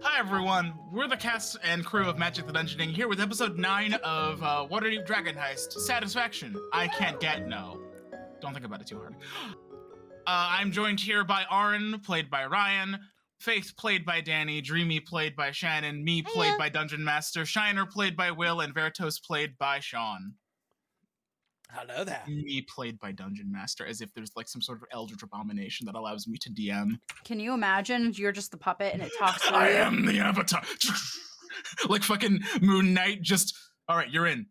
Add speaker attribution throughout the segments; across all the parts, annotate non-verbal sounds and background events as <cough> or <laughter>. Speaker 1: Hi everyone, we're the cast and crew of Magic the Dungeoning here with episode 9 of uh, Waterdeep Dragon Heist, Satisfaction, I Can't Get No. Don't think about it too hard. <gasps> Uh, I'm joined here by Arn, played by Ryan, Faith, played by Danny, Dreamy, played by Shannon, me, played
Speaker 2: Hiya.
Speaker 1: by Dungeon Master, Shiner, played by Will, and Vertos, played by Sean.
Speaker 3: Hello there.
Speaker 1: Me, played by Dungeon Master, as if there's like some sort of eldritch abomination that allows me to DM.
Speaker 2: Can you imagine? You're just the puppet and it talks
Speaker 1: I
Speaker 2: to you.
Speaker 1: am the Avatar. <laughs> like fucking Moon Knight, just all right, you're in.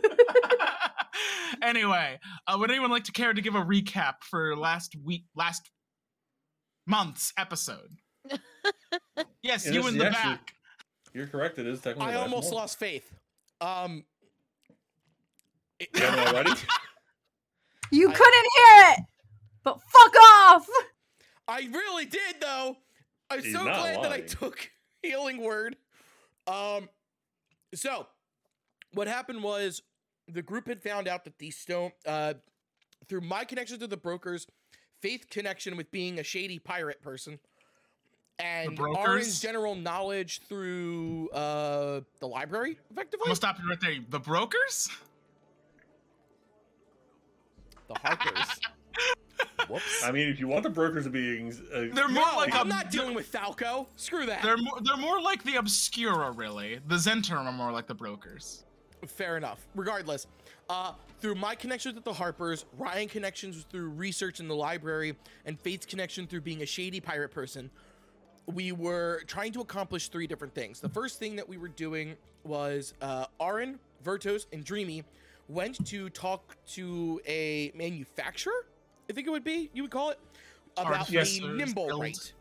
Speaker 1: <laughs> anyway, uh, would anyone like to care to give a recap for last week, last month's
Speaker 2: <laughs>
Speaker 1: episode? yes, you
Speaker 4: Yeah, this
Speaker 1: in
Speaker 4: is
Speaker 1: the
Speaker 4: actually-
Speaker 1: back.
Speaker 4: You're correct. It is technically.
Speaker 3: I
Speaker 4: last
Speaker 3: almost
Speaker 4: month.
Speaker 3: lost faith. Um. it-
Speaker 4: You got it already?
Speaker 2: You
Speaker 3: I-
Speaker 2: couldn't hear it, but fuck off.
Speaker 3: <laughs> I really did though. I'm
Speaker 4: He's
Speaker 3: so
Speaker 4: not
Speaker 3: glad that I
Speaker 4: lying.
Speaker 3: took <laughs> healing word. Um so what happened was the group had found out that the stone uh through my connection to the brokers, faith connection with being a shady pirate person, and
Speaker 1: brokers?
Speaker 3: Aaron's general knowledge through uh the library,
Speaker 1: I'm
Speaker 3: effectively.
Speaker 1: gonna stop you right there. The brokers?
Speaker 3: The
Speaker 4: <laughs>
Speaker 3: Harpers. Whoops.
Speaker 4: I mean, if you want the brokers to be. ex- Uh,
Speaker 3: <laughs>
Speaker 1: They're more
Speaker 3: No,
Speaker 1: like
Speaker 3: I'm
Speaker 1: a-
Speaker 3: not dealing with Falco. Screw that.
Speaker 1: They're more, they're more like the obscura, really. The Zenterm are more like the brokers.
Speaker 3: Fair enough. Regardless, uh, through my connections with the Harpers, Ryan connections through research in the library, and Faith's connection through being a shady pirate person, we were trying to accomplish three different things. The first thing that we were doing was uh, Arin, Vertos, and Dreamy went to talk to a manufacturer. I think it would be you would call it about
Speaker 1: Artificers
Speaker 3: the nimble
Speaker 1: built.
Speaker 3: right.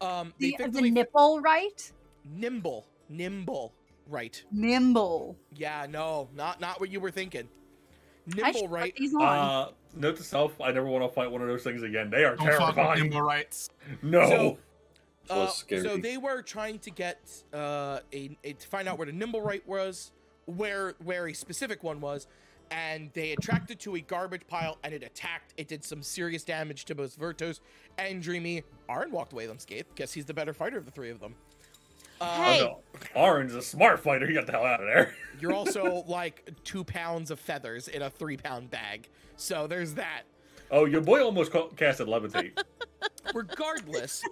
Speaker 3: Um, they
Speaker 2: The, the
Speaker 3: effectively
Speaker 2: nipple, right?
Speaker 3: nimble, nimble right.
Speaker 2: Nimble.
Speaker 3: Yeah, no, not not what you were thinking.
Speaker 2: I
Speaker 3: Nimble,
Speaker 2: should put
Speaker 3: right?
Speaker 2: these on.
Speaker 4: uh, note to self: I never want to fight one of those things again. They are
Speaker 1: Don't fuck with
Speaker 4: terrifying.
Speaker 1: nimble rights.
Speaker 4: No.
Speaker 3: So- Uh,
Speaker 5: Plus
Speaker 3: so
Speaker 5: scary.
Speaker 3: they were trying to get uh, a, a to find out where the nimble right was, where where a specific one was, and they attracted to a garbage pile and it attacked. It did some serious damage to both Vertos and Dreamy. Arn walked away unscathed. Guess he's the better fighter of the three of them. Uh,
Speaker 4: Oh,
Speaker 6: Hey.
Speaker 4: no. Orange is a smart fighter. He got the hell out of there. <laughs>
Speaker 3: You're also like two pounds of feathers in a three pound bag, so there's that.
Speaker 4: Oh, your boy almost ca- casted levitate.
Speaker 3: regardless,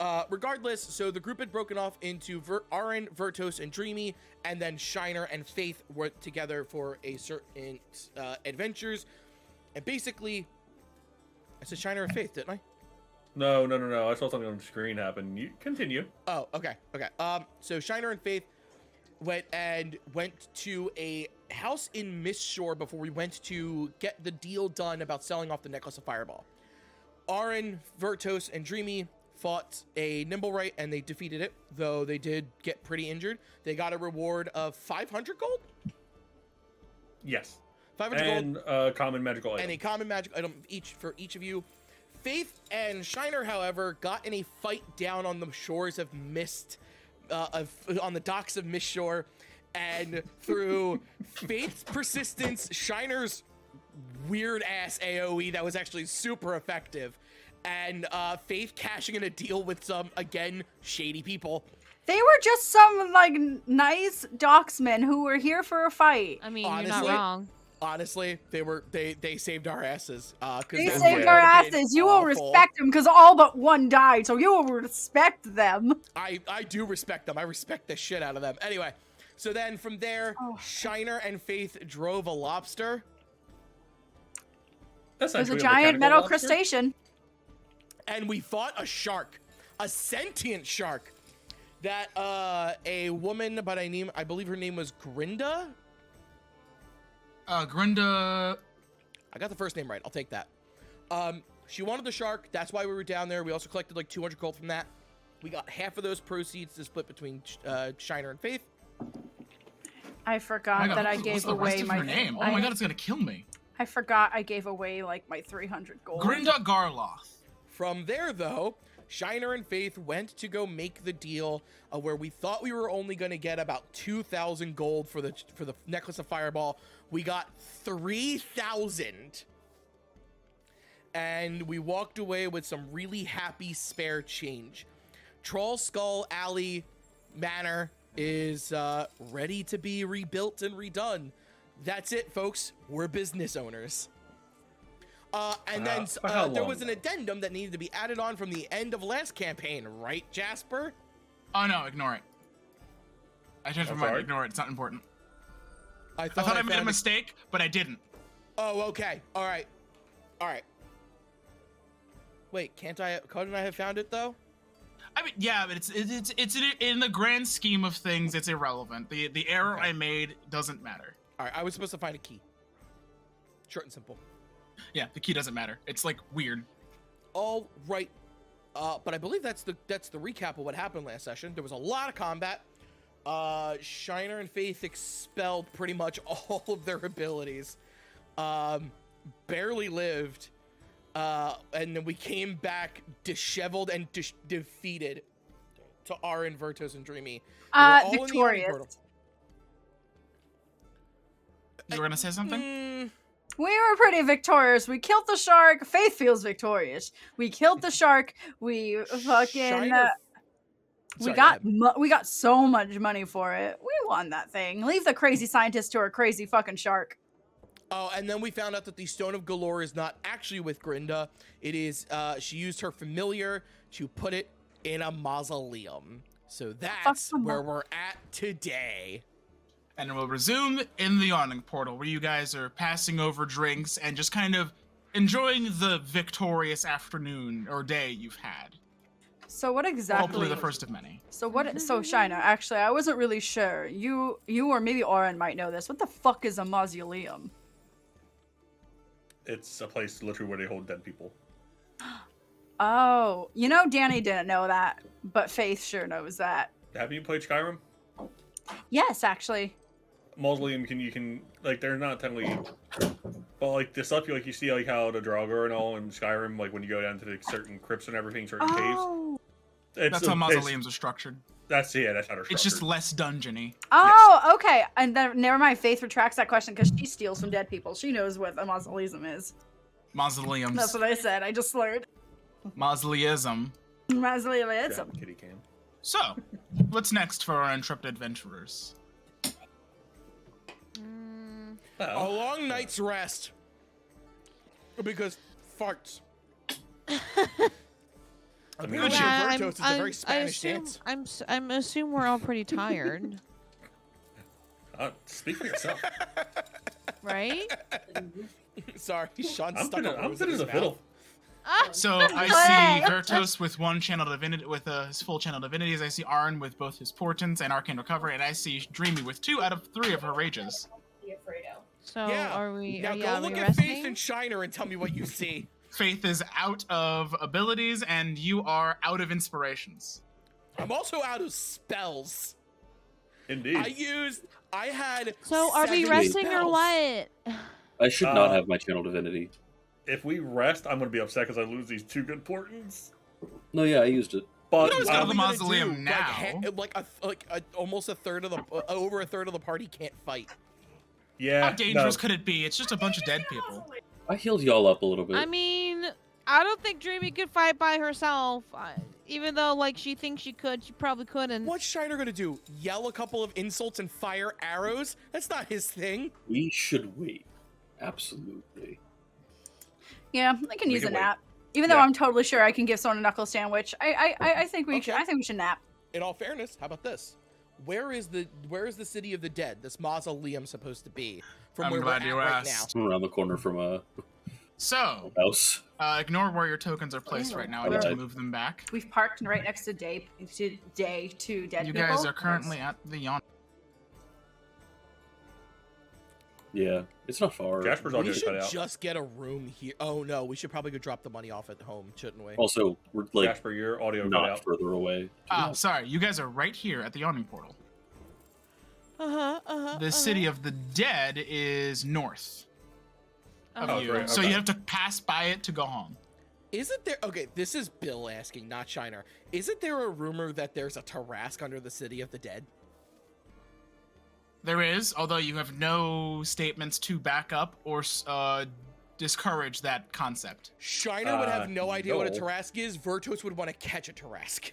Speaker 3: uh, regardless, so the group had broken off into Ver- Arin, Vertos, and Dreamy, and then Shiner and Faith were together for a certain uh, adventures. And basically, I said Shiner and Faith, didn't I?
Speaker 4: No, no, no, no. I saw something on the screen happen. You continue.
Speaker 3: Oh, okay, okay. Um, so Shiner and Faith went and went to a house in Mistshore before we went to get the deal done about selling off the necklace of Fireball. Arin, Vertos, and Dreamy fought a Nimble Right and they defeated it, though they did get pretty injured. They got a reward of 500 gold,
Speaker 4: Yes.
Speaker 3: 500 gold,
Speaker 4: And uh, common magical item.
Speaker 3: and a common magic item each for each of you. Faith and Shiner, however, got in a fight down on the shores of Mist, uh, of, on the docks of Mistshore, and through Faith's persistence, Shiner's weird ass AOE that was actually super effective, and uh, Faith cashing in a deal with some again shady people.
Speaker 2: They were just some like n- nice docksmen who were here for a fight.
Speaker 6: I mean, you're
Speaker 3: Honestly,
Speaker 6: not wrong.
Speaker 3: Honestly, they were they they saved our asses. Uh, 'cause
Speaker 2: They
Speaker 3: those
Speaker 2: saved
Speaker 3: would
Speaker 2: our
Speaker 3: have been
Speaker 2: asses. You will
Speaker 3: awful.
Speaker 2: respect them because all but one died, so you will respect them.
Speaker 3: I I do respect them. I respect the shit out of them. Anyway, so then from there,
Speaker 2: Oh.
Speaker 3: Shiner and Faith drove a lobster.
Speaker 4: That's
Speaker 2: It was a
Speaker 4: actually
Speaker 2: giant
Speaker 4: mechanical
Speaker 2: metal
Speaker 4: lobster.
Speaker 2: crustacean.
Speaker 3: and we fought a shark, a sentient shark that uh a woman by the name I believe her name was Grinda.
Speaker 1: Uh, Grinda.
Speaker 3: I got the first name right. I'll take that. Um she wanted the shark. That's why we were down there. We also collected like 200 gold from that. We got half of those proceeds to split between uh, Shiner and Faith.
Speaker 2: I forgot
Speaker 1: oh my God,
Speaker 2: that
Speaker 1: what's-
Speaker 2: I
Speaker 1: what's
Speaker 2: gave
Speaker 1: the rest
Speaker 2: away
Speaker 1: of
Speaker 2: my
Speaker 1: her name. Oh
Speaker 2: I,
Speaker 1: my god, it's gonna kill me.
Speaker 2: I forgot I gave away like my 300 gold.
Speaker 1: Grinda Garloth.
Speaker 3: From there, though, Shiner and Faith went to go make the deal uh, where we thought we were only going to get about 2,000 gold for the for the necklace of fireball. We got 3,000. and we walked away with some really happy spare change. Troll Skull Alley Manor is uh, ready to be rebuilt and redone. That's it, folks. We're business owners. Uh, and
Speaker 4: For how-
Speaker 3: then
Speaker 4: for how
Speaker 3: uh, there
Speaker 4: long,
Speaker 3: was an
Speaker 4: though?
Speaker 3: addendum that needed to be added on from the end of last campaign, right, Jasper?
Speaker 1: Oh no, ignore it. I changed my mind.
Speaker 4: sorry?
Speaker 1: Ignore it. It's not important.
Speaker 3: thought
Speaker 1: I thought I made a
Speaker 3: found
Speaker 1: mistake, but I didn't.
Speaker 3: Oh, okay. All right. All right. Wait, can't I? Couldn't I have found it though?
Speaker 1: I mean, yeah, but it's it's it's, it's in, in the grand scheme of things, it's irrelevant. The the error
Speaker 3: Okay.
Speaker 1: I made doesn't matter.
Speaker 3: All right, I was supposed to find a key. Short and simple.
Speaker 1: Yeah, the key doesn't matter. It's like weird.
Speaker 3: All right. Uh, but I believe that's the that's the recap of what happened last session. There was a lot of combat. Uh, Shiner and Faith expelled pretty much <laughs> all of their abilities. Um, barely lived. Uh, and then we came back disheveled and dis- defeated to Arin, Vertos, and Dreamy. We were
Speaker 2: Uh,
Speaker 3: all in the Arin
Speaker 2: victorious.
Speaker 3: portal.
Speaker 1: You were gonna say something?
Speaker 3: Mm,
Speaker 2: We were pretty victorious. We killed the shark. Faith feels victorious. We killed the shark. We fucking
Speaker 3: Hmm, Shiner-
Speaker 2: uh, we
Speaker 3: Sorry, go
Speaker 2: got
Speaker 3: ahead.
Speaker 2: mu- we got so much money for it. We won that thing. Leave the crazy scientist to our crazy fucking shark.
Speaker 3: Oh, and then we found out that the Stone of Galore is not actually with Grinda. It is. Uh, she used her familiar to put it in a mausoleum. So that's
Speaker 2: the
Speaker 3: where
Speaker 2: mau-
Speaker 3: we're at today.
Speaker 1: And we'll resume in the awning portal where you guys are passing over drinks and just kind of enjoying the victorious afternoon or day you've had.
Speaker 2: So what
Speaker 1: Hopefully
Speaker 2: exactly?
Speaker 1: the first of many.
Speaker 2: So what? So Shiner, actually, I wasn't really sure. You, you, or maybe Oren might know this. What the fuck is a mausoleum?
Speaker 4: It's a place literally where they hold dead people.
Speaker 2: Oh, you know, Danny didn't know that, but Faith sure knows that.
Speaker 4: Have you played Skyrim?
Speaker 2: Yes, actually.
Speaker 4: Mausoleum can you can like they're not technically, but like the stuff you like you see like how the Draugr and all in Skyrim like when you go down to the certain crypts and everything certain caves.
Speaker 2: Oh,
Speaker 4: It's
Speaker 1: That's
Speaker 4: a-
Speaker 1: how
Speaker 4: it's-
Speaker 1: mausoleums are structured.
Speaker 4: That's yeah, that's how they're
Speaker 1: It's just
Speaker 4: structured.
Speaker 1: less dungeony.
Speaker 2: oh, okay. And then never mind. Faith retracts that question because she steals from dead people. She knows what a mausoleum is. That's
Speaker 1: Mausoleums.
Speaker 2: what I said. I just slurred.
Speaker 1: Mausoleism.
Speaker 2: Mausoleum is.
Speaker 4: Yeah, kitty cam.
Speaker 1: So, what's next for our intrepid adventurers?
Speaker 5: Mm,
Speaker 3: A
Speaker 4: Oh,
Speaker 3: long night's rest. Because
Speaker 4: <laughs>
Speaker 3: farts. Apparently,
Speaker 1: Good
Speaker 5: yeah, I'm,
Speaker 3: Vertos is a
Speaker 5: I'm-
Speaker 3: very
Speaker 5: I
Speaker 3: Spanish
Speaker 5: assume,
Speaker 3: dance. <laughs>
Speaker 5: I'm, s- I'm assume we're all pretty tired,
Speaker 4: uh, speak for
Speaker 1: <laughs>
Speaker 4: yourself.
Speaker 5: right?
Speaker 3: Sorry, Sean
Speaker 4: I'm
Speaker 3: stuck
Speaker 4: good.
Speaker 3: a
Speaker 4: I'm
Speaker 3: rose
Speaker 4: good
Speaker 3: in
Speaker 4: as
Speaker 3: his
Speaker 4: a fiddle.
Speaker 1: So I see Vertos with one channel divinity, with uh, his full channel divinities. I see Arn with both his portents and arcane recovery, and I see Dreamy with two out of three of her rages.
Speaker 5: So
Speaker 3: mouth. Yeah.
Speaker 5: are we?
Speaker 3: Now
Speaker 5: are, yeah,
Speaker 3: go
Speaker 5: are
Speaker 3: look
Speaker 5: we
Speaker 3: at
Speaker 5: resting?
Speaker 3: Faith and Shiner and tell me what you see.
Speaker 1: Faith is out of abilities, and you are out of inspirations.
Speaker 3: I'm also out of spells.
Speaker 4: Indeed.
Speaker 3: I used. I had.
Speaker 5: so are we
Speaker 3: seven
Speaker 5: resting or
Speaker 3: spells.
Speaker 5: what?
Speaker 6: I should not
Speaker 4: Uh,
Speaker 6: have my channel divinity.
Speaker 4: if we rest, I'm gonna be upset because I lose these two good portents.
Speaker 6: No, yeah, I used it.
Speaker 4: But
Speaker 1: You know, it's
Speaker 3: What
Speaker 1: got the
Speaker 3: are we
Speaker 4: um,
Speaker 3: gonna
Speaker 1: mausoleum
Speaker 3: do?
Speaker 1: now.
Speaker 3: Like, ha- like a, like a, almost a third of the uh, over a third of the party can't fight.
Speaker 4: yeah,
Speaker 1: How dangerous
Speaker 4: no.
Speaker 1: could it be? It's just a bunch of dead people.
Speaker 6: I healed y'all up a little bit.
Speaker 5: I mean, I don't think Dreamy could fight by herself. I, even though, like, she thinks she could, she probably couldn't.
Speaker 3: What's Shiner gonna do? Yell a couple of insults and fire arrows? That's not his thing.
Speaker 6: we should wait. Absolutely.
Speaker 2: Yeah, I can
Speaker 4: We
Speaker 2: use a
Speaker 4: can wait.
Speaker 2: nap. Even though
Speaker 4: Yeah.
Speaker 2: I'm totally sure I can give someone a knuckle sandwich, I I, I, I think we should
Speaker 3: Okay.
Speaker 2: I think we should nap.
Speaker 3: In all fairness, how about this? Where is the where is the city of the dead? This mausoleum supposed to be from
Speaker 1: I'm
Speaker 3: where
Speaker 1: glad
Speaker 3: we're
Speaker 1: you
Speaker 3: at
Speaker 1: asked.
Speaker 6: I'm around the corner from a
Speaker 1: So,
Speaker 6: house.
Speaker 1: uh, ignore where your tokens are placed right now. I need to
Speaker 6: Alright.
Speaker 1: move them back.
Speaker 2: We've parked right next to day to day two dead
Speaker 1: You
Speaker 2: people.
Speaker 1: guys are currently at the yawn.
Speaker 6: Yeah, it's not far.
Speaker 3: right
Speaker 4: Jasper's
Speaker 3: now.
Speaker 4: all
Speaker 3: We
Speaker 4: good. Cut
Speaker 3: should
Speaker 4: out.
Speaker 3: just get a room here. Oh no, we should probably go drop the money off at home, shouldn't we?
Speaker 6: Also, we're like
Speaker 4: Jasper, your audio cut
Speaker 6: not
Speaker 4: out.
Speaker 6: further away.
Speaker 1: Ah, sorry. You guys are right here at the yawning portal.
Speaker 5: Uh huh. Uh huh.
Speaker 1: The city of the dead is north.
Speaker 5: uh
Speaker 4: Oh,
Speaker 1: you.
Speaker 4: great,
Speaker 1: So
Speaker 4: okay.
Speaker 1: you have to pass by it to go home.
Speaker 3: Isn't there? Okay, this is Bill asking, not Shiner. Isn't there a rumor that there's a Tarask under the city of the dead?
Speaker 1: There is, although you have no statements to back up or s- uh, discourage that concept.
Speaker 3: Shiner would
Speaker 4: Uh,
Speaker 3: have no idea what a
Speaker 4: no.
Speaker 3: Tarask is. Vertos would want to catch a Tarask.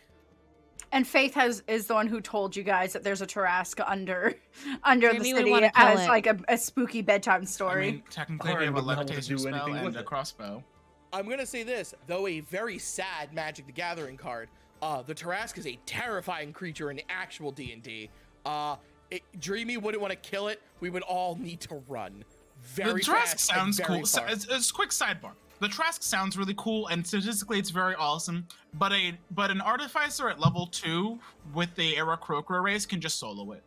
Speaker 2: And Faith has is the one who told you guys that there's a Tarasca under <laughs> under
Speaker 5: Jamie
Speaker 2: the
Speaker 5: would
Speaker 2: city
Speaker 5: wanna kill
Speaker 2: as
Speaker 5: it.
Speaker 2: like a, a spooky bedtime
Speaker 1: I
Speaker 2: story.
Speaker 1: mean, technically, we
Speaker 4: Alright,
Speaker 1: have a
Speaker 4: but not able to
Speaker 1: levitation
Speaker 4: do
Speaker 1: spell
Speaker 4: anything
Speaker 1: and
Speaker 4: with
Speaker 1: a
Speaker 4: it.
Speaker 1: crossbow.
Speaker 3: I'm gonna say this, though a very sad Magic the Gathering card. Uh, the Tarask is a terrifying creature in actual D and D. Uh, it, Dreamy wouldn't want to kill it. We would all need to run. Very
Speaker 1: the Trask
Speaker 3: fast and
Speaker 1: sounds
Speaker 3: very
Speaker 1: cool. So,
Speaker 3: far.
Speaker 1: it's, it's a quick sidebar. The Trask sounds really cool, and statistically, it's very awesome. But a but an artificer at level two with the Era Croaker race can just solo it.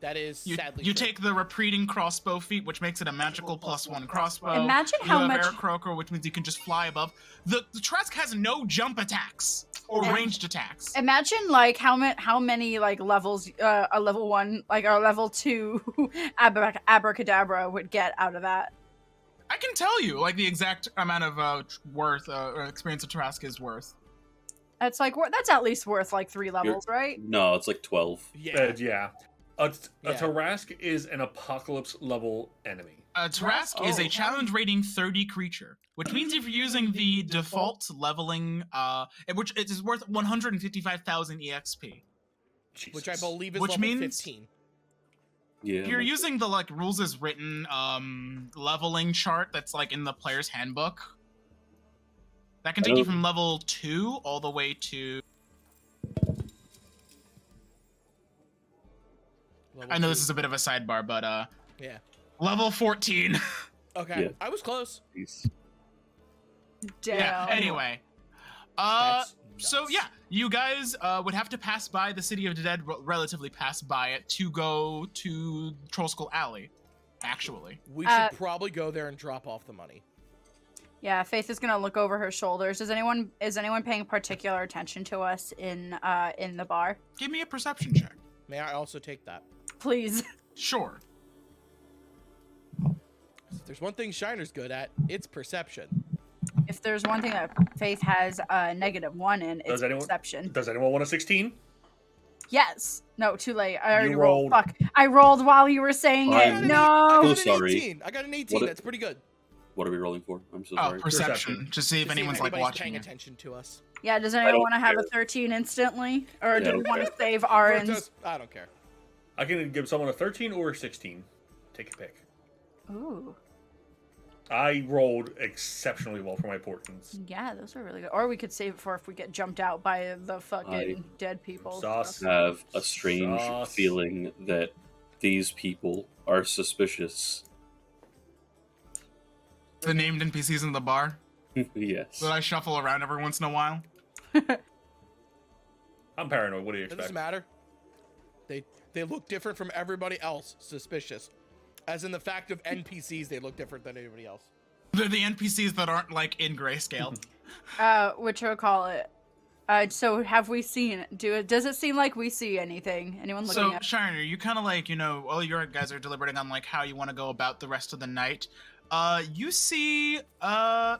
Speaker 3: That is
Speaker 1: You,
Speaker 3: sadly.
Speaker 1: you
Speaker 3: true.
Speaker 1: take the repeating crossbow feat, which makes it a magical plus one crossbow.
Speaker 2: Imagine
Speaker 1: you
Speaker 2: how
Speaker 1: have
Speaker 2: much-
Speaker 1: Eric Croaker, which means you can just fly above. The, the Trask has no jump attacks or
Speaker 2: Yeah.
Speaker 1: ranged attacks.
Speaker 2: Imagine like how many how many like levels uh, a level one like or a level two <laughs> abrac- abracadabra would get out of that.
Speaker 1: I can tell you like the exact amount of uh, tr- worth uh, or experience a Trask is worth.
Speaker 2: That's like wor- that's at least worth like three levels, right?
Speaker 6: No, it's like twelve.
Speaker 3: Yeah.
Speaker 4: Uh, yeah. A, t- a
Speaker 3: Yeah.
Speaker 4: Tarask is an apocalypse level enemy.
Speaker 1: A Trask is a
Speaker 3: oh.
Speaker 1: challenge rating 30 creature, which means if you're using the default leveling, uh, which it is worth 155,000 EXP.
Speaker 4: Jesus.
Speaker 3: which I believe is
Speaker 1: Which
Speaker 3: level
Speaker 1: means-
Speaker 3: 15.
Speaker 6: Yeah.
Speaker 1: If you're
Speaker 6: like-
Speaker 1: using the like rules as written um leveling chart that's like in the player's handbook, that can take you
Speaker 6: Oh.
Speaker 1: from level two all the way to.
Speaker 3: Level
Speaker 1: I know this
Speaker 3: two.
Speaker 1: is a bit of a sidebar, but uh,
Speaker 3: Yeah.
Speaker 1: level 14.
Speaker 3: Okay.
Speaker 6: Yeah.
Speaker 3: I was close.
Speaker 6: Jeez.
Speaker 1: <laughs>
Speaker 2: Damn.
Speaker 1: yeah. Anyway, uh,
Speaker 3: That's
Speaker 1: so
Speaker 3: nuts.
Speaker 1: yeah, you guys uh, would have to pass by the city of the dead, rel- relatively pass by it to go to Troll Skull Alley. Actually,
Speaker 3: we should
Speaker 2: Uh,
Speaker 3: probably go there and drop off the money.
Speaker 2: Yeah, Faith is gonna look over her shoulders. Is anyone is anyone paying particular attention to us in uh in the bar?
Speaker 1: give me a perception check.
Speaker 3: May I also take that?
Speaker 2: Please. <laughs>
Speaker 1: Sure.
Speaker 3: If there's one thing Shiner's good at, it's perception.
Speaker 2: If there's one thing that Faith has a negative one in, it's
Speaker 4: Does anyone-
Speaker 2: perception.
Speaker 4: Does anyone want a 16?
Speaker 2: Yes. No, too late. I already
Speaker 4: You
Speaker 2: rolled.
Speaker 4: rolled.
Speaker 2: Fuck. I rolled while you were saying it.
Speaker 6: I'm
Speaker 3: I
Speaker 6: so
Speaker 2: No.
Speaker 3: got an
Speaker 6: sorry.
Speaker 3: 18. I got an 18.
Speaker 6: What a-
Speaker 3: That's pretty good.
Speaker 6: What are we rolling for? I'm so
Speaker 1: Oh,
Speaker 6: sorry.
Speaker 1: perception,
Speaker 4: Perception.
Speaker 1: to see if
Speaker 3: To see
Speaker 1: anyone's like
Speaker 3: anybody's
Speaker 1: watching.
Speaker 3: paying
Speaker 1: you.
Speaker 3: attention to us.
Speaker 2: Yeah, does
Speaker 6: don't
Speaker 2: anyone want to have a
Speaker 6: care.
Speaker 2: 13 instantly? Or
Speaker 6: Yeah,
Speaker 2: do we
Speaker 6: okay.
Speaker 2: want to save
Speaker 3: Vertos,
Speaker 2: Aaron's?
Speaker 3: I don't care.
Speaker 4: I can give someone a 13 or a 16. Take a pick.
Speaker 2: Ooh.
Speaker 4: I rolled exceptionally well for my portents.
Speaker 2: Yeah, those are really good. Or we could save it for if we get jumped out by the fucking dead people.
Speaker 4: Sauce.
Speaker 6: have a strange
Speaker 4: Sauce.
Speaker 6: feeling that these people are suspicious. <laughs>
Speaker 1: The named NPCs in the bar
Speaker 6: yes.
Speaker 1: that I shuffle around every once in a while.
Speaker 4: I'm paranoid. What do you
Speaker 3: It
Speaker 4: expect?
Speaker 3: doesn't matter. They they look different from everybody else. Suspicious, as in the fact of NPCs, they look different than anybody else.
Speaker 1: They're the NPCs that aren't like in
Speaker 2: <laughs>
Speaker 1: grayscale.
Speaker 2: Uh, what you call it? Uh, so have we seen? Do it? Does it seem like we see anything? Anyone looking
Speaker 1: so,
Speaker 2: at?
Speaker 1: Shiner, you kind of like, you know, all your guys are deliberating on like how you want to go about the rest of the night. Uh, you see, uh,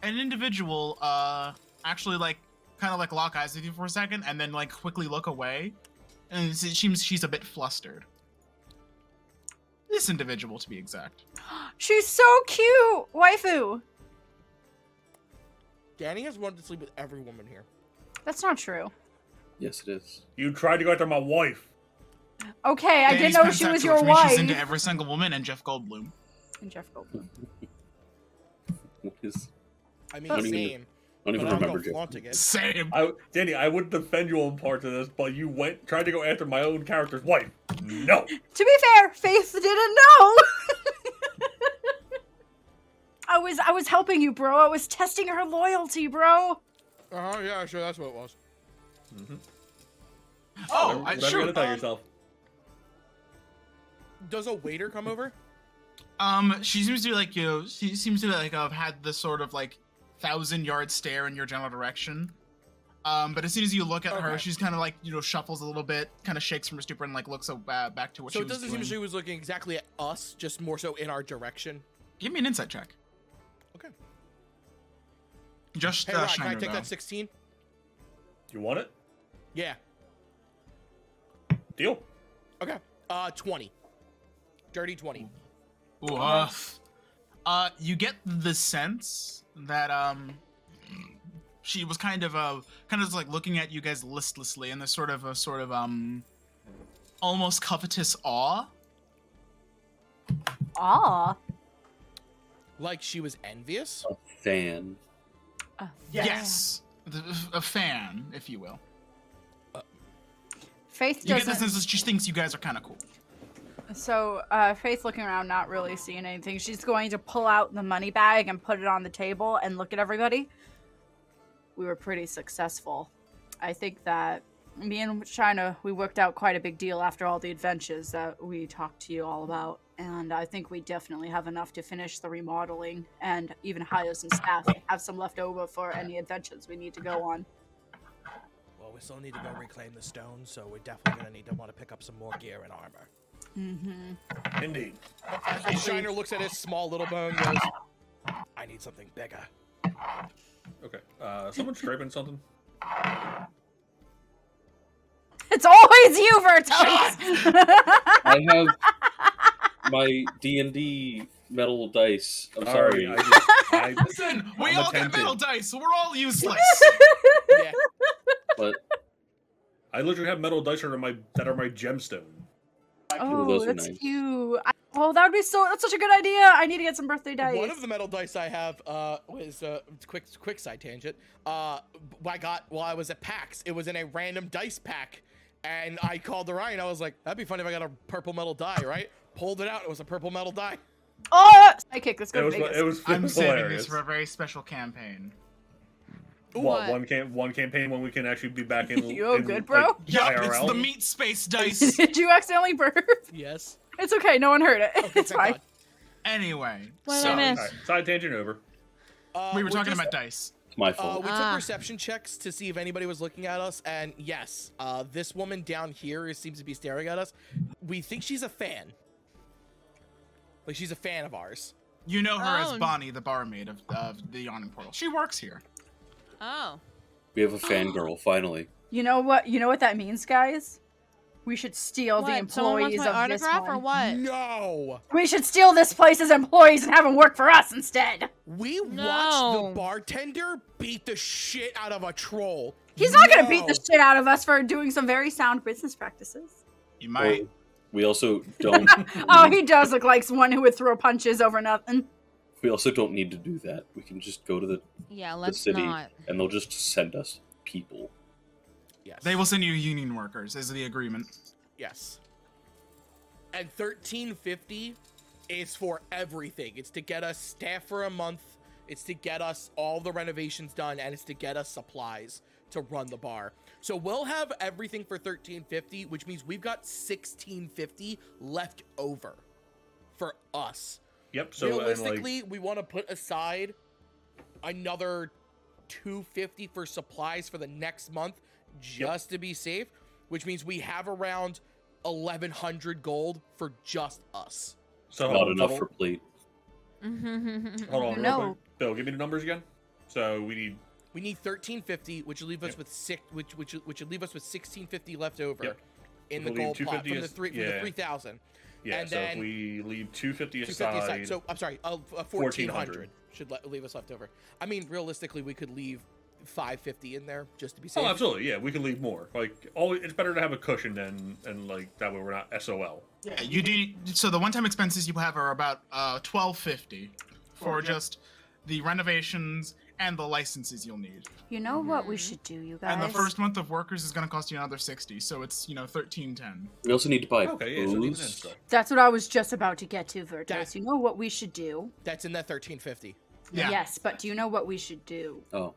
Speaker 1: an individual, uh, actually like, kind of like lock eyes with you for a second, and then like quickly look away, and it seems she's a bit flustered. This individual, to be exact.
Speaker 2: She's so cute, waifu.
Speaker 3: Danny has wanted to sleep with every woman here.
Speaker 2: That's not true.
Speaker 6: yes, it is.
Speaker 4: You tried to go after my wife.
Speaker 2: Okay, I didn't
Speaker 1: Danny's
Speaker 2: know she was
Speaker 1: pansexual,
Speaker 2: your
Speaker 1: which means
Speaker 2: wife.
Speaker 1: She's into every single woman and Jeff Goldblum. <laughs>
Speaker 2: And Jeff Goldblum.
Speaker 6: What is?
Speaker 3: I mean,
Speaker 2: That's-
Speaker 3: same.
Speaker 6: I don't
Speaker 3: But
Speaker 6: even
Speaker 3: I'm
Speaker 6: remember.
Speaker 3: not
Speaker 6: Jeff.
Speaker 3: flaunting it.
Speaker 1: Same.
Speaker 4: I, Danny, I would defend you on parts of this, but you went tried to go after my own character's wife. No.
Speaker 2: To be fair, Faith didn't know. <laughs> I was I was helping you, bro. I was testing her loyalty, bro.
Speaker 3: Oh uh yeah, sure, that's what it was.
Speaker 4: Mm-hmm.
Speaker 1: Oh, I,
Speaker 4: Whatever
Speaker 1: sure.
Speaker 4: you tell yourself.
Speaker 3: Does a waiter come over?
Speaker 1: Um, she seems to be like you. Know, she seems to like have had this sort of like thousand yard stare in your general direction. Um, but as soon as you look at her,
Speaker 3: Okay.
Speaker 1: she's kind of like you know shuffles a little bit, kind of shakes from her stupor and like looks uh, back to what
Speaker 3: so
Speaker 1: she
Speaker 3: it
Speaker 1: was
Speaker 3: doesn't seem
Speaker 1: doing.
Speaker 3: she was looking exactly at us, just more so in our direction.
Speaker 1: Give me an insight check.
Speaker 3: Okay.
Speaker 1: Just
Speaker 3: Hey,
Speaker 1: uh,
Speaker 3: Rod, can I
Speaker 1: Shiner,
Speaker 3: take
Speaker 1: though.
Speaker 3: that 16?
Speaker 4: You want it?
Speaker 3: Yeah.
Speaker 4: Deal.
Speaker 3: Okay. Uh, 20. Dirty 20.
Speaker 1: Ooh, uh, Uh, you get the sense that um, she was kind of uh, kind of like looking at you guys listlessly, and there's sort of a sort of um, almost covetous awe.
Speaker 2: Aw.
Speaker 3: Like she was envious.
Speaker 6: A fan.
Speaker 2: Oh,
Speaker 1: Yes, The- a fan, if you will.
Speaker 2: Faith
Speaker 1: You get the
Speaker 2: doesn't.
Speaker 1: sense that she thinks you guys are kind of cool.
Speaker 2: So uh, Faith looking around, not really seeing anything. She's going to pull out the money bag and put it on the table and look at everybody. We were pretty successful. I think that me and China, we worked out quite a big deal after all the adventures that we talked to you all about. And I think we definitely have enough to finish the remodeling and even hire some staff and have some left over for any adventures we need to go on.
Speaker 3: Well, we still need to go reclaim the stone, so we're definitely gonna need to want to pick up some more gear and armor.
Speaker 2: Mm-hmm.
Speaker 4: Indeed.
Speaker 3: Shiner looks at his small little bone and goes, I need something bigger.
Speaker 4: Okay. Uh, someone
Speaker 1: <laughs>
Speaker 4: striping something.
Speaker 2: It's always you, Vertos!
Speaker 6: I have my D and D metal dice. I'm sorry.
Speaker 4: I just, I,
Speaker 1: <laughs> Listen, we
Speaker 4: I'm
Speaker 1: all got
Speaker 4: attempting.
Speaker 1: metal dice, so we're all useless.
Speaker 3: Yeah.
Speaker 6: but
Speaker 4: I literally have metal dice that are my that are my gemstone.
Speaker 6: Ooh,
Speaker 2: Oh,
Speaker 6: those are
Speaker 2: that's
Speaker 6: nice.
Speaker 2: cute. I, oh, that would be so. That's such a good idea. I need to get some birthday dice.
Speaker 3: One of the metal dice I have uh, was uh, quick quick side tangent. Uh, I got while I was at PAX. It was in a random dice pack, and I called the Ryan. I was like, "That'd be funny if I got a purple metal die, right?" Pulled it out. It was a purple metal die.
Speaker 2: oh, psychic. Let's go
Speaker 4: It
Speaker 2: to
Speaker 4: was
Speaker 2: Vegas.
Speaker 4: it was, it
Speaker 1: I'm
Speaker 4: was
Speaker 1: saving this
Speaker 4: hilarious.
Speaker 1: for a very special campaign.
Speaker 4: What
Speaker 5: What?
Speaker 4: one cam one campaign when we can actually be back
Speaker 2: <laughs>
Speaker 4: in?
Speaker 2: You all
Speaker 4: in,
Speaker 2: good, bro?
Speaker 4: Like,
Speaker 1: Yup, it's
Speaker 4: IRL?
Speaker 1: the meat space dice.
Speaker 2: <laughs> Did you accidentally burp? <laughs>
Speaker 3: Yes.
Speaker 2: It's okay. No one heard it. <laughs> it's
Speaker 3: thank
Speaker 2: fine.
Speaker 3: God.
Speaker 1: anyway,
Speaker 5: What
Speaker 1: so
Speaker 5: I miss?
Speaker 4: Alright, side tangent over.
Speaker 3: Uh,
Speaker 1: we were talking
Speaker 3: just-
Speaker 1: about dice.
Speaker 6: it's my
Speaker 3: Uh,
Speaker 6: fault.
Speaker 3: we
Speaker 5: Ah.
Speaker 3: took perception checks to see if anybody was looking at us, and yes, uh, this woman down here seems to be staring at us. We think she's a fan. Like she's a fan of ours.
Speaker 1: You know her
Speaker 5: Oh.
Speaker 1: as Bonnie, the barmaid of, of the Yawning Portal. She works here.
Speaker 5: Oh.
Speaker 6: we have a fangirl finally.
Speaker 2: You know what? You know what that means, guys. We should steal the
Speaker 5: What, someone wants
Speaker 2: employees
Speaker 5: my
Speaker 2: of this
Speaker 5: autograph or
Speaker 2: one.
Speaker 5: what?
Speaker 3: No.
Speaker 2: We should steal this place's employees and have them work for us instead.
Speaker 3: We watched
Speaker 5: No.
Speaker 3: the bartender beat the shit out of a troll.
Speaker 2: He's not gonna beat
Speaker 3: No.
Speaker 2: the shit out of us for doing some very sound business practices.
Speaker 1: You might.
Speaker 6: Well, we also don't.
Speaker 2: Oh, he does look like one who would throw punches over nothing.
Speaker 6: we also don't need to do that. We can just go to the
Speaker 5: Yeah, let's
Speaker 6: city.
Speaker 5: not. <laughs>
Speaker 6: and they'll just send us people.
Speaker 3: Yes.
Speaker 1: They will send you union workers, is the agreement.
Speaker 3: Yes. And thirteen fifty is for everything. It's to get us staff for a month. It's to get us all the renovations done, and it's to get us supplies to run the bar. So we'll have everything for thirteen fifty, which means we've got sixteen fifty left over for us.
Speaker 4: Yep. So and like
Speaker 3: realistically, we want to put aside another 250 for supplies for the next month just to be safe, which means we have around 1100 gold for just us.
Speaker 4: so
Speaker 6: Not
Speaker 4: hold on,
Speaker 6: enough
Speaker 4: hold
Speaker 6: for
Speaker 4: on-
Speaker 6: plate.
Speaker 4: Hold on, real
Speaker 2: No.
Speaker 4: quick. Bill, give me the numbers again. So we need
Speaker 3: We need 1350, which will leave us
Speaker 4: Yep.
Speaker 3: with six which which which will leave us with 1650 left over
Speaker 4: Yep.
Speaker 3: in the
Speaker 4: We'll leave
Speaker 3: gold pot
Speaker 4: 250
Speaker 3: from the
Speaker 4: as-
Speaker 3: 3 from
Speaker 4: yeah.
Speaker 3: the 3000.
Speaker 4: yeah.
Speaker 3: And
Speaker 4: so
Speaker 3: then-
Speaker 4: if we leave two fifty
Speaker 3: 250
Speaker 4: aside,
Speaker 3: aside. So I'm sorry, uh, f- uh,
Speaker 4: 1400.
Speaker 3: 1400 should le- leave us left over. I mean, realistically, we could leave 550 in there just to be safe.
Speaker 4: oh, absolutely, yeah, we can leave more. Like all, it's better to have a cushion than and like that way we're not SOL.
Speaker 1: Yeah, you do. So the one-time expenses you have are about uh, twelve fifty for just the renovations and the licenses you'll need.
Speaker 2: You know what
Speaker 5: Mm-hmm.
Speaker 2: we should do, you guys?
Speaker 1: And the first month of workers is going to cost you another sixty, so it's you know thirteen ten.
Speaker 6: We also need to buy
Speaker 4: Okay, yeah. So leave it in
Speaker 6: booze.
Speaker 4: still.
Speaker 2: That's what I was just about to get to, Vertos.
Speaker 3: That-
Speaker 2: You know what we should do?
Speaker 3: That's in that 1350.
Speaker 1: Yeah.
Speaker 2: Yes, but do you know what we should do?
Speaker 6: oh,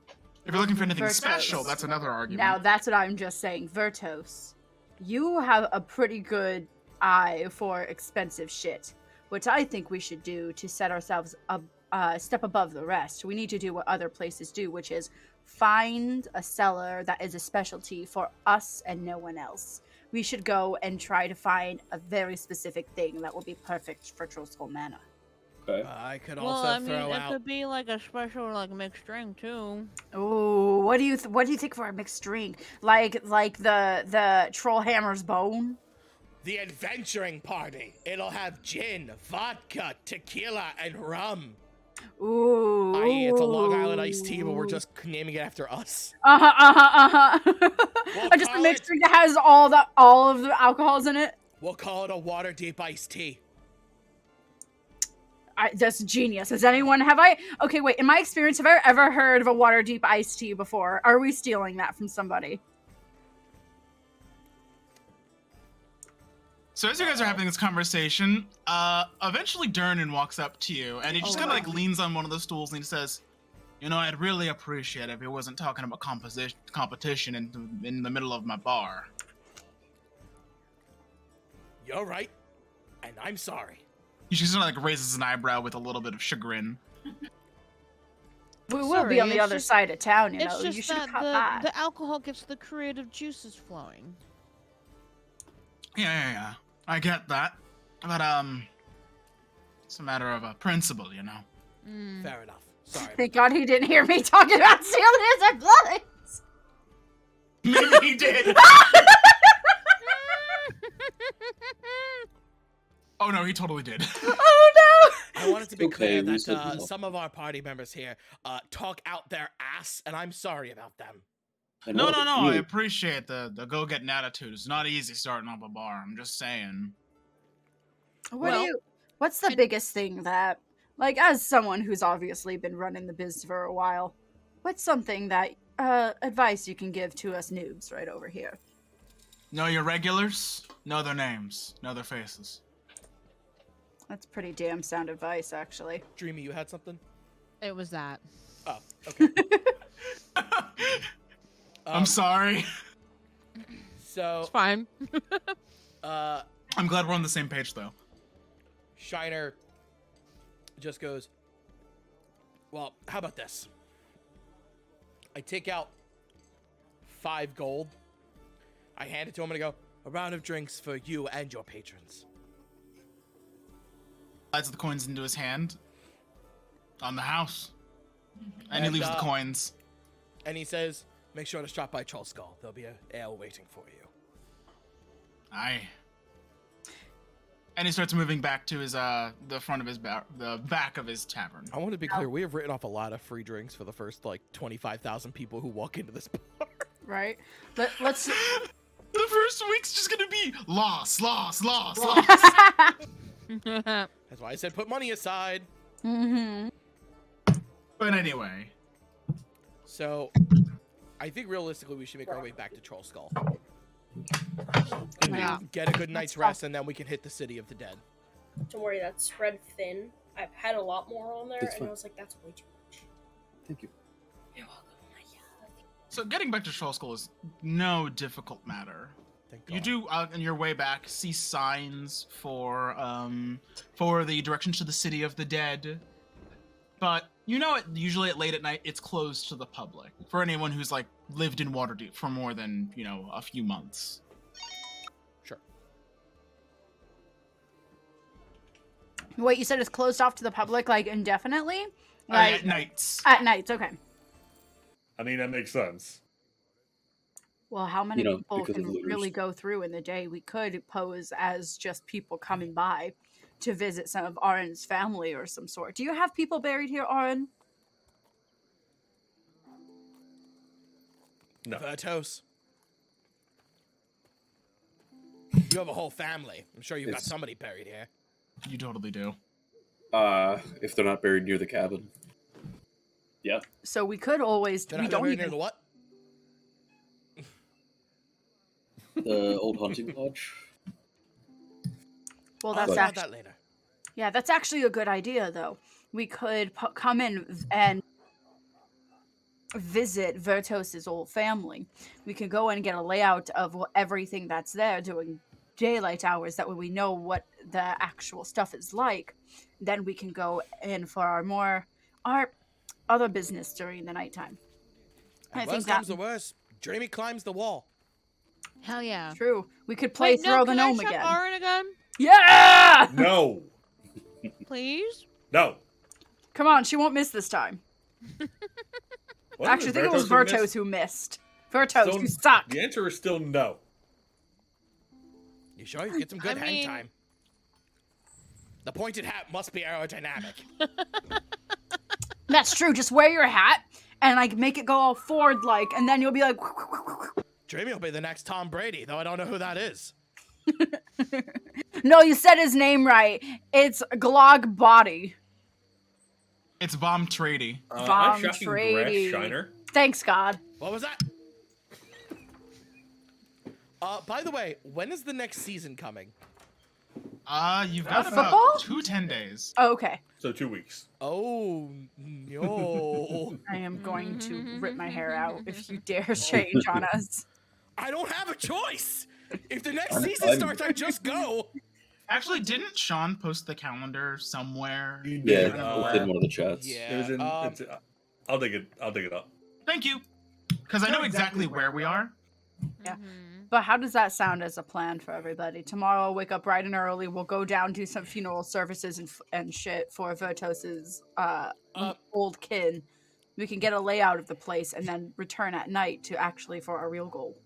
Speaker 1: If you're looking for anything
Speaker 2: Vertos.
Speaker 1: special, that's another argument.
Speaker 2: Now, that's what I'm just saying. Vertos, you have a pretty good eye for expensive shit. What I think we should do to set ourselves a uh, step above the rest, we need to do what other places do, which is find a seller that is a specialty for us and no one else. We should go and try to find a very specific thing that will be perfect for Trollskull Manor.
Speaker 6: okay.
Speaker 3: Uh, I could
Speaker 5: Well,
Speaker 3: also
Speaker 5: I mean,
Speaker 3: throw
Speaker 5: it
Speaker 3: out.
Speaker 5: could be like a special like mixed drink too.
Speaker 2: Oh, what do you th- what do you think for a mixed drink? Like like the the troll hammer's bone?
Speaker 3: the adventuring party. It'll have gin, vodka, tequila, and rum.
Speaker 2: Ooh.
Speaker 3: I, it's a Long Island iced tea, but we're just naming it after us.
Speaker 2: Uh huh. Uh <laughs> huh. Uh huh.
Speaker 3: Well,
Speaker 2: just a
Speaker 3: call
Speaker 2: mixed
Speaker 3: it-
Speaker 2: drink that has all the all of the alcohols in it.
Speaker 3: We'll call it a water deep iced tea.
Speaker 2: I, that's genius. Has anyone have I? Okay, wait. In my experience, have I ever heard of a water deep iced tea before? Are we stealing that from somebody?
Speaker 1: So as you guys are having this conversation, uh, eventually Dernan walks up to you and he just
Speaker 2: Oh,
Speaker 1: kind of
Speaker 2: wow.
Speaker 1: like leans on one of the stools and he says, "You know, I'd really appreciate it if he wasn't talking about composition competition in the, in the middle of my bar."
Speaker 3: You're right, and I'm sorry.
Speaker 1: He just kind of like raises an eyebrow with a little bit of chagrin.
Speaker 2: We will
Speaker 5: Sorry,
Speaker 2: be on the
Speaker 5: it's
Speaker 2: other
Speaker 5: just-
Speaker 2: side of town. You
Speaker 5: it's
Speaker 2: know,
Speaker 5: just
Speaker 2: you should have caught
Speaker 5: that the,
Speaker 2: that.
Speaker 5: the alcohol gets the creative juices flowing.
Speaker 1: Yeah, yeah, yeah. I get that, but um, it's a matter of a principle, you know. <laughs>
Speaker 5: Mm.
Speaker 3: Fair enough.
Speaker 6: <laughs>
Speaker 3: Sorry.
Speaker 2: Thank God he didn't hear me <laughs> talking about stealing his blood.
Speaker 1: Maybe he
Speaker 3: <laughs>
Speaker 1: did. oh no, he totally
Speaker 3: <laughs>
Speaker 1: did.
Speaker 2: <laughs> Oh
Speaker 3: I wanted to be
Speaker 6: Okay,
Speaker 3: clear
Speaker 6: we
Speaker 3: that
Speaker 6: said
Speaker 3: uh,
Speaker 6: no.
Speaker 3: some of our party members here uh, talk out their ass, and I'm sorry about them.
Speaker 6: I
Speaker 1: No, no,
Speaker 6: know, but
Speaker 1: no. I
Speaker 6: you-
Speaker 1: appreciate the the go getting attitude. It's not easy starting up a bar. I'm just saying.
Speaker 2: no! What
Speaker 5: Well,
Speaker 2: do you? What's the
Speaker 5: and-
Speaker 2: biggest thing that, like, as someone who's obviously been running the biz for a while, what's something that uh advice you can give to us noobs right over here?
Speaker 1: Know your regulars. Know their names. Know their faces.
Speaker 2: That's pretty damn sound advice, actually.
Speaker 3: Dreamy, you had something?
Speaker 5: <laughs> It was that.
Speaker 3: Oh, okay.
Speaker 6: <laughs>
Speaker 3: Um,
Speaker 1: I'm sorry. <laughs>
Speaker 3: So,
Speaker 2: <laughs>
Speaker 5: It's fine.
Speaker 3: uh,
Speaker 1: I'm glad we're on the same page though.
Speaker 3: Shiner just goes, Well, how about this? I take out five gold. I hand it to him and I go, A round of drinks for you and your patrons.
Speaker 1: Slides the coins into his hand. On the house. And he
Speaker 3: And,
Speaker 1: leaves the
Speaker 3: uh,
Speaker 1: coins.
Speaker 3: And he says, Make sure to stop by Troll Skull. There'll be a ale waiting for you.
Speaker 1: Aye. And he starts moving back to his uh the front of his ba- the back of his tavern.
Speaker 3: I want to be clear, we have written off a lot of free drinks for the first like 25,000 people who walk into this <laughs> bar.
Speaker 2: Right? Let, <laughs> let's.
Speaker 1: The first week's just gonna be loss, loss, loss, loss.
Speaker 3: That's why I said put money aside.
Speaker 2: hmm
Speaker 1: but anyway,
Speaker 3: So I think realistically we should make our way back to Troll Skull.
Speaker 2: Yeah.
Speaker 3: Get a good night's rest and then we can hit the city of the dead.
Speaker 7: Don't worry, that's spread thin. I've had a lot more on there,
Speaker 6: That's
Speaker 7: and
Speaker 6: fine.
Speaker 7: I was like, that's way too much.
Speaker 6: Thank you.
Speaker 7: You're welcome.
Speaker 1: so getting back to Troll School is no difficult matter.
Speaker 3: Thank God.
Speaker 1: You do uh, on your way back see signs for um for the directions to the city of the dead, but you know it usually at late at night it's closed to the public for anyone who's like lived in Waterdeep for more than you know a few months.
Speaker 3: Sure.
Speaker 2: Wait, you said it's closed off to the public, like, indefinitely?
Speaker 1: Uh,
Speaker 2: Like,
Speaker 1: at nights.
Speaker 2: at nights, okay.
Speaker 4: I mean, that makes sense.
Speaker 2: Well, how many
Speaker 6: know,
Speaker 2: people
Speaker 6: because of
Speaker 2: can
Speaker 6: looters.
Speaker 2: really go through in the day? We could pose as just people
Speaker 6: Mm-hmm.
Speaker 2: coming by to visit some of Arin's family or some sort. Do you have people buried here, Arin?
Speaker 4: No.
Speaker 3: Vertos. You have a whole family. I'm sure you've got
Speaker 6: It's-
Speaker 3: somebody buried here.
Speaker 1: You totally do.
Speaker 6: Uh, if they're not buried near the cabin. Yeah.
Speaker 2: So we could always.
Speaker 3: They're
Speaker 2: we
Speaker 3: not
Speaker 2: don't
Speaker 3: buried near
Speaker 2: even.
Speaker 3: the what?
Speaker 6: The old hunting lodge.
Speaker 3: I'll
Speaker 2: Well, that's
Speaker 3: about
Speaker 2: actually.
Speaker 3: that later.
Speaker 2: Yeah, that's actually a good idea, though. We could pu- come in v- and visit Vertos's old family. We could go and get a layout of wh- everything that's there during daylight hours. That way, we know what the actual stuff is like. Then we can go in for our more our other business during the nighttime. I
Speaker 3: And
Speaker 2: think
Speaker 3: worst
Speaker 2: that-
Speaker 3: comes to worst, Jamie climbs the wall.
Speaker 5: Hell yeah.
Speaker 2: True. We could play
Speaker 5: Wait, no,
Speaker 2: throw the
Speaker 5: can
Speaker 2: gnome
Speaker 5: I chop
Speaker 2: again.
Speaker 5: Aaron again,
Speaker 2: yeah!
Speaker 4: No,
Speaker 5: please.
Speaker 4: no.
Speaker 2: Come on, she won't miss this time. Actually,
Speaker 4: What
Speaker 2: I
Speaker 4: is
Speaker 2: think it was
Speaker 4: Vertos who
Speaker 2: Vertos
Speaker 4: missed?
Speaker 2: who missed. Vertos,
Speaker 4: Still-
Speaker 2: you suck.
Speaker 4: The answer is still no.
Speaker 3: You sure? You get some good
Speaker 5: I
Speaker 3: hang
Speaker 5: mean-
Speaker 3: time. The pointed hat must be aerodynamic.
Speaker 2: That's true. Just wear your hat and like make it go all forward like, and then you'll be like, <laughs>
Speaker 3: Jamie will be the next Tom Brady, though I don't know who that is.
Speaker 2: no, you said his name right. It's Glog Body.
Speaker 1: It's bomb treaty.
Speaker 4: Uh,
Speaker 2: Bomb
Speaker 4: I'm shocking
Speaker 2: trading.
Speaker 4: Grass Shiner.
Speaker 2: Thanks God.
Speaker 3: What was that? Uh, by the way, when is the next season coming?
Speaker 1: Uh, you've got
Speaker 2: Uh,
Speaker 1: about
Speaker 2: football?
Speaker 1: two ten days.
Speaker 2: Oh, okay,
Speaker 4: So two weeks.
Speaker 3: Oh
Speaker 6: <laughs>
Speaker 3: no!
Speaker 2: I am going to rip my hair out if you
Speaker 4: Oh.
Speaker 2: dare change
Speaker 4: <laughs>
Speaker 2: on us.
Speaker 3: I don't have a choice. If the next
Speaker 6: I'm-
Speaker 3: season
Speaker 6: I'm-
Speaker 3: starts,
Speaker 6: <laughs>
Speaker 3: I just go.
Speaker 1: Actually, didn't Sean post the calendar somewhere?
Speaker 4: You
Speaker 6: Yeah,
Speaker 4: did,
Speaker 6: it's
Speaker 1: uh,
Speaker 6: in one of the chats.
Speaker 3: Yeah.
Speaker 4: It was in.
Speaker 3: um,
Speaker 4: it's, uh, I'll dig it. I'll dig it up.
Speaker 1: Thank you, because I know exactly where we are.
Speaker 2: Yeah.
Speaker 5: Mhm.
Speaker 2: But how does that sound as a plan for everybody? Tomorrow, I'll wake up bright and early. We'll go down do some funeral services and f- and shit for Vertos's uh,
Speaker 3: Uh,
Speaker 2: old kin. We can get a layout of the place and then return at night to actually for our real goal.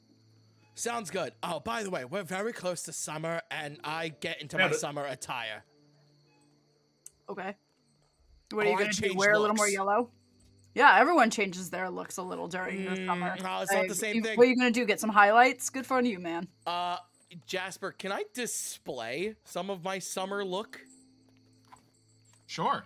Speaker 3: Sounds good. Oh, by the way, we're very close to summer, and I get into
Speaker 4: Yeah,
Speaker 3: my
Speaker 4: but-
Speaker 3: summer attire.
Speaker 2: Okay. What
Speaker 3: Oh,
Speaker 2: are
Speaker 3: I
Speaker 2: you going to do?
Speaker 3: changed
Speaker 2: Wear a little more
Speaker 3: looks.
Speaker 2: yellow? Yeah, everyone changes their looks a little during the summer.
Speaker 3: Mm, no, it's not
Speaker 2: Like,
Speaker 3: the same
Speaker 2: you-
Speaker 3: thing.
Speaker 2: What are you going to do? Get some highlights? Good for you,
Speaker 3: <clears throat>
Speaker 2: man.
Speaker 3: Uh, Jasper, can I display some of my summer look?
Speaker 1: Sure.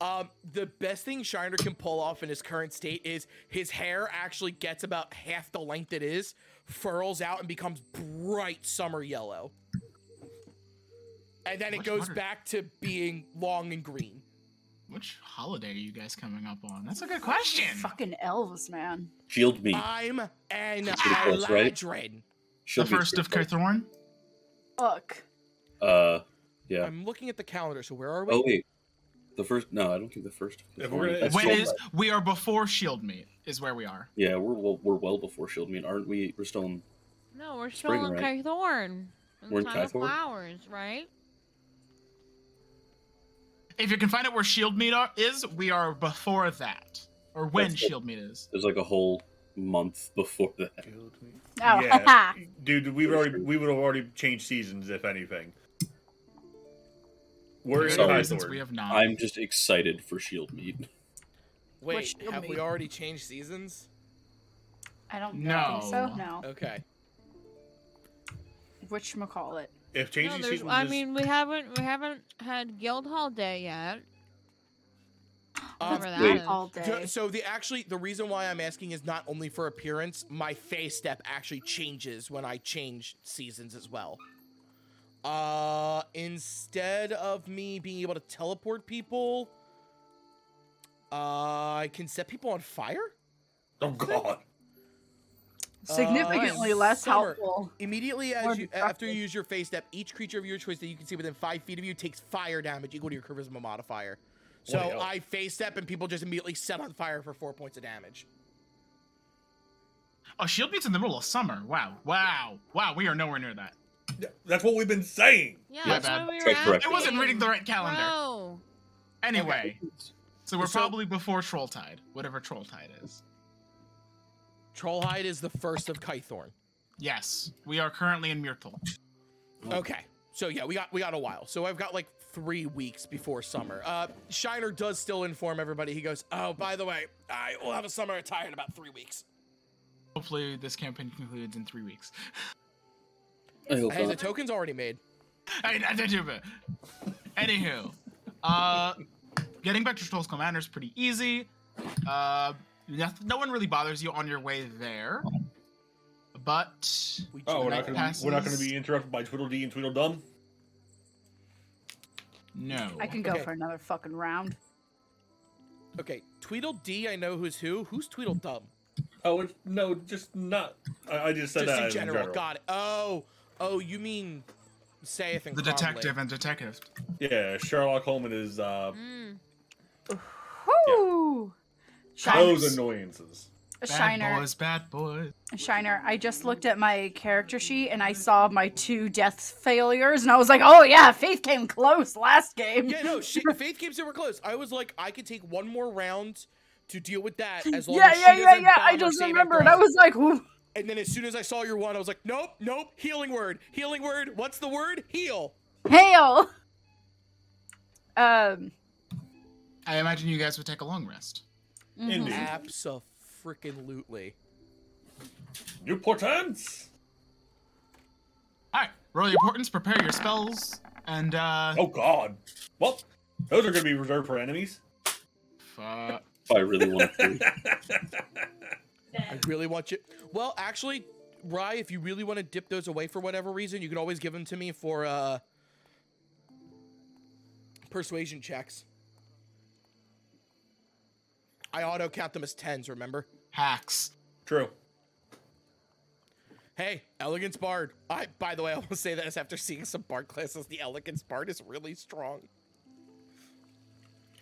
Speaker 3: Um, the best thing Shiner can pull off in his current state is his hair actually gets about half the length it is, furls out, and becomes bright summer yellow. And then it
Speaker 1: Much
Speaker 3: goes
Speaker 1: harder.
Speaker 3: back to being long and green.
Speaker 1: Which holiday are you guys coming up on? That's a good question.
Speaker 2: Fucking elves, man.
Speaker 6: Shield me.
Speaker 5: Uh,
Speaker 3: I'm an
Speaker 6: That's pretty close, right?
Speaker 3: Aladrin.
Speaker 1: The
Speaker 6: Shield me,
Speaker 1: first of
Speaker 6: Shield
Speaker 1: Kerthorn?
Speaker 2: Look.
Speaker 6: me. Uh, yeah.
Speaker 3: I'm looking at the calendar, so where are we?
Speaker 6: Oh wait, the first? No, I don't think the first.
Speaker 4: If we're gonna-
Speaker 6: That's
Speaker 1: When
Speaker 6: Shield
Speaker 1: is
Speaker 6: Meet.
Speaker 1: we are before Shield Meet is where we are.
Speaker 6: Yeah, we're well, we're well before Shield Meet, aren't we? We're still in.
Speaker 5: No, we're still
Speaker 6: Spring,
Speaker 5: in
Speaker 6: right?
Speaker 5: Kythorn. In
Speaker 6: We're in
Speaker 5: time of
Speaker 6: Kythorn?
Speaker 5: flowers, right?
Speaker 1: If you can find out where Shield Meet are, is, we are before that, or when
Speaker 6: That's it.
Speaker 1: Shield Meet is.
Speaker 6: There's like a whole month before that.
Speaker 2: Oh, <laughs>
Speaker 4: Yeah, dude, we've already we would have already changed seasons if anything.
Speaker 1: There
Speaker 4: We're in
Speaker 1: are
Speaker 6: Sorry.
Speaker 1: reasons
Speaker 4: Hythorn.
Speaker 1: we have not.
Speaker 6: I'm just excited for Shield Meet.
Speaker 3: Wait,
Speaker 2: Shield
Speaker 3: have
Speaker 2: Meet?
Speaker 3: we already changed seasons?
Speaker 2: I don't know. I think so.
Speaker 1: No.
Speaker 2: No.
Speaker 3: Okay.
Speaker 2: Which McCall it.
Speaker 4: If
Speaker 5: No,
Speaker 4: changing
Speaker 5: there's.
Speaker 4: seasons,
Speaker 5: I
Speaker 4: is-
Speaker 5: mean, we haven't we haven't had Guildhall Day yet.
Speaker 1: Uh,
Speaker 3: Um,
Speaker 5: Whatever that
Speaker 6: Wait.
Speaker 5: is.
Speaker 2: All
Speaker 3: Ju-
Speaker 2: day.
Speaker 3: So the actually the reason why I'm asking is not only for appearance. My face step actually changes when I change seasons as well. Uh, instead of me being able to teleport people, uh, I can set people on fire.
Speaker 4: oh god,
Speaker 2: Significantly
Speaker 3: uh,
Speaker 2: less
Speaker 3: summer.
Speaker 2: helpful.
Speaker 3: Immediately
Speaker 2: More
Speaker 3: as you, after you
Speaker 2: destructive.
Speaker 3: use your face step, each creature of your choice that you can see within five feet of you takes fire damage equal to your charisma modifier. So
Speaker 4: Bloody hell.
Speaker 3: I face step and people just immediately set on fire for four points of damage.
Speaker 1: Oh, Shield Meet's in the middle of summer. Wow, wow, wow. We are nowhere near that.
Speaker 4: that's what we've been saying.
Speaker 5: Yeah,
Speaker 1: My
Speaker 5: that's
Speaker 1: bad.
Speaker 5: what we were
Speaker 6: Correct, correct.
Speaker 1: I wasn't reading the right calendar.
Speaker 5: No.
Speaker 1: Anyway, so we're
Speaker 3: So-
Speaker 1: probably before Troll Tide, whatever Troll Tide is.
Speaker 3: Trollhide is the first of Kythorn.
Speaker 1: Yes, we are currently in Myrtle.
Speaker 3: Okay. So yeah, we got we got a while. So I've got like three weeks before summer. Uh, Shiner does still inform everybody. He goes, "Oh, by the way, I will have a summer attire in about three weeks."
Speaker 1: Hopefully, this campaign concludes in three weeks. <laughs>
Speaker 6: I hope
Speaker 3: Hey, the
Speaker 6: not.
Speaker 3: token's already made.
Speaker 1: I, I did do it. Anywho, uh, getting back to Troll's Commander is pretty easy. Uh, no, no one really bothers you on your way there. But
Speaker 3: We
Speaker 4: Oh, we're not
Speaker 1: Like
Speaker 4: gonna we're not gonna
Speaker 1: passes?
Speaker 4: be interrupted by Tweedledee and Tweedledum.
Speaker 1: no,
Speaker 2: I can go
Speaker 3: Okay.
Speaker 2: for another fucking round.
Speaker 3: Okay, Tweedledee, I know who's who. Who's Tweedledum?
Speaker 4: Oh it's, no, just not. I, I just said
Speaker 3: Just
Speaker 4: that
Speaker 3: in general. Got it. Oh, oh, you mean Saith and
Speaker 1: the
Speaker 3: Cromley.
Speaker 1: detective and detective.
Speaker 4: Yeah, Sherlock Holmes is uh,
Speaker 5: Mm.
Speaker 2: Whoo!
Speaker 4: those annoyances.
Speaker 1: Bad
Speaker 2: Shiner,
Speaker 1: boys, bad boys.
Speaker 2: Shiner, I just looked at my character sheet and I saw my two death failures, and I was like, "Oh yeah, Faith came close last game." <laughs>
Speaker 3: Yeah, no, she, <laughs> Faith came super close. I was like, I could take one more round to deal with that as long
Speaker 2: yeah,
Speaker 3: as she
Speaker 2: <laughs> yeah, yeah,
Speaker 3: doesn't
Speaker 2: yeah.
Speaker 3: bomb
Speaker 2: I
Speaker 3: or
Speaker 2: just
Speaker 3: save and
Speaker 2: remembered.
Speaker 3: throw.
Speaker 2: I was like, "Who?"
Speaker 3: And then as soon as I saw your one, I was like, nope, nope, healing word, healing word. What's the word? Heal.
Speaker 2: Hail. Um.
Speaker 1: I imagine you guys would take a long rest.
Speaker 2: mhm.
Speaker 5: Mm-hmm.
Speaker 4: Indeed.
Speaker 3: Absolutely.
Speaker 4: New portents.
Speaker 1: All right, roll your portents, prepare your spells, and uh,
Speaker 4: Oh God. Well, those are going to be reserved for enemies.
Speaker 1: fuck.
Speaker 6: If I really
Speaker 4: <laughs>
Speaker 6: want to.
Speaker 3: I really want you. Well, actually, Rye, if you really want to dip those away for whatever reason, you can always give them to me for uh persuasion checks. I auto count them as tens. Remember?
Speaker 1: hacks.
Speaker 4: True.
Speaker 3: Hey, elegance bard. I, by the way, I will say this after seeing some bard classes, the elegance bard is really strong.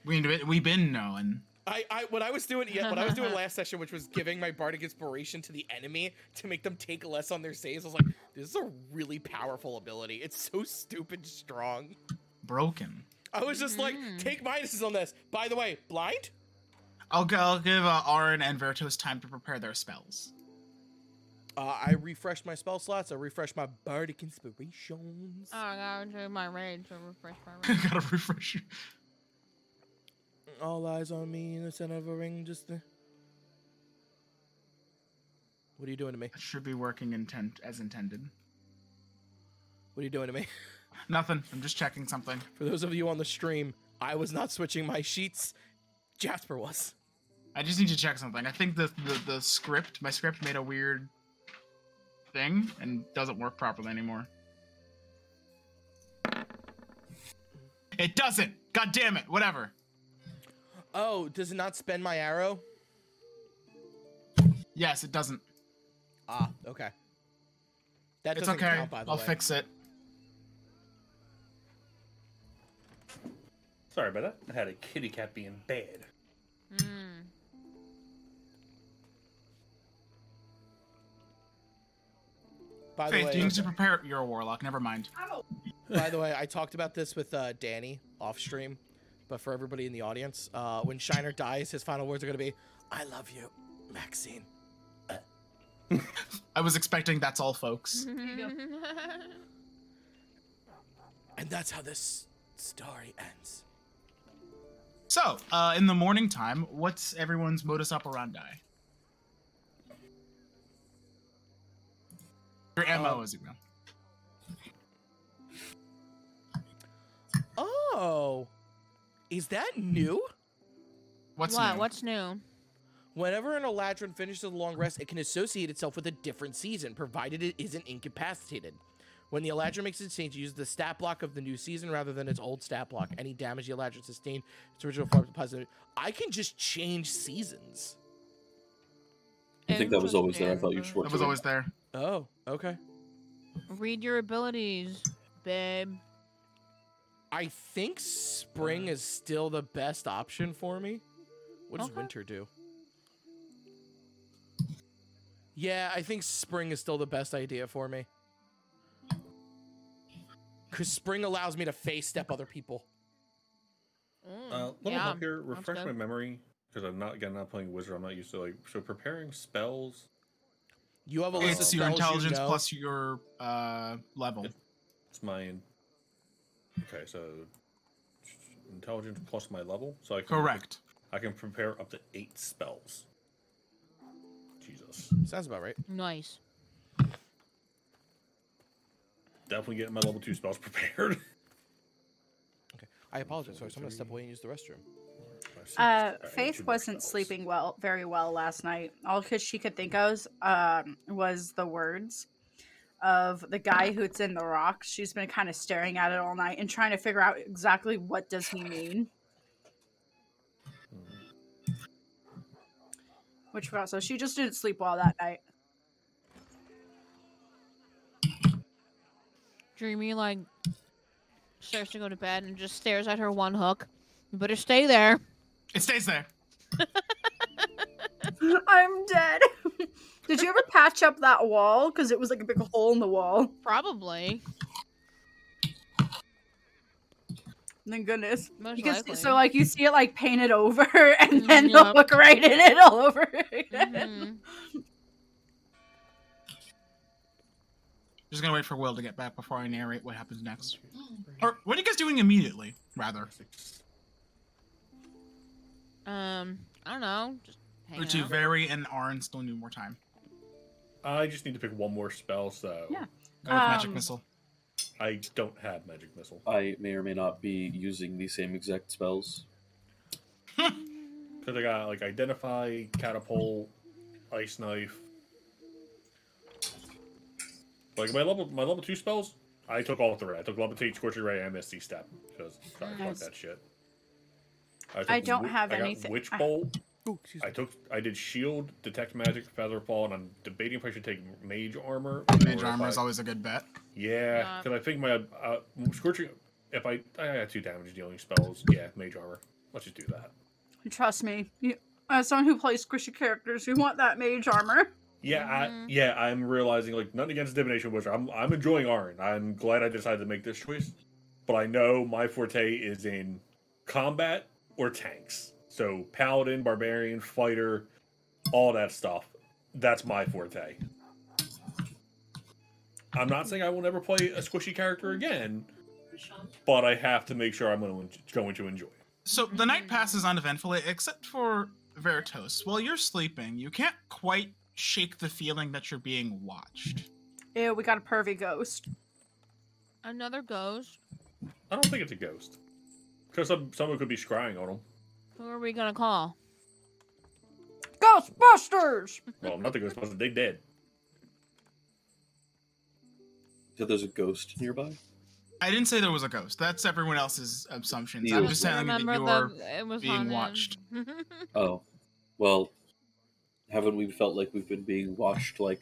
Speaker 1: We need to, we've been knowing.
Speaker 3: I, I when I was doing yeah, what I was doing last session, which was giving my bardic inspiration to the enemy to make them take less on their saves, I was like, this is a really powerful ability. It's so stupid strong.
Speaker 1: Broken.
Speaker 3: I was just like, take minuses on this. By the way, blind?
Speaker 1: I'll, g- I'll give uh, Arin and Vertos time to prepare their spells. <laughs>
Speaker 3: Uh, I refreshed my spell slots. I refreshed my bardic inspirations.
Speaker 5: Oh god, I'm my rage. I refresh my
Speaker 1: <laughs>
Speaker 5: rage.
Speaker 1: Gotta refresh. your-
Speaker 3: All eyes on me in the center of a ring. Just the... what are you doing to me?
Speaker 1: It should be working intent as intended.
Speaker 3: What are you doing to me? <laughs>
Speaker 1: Nothing. I'm just checking something.
Speaker 3: For those of you on the stream, I was not switching my sheets. Jasper was.
Speaker 1: I just need to check something. I think the the, the script, my script, made a weird thing and doesn't work properly anymore. It doesn't. God damn it. Whatever.
Speaker 3: Oh, does it not spend my arrow?
Speaker 1: Yes, it doesn't.
Speaker 3: Ah, okay. That
Speaker 1: It's
Speaker 3: doesn't
Speaker 1: okay.
Speaker 3: count, by the
Speaker 1: I'll
Speaker 3: way.
Speaker 1: fix it.
Speaker 4: Sorry about that. I had a kitty cat be in bed.
Speaker 5: Mm.
Speaker 3: By the
Speaker 1: Faith, you
Speaker 3: way, uh,
Speaker 1: need to prepare. You're a warlock. Never mind.
Speaker 5: Uh,
Speaker 3: By the way, I talked about this with uh, Danny off stream, but for everybody in the audience, uh, when Shiner dies, his final words are going to be, I love you, Maxine.
Speaker 1: I was expecting that's all, folks.
Speaker 5: mm-hmm.
Speaker 6: <laughs>
Speaker 3: And that's how this story ends.
Speaker 1: So, uh, in the morning time, what's everyone's modus operandi? Your MO,
Speaker 3: Um,
Speaker 1: as you will.
Speaker 3: Oh, is that new?
Speaker 1: What's
Speaker 5: what?
Speaker 1: new?
Speaker 5: What's new?
Speaker 3: Whenever an Eladrin finishes a long rest, it can associate itself with a different season, provided it isn't incapacitated. When the Eladrin makes its change, it uses the stat block of the new season rather than its old stat block. Any damage the Eladrin sustained, its original form is positive. I can just change seasons.
Speaker 6: I think that was always there. I thought you short.
Speaker 1: That was always there.
Speaker 3: Oh, okay.
Speaker 5: Read your abilities, babe.
Speaker 3: I think spring
Speaker 1: Uh-huh.
Speaker 3: is still the best option for me. What does
Speaker 5: Okay.
Speaker 3: winter do? Yeah, I think spring is still the best idea for me. Because spring allows me to face step other people.
Speaker 2: Hmm.
Speaker 5: Mm,
Speaker 4: Uh, let me
Speaker 5: yeah.
Speaker 4: help here. Refresh
Speaker 5: good.
Speaker 4: my memory because I'm not again not playing wizard. I'm not used to like so preparing spells.
Speaker 3: You have a list of
Speaker 1: It's your
Speaker 3: spells
Speaker 1: intelligence
Speaker 3: you know.
Speaker 1: plus your uh, level.
Speaker 4: It's my in- okay. So intelligence plus my level. So I can
Speaker 1: Correct.
Speaker 4: I can prepare up to eight spells. Jesus,
Speaker 3: Sounds about right.
Speaker 5: Nice.
Speaker 4: definitely getting my level two spells <laughs> prepared.
Speaker 3: Okay. I apologize, folks. I'm gonna step away and use the restroom.
Speaker 4: Five, six.
Speaker 2: Uh,
Speaker 4: Alright,
Speaker 2: Faith
Speaker 4: two more
Speaker 2: wasn't
Speaker 4: spells.
Speaker 2: sleeping well, very well last night. All 'cause she could think of um, was the words of the guy who's in the rock. She's been kind of staring at it all night and trying to figure out exactly what does he mean. Which was also she just didn't sleep well that night. <laughs>
Speaker 5: Dreamy like starts to go to bed and just stares at her one hook. You better stay there.
Speaker 1: It stays there.
Speaker 2: I'm dead. <laughs> Did you ever patch up that wall? Because it was like a big hole in the wall.
Speaker 5: Probably.
Speaker 2: Thank goodness.
Speaker 5: Most
Speaker 2: You can see,
Speaker 5: likely.
Speaker 2: so
Speaker 5: <laughs>
Speaker 2: like you see it like painted over <laughs> and
Speaker 5: Mhm,
Speaker 2: then they'll
Speaker 5: yep. Mm-hmm.
Speaker 2: look right in it all over again.
Speaker 5: Mhm.
Speaker 1: Just gonna wait for Will to get back before I narrate what happens next. Or what are you guys doing immediately, rather?
Speaker 5: Um, I don't know. Just
Speaker 1: The
Speaker 5: hang
Speaker 1: two
Speaker 5: out.
Speaker 1: Very and Arn still need more time.
Speaker 4: I just need to pick one more spell, so
Speaker 2: Yeah.
Speaker 1: Go with magic
Speaker 2: Um,
Speaker 1: missile.
Speaker 4: I don't have magic missile.
Speaker 6: I may or may not be using the same exact spells.
Speaker 4: Because I got like identify, catapult, ice knife. Like my level, my level two spells, I took all three. I took levitate, scorching ray, and misty step. Because sorry,
Speaker 2: Nice.
Speaker 4: fuck that shit. took
Speaker 2: I don't
Speaker 4: Wi-
Speaker 2: have
Speaker 4: I got
Speaker 2: anything-
Speaker 4: Witch
Speaker 2: I-
Speaker 4: bolt.
Speaker 3: Oh, excuse
Speaker 4: I
Speaker 3: me.
Speaker 4: took. I did shield, detect magic, feather fall, and I'm debating if I should take mage armor.
Speaker 1: Mage
Speaker 4: or if
Speaker 1: armor
Speaker 4: I-
Speaker 1: is always a good bet.
Speaker 4: Yeah,
Speaker 5: Yeah.
Speaker 4: because I think my uh, scorching. If I I got two damage dealing spells, yeah, mage armor. Let's just do that.
Speaker 2: Trust me. You, as someone who plays squishy characters, you want that mage armor.
Speaker 4: Yeah, I,
Speaker 5: Mhm.
Speaker 4: yeah, I'm realizing like nothing against divination wizard. I'm I'm enjoying Arn. I'm glad I decided to make this choice, but I know my forte is in combat or tanks. So paladin, barbarian, fighter, all that stuff. That's my forte. I'm not saying I will never play a squishy character again, but I have to make sure I'm going to, going to enjoy it.
Speaker 1: So the night passes uneventfully, except for Vertos. While you're sleeping, you can't quite shake the feeling that you're being watched.
Speaker 2: Ew, we got a pervy ghost.
Speaker 5: Another ghost.
Speaker 4: I don't think it's a ghost because some, someone could be scrying on them.
Speaker 5: Who are we gonna call?
Speaker 2: Ghostbusters!
Speaker 4: Well, not the Ghostbusters. They dead.
Speaker 6: So there's a ghost nearby.
Speaker 1: I didn't say there was a ghost. That's everyone else's assumptions.
Speaker 6: Yeah.
Speaker 1: I'm
Speaker 6: I
Speaker 1: just saying that
Speaker 5: remember
Speaker 1: you're.
Speaker 5: the, it was
Speaker 1: being
Speaker 5: haunted.
Speaker 1: watched.
Speaker 6: Oh, well, haven't we felt like we've been being watched like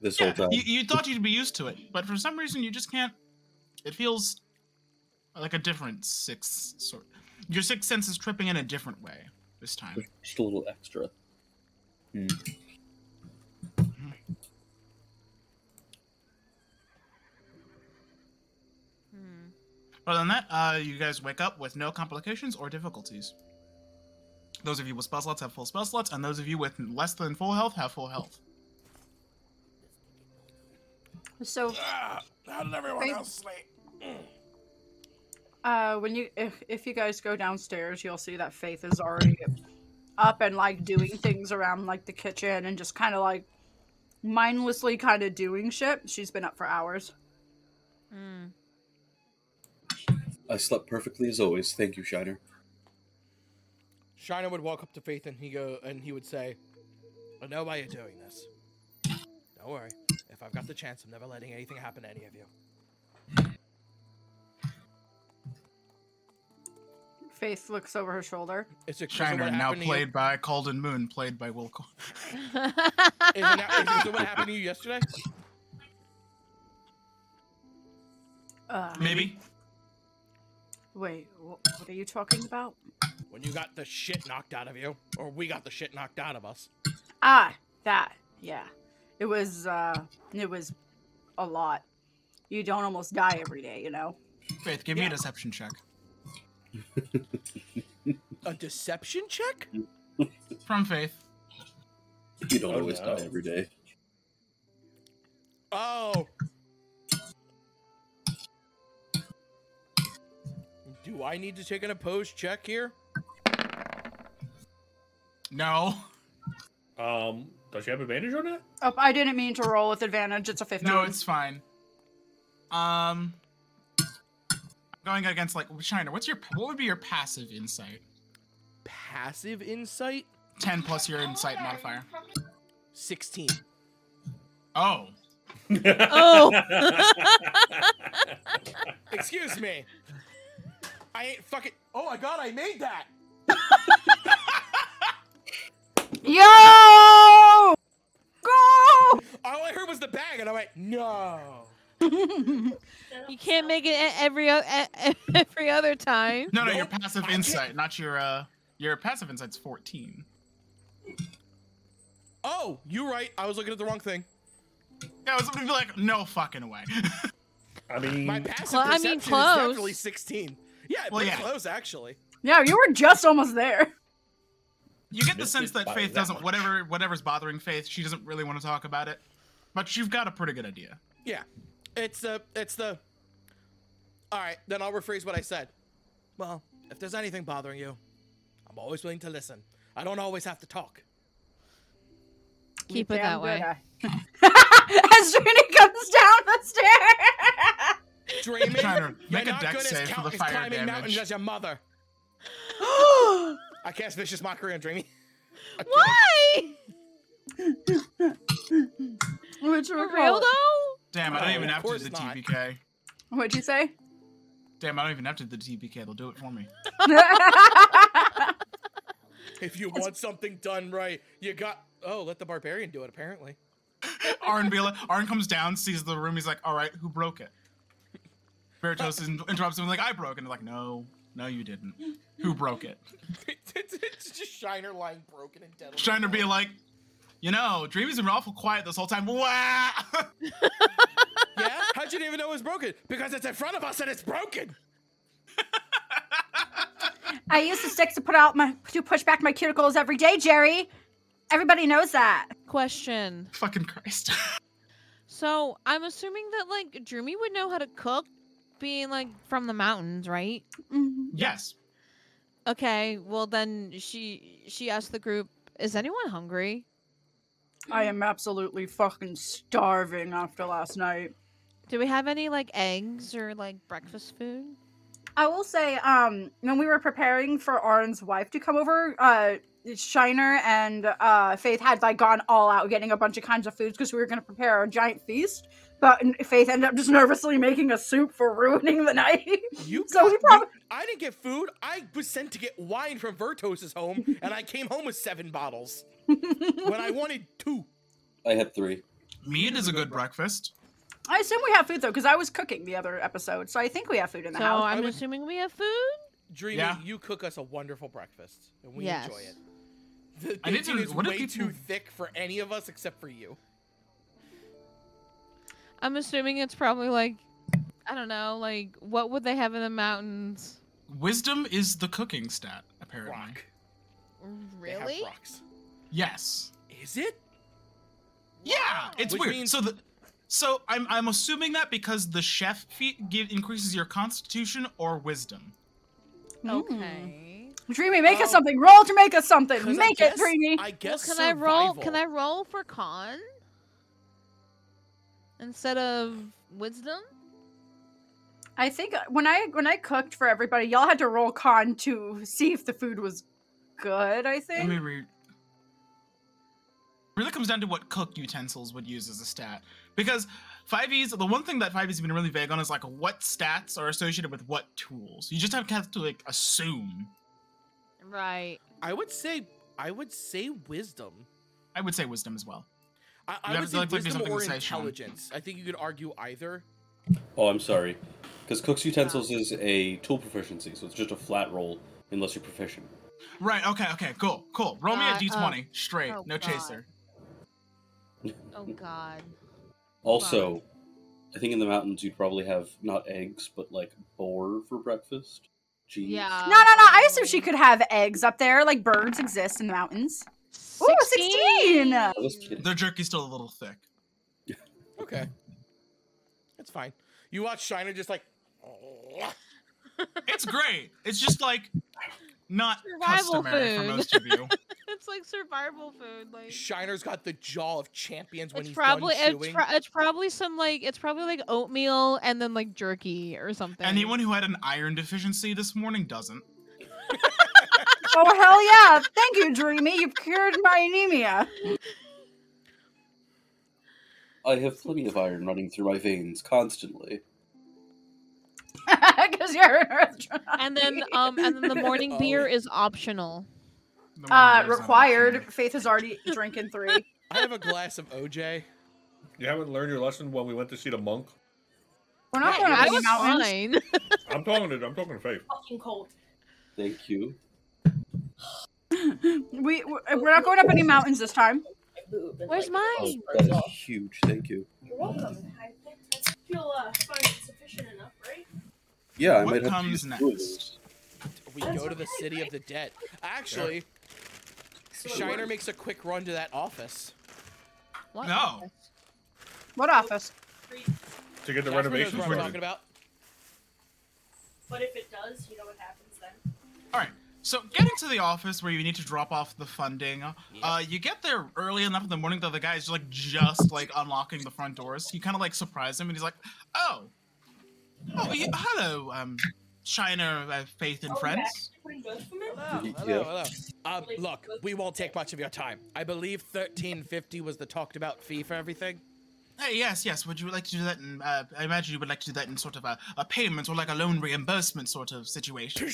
Speaker 6: this
Speaker 1: Yeah,
Speaker 6: whole time?
Speaker 1: you, you thought you'd be used to it, but for some reason you just can't. It feels like a different sixth sort. Your sixth sense is tripping in a different way this time.
Speaker 6: Just a little extra.
Speaker 5: Hmm.
Speaker 1: Other than that, uh, you guys wake up with no complications or difficulties. Those of you with spell slots have full spell slots, and those of you with less than full health have full health.
Speaker 2: So,
Speaker 3: Ah, how did everyone
Speaker 2: Thank-
Speaker 3: else sleep?
Speaker 2: uh, when you, if, if you guys go downstairs, you'll see that Faith is already up and like doing things around like the kitchen and just kind of like mindlessly kind of doing shit. She's been up for hours.
Speaker 5: Hmm.
Speaker 6: I slept perfectly as always. Thank you, Shiner.
Speaker 3: Shiner would walk up to Faith and he go and he would say, "I know why you're doing this. Don't worry. If I've got the chance, I'm never letting anything happen to any of you."
Speaker 2: Faith looks over her shoulder.
Speaker 3: It's a
Speaker 1: Shiner,
Speaker 3: what
Speaker 1: now
Speaker 3: happened to you-
Speaker 1: played by Calden Moon, played by Will.
Speaker 3: <laughs>
Speaker 1: Col-
Speaker 5: <laughs>
Speaker 6: <laughs>
Speaker 3: Is it, now, is it what happened to you yesterday?
Speaker 2: Uh,
Speaker 1: Maybe.
Speaker 2: Wait, wh- what are you talking about?
Speaker 3: When you got the shit knocked out of you, or we got the shit knocked out of us.
Speaker 2: Ah, that. Yeah. It was uh it was a lot. You don't almost die every day, you know.
Speaker 1: Faith, give me a deception check.
Speaker 3: A deception check?
Speaker 1: From Faith.
Speaker 6: You don't
Speaker 4: Oh,
Speaker 6: always
Speaker 4: no.
Speaker 6: die every day.
Speaker 3: Oh. Do I need to take an opposed check here?
Speaker 1: No.
Speaker 4: Um, does she have advantage on that?
Speaker 2: Oh, I didn't mean to roll with advantage. It's a 15.
Speaker 1: No, it's fine. Um. Going against, like, Shiner, what's your. What would be your passive insight?
Speaker 3: Passive insight?
Speaker 1: 10 plus your insight modifier.
Speaker 3: 16.
Speaker 1: Oh.
Speaker 5: Oh.
Speaker 3: Excuse me. I ain't fucking. Oh my god, I made that!
Speaker 2: Yo! Go!
Speaker 3: All I heard was the bag, and I went, no.
Speaker 5: you can't make it e- every o- e- <laughs> every other time.
Speaker 1: No, no, your
Speaker 3: Nope,
Speaker 1: passive
Speaker 3: I can't-
Speaker 1: insight, not your, uh. Your passive insight's 14.
Speaker 3: Oh, you're right. I was looking at the wrong thing.
Speaker 1: Yeah, it's something like, no fucking way.
Speaker 4: <laughs>
Speaker 1: <laughs>
Speaker 4: I mean,
Speaker 3: My passive
Speaker 5: Cl- I mean,
Speaker 3: perception
Speaker 5: close.
Speaker 3: is definitely 16. Yeah,
Speaker 1: Well,
Speaker 3: pretty
Speaker 1: yeah.
Speaker 3: close actually.
Speaker 2: Yeah, you were just almost there.
Speaker 1: You get the
Speaker 4: Missed
Speaker 1: sense
Speaker 4: it
Speaker 1: that
Speaker 4: by
Speaker 1: Faith
Speaker 4: that
Speaker 1: doesn't
Speaker 4: much.
Speaker 1: whatever whatever's bothering Faith, she doesn't really want to talk about it. but you've got a pretty good idea.
Speaker 3: Yeah. It's the it's the All right, then I'll rephrase what I said. Well, if there's anything bothering you, I'm always willing to listen. I don't always have to talk.
Speaker 5: Keep
Speaker 2: You
Speaker 5: it
Speaker 2: damn
Speaker 5: that way.
Speaker 2: good at- <laughs> As Trini comes down the stairs.
Speaker 3: Dreaming.
Speaker 1: Connor,
Speaker 3: you're
Speaker 1: make a
Speaker 3: not
Speaker 1: dex
Speaker 3: good as
Speaker 1: save for
Speaker 3: count-
Speaker 1: the
Speaker 3: as
Speaker 1: fire
Speaker 3: climbing mountains
Speaker 1: damage.
Speaker 3: as
Speaker 1: <gasps>
Speaker 3: your mother. I cast vicious mockery on Dreamy.
Speaker 5: Why?
Speaker 2: Which
Speaker 5: For real though?
Speaker 1: Damn, I
Speaker 3: No,
Speaker 1: don't even
Speaker 3: Oh, of
Speaker 1: have to
Speaker 3: course
Speaker 1: do the
Speaker 3: not.
Speaker 1: TPK.
Speaker 2: What'd you
Speaker 5: <laughs>
Speaker 2: say? <laughs>
Speaker 1: Damn, I don't even have to do the TPK. They'll do it for me. <laughs>
Speaker 3: If you want something done right, you got. Oh, let the barbarian do it. Apparently, <laughs>
Speaker 1: Arn, be like, Arn comes down, sees the room. He's like, all right, who broke it?
Speaker 3: <laughs>
Speaker 1: Veritos in- interrupts him, like, I broke it. And they're like, no, no, you didn't. Who broke it?
Speaker 3: it's, it's just Shiner lying broken and dead. on the
Speaker 1: Shiner be
Speaker 3: floor.
Speaker 1: like, you know, Dreamy's been awful quiet this whole time. <laughs> Wah!
Speaker 3: yeah. How'd you even know it was broken? Because it's in front of us and it's broken.
Speaker 2: I use the sticks to put out my to push back my cuticles every day, Jerry. Everybody knows that.
Speaker 5: Question.
Speaker 1: Fucking Christ. <laughs>
Speaker 5: So I'm assuming that like Dreamy would know how to cook, being like from the mountains, right?
Speaker 1: yes.
Speaker 5: Okay. Well, then she she asked the group, "Is anyone hungry?
Speaker 2: I am absolutely fucking starving after last night.
Speaker 5: Do we have any like eggs or like breakfast food?"
Speaker 2: I will say, um, when we were preparing for Arn's wife to come over, uh, Shiner and uh, Faith had like gone all out getting a bunch of kinds of foods because we were gonna prepare a giant feast. But Faith ended up just <laughs> nervously making a soup for ruining the <laughs> night.
Speaker 3: You.
Speaker 2: so we
Speaker 3: got-
Speaker 2: probably
Speaker 3: you- I didn't get food. I was sent to get wine from Vertos's home, and I came home with seven bottles when I wanted two.
Speaker 6: I had three.
Speaker 1: Meat is a good breakfast.
Speaker 2: I assume we have food though, because I was cooking the other episode, so I think we have food in the
Speaker 5: So
Speaker 2: house.
Speaker 5: I'm
Speaker 3: would-
Speaker 5: assuming we have food.
Speaker 3: Dreamy,
Speaker 1: Yeah.
Speaker 3: you cook us a wonderful breakfast, and we enjoy
Speaker 5: Yes.
Speaker 3: it. The
Speaker 1: I
Speaker 3: bacon
Speaker 1: didn't-
Speaker 3: is
Speaker 1: what do
Speaker 3: way
Speaker 1: people-
Speaker 3: too thick for any of us except for you.
Speaker 5: I'm assuming it's probably like I don't know, like what would they have in the mountains?
Speaker 1: Wisdom is the cooking stat, apparently.
Speaker 3: Rock. They have
Speaker 5: Really?
Speaker 3: rocks.
Speaker 1: Yes.
Speaker 3: Is it?
Speaker 1: Yeah, it's
Speaker 3: Which
Speaker 1: weird.
Speaker 3: means-
Speaker 1: So the so I'm I'm assuming that because the chef feat give, increases your constitution or wisdom.
Speaker 2: Mm.
Speaker 5: Okay.
Speaker 2: Dreamy, make us
Speaker 3: Oh.
Speaker 2: something. Roll to make us something.
Speaker 3: 'Cause I
Speaker 2: Make it,
Speaker 3: guess-
Speaker 2: Dreamy.
Speaker 3: I
Speaker 5: Well,
Speaker 3: guess.
Speaker 5: can I roll? Can
Speaker 3: survival.
Speaker 5: I roll for con instead of wisdom?
Speaker 2: I think when I when I cooked for everybody, y'all had to roll con to see if the food was good. I
Speaker 1: Let
Speaker 2: think.
Speaker 1: me read. Really comes down to what cook utensils would use as a stat. Because 5e's the one thing that 5e's been really vague on is like what stats are associated with what tools. You just have have to like assume.
Speaker 5: Right.
Speaker 3: I would say I would say wisdom.
Speaker 1: I would say wisdom as well.
Speaker 3: I,
Speaker 1: You
Speaker 3: I
Speaker 1: have
Speaker 3: would
Speaker 1: to,
Speaker 3: say
Speaker 1: like, look, do
Speaker 3: wisdom
Speaker 1: something
Speaker 3: or
Speaker 1: to say, Sean.
Speaker 3: intelligence. I think you could argue either.
Speaker 6: Oh, I'm sorry. Because cook's utensils is a tool proficiency, so it's just a flat roll unless you're proficient.
Speaker 1: Right, okay, okay, cool, cool. Roll me a
Speaker 5: Uh,
Speaker 1: d20 straight,
Speaker 5: oh
Speaker 1: no
Speaker 5: God.
Speaker 1: chaser.
Speaker 5: Oh God.
Speaker 6: Also, I think in the mountains you'd probably have not eggs, but like boar for breakfast. Cheese.
Speaker 5: Yeah.
Speaker 2: No, no, no. I assume she could have eggs up there. Like birds exist in the mountains. Ooh, 16.
Speaker 6: I was kidding.
Speaker 1: Their jerky's still a little thick.
Speaker 3: Okay, that's fine. You watch Shiner just like.
Speaker 1: It's great. It's just like not
Speaker 5: Survival
Speaker 1: customary for
Speaker 5: food.
Speaker 1: most
Speaker 5: <laughs>
Speaker 1: of you.
Speaker 5: It's like survival food. Like
Speaker 3: Shiner's got the jaw of champions when
Speaker 5: it's
Speaker 3: he's
Speaker 5: probably
Speaker 3: done
Speaker 5: it's,
Speaker 3: chewing.
Speaker 5: pro- it's probably some like it's probably like oatmeal and then like jerky or something.
Speaker 1: Anyone who had an iron deficiency this morning doesn't.
Speaker 2: oh hell yeah! Thank you, Dreamy. You've cured my anemia. <laughs>
Speaker 6: I have plenty of iron running through my veins constantly.
Speaker 2: Because you're an earth.
Speaker 5: And then um and then the
Speaker 3: <laughs>
Speaker 5: morning
Speaker 3: Oh.
Speaker 5: beer is optional.
Speaker 1: The one
Speaker 2: uh,
Speaker 1: who does not.
Speaker 2: required. Faith is already drinking three.
Speaker 3: I have a glass of OJ.
Speaker 4: You haven't learned your lesson when we went to see the monk.
Speaker 2: We're not
Speaker 5: Yeah,
Speaker 2: going
Speaker 5: I
Speaker 2: to the
Speaker 5: was
Speaker 2: mountains.
Speaker 5: fine.
Speaker 4: I'm talking to I'm talking to Faith.
Speaker 7: Fucking cold.
Speaker 6: Thank you.
Speaker 2: We we're we're not going up any mountains this time.
Speaker 7: I boob and,
Speaker 5: Where's
Speaker 7: like,
Speaker 6: Oh,
Speaker 5: mine?
Speaker 6: that is huge. Thank you.
Speaker 7: You're welcome. I think I feel uh, fine and sufficient enough, right?
Speaker 6: Yeah, I
Speaker 1: What
Speaker 6: might have
Speaker 1: comes
Speaker 6: to use
Speaker 1: next?
Speaker 6: tools.
Speaker 3: We go to the city of the dead. Actually,
Speaker 7: So it
Speaker 3: Shiner
Speaker 7: works.
Speaker 3: makes a quick run to that office.
Speaker 5: What?
Speaker 1: No.
Speaker 2: What office?
Speaker 7: Free.
Speaker 4: to get
Speaker 3: Jasper
Speaker 4: the
Speaker 3: knows
Speaker 4: renovations
Speaker 3: what I'm
Speaker 4: started.
Speaker 3: talking about.
Speaker 7: But if it does, you know what happens then.
Speaker 1: All right. So getting to the office where you need to drop off the funding, uh, you get there early enough in the morning that the guy's like just like unlocking the front doors. You kind of like surprise him, and he's like, "Oh, oh, you, hello, um, Shiner, uh, Faith, and
Speaker 7: Oh, you
Speaker 1: friends."
Speaker 7: actually putting both of them in?
Speaker 3: Hello, hello, hello. Um, look, we won't take much of your time. I believe thirteen fifty was the talked about fee for everything.
Speaker 1: Hey, yes, yes. Would you like to do that? In, uh, I imagine you would like to do that in sort of a, a payment or like a loan reimbursement sort of
Speaker 3: <laughs>
Speaker 1: situation.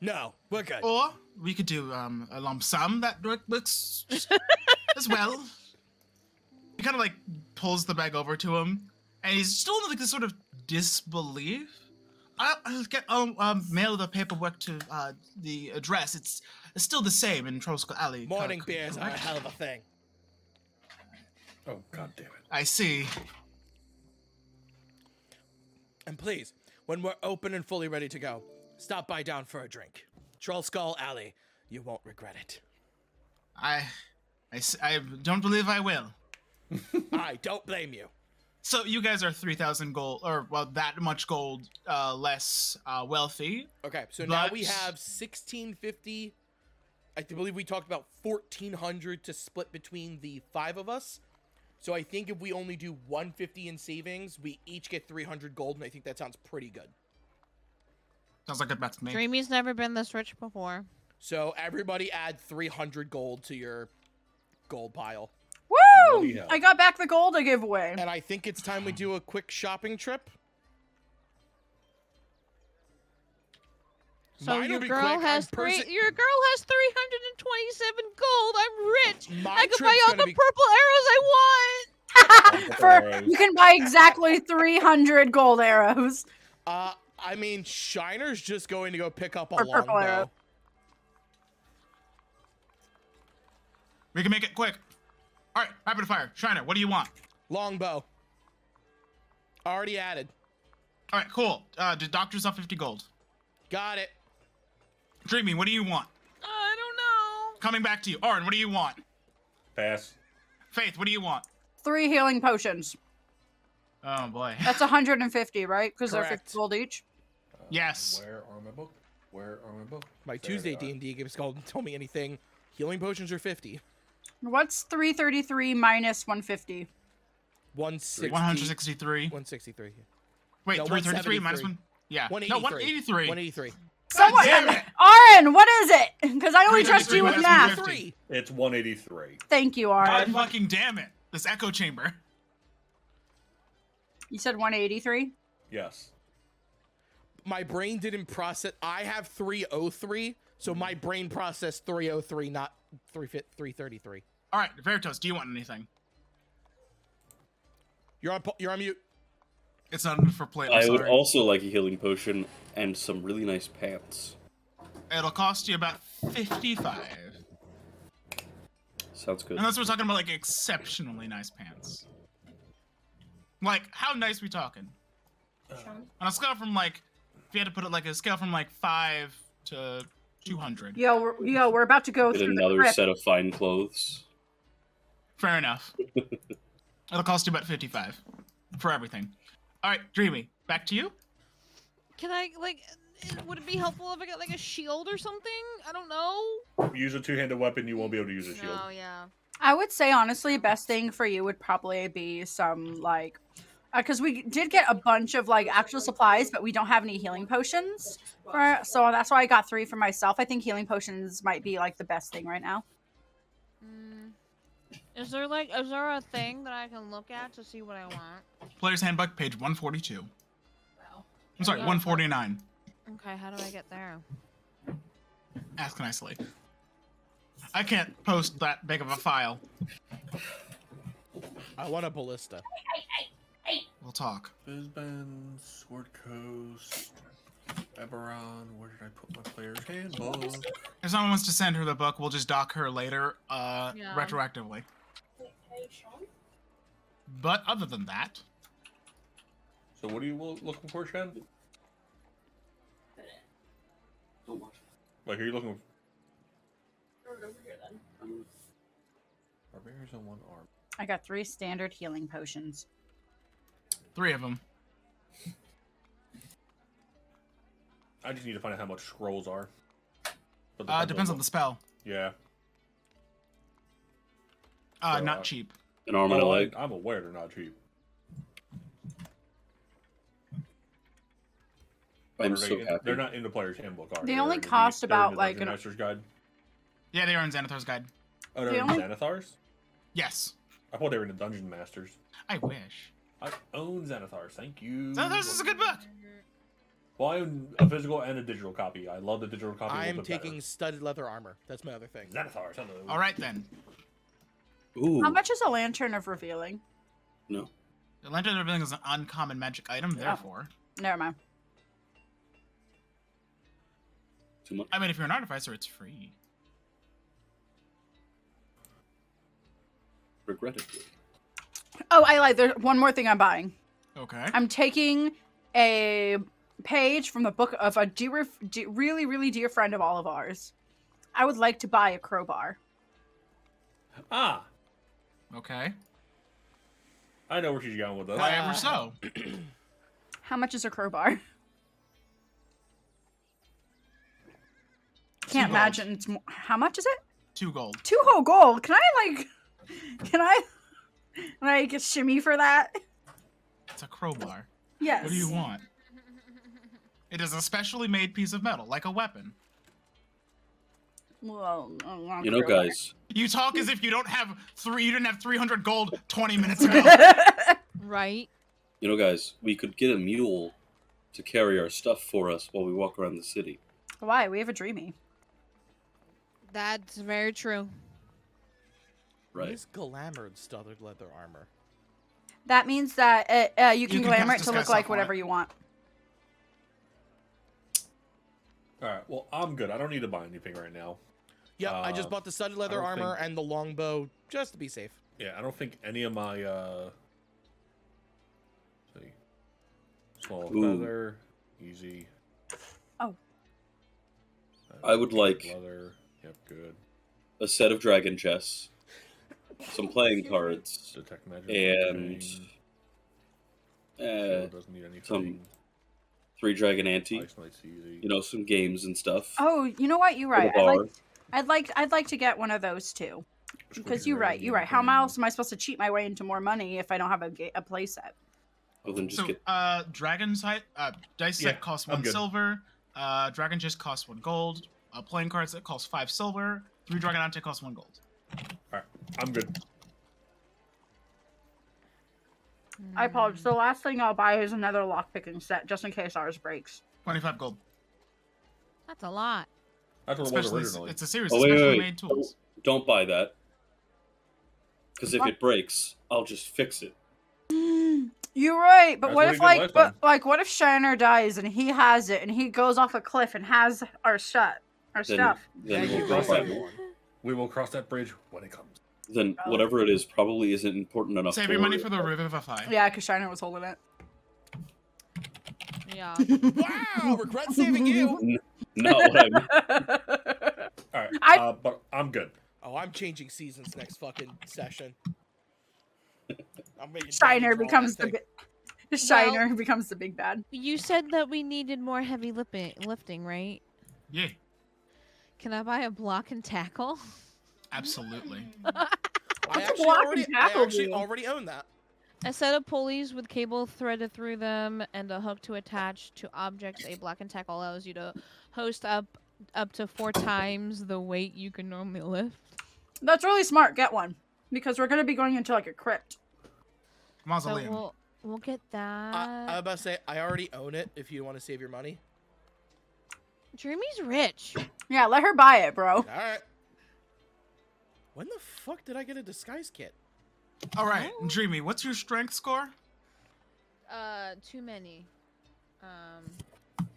Speaker 3: No, we're good.
Speaker 1: Or we could do um, a lump sum that work- works as well. He kind of like pulls the bag over to him, and he's still in like this sort of disbelief. I'll, I'll get I'll um, mail the paperwork to uh, the address. It's, it's still the same in Trosco Alley. cor-
Speaker 3: Morning beers are a
Speaker 1: correct?
Speaker 3: hell of a thing.
Speaker 4: Oh god damn it!
Speaker 1: I see.
Speaker 3: And please, when we're open and fully ready to go, stop by down for a drink. Troll Skull Alley, you won't regret it.
Speaker 1: I, I, s- I don't believe I will.
Speaker 3: I don't blame you.
Speaker 1: So you guys are three thousand gold, or well, that much gold uh, less uh, wealthy.
Speaker 3: Okay, so now
Speaker 1: But-
Speaker 3: we have 1650. I th- believe we talked about 1400 to split between the five of us. So I think if we only do 150 in savings, we each get 300 gold, and I think that sounds pretty good.
Speaker 1: Sounds like a bet to me.
Speaker 5: Dreamy's never been this rich before.
Speaker 3: So everybody add 300 gold to your gold pile.
Speaker 2: Woo!
Speaker 4: Bloody hell.
Speaker 2: I got back the gold I gave away.
Speaker 3: And I think it's time we do a quick shopping trip.
Speaker 5: So
Speaker 3: Mine will
Speaker 5: your
Speaker 3: be
Speaker 5: girl
Speaker 3: quick. I'm
Speaker 5: has three.
Speaker 3: persi-
Speaker 5: Your girl has three hundred and twenty-seven gold. I'm rich.
Speaker 3: My
Speaker 5: I can buy
Speaker 3: trip's
Speaker 5: all
Speaker 3: gonna
Speaker 5: the
Speaker 3: be-
Speaker 5: purple arrows I want.
Speaker 2: For you can buy exactly 300 gold arrows.
Speaker 3: Uh, I mean, Shiner's just going to go pick up a
Speaker 2: Or purple
Speaker 3: longbow.
Speaker 2: arrow.
Speaker 1: We can make it quick. All right, rapid fire. Shiner, what do you want?
Speaker 3: Longbow. Already added.
Speaker 1: All right, cool. Uh, the doctor's up 50 gold.
Speaker 3: Got it.
Speaker 1: Dreamy, what do you want?
Speaker 5: Uh, I don't know.
Speaker 1: Coming back to you. Orin, what do you want?
Speaker 4: Pass.
Speaker 1: Faith, what do you want?
Speaker 2: Three healing potions.
Speaker 1: Oh, boy.
Speaker 2: That's 150, right? Because they're
Speaker 3: Correct.
Speaker 2: 50 gold each.
Speaker 1: Yes.
Speaker 4: Where are my book? Where are my book?
Speaker 3: My
Speaker 4: There
Speaker 3: Tuesday
Speaker 4: they
Speaker 3: D
Speaker 4: are.
Speaker 3: and D game called didn't tell me anything. Healing potions are fifty.
Speaker 2: What's 333 minus 150?
Speaker 3: One sixty.
Speaker 1: 163.
Speaker 3: One sixty-three.
Speaker 1: Wait,
Speaker 3: no,
Speaker 1: 333 minus
Speaker 3: 173.
Speaker 1: one?
Speaker 4: Ah,
Speaker 1: Yeah.
Speaker 3: One
Speaker 1: No, 183.
Speaker 3: One eighty-three.
Speaker 2: Someone,
Speaker 1: damn it!
Speaker 2: Aaron, what is it? Because I only trust
Speaker 1: 333
Speaker 2: you with
Speaker 1: minus
Speaker 2: math.
Speaker 1: 150.
Speaker 3: Three.
Speaker 4: It's 183.
Speaker 2: Thank you,
Speaker 1: God
Speaker 2: Aaron.
Speaker 1: fucking damn it. This echo chamber. <laughs>
Speaker 2: You said 183?
Speaker 4: Yes.
Speaker 3: My brain didn't process. I have three o three, so my brain processed three o three, not three three thirty-three.
Speaker 1: All right, Veritos, do you want anything?
Speaker 3: You're on. pu- You're on mute.
Speaker 1: It's not enough for plate. I'm
Speaker 6: I would
Speaker 1: sorry.
Speaker 6: also like a healing potion and some really nice pants.
Speaker 1: It'll cost you about 55.
Speaker 6: Sounds good.
Speaker 1: Unless we're talking about like exceptionally nice pants. Like, how nice we talking?
Speaker 7: Sean?
Speaker 1: On a scale from like, if you had to put it like a scale from like five to two hundred.
Speaker 2: Yo, we're, yo, we're about to go
Speaker 6: Get
Speaker 2: through the
Speaker 6: another
Speaker 2: crypt.
Speaker 6: set of fine clothes.
Speaker 1: Fair enough. It'll cost you about fifty-five for everything. All right, Dreamy, back to you.
Speaker 5: Can I like? uh, Would it be helpful if I got like a shield or something? I don't know.
Speaker 4: Use a two-handed weapon. You won't be able to use a shield.
Speaker 5: No, yeah.
Speaker 2: I would say honestly, best thing for you would probably be some like, because we did get a bunch of like actual supplies, but we don't have any healing potions. For, so that's why I got three for myself. I think healing potions might be like the best thing right now.
Speaker 5: Mm. Is there like is there a thing that I can look at to see what I want?
Speaker 1: Player's Handbook, page one forty-two.
Speaker 7: Wow.
Speaker 1: I'm sorry, one forty-nine.
Speaker 5: Okay, how do I get there?
Speaker 1: Ask nicely. I can't post that big of a file.
Speaker 3: I want a ballista.
Speaker 1: We'll talk.
Speaker 4: Fizben, Sword Coast, Eberron. Where did I put my player's handbook?
Speaker 1: If someone wants to send her the book, we'll just dock her later, uh,
Speaker 5: Yeah.
Speaker 1: retroactively.
Speaker 7: Hey, Sean?
Speaker 1: But other than that,
Speaker 4: So what are you lo- looking for, Shen?
Speaker 6: Don't watch.
Speaker 4: Like, are you looking
Speaker 7: Throw it over here then.
Speaker 4: for barbarians on one arm?
Speaker 2: I got three standard healing potions.
Speaker 1: Three of them.
Speaker 4: I just need to find out how much scrolls are. But
Speaker 1: Uh, depends on the spell.
Speaker 4: Yeah.
Speaker 1: Uh,
Speaker 4: So, uh,
Speaker 1: not cheap.
Speaker 6: An arm and a
Speaker 4: Oh,
Speaker 6: leg.
Speaker 4: I'm aware they're not cheap.
Speaker 6: I'm
Speaker 4: They're
Speaker 6: so
Speaker 4: in-
Speaker 6: happy.
Speaker 4: They're not in the player's handbook, are
Speaker 2: They
Speaker 4: They're
Speaker 2: only
Speaker 4: in the-
Speaker 2: cost
Speaker 4: they're in
Speaker 2: about,
Speaker 4: the
Speaker 2: like,
Speaker 4: Dungeon
Speaker 2: an-
Speaker 4: Master's Guide.
Speaker 1: Yeah, they are in Xanathar's Guide.
Speaker 4: Oh, they're
Speaker 2: They
Speaker 4: in
Speaker 2: only-
Speaker 4: Xanathar's?
Speaker 1: Yes.
Speaker 4: I thought they were in the Dungeon Masters.
Speaker 1: I wish.
Speaker 4: I own Xanathar's. Thank you.
Speaker 1: Xanathar's is a good book.
Speaker 4: Well, I own a physical and a digital copy. I love the digital copy. a little
Speaker 3: I'm
Speaker 4: bit better.
Speaker 3: taking studded leather armor. That's my other thing.
Speaker 4: Xanathar's. hello.
Speaker 1: All right then.
Speaker 6: Ooh.
Speaker 2: How much is a lantern of revealing?
Speaker 6: No.
Speaker 1: The Lantern of Revealing is an uncommon magic item, therefore.
Speaker 2: Never mind.
Speaker 6: Too much.
Speaker 1: I mean, if you're an artificer, it's free.
Speaker 6: Regrettably.
Speaker 2: Oh, I lied. There's one more thing I'm buying.
Speaker 1: Okay.
Speaker 2: I'm taking a page from the book of a dear, de- really, really dear friend of all of ours. I would like to buy a crowbar.
Speaker 4: Ah,
Speaker 1: Okay.
Speaker 4: I know where she's going with this.
Speaker 1: Why ever so?
Speaker 2: How much is a crowbar? Can't
Speaker 1: gold.
Speaker 2: imagine. It's mo- how much is it?
Speaker 1: Two gold.
Speaker 2: Two whole gold. Can I like? Can I? Can I get shimmy for that?
Speaker 1: It's a crowbar.
Speaker 2: Yes.
Speaker 1: What do you want? It is a specially made piece of metal, like a weapon.
Speaker 2: Well, I want
Speaker 6: You know,
Speaker 2: crowbar.
Speaker 6: guys,
Speaker 1: You talk as if you don't have three. You didn't have 300 gold 20 minutes ago.
Speaker 2: <laughs>
Speaker 5: Right?
Speaker 6: you know, guys, we could get a mule to carry our stuff for us while we walk around the city.
Speaker 2: Why? We have a dreamy.
Speaker 5: That's very true.
Speaker 3: What
Speaker 6: Right.
Speaker 3: is glamored studded leather armor?
Speaker 2: That means that it, uh, you can
Speaker 1: can
Speaker 2: glamour it
Speaker 1: cast
Speaker 2: to look
Speaker 1: disguise
Speaker 2: like
Speaker 1: off on
Speaker 2: whatever
Speaker 1: it.
Speaker 2: you want.
Speaker 4: All right. Well, I'm good. I don't need to buy anything right now.
Speaker 3: Yep, I just
Speaker 4: Uh,
Speaker 3: bought the studded leather
Speaker 4: don't
Speaker 3: armor
Speaker 4: think-
Speaker 3: and the longbow just to be safe.
Speaker 4: Yeah, I don't think any of my uh let's see. Small
Speaker 6: Ooh.
Speaker 4: leather, easy. Uh,
Speaker 2: Oh.
Speaker 6: I would like-
Speaker 4: leather. Yep, good.
Speaker 6: A set of dragon chests, some playing cards,
Speaker 4: Detect magic.
Speaker 6: and
Speaker 4: thing.
Speaker 6: uh,
Speaker 4: Shield doesn't need anything.
Speaker 6: some uh, three dragon ante.
Speaker 4: Ice Knight's easy.
Speaker 6: You know, some games and stuff.
Speaker 2: Oh, you know what? You're right. I
Speaker 6: Crowbar.
Speaker 2: like. I'd like. I'd like to get one of those too. Because
Speaker 4: Squeaky
Speaker 2: you're right.
Speaker 4: ring,
Speaker 2: You're right. How
Speaker 4: and-
Speaker 2: else am I supposed to cheat my way into more money if I don't have a, ga- a playset?
Speaker 6: Well, then just
Speaker 1: So,
Speaker 6: get
Speaker 1: uh, dragon si- uh, dice
Speaker 4: Yeah,
Speaker 1: set costs
Speaker 4: I'm
Speaker 1: one
Speaker 4: good.
Speaker 1: silver. Uh, dragon just costs one gold. Uh, playing cards that costs five silver. Three dragon ante costs one gold.
Speaker 4: I'm good.
Speaker 2: I apologize. The last thing I'll buy is another lock picking set, just in case ours breaks.
Speaker 1: Twenty-five gold.
Speaker 5: That's a lot.
Speaker 4: That's what it was
Speaker 1: Especially,
Speaker 4: originally.
Speaker 1: it's a series
Speaker 6: Oh,
Speaker 1: of
Speaker 6: wait, wait,
Speaker 1: specially
Speaker 6: wait.
Speaker 1: made tools.
Speaker 6: don't buy that. Because if
Speaker 2: Why?
Speaker 6: it breaks, I'll just fix it.
Speaker 2: You're right, but what
Speaker 4: That's what
Speaker 2: if
Speaker 4: we did
Speaker 2: like,
Speaker 4: last
Speaker 2: but
Speaker 4: time.
Speaker 2: like, what if Shiner dies and he has it, and he goes off a cliff and has our shut, our
Speaker 6: Then,
Speaker 2: stuff?
Speaker 6: then,
Speaker 4: Yeah,
Speaker 6: we'll
Speaker 4: you
Speaker 6: cross
Speaker 4: will. <laughs>
Speaker 6: that bridge.
Speaker 4: We will cross that bridge when it comes.
Speaker 6: then
Speaker 2: Oh.
Speaker 6: whatever it is probably isn't important enough.
Speaker 1: Save
Speaker 6: to
Speaker 1: your money
Speaker 6: worry
Speaker 1: for the
Speaker 6: <laughs> about.
Speaker 1: revivify.
Speaker 2: Yeah, because Shiner was holding it.
Speaker 5: Yeah.
Speaker 3: <laughs> Wow, regret saving you.
Speaker 6: Not what I meant.
Speaker 4: All right.
Speaker 2: I-
Speaker 4: Uh, but I'm good.
Speaker 3: Oh, I'm changing seasons next fucking session. I'm making
Speaker 2: Shiner
Speaker 3: dungeons all
Speaker 2: becomes
Speaker 3: that
Speaker 2: the
Speaker 3: thing.
Speaker 2: bi- Shiner becomes the big bad.
Speaker 5: you said that we needed more heavy lipi- lifting, right?
Speaker 1: Yeah,
Speaker 5: Can I buy a block and tackle?
Speaker 1: absolutely.
Speaker 3: I
Speaker 2: That's a
Speaker 3: actually,
Speaker 2: block and
Speaker 3: already, I
Speaker 2: tackle
Speaker 3: actually
Speaker 2: deal.
Speaker 3: already own that.
Speaker 5: A set of pulleys with cable threaded through them and a hook to attach to objects. A block and tackle allows you to host up up to four times the weight you can normally lift.
Speaker 2: That's really smart. Get one because we're gonna be going into like a crypt.
Speaker 5: So
Speaker 1: Mausoleum.
Speaker 5: we'll we'll get
Speaker 2: Uh,
Speaker 5: that.
Speaker 3: I,
Speaker 1: Uh,
Speaker 3: I was about to say I already own it. If you want to save your money,
Speaker 5: Dreamy's rich.
Speaker 2: Yeah, let her buy it, bro.
Speaker 3: all right. When the fuck did I get a disguise kit?
Speaker 1: All right, Dreamy, what's your strength score?
Speaker 5: Uh, too many. Um, hold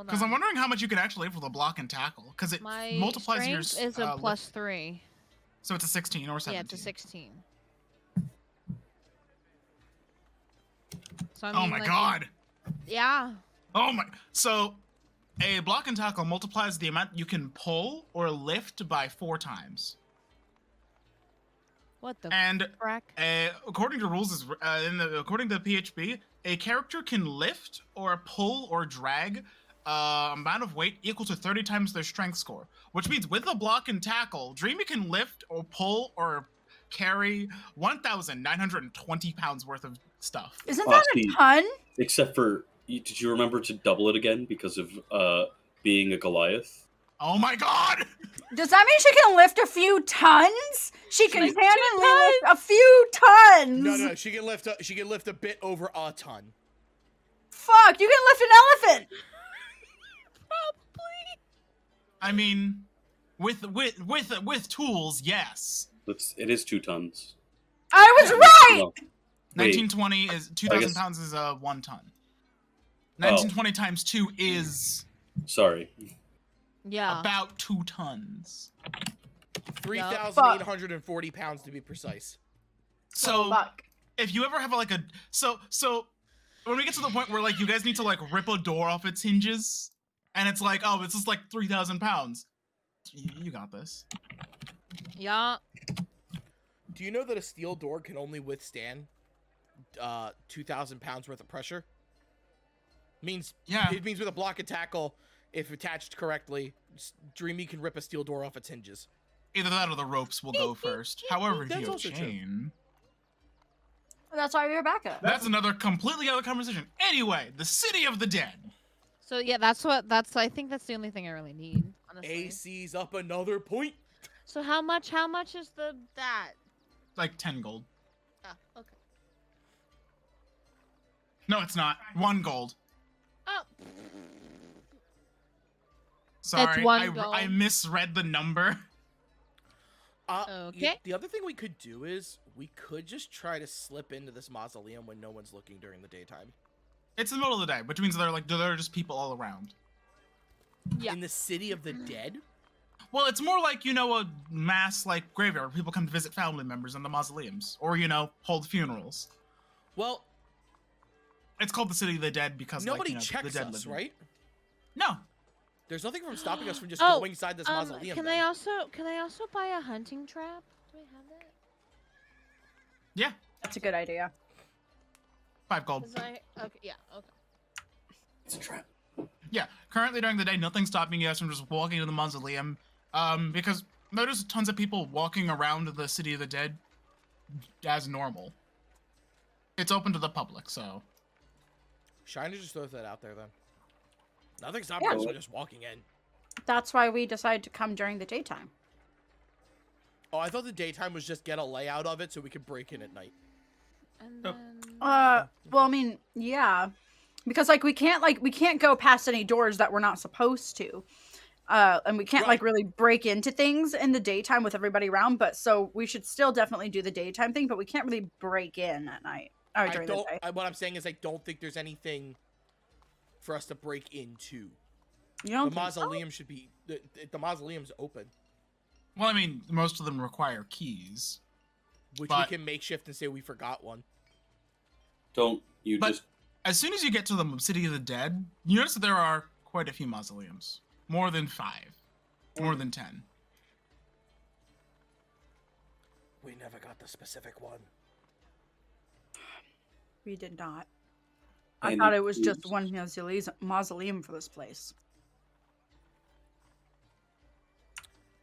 Speaker 5: on.
Speaker 1: Because I'm wondering how much you can actually for the block and tackle. Because it
Speaker 5: My
Speaker 1: multiplies your
Speaker 5: strength
Speaker 1: s-
Speaker 5: is a
Speaker 1: uh,
Speaker 5: plus three.
Speaker 1: So it's a 16 or 17.
Speaker 5: Yeah, it's a sixteen. So I
Speaker 1: Oh
Speaker 5: mean,
Speaker 1: my
Speaker 5: like,
Speaker 1: god.
Speaker 5: Yeah.
Speaker 1: Oh my. So a block and tackle multiplies the amount you can pull or lift by four times.
Speaker 5: What the
Speaker 1: And
Speaker 5: frack?
Speaker 1: uh, according to rules, is uh, in the, according to the PHB, a character can lift or pull or drag uh, amount of weight equal to 30 times their strength score. Which means with a block and tackle, Dreamy can lift or pull or carry 1,920 pounds worth of stuff.
Speaker 2: Isn't
Speaker 6: Oh,
Speaker 2: that
Speaker 6: see.
Speaker 2: a ton?
Speaker 6: Except for, you- did you remember to double it again because of uh, being a Goliath?
Speaker 1: Oh my god!
Speaker 2: Does that mean she can lift a few tons? She can
Speaker 5: like, two
Speaker 2: handily lift a few tons.
Speaker 3: No, no, she can lift. A, she can lift a bit over a ton.
Speaker 2: Fuck, you can lift an elephant.
Speaker 1: I mean, with with with with tools, yes.
Speaker 6: That's it is two tons.
Speaker 2: I was right.
Speaker 6: No. Wait.
Speaker 1: 1920 is
Speaker 6: I
Speaker 1: 2,000
Speaker 6: guess- Oh.
Speaker 1: pounds is uh, one ton. 1920 times two is
Speaker 6: Sorry.
Speaker 5: Yeah.
Speaker 1: about two tons.
Speaker 3: Three
Speaker 5: Yeah.
Speaker 3: thousand eight hundred and forty pounds to be precise.
Speaker 1: So
Speaker 2: Fuck.
Speaker 1: if you ever have like a so so when we get to the point where like you guys need to like rip a door off its hinges and it's like oh this is like 3,000 pounds. You you got this.
Speaker 5: Yeah.
Speaker 3: Do you know that a steel door can only withstand uh, two thousand pounds worth of pressure? Means
Speaker 1: Yeah.
Speaker 3: it means with a block and tackle, if attached correctly, s- Dreamy can rip a steel door off its hinges.
Speaker 1: Either that or the ropes will go first. However, if
Speaker 3: That's
Speaker 1: you have
Speaker 3: also true.
Speaker 1: chain.
Speaker 2: That's why you're back up.
Speaker 1: That's another completely other conversation. Anyway, the city of the dead.
Speaker 5: So yeah, that's what that's. I think that's the only thing I really need, honestly.
Speaker 3: AC's up another point.
Speaker 5: So how much? How much is the that?
Speaker 1: Like 10 gold.
Speaker 5: Ah, okay.
Speaker 1: No, it's not. One gold.
Speaker 5: Oh,
Speaker 1: Sorry,
Speaker 5: one
Speaker 1: I,
Speaker 5: gold.
Speaker 1: I misread the number. <laughs>
Speaker 3: Uh, y-
Speaker 5: Okay.
Speaker 3: the other thing we could do is we could just try to slip into this mausoleum when no one's looking during the daytime.
Speaker 1: It's the middle of the day, which means there are like there are just people all around.
Speaker 5: Yeah.
Speaker 3: In the city of the dead.
Speaker 1: Well, it's more like you know a mass like graveyard where people come to visit family members in the mausoleums, or you know hold funerals.
Speaker 3: Well,
Speaker 1: It's called the City of the Dead because like,
Speaker 3: nobody
Speaker 1: you know,
Speaker 3: checks
Speaker 1: the dead live
Speaker 3: us,
Speaker 1: in-
Speaker 3: right?
Speaker 1: No,
Speaker 3: There's nothing from stopping us from just
Speaker 5: <gasps> Oh,
Speaker 3: going inside this
Speaker 5: um,
Speaker 3: mausoleum.
Speaker 5: can I
Speaker 3: then.
Speaker 5: also can I also buy a hunting trap? Do I have that?
Speaker 1: yeah,
Speaker 2: That's a good idea.
Speaker 1: five
Speaker 3: Oh.
Speaker 1: gold.
Speaker 5: 'Cause I okay yeah okay.
Speaker 6: It's a trap.
Speaker 1: Yeah, currently during the day, nothing's stopping us from just walking to the mausoleum, um, because there's tons of people walking around the City of the Dead as normal. It's open to the public, so
Speaker 3: Shiner just throws that out there then. Nothing stopping
Speaker 2: Yeah.
Speaker 3: us from just walking in.
Speaker 2: That's why we decided to come during the daytime.
Speaker 3: Oh, I thought the daytime was just get a layout of it so we could break in at night.
Speaker 5: And
Speaker 1: Oh.
Speaker 5: then
Speaker 2: Uh, well, I mean, yeah, because like we can't like we can't go past any doors that we're not supposed to, uh, and we can't like really break into things in the daytime with everybody around. But so we should still definitely do the daytime thing, but we can't really break in at night or
Speaker 3: I
Speaker 2: during the
Speaker 3: don't.
Speaker 2: day.
Speaker 3: I, what I'm saying is, I don't think there's anything for us to break into.
Speaker 2: You don't
Speaker 3: the
Speaker 2: think so?
Speaker 3: mausoleum should be. The, the mausoleum's open,
Speaker 1: well, I mean, most of them require keys.
Speaker 3: which
Speaker 1: But-
Speaker 3: we can makeshift and say we forgot one.
Speaker 6: Don't you
Speaker 1: But-
Speaker 6: just
Speaker 1: As soon as you get to the City of the Dead, you notice that there are quite a few mausoleums, more than five, more than ten.
Speaker 3: We never got the specific one.
Speaker 2: We did not. I
Speaker 6: And
Speaker 2: thought it was just
Speaker 6: includes-
Speaker 2: one mausoleum mausoleum for this place,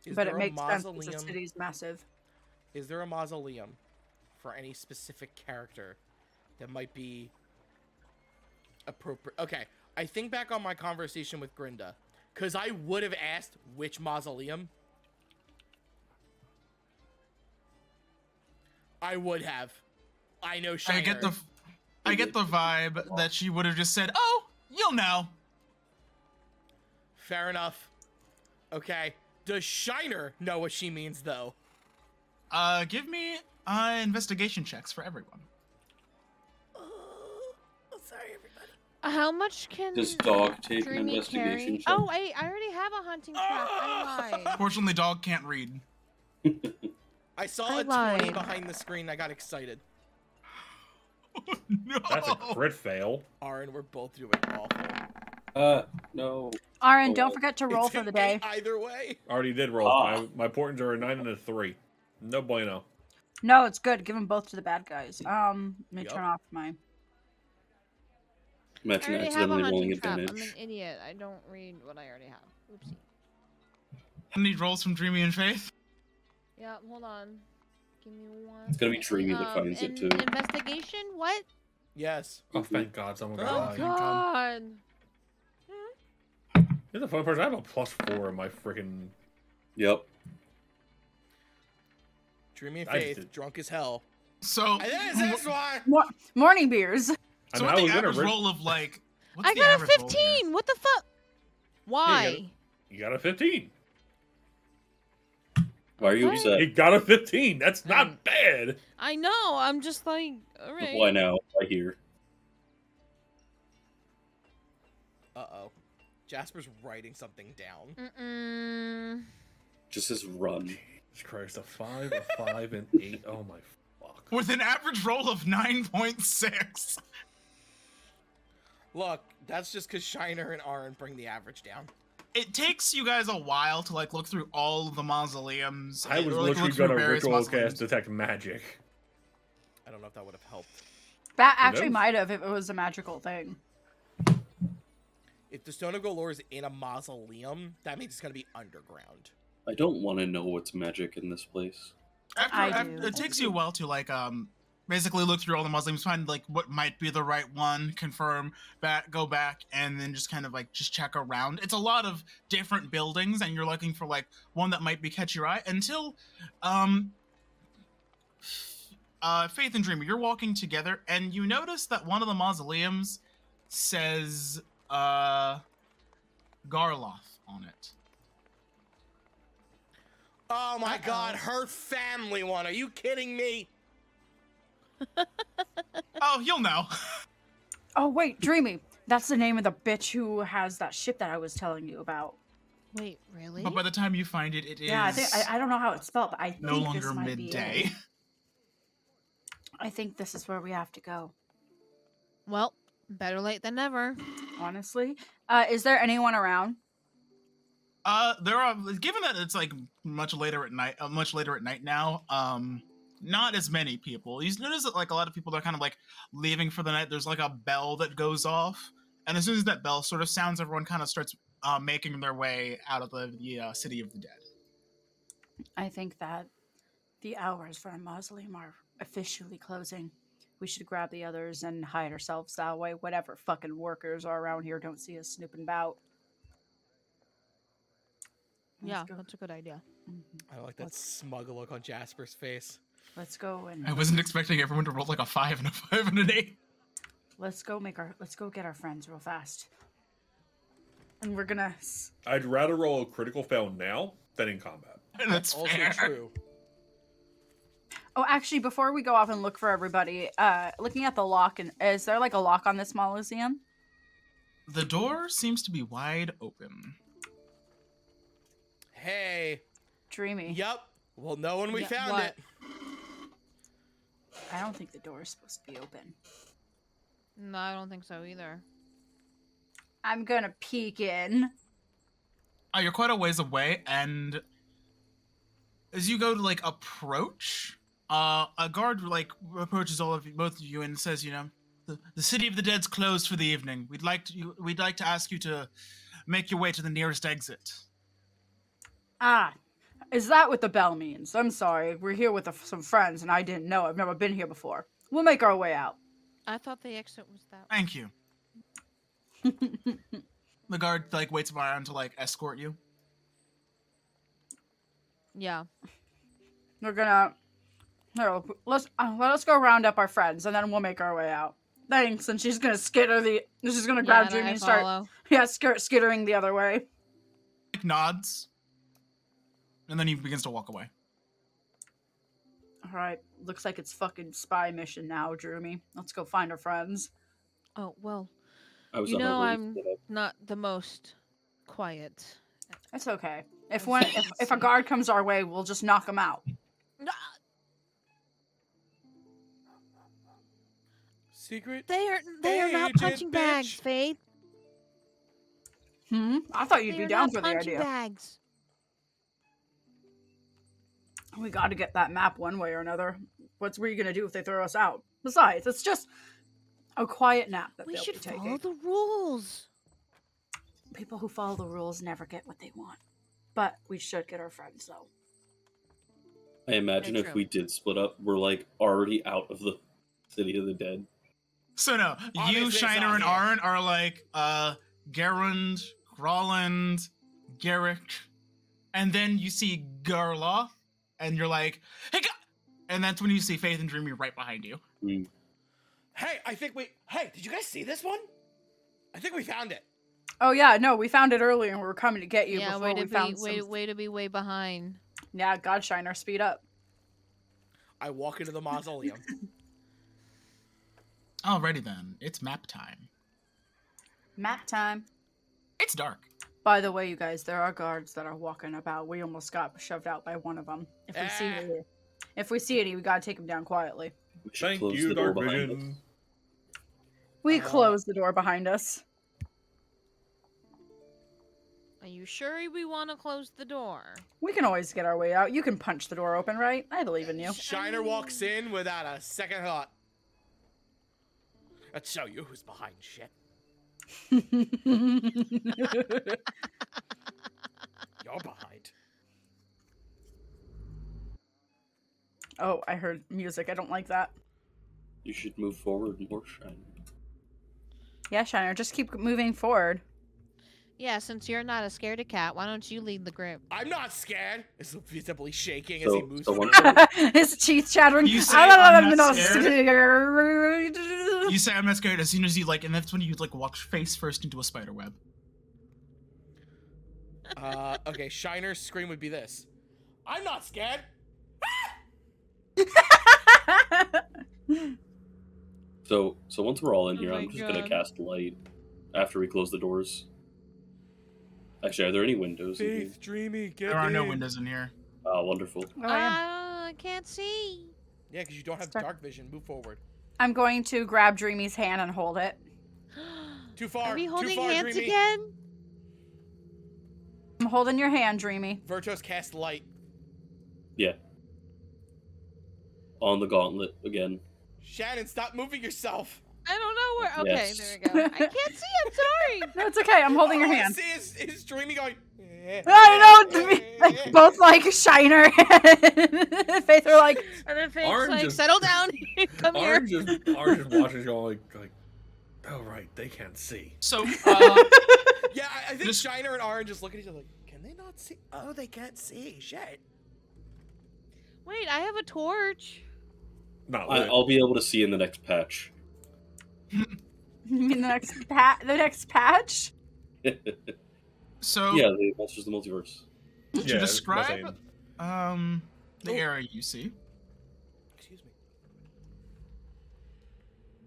Speaker 3: Is
Speaker 2: but
Speaker 3: there
Speaker 2: it
Speaker 3: a
Speaker 2: makes sense
Speaker 3: mausoleum?
Speaker 2: because the city's massive.
Speaker 3: Is there a mausoleum for any specific character that might be appropriate? Okay, I think back on my conversation with Grinda, because I would have asked which mausoleum. I would have. I know. Shiner.
Speaker 1: I get the, I get the vibe that she would have just said, "Oh, you'll know."
Speaker 3: Fair enough. Okay. Does Shiner know what she means though?
Speaker 1: Uh, give me uh, investigation checks for everyone.
Speaker 5: Oh, how much can
Speaker 6: Does dog take an
Speaker 5: Dreamy
Speaker 6: investigation
Speaker 5: carry?
Speaker 6: check?
Speaker 5: Oh I I already have a hunting trap.
Speaker 3: Ah!
Speaker 5: I
Speaker 6: <laughs>
Speaker 5: lied.
Speaker 1: Fortunately, dog can't read. <laughs>
Speaker 3: I saw
Speaker 5: I
Speaker 3: a twenty
Speaker 5: lied.
Speaker 3: behind the screen. I got excited.
Speaker 1: no. <laughs>
Speaker 4: That's a crit fail.
Speaker 3: Aaron, we're both doing awful.
Speaker 6: Uh, no.
Speaker 2: Aaron,
Speaker 6: Oh,
Speaker 2: don't forget <laughs> to roll for the day.
Speaker 3: Either way.
Speaker 4: Already did roll.
Speaker 6: Ah.
Speaker 4: My, my portings are a nine and a three. No bueno.
Speaker 2: No, it's good. Give them both to the bad guys. Um, let me
Speaker 3: Yup.
Speaker 2: turn off my.
Speaker 5: I
Speaker 6: Imagine
Speaker 5: already have a
Speaker 6: accidentally rolling
Speaker 5: hunting
Speaker 6: a
Speaker 5: trap. I'm an
Speaker 6: damage.
Speaker 5: idiot. I don't read what I already have. Oopsie.
Speaker 1: I need rolls from Dreamy and Faith.
Speaker 5: Yeah, hold on. Give me one.
Speaker 6: It's gonna be
Speaker 5: second. Um,
Speaker 6: Dreamy that finds it,
Speaker 5: in-
Speaker 6: too.
Speaker 5: Investigation? What?
Speaker 3: Yes.
Speaker 4: Oh, thank God, someone
Speaker 3: Oh,
Speaker 4: got
Speaker 5: Oh
Speaker 4: it.
Speaker 5: God!
Speaker 4: Here's the funny part. is I have a plus four in my freaking.
Speaker 6: Yep.
Speaker 3: Dreamy and
Speaker 4: I
Speaker 3: Faith,
Speaker 4: did.
Speaker 3: drunk as hell.
Speaker 1: So,
Speaker 3: And
Speaker 1: <laughs>
Speaker 3: this is why.
Speaker 2: Mor- morning beers. <laughs>
Speaker 4: I
Speaker 1: so
Speaker 4: mean,
Speaker 1: what
Speaker 4: I
Speaker 1: the
Speaker 4: was in a
Speaker 1: average
Speaker 4: ri-
Speaker 1: roll of like? What's
Speaker 5: I
Speaker 1: the
Speaker 5: got a
Speaker 1: average roll here?
Speaker 5: 15. What the fuck? Why?
Speaker 4: You got a 15.
Speaker 6: Why are you
Speaker 5: Okay.
Speaker 6: upset?
Speaker 4: You got a 15. That's not
Speaker 5: Um,
Speaker 4: bad.
Speaker 5: I know. I'm just like, all right.
Speaker 6: Why now? I hear.
Speaker 3: Uh oh. Jasper's writing something down.
Speaker 5: Mm-mm.
Speaker 6: Just says run.
Speaker 4: Jesus Christ, a five, a five, and eight. Oh my fuck.
Speaker 1: With an average roll of nine point six.
Speaker 3: Look, that's just because Shiner and Arin bring the average down.
Speaker 1: It takes you guys a while to like look through all of the mausoleums.
Speaker 4: I
Speaker 1: uh,
Speaker 4: was
Speaker 1: or, like,
Speaker 4: literally
Speaker 1: look through
Speaker 4: gonna
Speaker 1: various
Speaker 4: ritual
Speaker 1: mausoleums.
Speaker 4: cast detect magic.
Speaker 3: I don't know if that would have helped.
Speaker 2: That actually
Speaker 4: knows?
Speaker 2: might have if it was a magical thing.
Speaker 3: If the Stone of Galore is in a mausoleum, that means it's going to be underground.
Speaker 6: I don't want to know what's magic in this place.
Speaker 1: After,
Speaker 2: I
Speaker 1: after-
Speaker 2: do.
Speaker 1: it takes you a while to like um basically look through all the Muslims, find like what might be the right one, confirm back, go back, and then just kind of like just check around. It's a lot of different buildings, and you're looking for like one that might be catch your eye until um uh Faith and Dreamer, you're walking together and you notice that one of the mausoleums says uh Garloth on it.
Speaker 3: Oh my
Speaker 5: Uh-oh.
Speaker 3: god, her family one. Are you kidding me?
Speaker 1: Oh, you'll know. <laughs>
Speaker 2: Oh wait, Dreamy. That's the name of the bitch who has that ship that I was telling you about.
Speaker 5: Wait, really?
Speaker 1: But by the time you find it, it is
Speaker 2: Yeah, I think I, I don't know how it's spelled, but I
Speaker 1: no
Speaker 2: think
Speaker 1: longer
Speaker 2: this might Be
Speaker 1: midday.
Speaker 2: it. I think this is where we have to go.
Speaker 5: well, better late than never.
Speaker 2: Honestly, uh, is there anyone around?
Speaker 1: <laughs> Uh, there are given that it's like much later at night, uh, much later at night now. Um, not as many people. You notice that like a lot of people are kind of like leaving for the night. There's like a bell that goes off, and as soon as that bell sort of sounds, everyone kind of starts uh, making their way out of the, the uh, city of the dead.
Speaker 2: I think that the hours for a mausoleum are officially closing. We should grab the others and hide ourselves that way. Whatever fucking workers are around here don't see us snooping about. Let's
Speaker 5: Yeah,
Speaker 2: go.
Speaker 5: that's a good idea.
Speaker 2: Mhm.
Speaker 3: I like that smug look on Jasper's face.
Speaker 2: Let's go and
Speaker 1: I wasn't expecting everyone to roll like a five and a five and an eight. <laughs>
Speaker 2: let's go make our let's go get our friends real fast. And we're gonna s-
Speaker 4: I'd rather roll a critical fail now than in combat.
Speaker 1: That's
Speaker 3: Also
Speaker 1: fair.
Speaker 3: true.
Speaker 2: Oh, actually, before we go off and look for everybody, uh, looking at the lock, and is there like a lock on this mausoleum?
Speaker 1: The door seems to be wide open.
Speaker 3: Hey.
Speaker 2: Dreamy.
Speaker 3: Yep. We'll know when we
Speaker 5: Yeah,
Speaker 3: found
Speaker 5: what?
Speaker 3: it.
Speaker 2: I don't think the door is supposed to be open.
Speaker 5: No, I don't think so either.
Speaker 2: I'm gonna peek in.
Speaker 1: Uh, you're quite a ways away, and as you go to like approach, uh, a guard like approaches all of you, both of you, and says, "You know, the, the city of the dead's closed for the evening. We'd like to, you, we'd like to ask you to make your way to the nearest exit."
Speaker 2: Ah, is that what the bell means? I'm sorry, we're here with a, some friends, and I didn't know. I've never been here before. We'll make our way out. <laughs>
Speaker 5: I thought the exit was that.
Speaker 1: Thank you. the guard like waits around to like escort you.
Speaker 5: Yeah.
Speaker 2: We're gonna. Here, let's uh, let us go round up our friends, and then we'll make our way out. Thanks. And she's gonna skitter the. She's gonna grab
Speaker 5: yeah,
Speaker 2: Dreamy
Speaker 5: I
Speaker 2: and start.
Speaker 5: follow.
Speaker 2: Yeah, skirt skittering the other way.
Speaker 1: Like nods, and then he begins to walk away.
Speaker 2: All right, looks like it's fucking spy mission now, Dreamy. Let's go find our friends.
Speaker 5: Oh well,
Speaker 6: I was
Speaker 5: You
Speaker 6: on my
Speaker 5: know,
Speaker 6: way,
Speaker 5: I'm-
Speaker 6: but I-
Speaker 5: not the most quiet.
Speaker 2: It's okay. If
Speaker 5: Okay,
Speaker 2: one, if,
Speaker 5: let's
Speaker 2: if a
Speaker 5: see.
Speaker 2: guard comes our way, we'll just knock him out.
Speaker 3: Secret?
Speaker 5: They are they are not
Speaker 3: Agent
Speaker 5: punching bags,
Speaker 3: bitch.
Speaker 5: Faith.
Speaker 2: Hmm. I thought you'd
Speaker 5: they
Speaker 2: be
Speaker 5: are
Speaker 2: down
Speaker 5: not
Speaker 2: for the
Speaker 5: punching
Speaker 2: idea.
Speaker 5: bags.
Speaker 2: We got to get that map one way or another. What's we gonna do if they throw us out? Besides, it's just a quiet nap that
Speaker 5: We
Speaker 2: they'll
Speaker 5: should
Speaker 2: be taking.
Speaker 5: follow the rules.
Speaker 2: People who follow the rules never get what they want, but we should get our friends though.
Speaker 6: I imagine if
Speaker 5: true.
Speaker 6: we did split up, we're like already out of the city of the dead.
Speaker 1: So no,
Speaker 3: Obviously,
Speaker 1: you,
Speaker 3: it's
Speaker 1: Shiner,
Speaker 3: not
Speaker 1: and
Speaker 3: here.
Speaker 1: Arn are like uh Gerund, Groland, Garrick, and then you see Garla, and you're like, hey, Ga-! and that's when you see Faith and Dreamy right behind you.
Speaker 6: Mm.
Speaker 3: Hey, I think we. Hey, did you guys see this one? I think we found it.
Speaker 2: Oh yeah, no, we found it earlier and we were coming to get you
Speaker 5: yeah,
Speaker 2: before
Speaker 5: way to
Speaker 2: we
Speaker 5: be
Speaker 2: found
Speaker 5: way,
Speaker 2: some-
Speaker 5: way to be way behind.
Speaker 2: Yeah, God Shiner, speed up.
Speaker 3: I walk into the
Speaker 5: <laughs>
Speaker 3: mausoleum.
Speaker 1: Alrighty then, it's map time.
Speaker 2: Map time.
Speaker 1: It's dark.
Speaker 2: By the way, you guys, there are guards that are walking about. We almost got shoved out by one of them. If we see
Speaker 3: Ah.
Speaker 2: any, if we see any, we gotta take them down quietly.
Speaker 6: We should
Speaker 4: Thank
Speaker 6: close
Speaker 4: you,
Speaker 6: the door
Speaker 4: Dark
Speaker 6: behind us.
Speaker 4: Vision.
Speaker 2: We
Speaker 3: Uh,
Speaker 2: close the door behind us.
Speaker 5: Are you sure we want to close the door?
Speaker 2: We can always get our way out. You can punch the door open, right? I believe <laughs> in you.
Speaker 3: Shiner walks in without a second thought. Let's show you who's behind shit. You're behind.
Speaker 2: oh, I heard music. I don't like that.
Speaker 6: You should move forward more, Shine.
Speaker 2: Yeah, Shiner, just keep moving <laughs> forward.
Speaker 5: Yeah, since you're not a scaredy cat, why don't you lead the group?
Speaker 3: I'm not scared. Is visibly shaking as he <laughs>
Speaker 6: So,
Speaker 3: moves.
Speaker 6: so one,
Speaker 3: forward.
Speaker 5: <laughs>
Speaker 2: His teeth chattering.
Speaker 1: You say I'm not
Speaker 2: scared. <laughs>
Speaker 1: You say I'm not scared as soon as you like, and that's when you like walk face first into a spider web.
Speaker 3: uh, okay, Shiner's scream would be this. I'm not scared.
Speaker 2: Oh,
Speaker 6: so so once we're all in
Speaker 5: Oh
Speaker 6: here,
Speaker 5: my
Speaker 6: I'm just
Speaker 5: God.
Speaker 6: gonna cast light after we close the doors. Actually, are there any windows? in here?
Speaker 3: dreamy, get
Speaker 1: There are no windows in here.
Speaker 6: Ah, wonderful.
Speaker 2: Oh, I am.
Speaker 5: Ah, I can't see. <gasps>
Speaker 3: Yeah, because you don't have
Speaker 2: Stuck.
Speaker 3: dark vision. Move forward.
Speaker 2: I'm going to grab Dreamy's hand and hold it.
Speaker 3: Too far.
Speaker 5: Are we holding
Speaker 3: too far,
Speaker 5: hands
Speaker 3: Dreamy.
Speaker 5: again?
Speaker 2: I'm holding your hand, Dreamy.
Speaker 3: Vertos cast light.
Speaker 6: Yeah. On the gauntlet again.
Speaker 3: Shannon, stop moving yourself.
Speaker 5: I don't know where. Okay,
Speaker 6: Yes.
Speaker 5: there we go. I can't see. I'm <laughs> sorry.
Speaker 2: No, it's okay. I'm holding your
Speaker 1: Oh,
Speaker 3: All I
Speaker 2: hand.
Speaker 3: see is, is Dreamy going. "Eh,
Speaker 2: I know. Dreamy- Both like Shiner <laughs> and Faith are like,
Speaker 5: And then Faith's
Speaker 4: Orange
Speaker 5: like,
Speaker 4: is-
Speaker 5: settle down. <laughs> Come here.
Speaker 4: Arn just, Arn just watches y'all like, like, oh right, they can't see.
Speaker 1: So uh,
Speaker 3: Yeah, I, I think
Speaker 1: This-
Speaker 3: Shiner and Orange just look at each other like, can they not see? Oh, they can't see. Shit.
Speaker 5: Wait, I have a torch.
Speaker 4: Not
Speaker 6: I,
Speaker 4: lit.
Speaker 6: I'll be able to see in the next patch. <laughs>
Speaker 2: you mean the next pa- the next patch?
Speaker 3: Oh.
Speaker 6: yeah,
Speaker 1: so
Speaker 6: the monsters of the multiverse.
Speaker 4: Yeah,
Speaker 1: describe-
Speaker 4: that's it.
Speaker 1: um the
Speaker 3: Oh.
Speaker 1: area you see.
Speaker 3: Excuse me.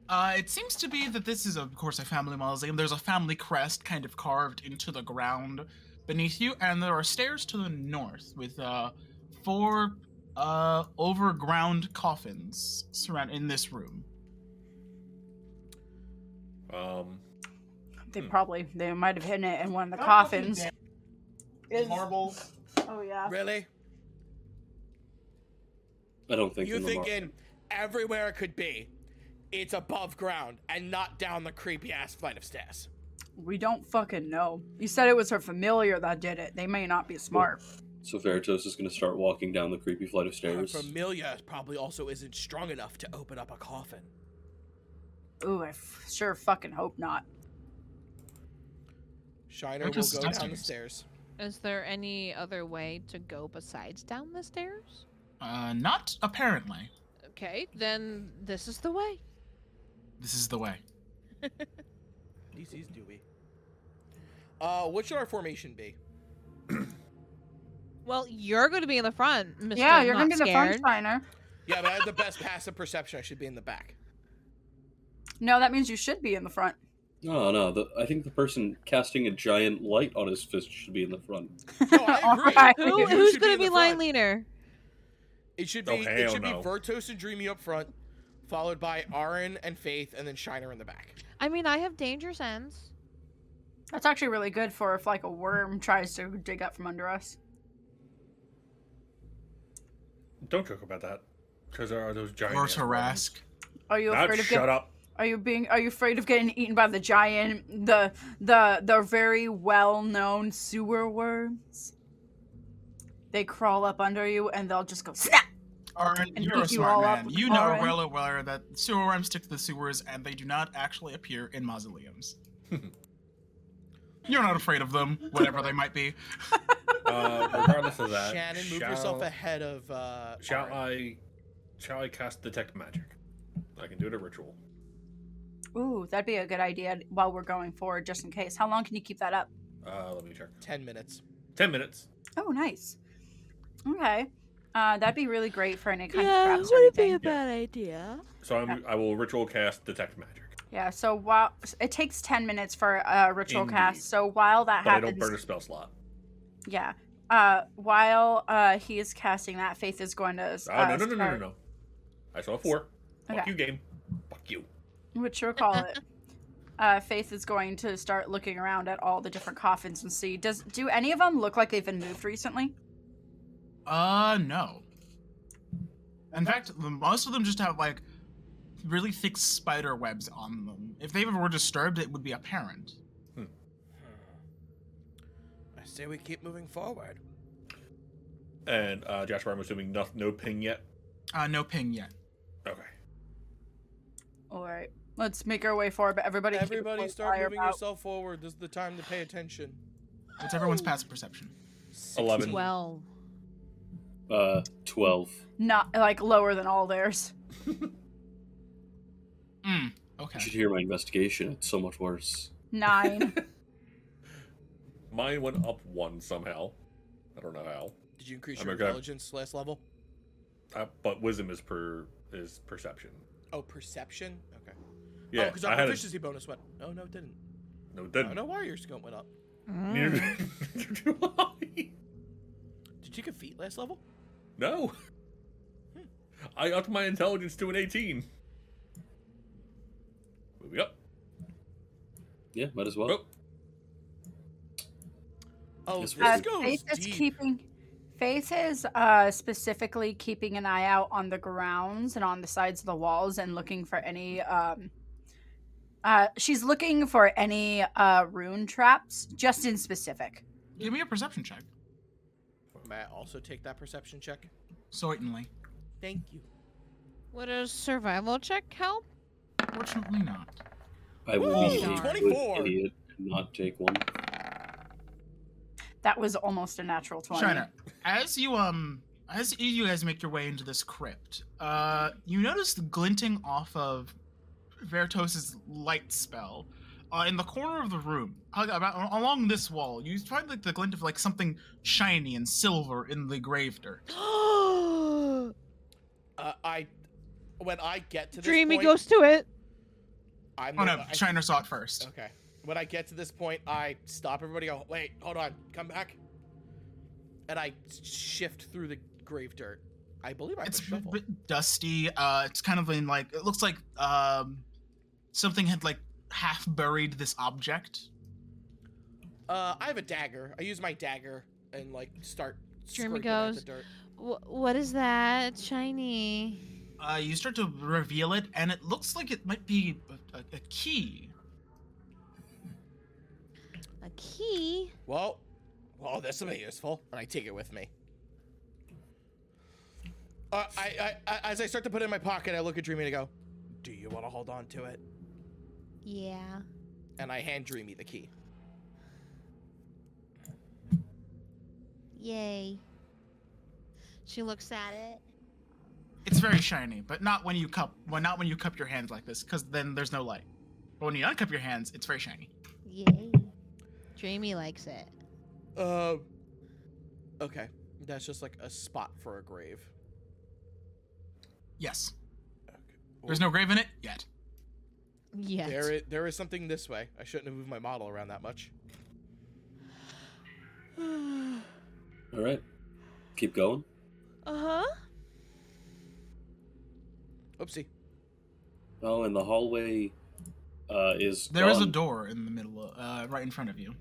Speaker 1: Uh, it seems to be that this is, of course, a family mausoleum. There's a family crest kind of carved into the ground beneath you, and there are stairs to the north with uh, four uh, overground coffins surround in this room.
Speaker 4: Um,
Speaker 2: They
Speaker 4: Hmm.
Speaker 2: probably they might have hidden it in one of the coffins.
Speaker 1: Marbles.
Speaker 2: Oh yeah.
Speaker 3: Really?
Speaker 6: I don't think
Speaker 3: You
Speaker 6: in the mar-
Speaker 3: thinking everywhere it could be? It's above ground and not down the creepy ass flight of stairs.
Speaker 2: We don't fucking know. You said it was her familiar that did it. They may not be smart.
Speaker 6: So Veritos is going to start walking down the creepy flight of
Speaker 3: Her
Speaker 6: stairs.
Speaker 3: familiar probably also isn't strong enough to open up a coffin.
Speaker 2: Ooh, I f- sure fucking hope not.
Speaker 3: Shiner
Speaker 1: That
Speaker 3: will
Speaker 1: was
Speaker 3: go down the
Speaker 1: disgusting.
Speaker 3: stairs.
Speaker 5: Is there any other way to go besides down the stairs?
Speaker 1: Uh, not apparently.
Speaker 5: Okay, then this is the way.
Speaker 1: This is the way.
Speaker 3: These is Dewey. Uh, what should our formation be?
Speaker 5: Well, you're going to be in the front, Mr.
Speaker 2: yeah, you're
Speaker 5: Not
Speaker 2: gonna be the
Speaker 5: Scared.
Speaker 2: front shiner.
Speaker 3: Yeah, but I have the
Speaker 2: <laughs>
Speaker 3: best passive perception. I should be in the back.
Speaker 2: No, that means you should be in the front.
Speaker 6: No, no. The, I think the person casting a giant light on his fist should be in the front.
Speaker 3: No, I agree.
Speaker 2: Alright.
Speaker 3: <laughs>
Speaker 5: Who,
Speaker 3: You
Speaker 5: who's
Speaker 3: should
Speaker 5: going
Speaker 3: in
Speaker 5: to
Speaker 3: the
Speaker 5: be line
Speaker 3: front.
Speaker 5: leader?
Speaker 3: It should be
Speaker 4: Oh,
Speaker 3: it
Speaker 4: hell
Speaker 3: should
Speaker 4: no.
Speaker 3: be Vertos and Dreamy up front, followed by Aaron and Faith, and then Shiner in the back.
Speaker 5: I mean, I have danger sense.
Speaker 2: That's actually really good for if like a worm tries to dig up from under us.
Speaker 4: Don't joke about that. Because there are those giant.
Speaker 1: Or
Speaker 4: ants.
Speaker 1: Tarask.
Speaker 2: Are you
Speaker 4: Now
Speaker 2: afraid of
Speaker 4: shut
Speaker 2: getting?
Speaker 4: up.
Speaker 2: Are you being? Are you afraid of getting eaten by the giant, the the the very well known sewer worms? They crawl up under you and they'll just go snap.
Speaker 1: Arin,
Speaker 2: And
Speaker 1: you're a
Speaker 2: eat you
Speaker 1: smart
Speaker 2: all up,
Speaker 1: man. You know
Speaker 2: Arin.
Speaker 1: well aware that sewer worms stick to the sewers and they do not actually appear in mausoleums. you're not afraid of them, whatever they might be.
Speaker 4: Uh, regardless of that,
Speaker 3: Shannon, move
Speaker 4: shall,
Speaker 3: yourself ahead of. Uh,
Speaker 4: Shall
Speaker 3: Ari.
Speaker 4: I? Shall I cast detect magic? I can do it a ritual.
Speaker 2: Ooh, that'd be a good idea while we're going forward, just in case. How long can you keep that up?
Speaker 4: Uh, let me check.
Speaker 3: Ten minutes.
Speaker 4: Ten minutes.
Speaker 2: Oh, nice. Okay, uh, that'd be really great for any kind of traps or
Speaker 5: wouldn't be
Speaker 2: anything.
Speaker 5: a bad idea.
Speaker 4: So I'm, I will ritual cast detect magic,
Speaker 2: Yeah, so while it takes 10 minutes for a ritual
Speaker 4: Indeed.
Speaker 2: cast, so while that
Speaker 4: but I
Speaker 2: happens,
Speaker 4: don't burn a spell slot.
Speaker 2: yeah, uh, while uh, he is casting that, Faith is going to.
Speaker 4: Oh
Speaker 2: Uh,
Speaker 4: no, no, no, no, no,
Speaker 2: start-
Speaker 4: no! I saw a four. Fuck
Speaker 2: Okay.
Speaker 4: you, game. Fuck you.
Speaker 2: What you call it? uh, Faith is going to start looking around at all the different coffins and see does do any of them look like they've been moved recently?
Speaker 1: Uh, no. In fact, the- most of them just have like really thick spider webs on them. If they were disturbed, it would be apparent.
Speaker 3: I say we keep moving forward.
Speaker 4: And uh, Jasper, I'm assuming no, no ping yet.
Speaker 1: Uh, no ping yet.
Speaker 4: Okay.
Speaker 2: All right, let's make our way forward. But everybody, keep a
Speaker 3: Everybody,
Speaker 2: close
Speaker 3: start
Speaker 2: eye
Speaker 3: moving
Speaker 2: about-
Speaker 3: yourself forward. This is the time to pay attention.
Speaker 1: What's everyone's passive perception?
Speaker 4: 11.
Speaker 5: Twelve.
Speaker 6: Uh, 12.
Speaker 2: Not like lower than all theirs.
Speaker 1: Mm,
Speaker 6: You should
Speaker 1: okay.
Speaker 6: hear my investigation. It's so much worse.
Speaker 2: Nine.
Speaker 4: Mine went up one somehow. I don't know how.
Speaker 3: Did you increase
Speaker 4: I'm
Speaker 3: your
Speaker 4: okay.
Speaker 3: intelligence last level?
Speaker 4: Uh, but wisdom is per is perception.
Speaker 3: Oh, perception. Okay. Oh,
Speaker 4: Yeah,
Speaker 3: because
Speaker 4: I
Speaker 3: our
Speaker 4: had a,
Speaker 3: proficiency bonus went. Oh no, it didn't.
Speaker 4: no it
Speaker 3: I don't
Speaker 4: didn't.
Speaker 3: know why your score went up.
Speaker 4: <laughs>
Speaker 5: Mm.
Speaker 4: Neither- neither do I.
Speaker 5: Hmm.
Speaker 3: Did you get feet last level?
Speaker 4: <laughs> No. I upped my intelligence to an 18. Moving up.
Speaker 6: Yeah, might as well.
Speaker 4: Oh,
Speaker 3: Oh,
Speaker 6: Yes,
Speaker 3: this
Speaker 6: we Uh,
Speaker 3: goes
Speaker 2: Faith is
Speaker 3: deep.
Speaker 2: keeping. Faith is uh, specifically keeping an eye out on the grounds and on the sides of the walls and looking for any. Um, uh, she's looking for any uh, rune traps, just in specific.
Speaker 1: Give me a perception check.
Speaker 3: May I also take that perception check?
Speaker 1: Certainly.
Speaker 3: Thank you.
Speaker 5: Would a survival check
Speaker 3: <gasps>
Speaker 5: help? <gasps>
Speaker 1: Fortunately not.
Speaker 6: I would
Speaker 3: Woo!
Speaker 6: be a good
Speaker 3: 24.
Speaker 6: idiot and not take one.
Speaker 2: That was almost a natural twenty.
Speaker 1: Shiner, as you um as you guys make your way into this crypt, uh you notice the glinting off of Vertos's light spell. Uh, in the corner of the room, uh, about, along this wall, you find like the glint of like something shiny and silver in the grave dirt.
Speaker 3: Uh, I, when I get to this
Speaker 5: Dreamy
Speaker 3: point,
Speaker 5: goes to it.
Speaker 3: I'm
Speaker 1: Oh
Speaker 3: gonna-
Speaker 1: no,
Speaker 3: I-
Speaker 1: Shiner saw it first.
Speaker 3: Okay. When I get to this point, I stop everybody. Go, wait, hold on, come back. And I shift through the grave dirt. I believe I have
Speaker 1: It's
Speaker 3: a shovel.
Speaker 1: b- dusty. Uh, it's kind of in like it looks like um something had like half buried this object.
Speaker 3: Uh, I have a dagger. I use my dagger and like start
Speaker 5: Jeremy
Speaker 3: scraping at
Speaker 5: goes,
Speaker 3: the dirt.
Speaker 5: Wh- what is that? It's shiny.
Speaker 1: Uh, you start to reveal it, and it looks like it might be a, a, a key.
Speaker 5: A key.
Speaker 3: Well, well, this will be useful. And I take it with me. Uh, I, I, I, as I start to put it in my pocket, I look at Dreamy and I go, "Do you want to hold on to it?"
Speaker 5: Yeah.
Speaker 3: And I hand Dreamy the key.
Speaker 5: Yay. She looks at it.
Speaker 1: It's very shiny, but not when you cup well, not when you cup your hands like this, because then there's no light. But when you uncup your hands, it's very shiny.
Speaker 5: Yay. Dreamy likes it.
Speaker 3: Um. Okay, that's just like a spot for a grave.
Speaker 1: Yes. There's no grave in it yet.
Speaker 5: Yes.
Speaker 3: There is, there is something this way. I shouldn't have moved my model around that much.
Speaker 5: uh
Speaker 6: All right. Keep going.
Speaker 5: huh.
Speaker 3: Oopsie.
Speaker 6: Oh, and the hallway uh, is.
Speaker 1: There is
Speaker 6: gone.
Speaker 1: a door in the middle, of, uh, right in front of you.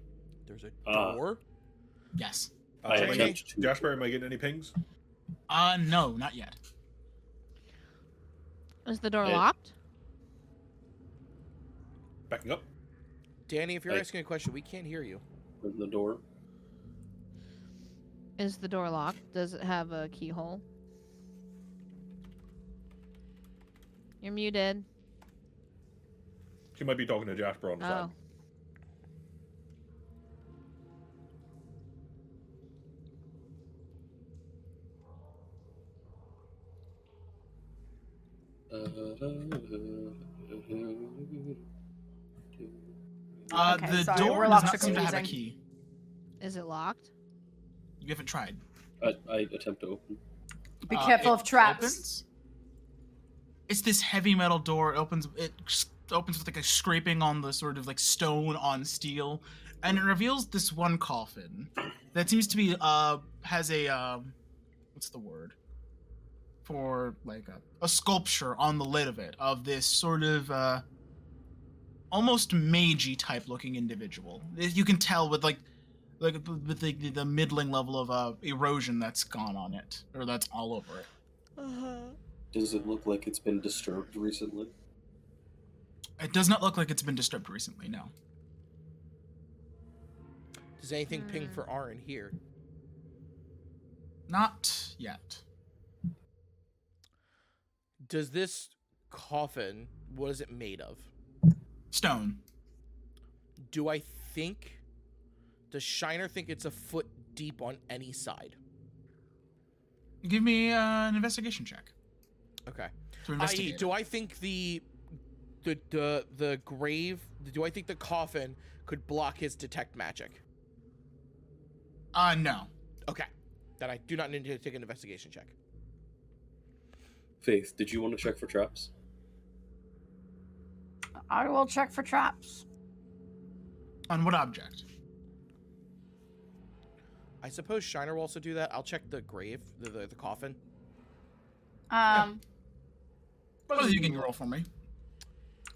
Speaker 3: There's a
Speaker 6: Ah.
Speaker 3: door.
Speaker 1: Yes.
Speaker 6: I
Speaker 4: am I
Speaker 3: Jamie?
Speaker 4: getting-
Speaker 6: attempt to.
Speaker 4: Jasper, am I getting any pings?
Speaker 1: Uh, no, not yet.
Speaker 5: Is the door
Speaker 6: Hey.
Speaker 5: locked?
Speaker 4: Backing up.
Speaker 3: Danny, if you're
Speaker 6: Hey.
Speaker 3: asking a question, we can't hear you.
Speaker 6: Open the door.
Speaker 5: Is the door locked? Does it have a keyhole? You're muted.
Speaker 4: She might be talking to Jasper on the
Speaker 5: Oh.
Speaker 4: side.
Speaker 1: Uh,
Speaker 2: Okay,
Speaker 1: the
Speaker 2: sorry,
Speaker 1: door
Speaker 2: we're
Speaker 1: does
Speaker 2: locked
Speaker 1: not seem to have a
Speaker 2: confusing.
Speaker 1: key.
Speaker 5: Is it locked?
Speaker 1: You haven't tried.
Speaker 6: I, I attempt to open.
Speaker 2: Be
Speaker 1: Uh,
Speaker 2: careful
Speaker 1: it
Speaker 2: of traps.
Speaker 1: opens. It's this heavy metal door. It opens. It s- opens with like a scraping on the sort of like stone on steel, and it reveals this one coffin that seems to be uh has a um what's the word for like a, a sculpture on the lid of it of this sort of uh almost magey type looking individual. You can tell with like like with the, the middling level of uh, erosion that's gone on it or that's all over it
Speaker 6: Does it look like it's been disturbed recently?
Speaker 1: it does not look like it's been disturbed recently no
Speaker 3: Does anything ping
Speaker 5: Hmm.
Speaker 3: for Aaron here?
Speaker 1: not yet
Speaker 3: Does this coffin, what is it made of?
Speaker 1: stone
Speaker 3: Do I think, does Shiner think it's a foot deep on any side?
Speaker 1: give me uh, an investigation check
Speaker 3: Okay.
Speaker 1: to
Speaker 3: I.e.,
Speaker 1: investigate it.
Speaker 3: do I think the, the the the grave? Do I think the coffin could block his detect magic?
Speaker 1: uh no
Speaker 3: Okay. Then I do not need to take an investigation check.
Speaker 6: Faith, did you want to check for traps?
Speaker 2: I will check for traps.
Speaker 1: on what object
Speaker 3: I suppose Shiner will also do that. I'll check the grave, the the, the coffin.
Speaker 2: Um,
Speaker 1: both of you can roll for me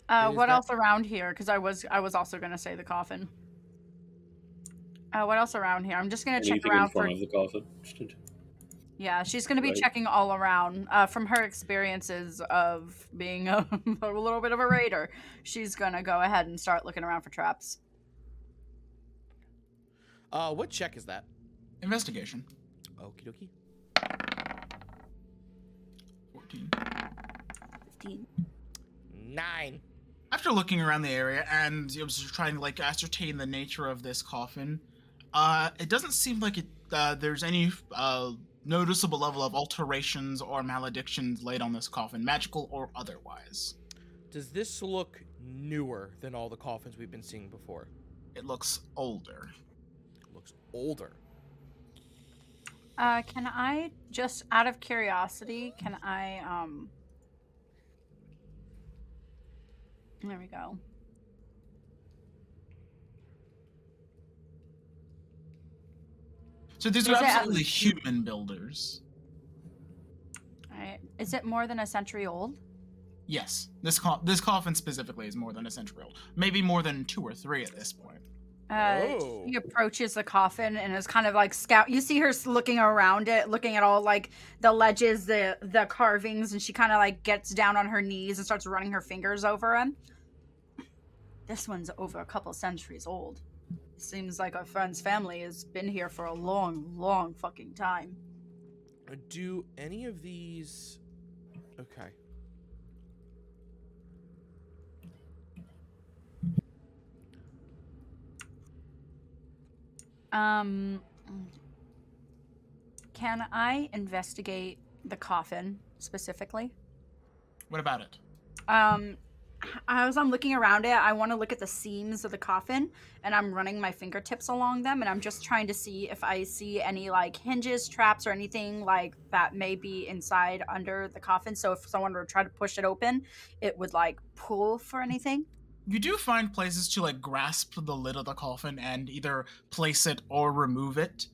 Speaker 2: uh,
Speaker 3: Is
Speaker 2: what
Speaker 3: that-
Speaker 2: else around here? Because I was I was also gonna say the coffin. Uh, what else around here? I'm just gonna check
Speaker 6: Anything in
Speaker 2: around
Speaker 6: front
Speaker 2: for.
Speaker 6: of the coffin?
Speaker 2: Yeah, she's gonna be
Speaker 6: Right.
Speaker 2: checking all around. Uh, from her experiences of being <laughs> a, a little bit of a raider, she's gonna go ahead and start looking around for traps.
Speaker 3: Uh, what check is that?
Speaker 1: investigation
Speaker 3: Okie dokie.
Speaker 1: 14
Speaker 2: Fifteen.
Speaker 3: Nine.
Speaker 1: after looking around the area and you know, just trying to like ascertain the nature of this coffin, uh, it doesn't seem like it. Uh, there's any uh, noticeable level of alterations or maledictions laid on this coffin, magical or otherwise.
Speaker 3: Does this look newer than all the coffins we've been seeing before?
Speaker 1: It looks older.
Speaker 3: looks older.
Speaker 2: Uh, can I just out of curiosity, can I um There we go.
Speaker 1: So these
Speaker 2: Is
Speaker 1: are
Speaker 2: it at
Speaker 1: absolutely human builders.
Speaker 2: All right. Is it more than a century old?
Speaker 1: Yes, this co- this coffin specifically is more than a century old. Maybe more than two or three at this point.
Speaker 2: Uh,
Speaker 3: Oh.
Speaker 2: She approaches the coffin and is kind of like scout. You see her s- looking around it, looking at all like the ledges, the the carvings, and she kind of like gets down on her knees and starts running her fingers over them. This one's over a couple centuries old. Seems like our friend's family has been here for a long, long fucking time.
Speaker 3: Do any of these? Okay.
Speaker 2: Um, can I investigate the coffin specifically?
Speaker 1: What about it?
Speaker 2: Um, as I'm looking around it, I want to look at the seams of the coffin, and I'm running my fingertips along them, and I'm just trying to see if I see any like hinges, traps, or anything like that may be inside under the coffin. So if someone were to try to push it open, it would like pull for anything.
Speaker 1: You do find places to like grasp the lid of the coffin and either place it or remove it.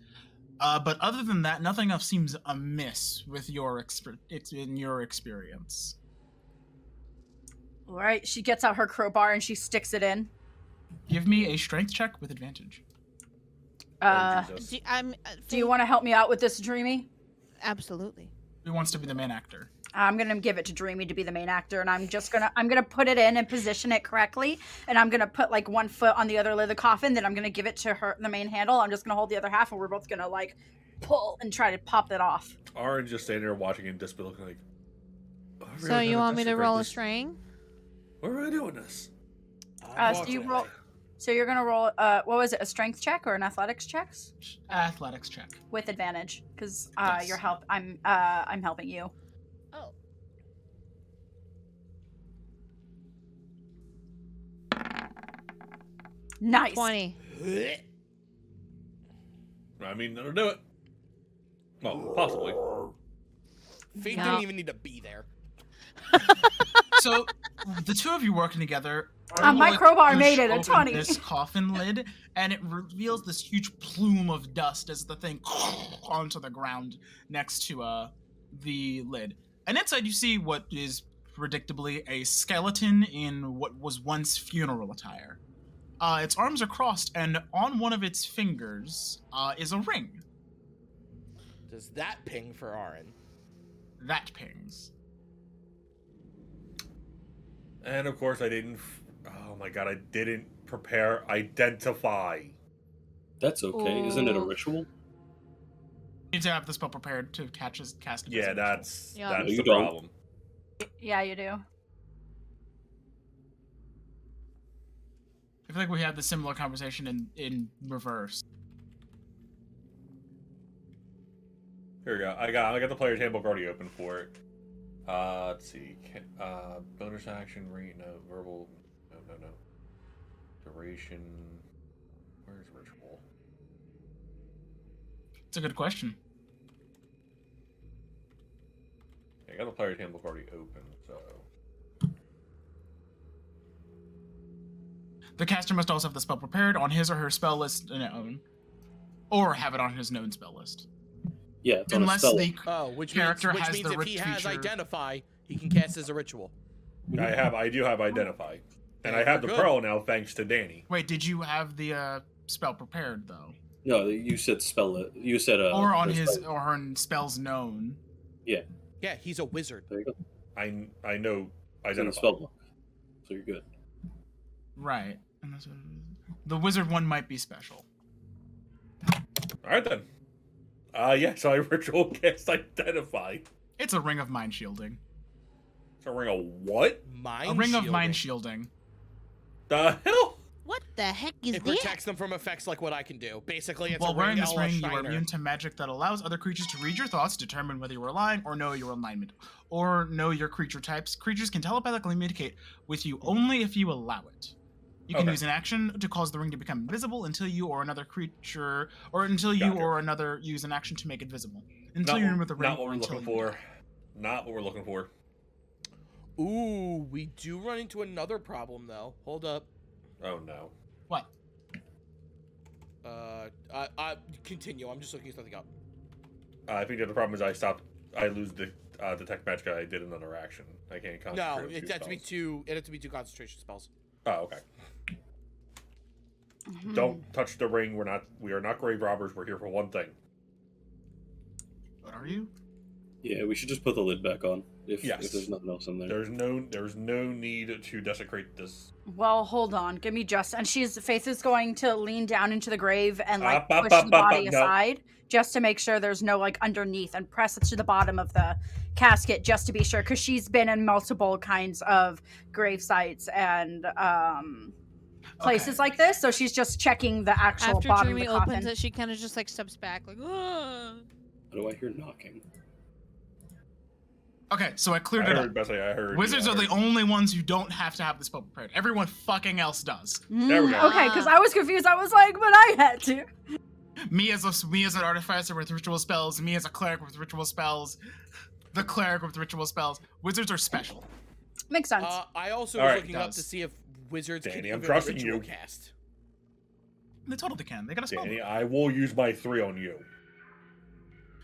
Speaker 1: Uh, but other than that, nothing else seems amiss with your exper- it's in your experience.
Speaker 2: All right, she gets out her crowbar and she sticks it in.
Speaker 1: Give me a strength check with advantage.
Speaker 2: Uh,
Speaker 4: Jesus.
Speaker 5: Do, I'm, uh,
Speaker 2: do you
Speaker 5: Faith-
Speaker 2: want to help me out with this, Dreamy?
Speaker 5: Absolutely.
Speaker 1: Who wants to be the main actor?
Speaker 2: I'm gonna give it to Dreamy to be the main actor, and I'm just gonna I'm gonna put it in and position it correctly, and I'm gonna put like one foot on the other lid of the coffin, then I'm gonna give it to her the main handle. I'm just gonna hold the other half, and we're both gonna like pull and try to pop that off.
Speaker 4: Aaron just standing there watching and just be looking like. "Oh, we're
Speaker 5: So
Speaker 4: really
Speaker 5: you
Speaker 4: doing
Speaker 5: want me
Speaker 4: this
Speaker 5: to
Speaker 4: right
Speaker 5: roll a
Speaker 4: this-
Speaker 5: string?
Speaker 4: We're really doing this.
Speaker 2: Uh, so you roll. So you're gonna roll. Uh, what was it? A strength check or an athletics checks
Speaker 1: Athletics check.
Speaker 2: with advantage because uh,
Speaker 1: Yes.
Speaker 2: your help. I'm uh, I'm helping you.
Speaker 5: Oh.
Speaker 2: Nice.
Speaker 5: 20.
Speaker 4: I mean, they'll do it. Well, possibly.
Speaker 3: Fate
Speaker 5: No.
Speaker 3: didn't even need to be there.
Speaker 1: so the two of you working together.
Speaker 2: Uh, my
Speaker 1: like,
Speaker 2: crowbar
Speaker 1: push
Speaker 2: made it a
Speaker 1: open
Speaker 2: 20.
Speaker 1: This coffin lid, and it reveals this huge plume of dust as the thing <laughs> onto the ground next to uh the lid. And inside, you see what is predictably a skeleton in what was once funeral attire. Uh, its arms are crossed, and on one of its fingers uh, is a ring
Speaker 3: Does that ping for Aaron?
Speaker 1: that pings.
Speaker 4: And of course, I didn't. f- Oh my god, I didn't prepare identify.
Speaker 6: That's okay. Isn't it a
Speaker 5: Ooh.
Speaker 6: ritual?
Speaker 1: You need to have the spell prepared to catch as cast. it as a
Speaker 4: Yeah,
Speaker 1: ritual.
Speaker 4: that's
Speaker 5: Yeah.
Speaker 4: that's
Speaker 6: No, you
Speaker 4: the
Speaker 6: don't.
Speaker 4: problem.
Speaker 2: Yeah, you do.
Speaker 1: I feel like we had the similar conversation in in reverse.
Speaker 4: Here we go. I got I got the player's handbook already open for it. Uh, let's see. Can- Uh, bonus action. Re- no verbal. No, no, no. Duration. Where's ritual?
Speaker 1: It's a good question.
Speaker 4: I got the player's handbook already open, so
Speaker 1: The caster must also have the spell prepared on his or her spell list and own, or have it on his known spell list.
Speaker 6: Yeah, it's on
Speaker 1: Unless
Speaker 6: a spell.
Speaker 1: the
Speaker 3: Oh, which
Speaker 1: Character
Speaker 3: means, which
Speaker 1: has
Speaker 3: means
Speaker 1: the
Speaker 3: if
Speaker 1: rich
Speaker 3: he has
Speaker 1: feature.
Speaker 3: identify, he can cast as a ritual.
Speaker 6: Mhm.
Speaker 4: I have I do have identify, and I
Speaker 3: Yeah,
Speaker 4: have the
Speaker 3: good.
Speaker 4: pearl now thanks to Danny.
Speaker 1: wait, did you have the uh, spell prepared though,
Speaker 6: No, you said spell it. You said uh,
Speaker 1: or on
Speaker 6: the
Speaker 1: his
Speaker 6: spell.
Speaker 1: or her spells known?
Speaker 3: Yeah, he's a wizard.
Speaker 6: There you go.
Speaker 4: I I know
Speaker 6: It's in the
Speaker 4: identify.
Speaker 6: spell book. So you're good.
Speaker 1: Right. And that's what it is. The wizard one might be special.
Speaker 4: All right then. Uh, yeah. So I <laughs> ritual cast identify.
Speaker 1: It's a ring of mind shielding.
Speaker 4: So ring a what?
Speaker 3: Mind
Speaker 1: A ring of mind
Speaker 3: shielding.
Speaker 1: shielding.
Speaker 4: The hell?
Speaker 5: What the heck is
Speaker 3: It protects them from effects like what I can do. Basically, it's
Speaker 1: While
Speaker 3: a
Speaker 1: wearing
Speaker 3: ring
Speaker 1: this
Speaker 3: a la
Speaker 1: ring, you are
Speaker 3: Steiner.
Speaker 1: immune to magic that allows other creatures to read your thoughts, determine whether you are lying, or know your alignment, or know your creature types. Creatures can telepathically communicate with you only if you allow it. You can
Speaker 4: Mm-hmm. Okay.
Speaker 1: use an action to cause the ring to become invisible until you or another creature, or until you
Speaker 4: Gotcha.
Speaker 1: or another use an action to make it visible. Until you
Speaker 4: what-
Speaker 1: remove the ring.
Speaker 4: Not what
Speaker 1: or
Speaker 4: we're
Speaker 1: until
Speaker 4: looking
Speaker 1: you
Speaker 4: for.
Speaker 1: die.
Speaker 4: Not what we're looking for.
Speaker 3: Ooh, we do run into another problem though. Hold up.
Speaker 4: Oh no.
Speaker 1: What?
Speaker 3: Uh, I, I continue. I'm just looking something up.
Speaker 4: Uh, I think the other problem is I stopped. I lose the uh, detect magic. I did another action. I can't concentrate.
Speaker 3: No,
Speaker 4: on two
Speaker 3: it had to be
Speaker 4: spells.
Speaker 3: two. It had to be two concentration spells.
Speaker 4: Oh, okay.
Speaker 2: Mm-hmm.
Speaker 1: Hmm.
Speaker 4: Don't touch the ring. We're not. We are not grave robbers. We're here for one thing.
Speaker 1: What are you?
Speaker 6: Yeah, we should just put the lid back on if,
Speaker 4: Yes.
Speaker 6: if there's nothing else in there.
Speaker 4: There's no. There's no need to desecrate this.
Speaker 2: Well, hold on. Give me just. And she's Faith is going to lean down into the grave and like
Speaker 4: Up, up,
Speaker 2: push
Speaker 4: up,
Speaker 2: the
Speaker 4: up, up,
Speaker 2: body
Speaker 4: no.
Speaker 2: aside just to make sure there's no like underneath and press it to the bottom of the casket just to be sure because she's been in multiple kinds of grave sites and um places
Speaker 1: Okay.
Speaker 2: like this. So she's just checking the actual
Speaker 5: After
Speaker 2: bottom of
Speaker 5: Dreamy
Speaker 2: the coffin.
Speaker 5: opens it, she kind of just like steps back, like, "Ugh."
Speaker 6: What do I hear knocking?
Speaker 1: Okay, so I
Speaker 4: I
Speaker 1: cleared it
Speaker 4: heard.
Speaker 1: up.
Speaker 4: Best I heard.
Speaker 1: Wizards
Speaker 4: I
Speaker 1: are the
Speaker 4: heard-
Speaker 1: only ones who don't have to have the spell prepared. Everyone fucking else does.
Speaker 4: There we
Speaker 2: Mm,
Speaker 4: go.
Speaker 2: Okay, because
Speaker 5: Ah.
Speaker 2: I was confused. I was like, but I had to.
Speaker 1: me as a me as an artificer with ritual spells, me as a cleric with ritual spells, the cleric with ritual spells. Wizards are special.
Speaker 2: Makes sense.
Speaker 3: Uh, I also
Speaker 4: All
Speaker 3: was
Speaker 4: right,
Speaker 3: looking up to
Speaker 1: does.
Speaker 3: see if wizards can
Speaker 4: Danny, I'm
Speaker 3: even
Speaker 4: trusting
Speaker 3: ritual
Speaker 4: you.
Speaker 3: cast.
Speaker 1: They totally can. They got a spell.
Speaker 4: Danny, I will use my three on you.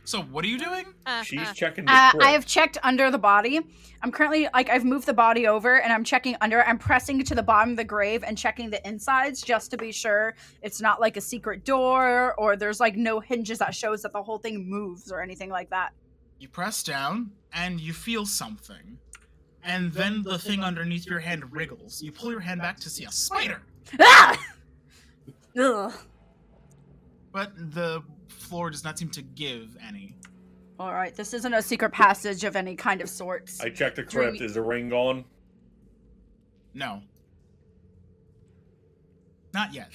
Speaker 1: So what are you doing?
Speaker 5: Ah,
Speaker 4: She's
Speaker 3: <laughs>
Speaker 5: ah.
Speaker 4: checking the
Speaker 2: Uh,
Speaker 4: crypt.
Speaker 2: I have checked under the body. I'm currently like I've moved the body over and I'm checking under. it. I'm pressing to the bottom of the grave and checking the insides just to be sure it's not like a secret door or there's like no hinges that shows that the whole thing moves or anything like that.
Speaker 1: You press down and you feel something. And then the thing underneath your hand wriggles. You pull your hand back to see a spider,
Speaker 2: Ah! Ugh.
Speaker 1: but the floor does not seem to give any.
Speaker 2: All right, this isn't a secret passage of any kind of sorts.
Speaker 4: I checked the crypt. Is the ring gone?
Speaker 1: No. Not yet.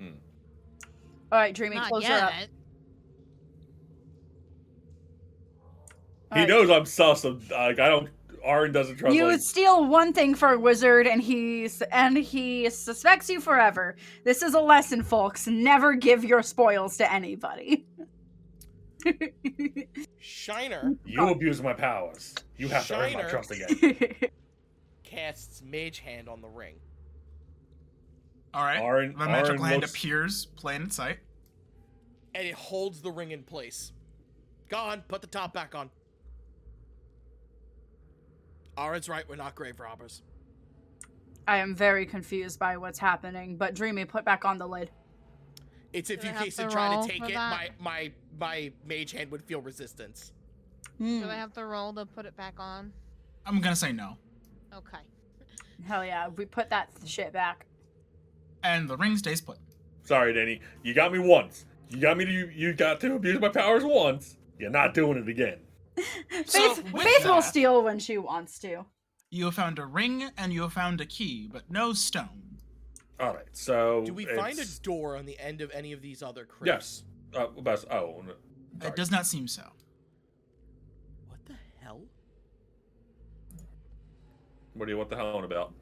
Speaker 2: All right, Dreamy, close her up. All
Speaker 3: Uh,
Speaker 4: He
Speaker 2: right.
Speaker 4: knows I'm sus. I'm, like I don't. Aaron doesn't trust.
Speaker 2: You
Speaker 4: like,
Speaker 2: steal one thing for a wizard, and he's and he suspects you forever. This is a lesson, folks. Never give your spoils to anybody. <laughs>
Speaker 3: Shiner
Speaker 4: you abuse my powers. You have to earn my
Speaker 3: Shiner.
Speaker 4: trust again. <laughs>
Speaker 3: casts Mage Hand on the ring.
Speaker 1: All right.
Speaker 4: Aaron,
Speaker 1: the magic
Speaker 4: Aaron
Speaker 1: land
Speaker 4: looks-
Speaker 1: appears, plain in sight.
Speaker 3: and it holds the ring in place. Go on, put the top back on. Arad's right, we're not grave robbers.
Speaker 2: I am very confused by what's happening, but Dreamy, put back on the lid.
Speaker 3: It's if
Speaker 5: Do I
Speaker 3: you
Speaker 5: have
Speaker 3: Kason
Speaker 5: to
Speaker 3: try
Speaker 5: roll
Speaker 3: to take
Speaker 5: for
Speaker 3: it, my,
Speaker 5: that?
Speaker 3: my my mage hand would feel resistance.
Speaker 5: Do I have to roll to put it back on?
Speaker 1: I'm gonna say no.
Speaker 5: Okay.
Speaker 2: Hell yeah, we put that shit back.
Speaker 1: And the ring stays put.
Speaker 4: Sorry, Danny. You got me once. You got me to. You, you got to abuse my powers once. You're not doing it again.
Speaker 1: So,
Speaker 2: Faith,
Speaker 1: with
Speaker 2: Faith will
Speaker 1: that-
Speaker 2: steal when she wants to.
Speaker 1: You have found a ring and you have found a key, but no stone.
Speaker 4: All right. So
Speaker 3: Do we find a
Speaker 4: it's-
Speaker 3: door on the end of any of these other crypts?
Speaker 4: Yes. Uh, about, oh, no. Sorry.
Speaker 1: It does not seem so.
Speaker 3: What the hell?
Speaker 4: what do you? What the hell on about?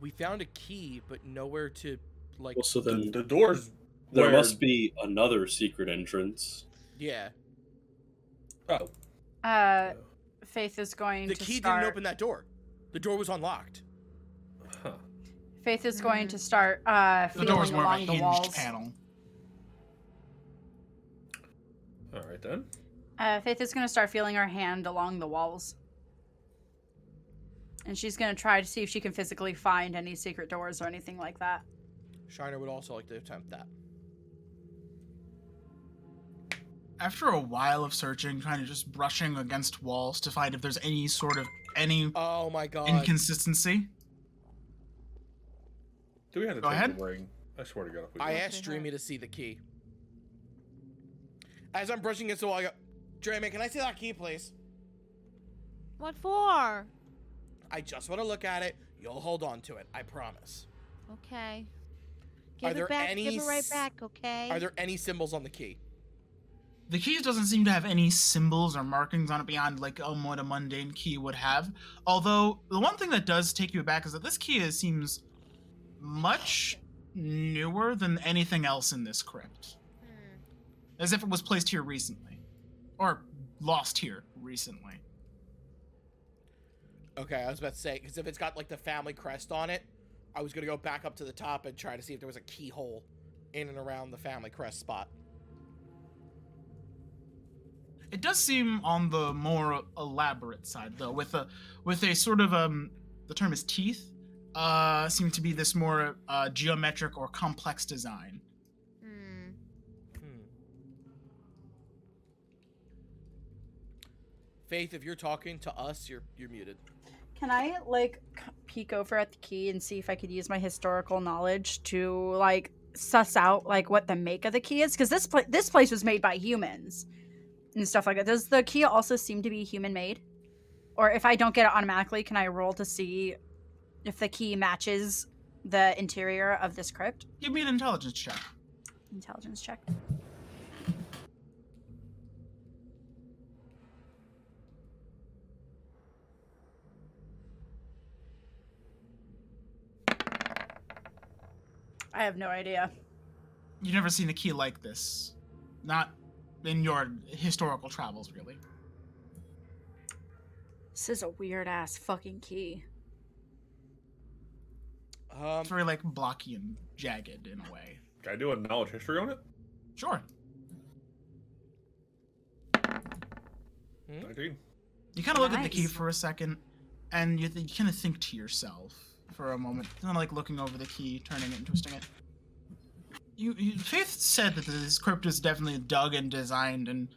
Speaker 3: We found a key, but nowhere to like.
Speaker 6: Well, so
Speaker 4: The,
Speaker 6: then
Speaker 4: the doors.
Speaker 6: Mm. there
Speaker 4: where-
Speaker 6: must be another secret entrance.
Speaker 3: Yeah,
Speaker 4: Oh,
Speaker 2: Uh, Faith is going
Speaker 3: the
Speaker 2: to
Speaker 3: key
Speaker 2: start.
Speaker 3: didn't open that door. The door was unlocked.
Speaker 4: huh.
Speaker 2: Faith is going to start uh,
Speaker 1: The door
Speaker 2: feeling
Speaker 1: is more of a
Speaker 2: along the walls.
Speaker 1: hinged panel.
Speaker 4: All right then.
Speaker 2: Uh, Faith is going to start feeling her hand along the walls. And she's going to try to see if she can physically find any secret doors or anything like that.
Speaker 3: Shiner would also like to attempt that.
Speaker 1: After a while of searching, kind of just brushing against walls to find if there's any sort of any
Speaker 3: Oh my god!
Speaker 1: inconsistency,
Speaker 4: Do we have to
Speaker 1: Go
Speaker 4: take
Speaker 1: ahead.
Speaker 4: the ring? I swear to God, if we
Speaker 3: I
Speaker 4: do.
Speaker 3: asked Dreamy to see the key. As I'm brushing against the wall, I go, Dreamy, can I see that key, please?
Speaker 5: What for?
Speaker 3: I just want to look at it. You'll hold on to it. I promise.
Speaker 5: Okay.
Speaker 3: Are
Speaker 5: Give
Speaker 3: there
Speaker 5: it back.
Speaker 3: any
Speaker 5: Give it right
Speaker 3: s-
Speaker 5: back. Okay.
Speaker 3: Are there any symbols on the key?
Speaker 1: the key doesn't seem to have any symbols or markings on it beyond like um, what a mundane key would have. Although the one thing that does take you aback is that this key is, seems much newer than anything else in this crypt,
Speaker 5: Hmm.
Speaker 1: as if it was placed here recently, or lost here recently.
Speaker 3: Okay, I was about to say because if it's got like the family crest on it, I was gonna go back up to the top and try to see if there was a keyhole in and around the family crest spot.
Speaker 1: It does seem on the more elaborate side, though, with a with a sort of um, the term is teeth, uh, seem to be this more uh, geometric or complex design.
Speaker 5: Hmm.
Speaker 3: Hmm. Faith, if you're talking to us, you're you're muted.
Speaker 2: Can I, like, c- peek over at the key and see if I could use my historical knowledge to, like, suss out, like, what the make of the key is? Because this, pla- this place was made by humans and stuff like that. Does the key also seem to be human made? Or if I don't get it automatically, can I roll to see if the key matches the interior of this crypt?
Speaker 1: Give me an intelligence check.
Speaker 2: Intelligence check. I have no idea.
Speaker 1: You've never seen a key like this, not in your historical travels, really.
Speaker 2: This is a weird ass fucking key.
Speaker 3: Um,
Speaker 1: It's very like blocky and jagged in a way.
Speaker 4: Can I do a knowledge history on it?
Speaker 1: Sure,
Speaker 3: Hmm?
Speaker 4: Nineteen.
Speaker 1: you kind of look at the key
Speaker 2: Nice.
Speaker 1: for a second, and you, th- you kind of think to yourself for a moment, kind of like looking over the key, turning it and twisting it. you, you Faith said that this crypt is definitely dug and designed and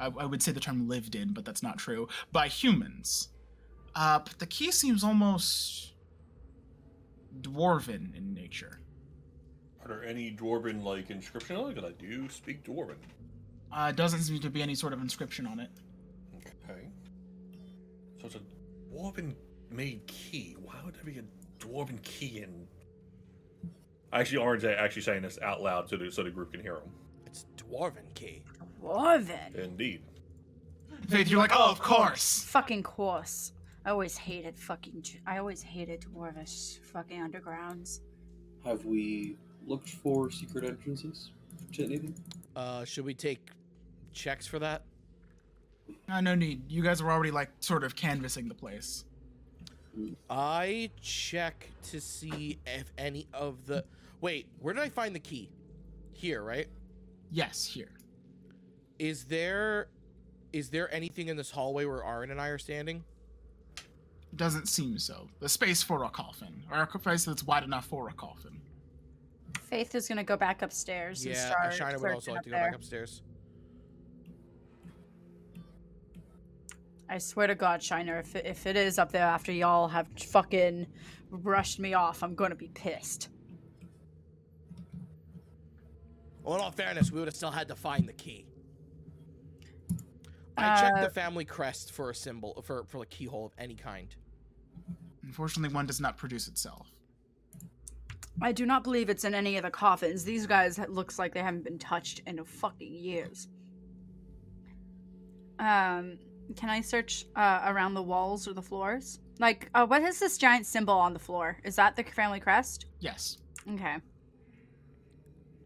Speaker 1: I, I would say the term lived in, but that's not true by humans. Uh, but the key seems almost dwarven in nature.
Speaker 4: Are there any dwarven like inscription Oh, on it? 'Cause I do speak dwarven.
Speaker 1: Uh, doesn't seem to be any sort of inscription on it.
Speaker 4: Okay. So it's a dwarven made key. Why would there be a dwarven key in? Actually, Orange is actually saying this out loud so the, so the group can hear him.
Speaker 3: It's dwarven key.
Speaker 2: Dwarven.
Speaker 4: Indeed.
Speaker 1: Faith, you're like, oh, of course.
Speaker 2: Fucking course. I always hated fucking. J- I always hated dwarvish fucking undergrounds.
Speaker 6: Have we looked for secret entrances to anything?
Speaker 3: Uh, should we take checks for that?
Speaker 1: Uh, no need. You guys were already like sort of canvassing the place.
Speaker 3: I check to see if any of the. Wait, where did I find the key? Here, right?
Speaker 1: Yes, here.
Speaker 3: Is there, is there anything in this hallway where Aaron and I are standing?
Speaker 1: Doesn't seem so. The space for a coffin, or a space that's wide enough for a coffin.
Speaker 2: Faith is gonna go back upstairs and
Speaker 3: yeah,
Speaker 2: start.
Speaker 3: Shina would
Speaker 2: searching
Speaker 3: also like
Speaker 2: up
Speaker 3: to go back
Speaker 2: there.
Speaker 3: upstairs.
Speaker 2: I swear to God, Shiner, if it, if it is up there after y'all have fucking brushed me off, I'm gonna be pissed.
Speaker 3: Well, in all fairness, we would have still had to find the key. I checked
Speaker 2: Uh,
Speaker 3: the family crest for a symbol for for a keyhole of any kind.
Speaker 1: Unfortunately, one does not produce itself.
Speaker 2: I do not believe it's in any of the coffins. These guys it looks like they haven't been touched in fucking years. Um, can I search uh, around the walls or the floors? Like, uh, what is this giant symbol on the floor? Is that the family crest?
Speaker 1: Yes.
Speaker 2: Okay.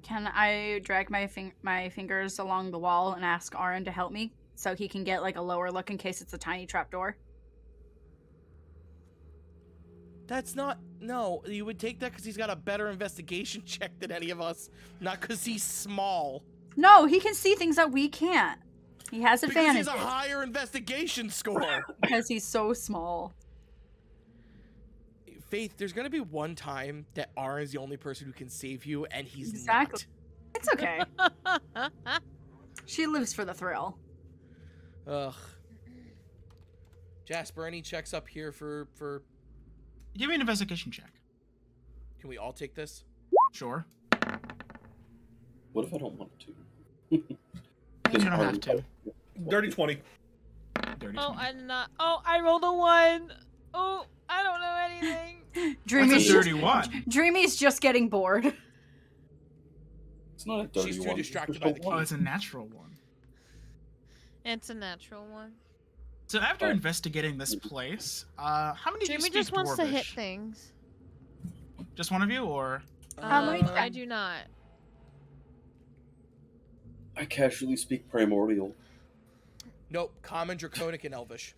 Speaker 2: Can I drag my fing- my fingers along the wall and ask Aaron to help me so he can get like a lower look in case it's a tiny trapdoor?
Speaker 3: That's not. No, you would take that because he's got a better investigation <laughs> check than any of us, not because he's small.
Speaker 2: No, he can see things that we can't. He has
Speaker 3: Because he
Speaker 2: advantage
Speaker 3: has a higher investigation score.
Speaker 2: because he's so small.
Speaker 3: Faith, there's gonna be one time that R is the only person who can save you, and he's
Speaker 2: Exactly. It's
Speaker 3: <laughs>
Speaker 2: okay. she lives for the thrill.
Speaker 3: not. Ugh. Jasper, any checks up here for for?
Speaker 1: Give me an investigation check.
Speaker 3: Can we all take this?
Speaker 1: Sure.
Speaker 6: What if I don't want to? <laughs>
Speaker 1: You don't have to.
Speaker 4: Dirty 20.
Speaker 1: Dirty
Speaker 5: Oh,
Speaker 1: 20.
Speaker 5: I did not. Oh, I rolled a one. Oh, I don't know anything.
Speaker 2: Dreamy's
Speaker 1: That's a
Speaker 2: just,
Speaker 1: dirty one.
Speaker 2: Dreamy's just getting bored.
Speaker 6: It's not a dirty
Speaker 3: She's too
Speaker 6: one.
Speaker 3: distracted
Speaker 6: Just
Speaker 3: by
Speaker 6: don't
Speaker 3: the
Speaker 1: Oh,
Speaker 6: want
Speaker 1: it's a natural one.
Speaker 5: <laughs> It's a natural one.
Speaker 1: So after
Speaker 6: Oh.
Speaker 1: investigating this place, uh, how many
Speaker 5: Jamie
Speaker 1: of you
Speaker 5: just
Speaker 1: speak
Speaker 5: wants to hit
Speaker 1: Dwarvish?
Speaker 5: things.
Speaker 1: Just one of you, or
Speaker 2: How many
Speaker 5: Um, I
Speaker 2: times?
Speaker 5: do not.
Speaker 6: it. I casually speak primordial.
Speaker 3: Nope. Common, draconic, and elvish.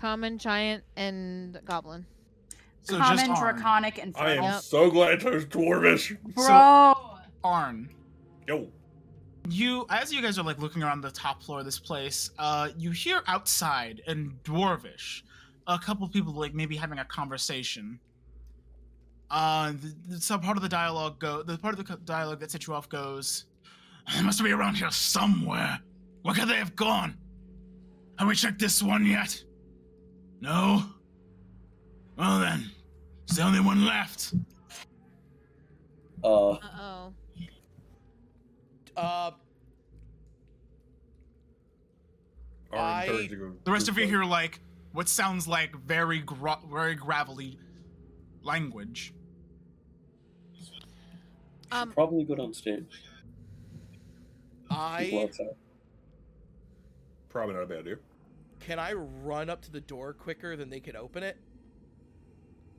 Speaker 5: Common, giant, and goblin.
Speaker 1: so
Speaker 2: Common,
Speaker 1: just Oh, Arn.
Speaker 2: draconic, and
Speaker 4: I am
Speaker 2: feral.
Speaker 5: Yep.
Speaker 4: so glad I chose dwarvish.
Speaker 2: Bro,
Speaker 1: Arn.
Speaker 4: Yo.
Speaker 1: You, as you guys are like looking around the top floor of this place, uh, you hear outside in Dwarvish a couple people like maybe having a conversation. Uh, the, the, some part of the dialogue go, the part of the co- dialogue that sets you off goes, "They must be around here somewhere. Where could they have gone? Have we checked this one yet? No. Well then, it's the only one left.
Speaker 6: Uh,
Speaker 5: Uh oh.
Speaker 3: Uh,
Speaker 4: Orange
Speaker 3: I-
Speaker 4: turns to go-
Speaker 1: The rest of you hear like what sounds like very gra- very gravelly language.
Speaker 5: Um,
Speaker 6: probably go downstairs. People
Speaker 3: I
Speaker 6: outside.
Speaker 4: Probably not a bad idea.
Speaker 3: can I run up to the door quicker than they can open it.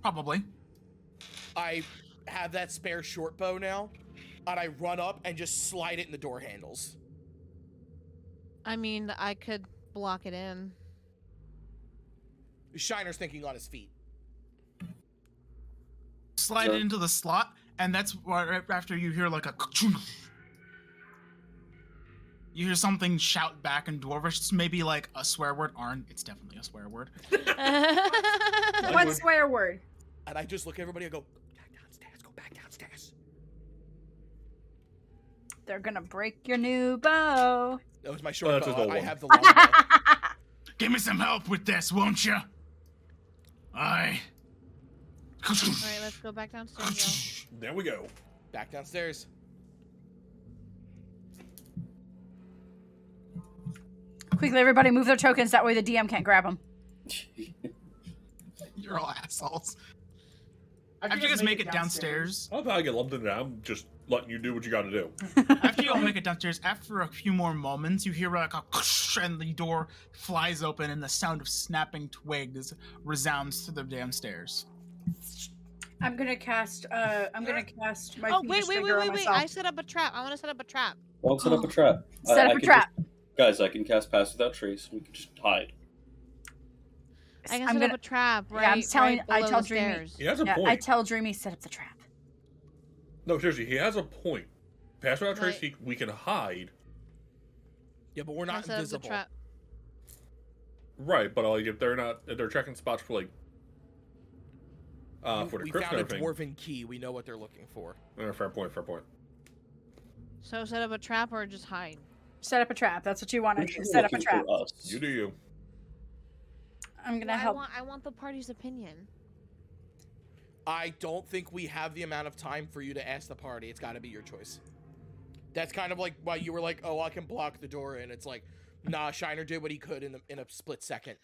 Speaker 1: Probably.
Speaker 3: I have that spare short bow now, and I run up and just slide it in the door handles.
Speaker 5: I mean, I could block it <laughs> in.
Speaker 3: Shiner's thinking on his feet.
Speaker 1: Slide
Speaker 6: Sure.
Speaker 1: it into the slot, and that's why right after you hear like a ka-chunk. you hear something shout back in Dwarvish. It's maybe like a swear word. Arn, it's definitely a swear word.
Speaker 5: I
Speaker 2: one swear word.
Speaker 3: And I just look at everybody and go, go back downstairs, go back downstairs.
Speaker 2: They're gonna break your new bow.
Speaker 3: That was my
Speaker 4: Oh,
Speaker 3: short
Speaker 4: that's his
Speaker 3: bow.
Speaker 4: old
Speaker 3: I
Speaker 4: one.
Speaker 3: have the long bow.
Speaker 5: <laughs>
Speaker 1: Give me some help with this, won't you? Aye.
Speaker 5: All right, let's go back downstairs.
Speaker 4: There we go.
Speaker 3: Back downstairs.
Speaker 2: Quickly, everybody, move their tokens. That way, the DM can't grab them.
Speaker 1: <laughs> You're all assholes.
Speaker 8: I
Speaker 1: After you guys make it downstairs,
Speaker 4: I'll probably get lumped into that. I'm just letting you do what you got to do.
Speaker 1: after you all make it downstairs, after a few more moments, you hear like a and the door flies open and the sound of snapping twigs resounds through the damn stairs.
Speaker 2: I'm gonna cast. Uh, I'm gonna cast my.
Speaker 5: Oh
Speaker 2: finger
Speaker 5: wait, wait,
Speaker 2: stinger
Speaker 5: wait,
Speaker 2: on
Speaker 5: wait, wait!
Speaker 2: myself.
Speaker 5: I set up a trap. I want to set up a trap.
Speaker 6: I'll set up a trap. I-
Speaker 2: Set
Speaker 6: I
Speaker 2: up a
Speaker 6: can
Speaker 2: trap.
Speaker 6: just- guys, I can cast Pass Without Trace. We can just hide.
Speaker 5: I can
Speaker 2: I'm
Speaker 5: set
Speaker 2: gonna.
Speaker 5: up a trap.
Speaker 2: yeah,
Speaker 5: Right,
Speaker 2: I'm telling-
Speaker 5: Right
Speaker 2: I
Speaker 5: below
Speaker 2: tell
Speaker 5: the
Speaker 2: Dreamy.
Speaker 5: stairs.
Speaker 4: He has a
Speaker 2: yeah,
Speaker 4: point.
Speaker 2: I tell Dreamy set up the trap.
Speaker 4: no, seriously, he has a point. Pass without trace,
Speaker 5: Right.
Speaker 4: he- we can hide.
Speaker 3: Yeah, but we're
Speaker 5: I
Speaker 3: not
Speaker 5: set up the
Speaker 3: invisible.
Speaker 5: trap.
Speaker 4: Right, but like if they're not, if they're checking spots for like, uh,
Speaker 3: We-
Speaker 4: for the
Speaker 3: we
Speaker 4: crypt
Speaker 3: found
Speaker 4: and
Speaker 3: a
Speaker 4: everything.
Speaker 3: dwarven key. We know what they're looking for.
Speaker 4: Uh, fair point. Fair point.
Speaker 5: So set up a trap or just hide.
Speaker 2: Set up a trap. That's what you want to
Speaker 6: Who's
Speaker 2: do. Set up a
Speaker 6: looking
Speaker 2: trap.
Speaker 6: for us?
Speaker 4: You do you.
Speaker 2: I'm gonna
Speaker 5: Well,
Speaker 2: help.
Speaker 5: I want, I want the party's opinion.
Speaker 3: I don't think we have the amount of time for you to ask the party. It's got to be your choice. That's kind of like why you were like, "Oh, I can block the door," and it's like, "Nah, Shiner did what he could in the, in a split second.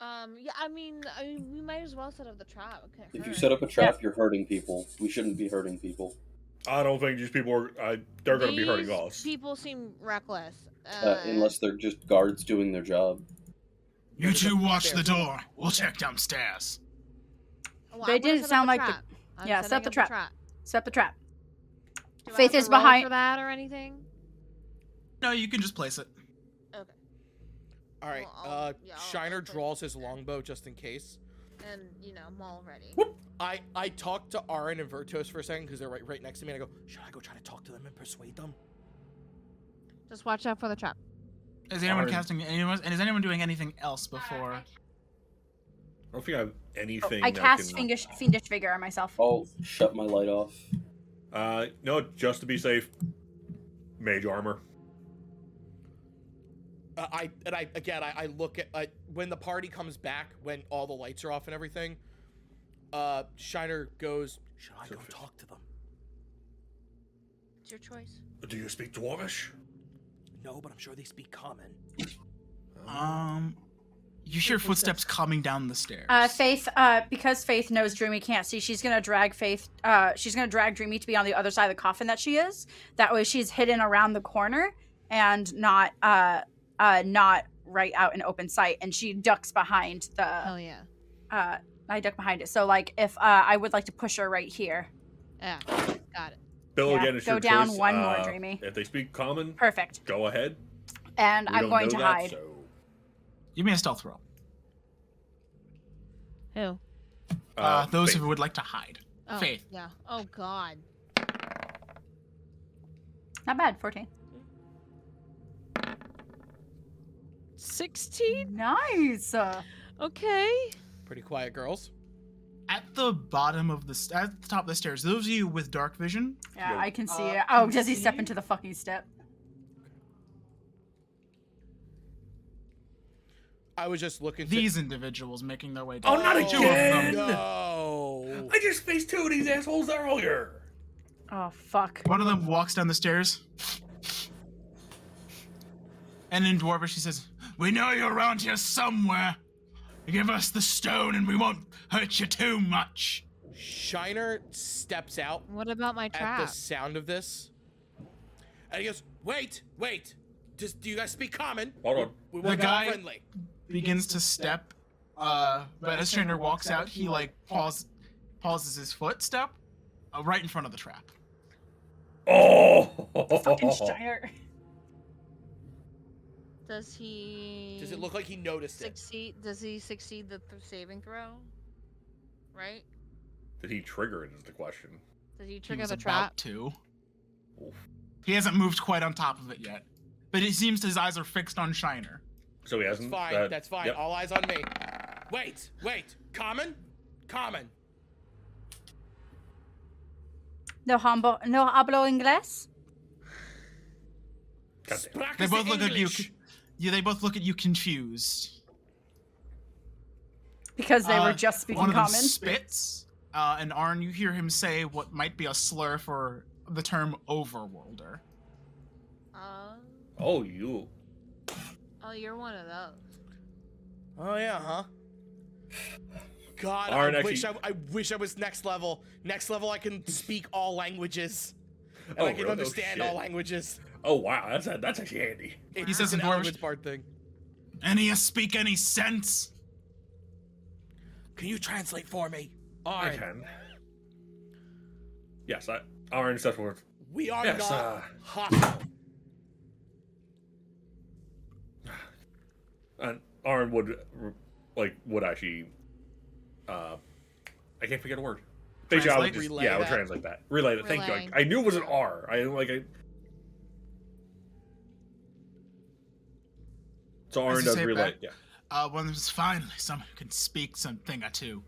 Speaker 5: Um, yeah, I mean, I mean, we might as well set up the trap. Okay.
Speaker 6: If you set up a trap, you're hurting people. We shouldn't be hurting people.
Speaker 4: I don't think these people are. I, they're going to be hurting us.
Speaker 5: People seem reckless. Uh,
Speaker 6: Uh, unless they're just guards doing their job.
Speaker 1: You two watch the door. We'll check downstairs.
Speaker 5: well,
Speaker 2: They
Speaker 5: I'm gonna
Speaker 2: didn't
Speaker 5: set up
Speaker 2: sound
Speaker 5: a
Speaker 2: like the-
Speaker 5: trap. I'm
Speaker 2: yeah, set
Speaker 5: setting
Speaker 2: up the
Speaker 5: a
Speaker 2: trap. Set the trap.
Speaker 5: Do I
Speaker 2: Faith
Speaker 5: have to
Speaker 2: is
Speaker 5: roll
Speaker 2: behind-
Speaker 5: for that or anything.
Speaker 1: No, you can just place it.
Speaker 5: Okay.
Speaker 3: All right.
Speaker 5: Well, I'll-
Speaker 3: Uh,
Speaker 5: yeah, I'll-
Speaker 3: Shiner
Speaker 5: I'll put it
Speaker 3: draws his
Speaker 5: there.
Speaker 3: longbow just in case.
Speaker 5: And you know, I'm all ready.
Speaker 3: Whoop. I I talked to Aaron and Vertos for a second because they're right right next to me, and I go, "Should I go try to talk to them and persuade them?"
Speaker 5: Just watch out for the trap.
Speaker 1: Is anyone
Speaker 4: Alright.
Speaker 1: casting anyone? And is anyone doing anything else before?
Speaker 4: I don't think I have
Speaker 2: Oh,
Speaker 4: anything.
Speaker 2: I
Speaker 4: that
Speaker 2: cast
Speaker 4: can-
Speaker 2: fiendish, fiendish vigor on myself.
Speaker 6: I'll shut my light off.
Speaker 4: Uh, no, just to be safe. Mage armor.
Speaker 3: Uh, I and I again I, I look at I, when the party comes back when all the lights are off and everything. Uh, Shiner goes, "Should I go
Speaker 4: Surface.
Speaker 3: talk to them?"
Speaker 5: It's your choice.
Speaker 4: Do you speak dwarvish?
Speaker 3: No, but I'm sure they speak common. Uh,
Speaker 1: Um, you hear footsteps coming down the stairs.
Speaker 2: Uh, Faith, uh, because Faith knows Dreamy can't see, she's gonna drag Faith. Uh, she's gonna drag Dreamy to be on the other side of the coffin that she is. That way, she's hidden around the corner and not, uh, uh, not right out in open sight. And she ducks behind the.
Speaker 5: Hell yeah.
Speaker 2: Uh, I duck behind it. So, like, if uh, I would like to push her right here.
Speaker 5: Yeah. Got it.
Speaker 4: Bill
Speaker 2: Yeah,
Speaker 4: again. It's
Speaker 2: go
Speaker 4: your
Speaker 2: down
Speaker 4: choice.
Speaker 2: one more,
Speaker 4: Uh,
Speaker 2: Dreamy.
Speaker 4: If they speak common,
Speaker 2: Perfect.
Speaker 4: go ahead.
Speaker 2: And
Speaker 4: We
Speaker 2: I'm
Speaker 4: don't
Speaker 2: going
Speaker 4: know
Speaker 2: to
Speaker 4: that,
Speaker 2: hide.
Speaker 4: so-
Speaker 1: Give me a stealth roll.
Speaker 5: Who?
Speaker 1: Uh, those
Speaker 4: faith.
Speaker 1: who would like to hide.
Speaker 5: Oh,
Speaker 1: Faith.
Speaker 5: Yeah. Oh God.
Speaker 2: Not bad. Fourteen.
Speaker 5: Sixteen.
Speaker 2: Nice. Uh,
Speaker 5: Okay.
Speaker 3: Pretty quiet girls.
Speaker 1: At the bottom of the st- at the top of the stairs, those of you with dark vision,
Speaker 2: yeah,
Speaker 4: Yo.
Speaker 2: I can see
Speaker 8: Uh,
Speaker 2: it. Oh,
Speaker 8: can
Speaker 2: does he step
Speaker 8: see?
Speaker 2: into the fucking step?
Speaker 3: I was just looking. To-
Speaker 1: these individuals making their way down.
Speaker 4: Oh, not
Speaker 1: Two of
Speaker 4: again!
Speaker 1: them.
Speaker 3: No.
Speaker 4: I just faced two of these assholes earlier.
Speaker 2: Oh fuck.
Speaker 1: One of them walks down the stairs. And in Dwarvish, she says, We know you're around here somewhere. Give us the stone and we won't hurt you too much.
Speaker 3: Shiner steps out
Speaker 5: What about my
Speaker 3: at the
Speaker 5: trap?
Speaker 3: sound of this, and he goes, "Wait, wait. Just do you guys speak common?
Speaker 4: Hold on.
Speaker 3: We
Speaker 1: The
Speaker 3: want to
Speaker 1: guy-
Speaker 3: friendly."
Speaker 1: Begins to step, uh, but as Trainer walks out, he like pause, pauses his footstep uh, right in front of the trap.
Speaker 4: Oh,
Speaker 2: Fucking
Speaker 4: <laughs>
Speaker 2: Shiner.
Speaker 5: Does he?
Speaker 3: Does it look like he noticed it?
Speaker 5: succeed? Does he succeed the th- saving throw? Right?
Speaker 4: Did he trigger it? Is the question.
Speaker 5: Does he
Speaker 1: He
Speaker 5: trigger
Speaker 1: was
Speaker 5: the
Speaker 1: about
Speaker 5: trap?
Speaker 1: to. He hasn't moved quite on top of it yet, but it seems his eyes are fixed on Shiner.
Speaker 4: So he
Speaker 3: That's
Speaker 4: hasn't.
Speaker 3: fine.
Speaker 4: that-
Speaker 3: that's fine.
Speaker 4: yep.
Speaker 3: All eyes on me. Wait, wait. Common, common.
Speaker 2: No humble, no hablo inglés.
Speaker 4: God damn it.
Speaker 1: They both look at you. Yeah, they both look at you confused.
Speaker 2: because they
Speaker 1: Uh,
Speaker 2: were just speaking
Speaker 1: One of them
Speaker 2: common.
Speaker 1: spits, uh, and Arn, you hear him say what might be a slur for the term overworlder.
Speaker 5: Uh,
Speaker 4: Oh, you.
Speaker 5: oh, you're one of those.
Speaker 3: Oh yeah, huh? God,
Speaker 4: Alright,
Speaker 3: I
Speaker 4: actually-
Speaker 3: wish I, I wish I was next level. Next level, I can speak all languages, and
Speaker 4: Oh,
Speaker 3: I can
Speaker 4: really? Oh,
Speaker 3: understand
Speaker 4: shit.
Speaker 3: all languages.
Speaker 4: Oh wow, that's that's actually handy.
Speaker 3: It
Speaker 1: He
Speaker 3: is
Speaker 1: says
Speaker 3: an
Speaker 1: in Dwarvish-
Speaker 3: language bard thing.
Speaker 1: Any of you speak any sense?
Speaker 3: Can you translate for me? All
Speaker 4: I
Speaker 3: right,
Speaker 4: can. Yes, I. Orange such words.
Speaker 3: we are
Speaker 4: Yes,
Speaker 3: not
Speaker 4: uh,
Speaker 3: hostile.
Speaker 4: and Arn would r- like would actually uh I can't forget a word. Basically, I would
Speaker 1: Translate?
Speaker 4: just,
Speaker 3: Relay
Speaker 4: yeah, I would
Speaker 3: that?
Speaker 4: translate that. Relay that. Thank you.
Speaker 5: Relaying.
Speaker 4: I, I knew it was an R. I like I So
Speaker 1: As
Speaker 4: Arn
Speaker 1: you
Speaker 4: does
Speaker 1: say it
Speaker 4: relay.
Speaker 1: back.
Speaker 4: Yeah.
Speaker 1: Uh, one of them's finally someone who can speak something or two.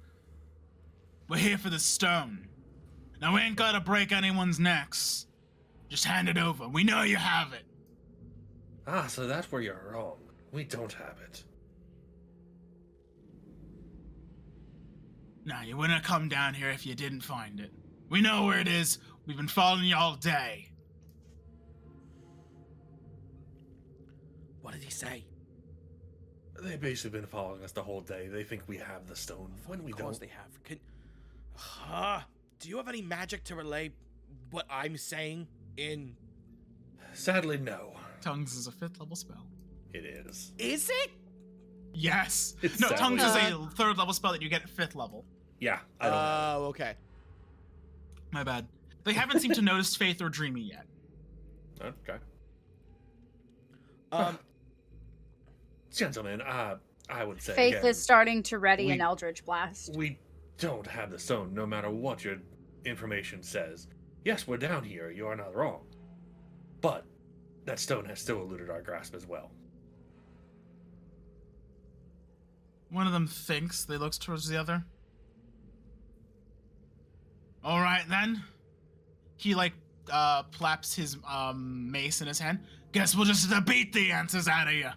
Speaker 1: We're here for the stone. Now we ain't gotta break anyone's necks. Just hand it over. We know you have it.
Speaker 4: Ah, so that's where you're wrong. We don't have it.
Speaker 1: Nah, you wouldn't have come down here if you didn't find it. We know where it is. We've been following you all day.
Speaker 3: What did he say?
Speaker 4: They've basically been following us the whole day. They think we have the stone when we
Speaker 3: of course
Speaker 4: don't.
Speaker 3: they have. Can, huh? Do you have any magic to relay what I'm saying in?
Speaker 4: Sadly, no.
Speaker 1: Tongues is a fifth level spell.
Speaker 4: It is.
Speaker 3: Is it?
Speaker 1: Yes.
Speaker 4: It's
Speaker 1: no,
Speaker 4: sadly-
Speaker 1: tongues is a third level spell that you get at fifth level.
Speaker 4: Yeah, I
Speaker 3: Oh,
Speaker 4: don't.
Speaker 1: <laughs>
Speaker 4: have
Speaker 3: okay.
Speaker 1: My bad. They haven't seemed to notice Faith or Dreamy yet.
Speaker 4: it. okay.
Speaker 3: Um,
Speaker 4: Gentlemen, uh, I would say
Speaker 2: Faith
Speaker 4: again,
Speaker 2: is starting to ready an
Speaker 4: We-
Speaker 2: Eldritch Blast.
Speaker 4: We don't have the stone, no matter what your information says. Yes, we're down here. You are not wrong. But that stone has still eluded our grasp as well.
Speaker 1: One of them thinks. They looks towards the other. All right then. He like uh plaps his um mace in his hand. Guess we'll just beat the answers out of you.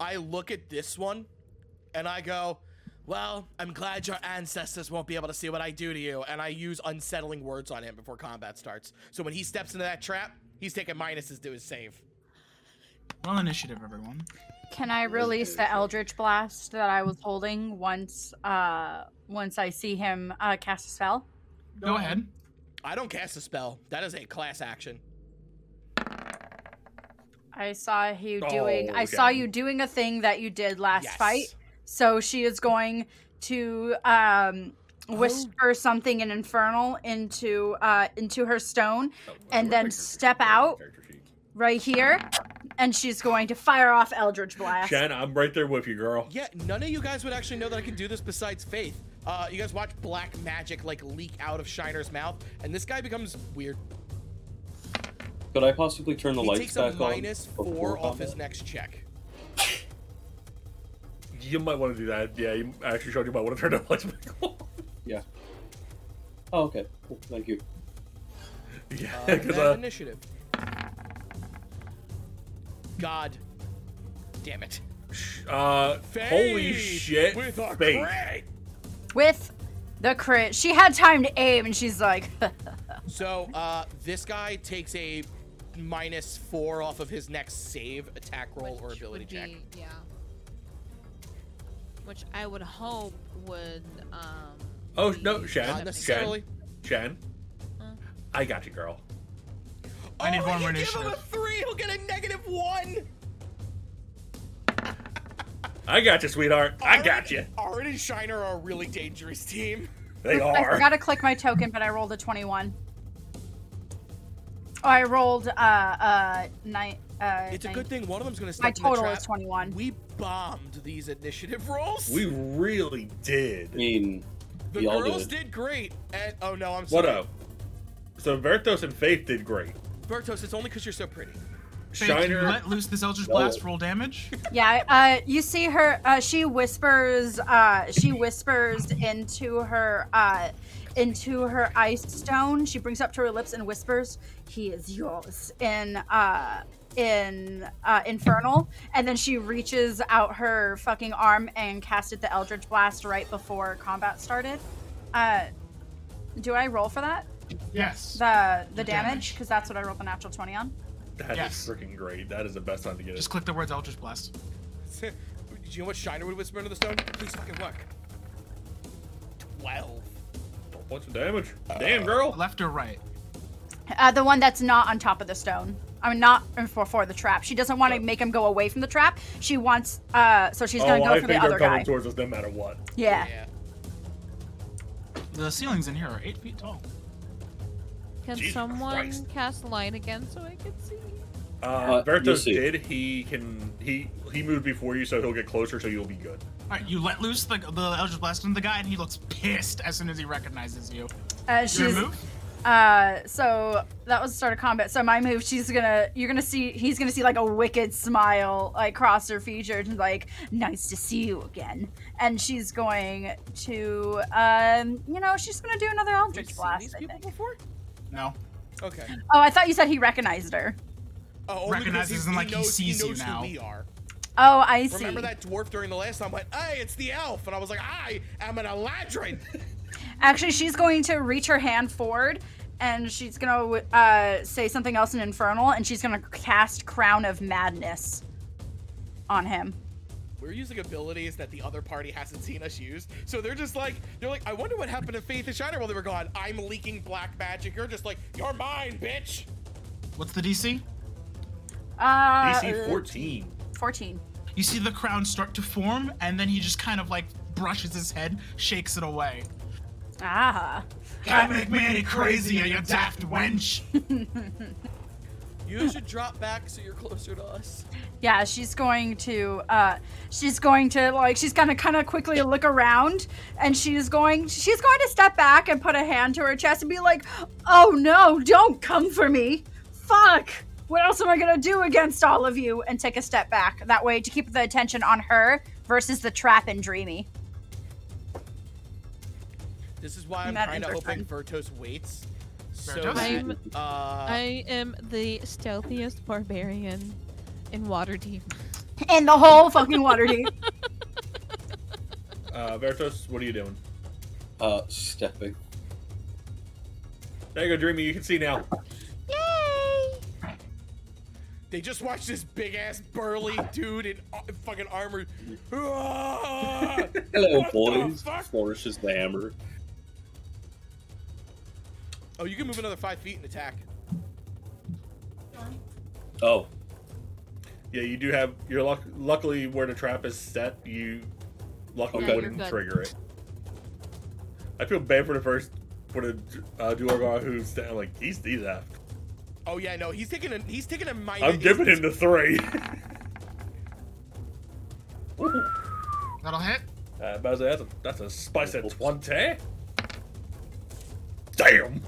Speaker 3: I look at this one and I go, Well, I'm glad your ancestors won't be able to see what I do to you. And I use unsettling words on him before combat starts. So when he steps into that trap, he's taking minuses to his save.
Speaker 1: Roll initiative, everyone.
Speaker 2: Can I release the Eldritch Blast that I was holding once uh once I see him uh, cast a spell?
Speaker 1: Go ahead.
Speaker 3: I don't cast a spell. That is a class action.
Speaker 2: I saw you doing I saw
Speaker 4: okay.
Speaker 2: you doing a thing that you did last
Speaker 3: Yes.
Speaker 2: fight. So she is going to um
Speaker 1: Oh.
Speaker 2: whisper something in infernal into uh into her stone
Speaker 3: Oh,
Speaker 2: And then step out. right here and she's going to fire off eldritch blast
Speaker 4: Shan, I'm right there with you, girl.
Speaker 3: Yeah, none of you guys would actually know that I can do this besides Faith. Uh, you guys watch black magic like leak out of Shiner's mouth, and this guy becomes weird.
Speaker 6: Could I possibly turn the
Speaker 3: He
Speaker 6: lights
Speaker 3: takes a
Speaker 6: back on?
Speaker 3: minus
Speaker 6: before
Speaker 3: four off his
Speaker 6: combat?
Speaker 3: next check.
Speaker 4: You might want to do that. Yeah, you I actually showed you might want to <laughs> turn the lights back
Speaker 3: Uh,
Speaker 4: on.
Speaker 6: Yeah. Oh, okay. Cool. Thank you.
Speaker 4: yeah,
Speaker 3: Uh,
Speaker 4: because
Speaker 3: that
Speaker 4: uh,
Speaker 3: initiative. God, damn it!
Speaker 4: uh, holy
Speaker 3: Faith
Speaker 4: shit,
Speaker 3: with a
Speaker 4: Faith.
Speaker 3: crit.
Speaker 2: with the crit she had time to aim and she's like <laughs>
Speaker 3: So uh, this guy takes a minus four off of his next save, attack roll, or
Speaker 5: Which
Speaker 3: ability
Speaker 5: would
Speaker 3: check.
Speaker 5: be- Yeah. Which I would hope would. Um,
Speaker 4: Oh,
Speaker 5: be
Speaker 4: no, Shan,
Speaker 3: Not
Speaker 5: acceptable.
Speaker 3: necessarily.
Speaker 4: Shan, I got you, girl.
Speaker 1: I need
Speaker 3: oh,
Speaker 1: one
Speaker 3: you
Speaker 1: more
Speaker 3: give him a
Speaker 1: initiative.
Speaker 3: three, he'll get a negative one.
Speaker 4: I got you, sweetheart. I got you.
Speaker 3: Arin and Shiner are a really dangerous team.
Speaker 4: They
Speaker 2: i
Speaker 4: are.
Speaker 2: forgot to click my token but i rolled a 21 oh, i rolled uh uh nine uh
Speaker 3: It's a
Speaker 2: nine-
Speaker 3: good thing one of them's gonna
Speaker 2: my
Speaker 3: step in the
Speaker 2: total is
Speaker 3: trap.
Speaker 2: 21
Speaker 3: We bombed these initiative rolls.
Speaker 4: We really did.
Speaker 6: I mean,
Speaker 3: the
Speaker 6: we all
Speaker 3: girls
Speaker 6: did.
Speaker 3: did. great. And oh no, I'm
Speaker 4: What
Speaker 3: sorry.
Speaker 4: up? So Vertos and Faith did great.
Speaker 3: Bertos, it's only because you're so pretty. <laughs>
Speaker 1: Faith, can you
Speaker 4: Shiner,
Speaker 1: let loose this Eldritch Blast roll damage.
Speaker 2: yeah uh you see her uh she whispers uh she whispers into her uh into her ice stone. She brings up to her lips and whispers, "He is yours." In uh, in uh, infernal, and then she reaches out her fucking arm and casted the eldritch blast right before combat started. Uh, do I roll for that?
Speaker 1: Yes.
Speaker 2: The the
Speaker 1: The
Speaker 2: damage
Speaker 1: damage.
Speaker 2: because that's what I rolled the natural twenty on.
Speaker 4: That is
Speaker 1: Yes.
Speaker 4: freaking great. That is the best time to get it.
Speaker 1: Just click the words Eldritch Blast.
Speaker 3: Do you know what Shiner would whisper into the stone? Please fucking look. Twelve.
Speaker 4: What's the damage? Damn, girl.
Speaker 1: Left or right?
Speaker 2: Uh, the one that's not on top of the stone. I mean, not for, for the trap. She doesn't want to make him go away from the trap. She wants, uh, so she's gonna go
Speaker 4: oh, I
Speaker 2: for
Speaker 4: think
Speaker 2: the
Speaker 4: they're
Speaker 2: other
Speaker 4: coming
Speaker 2: guy.
Speaker 4: towards us no matter what.
Speaker 2: yeah.
Speaker 1: The ceilings in here are eight feet tall.
Speaker 5: Can
Speaker 4: Jesus
Speaker 5: someone
Speaker 4: Christ.
Speaker 5: cast light again so I can see?
Speaker 4: Uh,
Speaker 6: Uh, you'll
Speaker 4: Bertos
Speaker 6: see.
Speaker 4: did. He can. He he moved before you, so he'll get closer, so you'll be good.
Speaker 1: All right, you let loose the, the Eldritch Blast into the guy, and he looks pissed as soon as he recognizes you.
Speaker 2: Uh,
Speaker 1: Your
Speaker 2: she's,
Speaker 1: move?
Speaker 2: uh, so that was the start of combat. So my move, she's gonna, you're gonna see, he's gonna see like a wicked smile like cross her features and like, nice to see you again. And she's going to, um, you know, she's gonna do another
Speaker 3: Have we
Speaker 2: Eldritch
Speaker 3: seen
Speaker 2: Blast.
Speaker 3: these
Speaker 2: I
Speaker 3: people
Speaker 2: think.
Speaker 3: before?
Speaker 1: No.
Speaker 3: Okay.
Speaker 2: Oh, I thought you said he recognized her.
Speaker 3: Oh, only because
Speaker 1: Recognizes
Speaker 3: he's-
Speaker 1: them like
Speaker 3: he
Speaker 1: he
Speaker 3: knows,
Speaker 1: sees you
Speaker 3: knows
Speaker 1: now.
Speaker 3: Who we are.
Speaker 2: Oh, I see.
Speaker 3: Remember that dwarf during the last time went, "Hey, it's the elf," and I was like, "I am an Eladrin."
Speaker 2: Actually, she's going to reach her hand forward and she's going to uh, say something else in Infernal and she's going to cast Crown of Madness on him.
Speaker 3: We're using abilities that the other party hasn't seen us use, so they're just like, they're like, "I wonder what happened to Faith and Shiner while they were gone." I'm leaking black magic. You're just like, "You're mine, bitch."
Speaker 1: What's the DC?
Speaker 2: Uh,
Speaker 4: DC 14.
Speaker 2: 14.
Speaker 1: You see the crown start to form, and then he just kind of like brushes his head, shakes it away.
Speaker 2: Ah.
Speaker 1: Can't make me any crazier, you daft wench!
Speaker 3: You should drop back so you're closer to us.
Speaker 2: Yeah, she's going to uh she's going to like she's gonna kinda quickly look around and she's going she's going to step back and put a hand to her chest and be like, Oh no, don't come for me. Fuck! What else am I gonna do against all of you? And take a step back. That way to keep the attention on her versus the trap and dreamy.
Speaker 3: This is why I'm
Speaker 2: Not
Speaker 3: kind of hoping
Speaker 2: interesting.
Speaker 3: Vertos waits. So
Speaker 1: Vertos?
Speaker 3: that,
Speaker 5: I'm
Speaker 3: uh,
Speaker 5: I am the stealthiest barbarian in Waterdeep.
Speaker 2: And the whole fucking water <laughs> deep.
Speaker 4: Uh, Vertos, what are you doing?
Speaker 6: Uh, stepping.
Speaker 4: There you go, Dreamy. You can see now.
Speaker 5: Yay!
Speaker 3: they just watched this big ass burly dude in uh, fucking armor. Ah!
Speaker 6: Hello,
Speaker 3: What the
Speaker 6: boys.
Speaker 3: fuck?
Speaker 6: Flourishes the hammer.
Speaker 3: oh, you can move another five feet and attack.
Speaker 6: Oh,
Speaker 4: Yeah, you do have. You're luck, luckily where the trap is set. You luckily
Speaker 5: Yeah, you're
Speaker 4: wouldn't
Speaker 5: good.
Speaker 4: trigger it. I feel bad for the first for the uh, Duergar who's down, like he's he's aft.
Speaker 3: Oh yeah, no, he's taking a he's taking a minus.
Speaker 4: I'm giving him the three. <laughs> Ooh,
Speaker 1: <laughs> That'll hit.
Speaker 4: uh, but that's a that's a spice at twenty. Damn!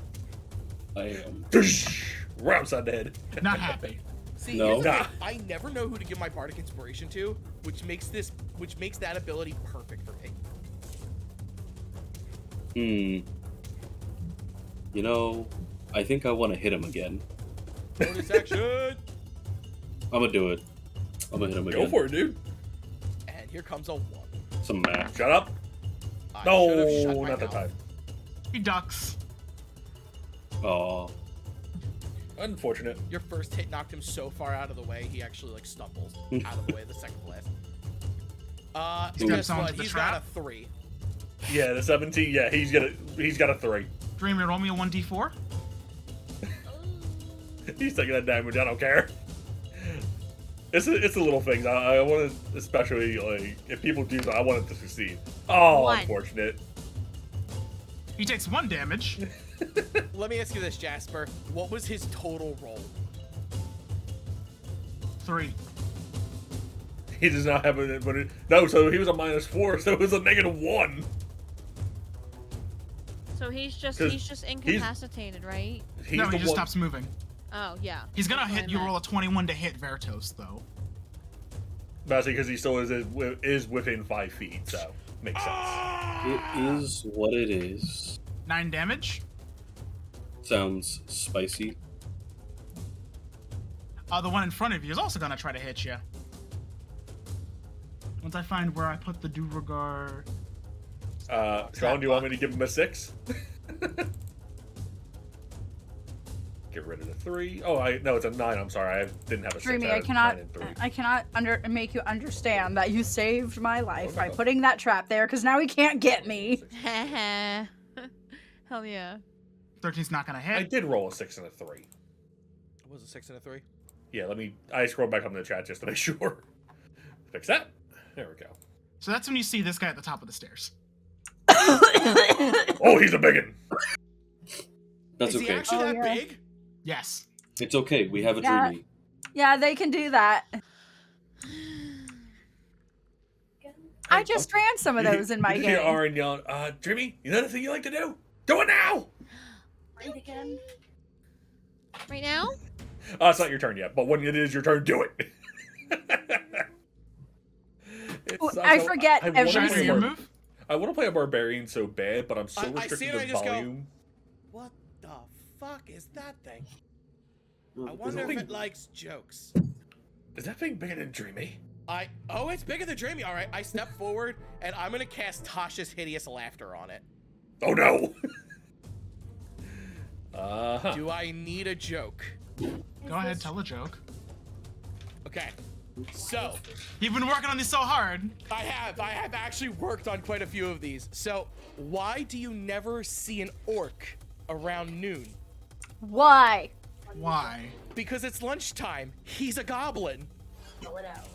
Speaker 6: I am.
Speaker 4: Dish! Right upside the head.
Speaker 1: Not happy.
Speaker 3: See, <laughs>
Speaker 6: No.
Speaker 3: here's the thing,
Speaker 4: Nah.
Speaker 3: I never know who to give my bardic inspiration to, which makes this which makes that ability perfect for me.
Speaker 6: Hmm. You know, I think I want to hit him again.
Speaker 3: Bonus
Speaker 4: <laughs>
Speaker 3: action,
Speaker 6: I'm gonna do it. I'm gonna hit him
Speaker 4: Go
Speaker 6: again.
Speaker 4: for it, dude.
Speaker 3: and here comes a one.
Speaker 6: Some math.
Speaker 4: Shut up.
Speaker 3: I should've shut
Speaker 4: No,
Speaker 3: my
Speaker 4: not that
Speaker 3: mouth.
Speaker 4: time.
Speaker 1: He ducks.
Speaker 6: Oh,
Speaker 4: Unfortunate.
Speaker 3: Your first hit knocked him so far out of the way, he actually like
Speaker 4: <laughs>
Speaker 3: stumbles out of the way the second blast. Uh,
Speaker 6: Steps
Speaker 3: guess
Speaker 1: onto
Speaker 3: what?
Speaker 1: the
Speaker 3: He's got
Speaker 1: trap.
Speaker 3: a three.
Speaker 4: Yeah, the seventeen. Yeah, he's got a he's got a three. <laughs>
Speaker 1: Dreamy, roll me a 1d4.
Speaker 4: He's taking that damage. I don't care. It's a, it's the little things. I, I want to, especially like if people do, I want it to succeed. Oh,
Speaker 5: One.
Speaker 4: unfortunate.
Speaker 1: He takes one damage.
Speaker 3: Let me ask you this, Jasper. What was his total roll?
Speaker 1: Three.
Speaker 4: He does not have an but it, no. So he was a minus four. <laughs> So it was a negative one.
Speaker 5: So he's just
Speaker 4: 'Cause
Speaker 5: he's just incapacitated, right?
Speaker 4: He's
Speaker 1: no,
Speaker 4: the
Speaker 1: he just
Speaker 4: one-
Speaker 1: stops moving.
Speaker 5: Oh yeah.
Speaker 1: He's gonna
Speaker 5: That's what I
Speaker 1: hit you.
Speaker 5: meant.
Speaker 1: Roll a 21 to hit Vertos, though.
Speaker 4: Basically, because he still is, is wi- is within five feet. So makes sense.
Speaker 6: it is what it is.
Speaker 1: Nine damage.
Speaker 6: Sounds spicy.
Speaker 1: Uh, the one in front of you is also gonna try to hit you. Once I find where I put the Duergar.
Speaker 4: Uh, Sean, do you want me to give him a six? <laughs> Get rid of the three. Oh, I no, it's a nine. I'm sorry, I didn't have a six.
Speaker 2: Dreamy,
Speaker 4: had
Speaker 2: I
Speaker 4: a
Speaker 2: cannot,
Speaker 4: nine and three.
Speaker 2: I cannot under make you understand that you saved Oh my life by
Speaker 4: no.
Speaker 2: putting that trap there, because now he can't get me.
Speaker 5: <laughs>
Speaker 1: <laughs>
Speaker 5: Hell yeah.
Speaker 1: 13's not gonna
Speaker 4: I
Speaker 1: hit.
Speaker 4: did roll a six and a three.
Speaker 3: It was a six and a three.
Speaker 4: Yeah, let me. I scrolled back up in the chat just to make <laughs> sure. Fix that. There we go.
Speaker 1: So that's when you see this guy at the top of the stairs.
Speaker 4: Oh, he's a biggin.
Speaker 6: That's
Speaker 3: Is he
Speaker 6: okay.
Speaker 3: actually
Speaker 2: Oh,
Speaker 3: that
Speaker 2: yeah.
Speaker 3: big?
Speaker 1: Yes.
Speaker 6: It's okay. We have a
Speaker 2: Yeah.
Speaker 6: dreamy.
Speaker 2: yeah, they can do that. I just ran some of those in my
Speaker 4: <laughs> you just hear
Speaker 2: game.
Speaker 4: Aaron yelling, uh, Dreamy, you know the thing you like to do? Do it now!
Speaker 7: Breathe again.
Speaker 5: Right now?
Speaker 4: Uh, it's not your turn yet, but when it is your turn, do it. <laughs> It's
Speaker 2: Ooh,
Speaker 4: such
Speaker 2: I
Speaker 4: a-
Speaker 2: forget
Speaker 4: wanna
Speaker 2: every
Speaker 4: play a
Speaker 1: Should I do your
Speaker 2: single-
Speaker 4: bar-
Speaker 1: move?
Speaker 4: I want to play a barbarian so bad, but I'm so
Speaker 3: I- I see
Speaker 4: restricted
Speaker 3: it, I
Speaker 4: to
Speaker 3: just go,
Speaker 4: volume.
Speaker 3: What the fuck is that thing? I
Speaker 6: Is
Speaker 3: wonder if
Speaker 4: thing-
Speaker 3: it likes jokes.
Speaker 4: Is that thing bigger than Dreamy?
Speaker 3: I oh, it's bigger than Dreamy. All right, I step forward and I'm gonna cast Tasha's hideous laughter on it.
Speaker 4: Oh no! <laughs> uh huh.
Speaker 3: Do I need a joke?
Speaker 1: Go ahead, tell a joke.
Speaker 3: Okay, so
Speaker 1: You've been working on these so hard.
Speaker 3: I have I have actually worked on quite a few of these. So why do you never see an orc around noon?
Speaker 2: Why?
Speaker 1: Why?
Speaker 3: Because it's lunchtime. He's a goblin.
Speaker 7: Pull it out.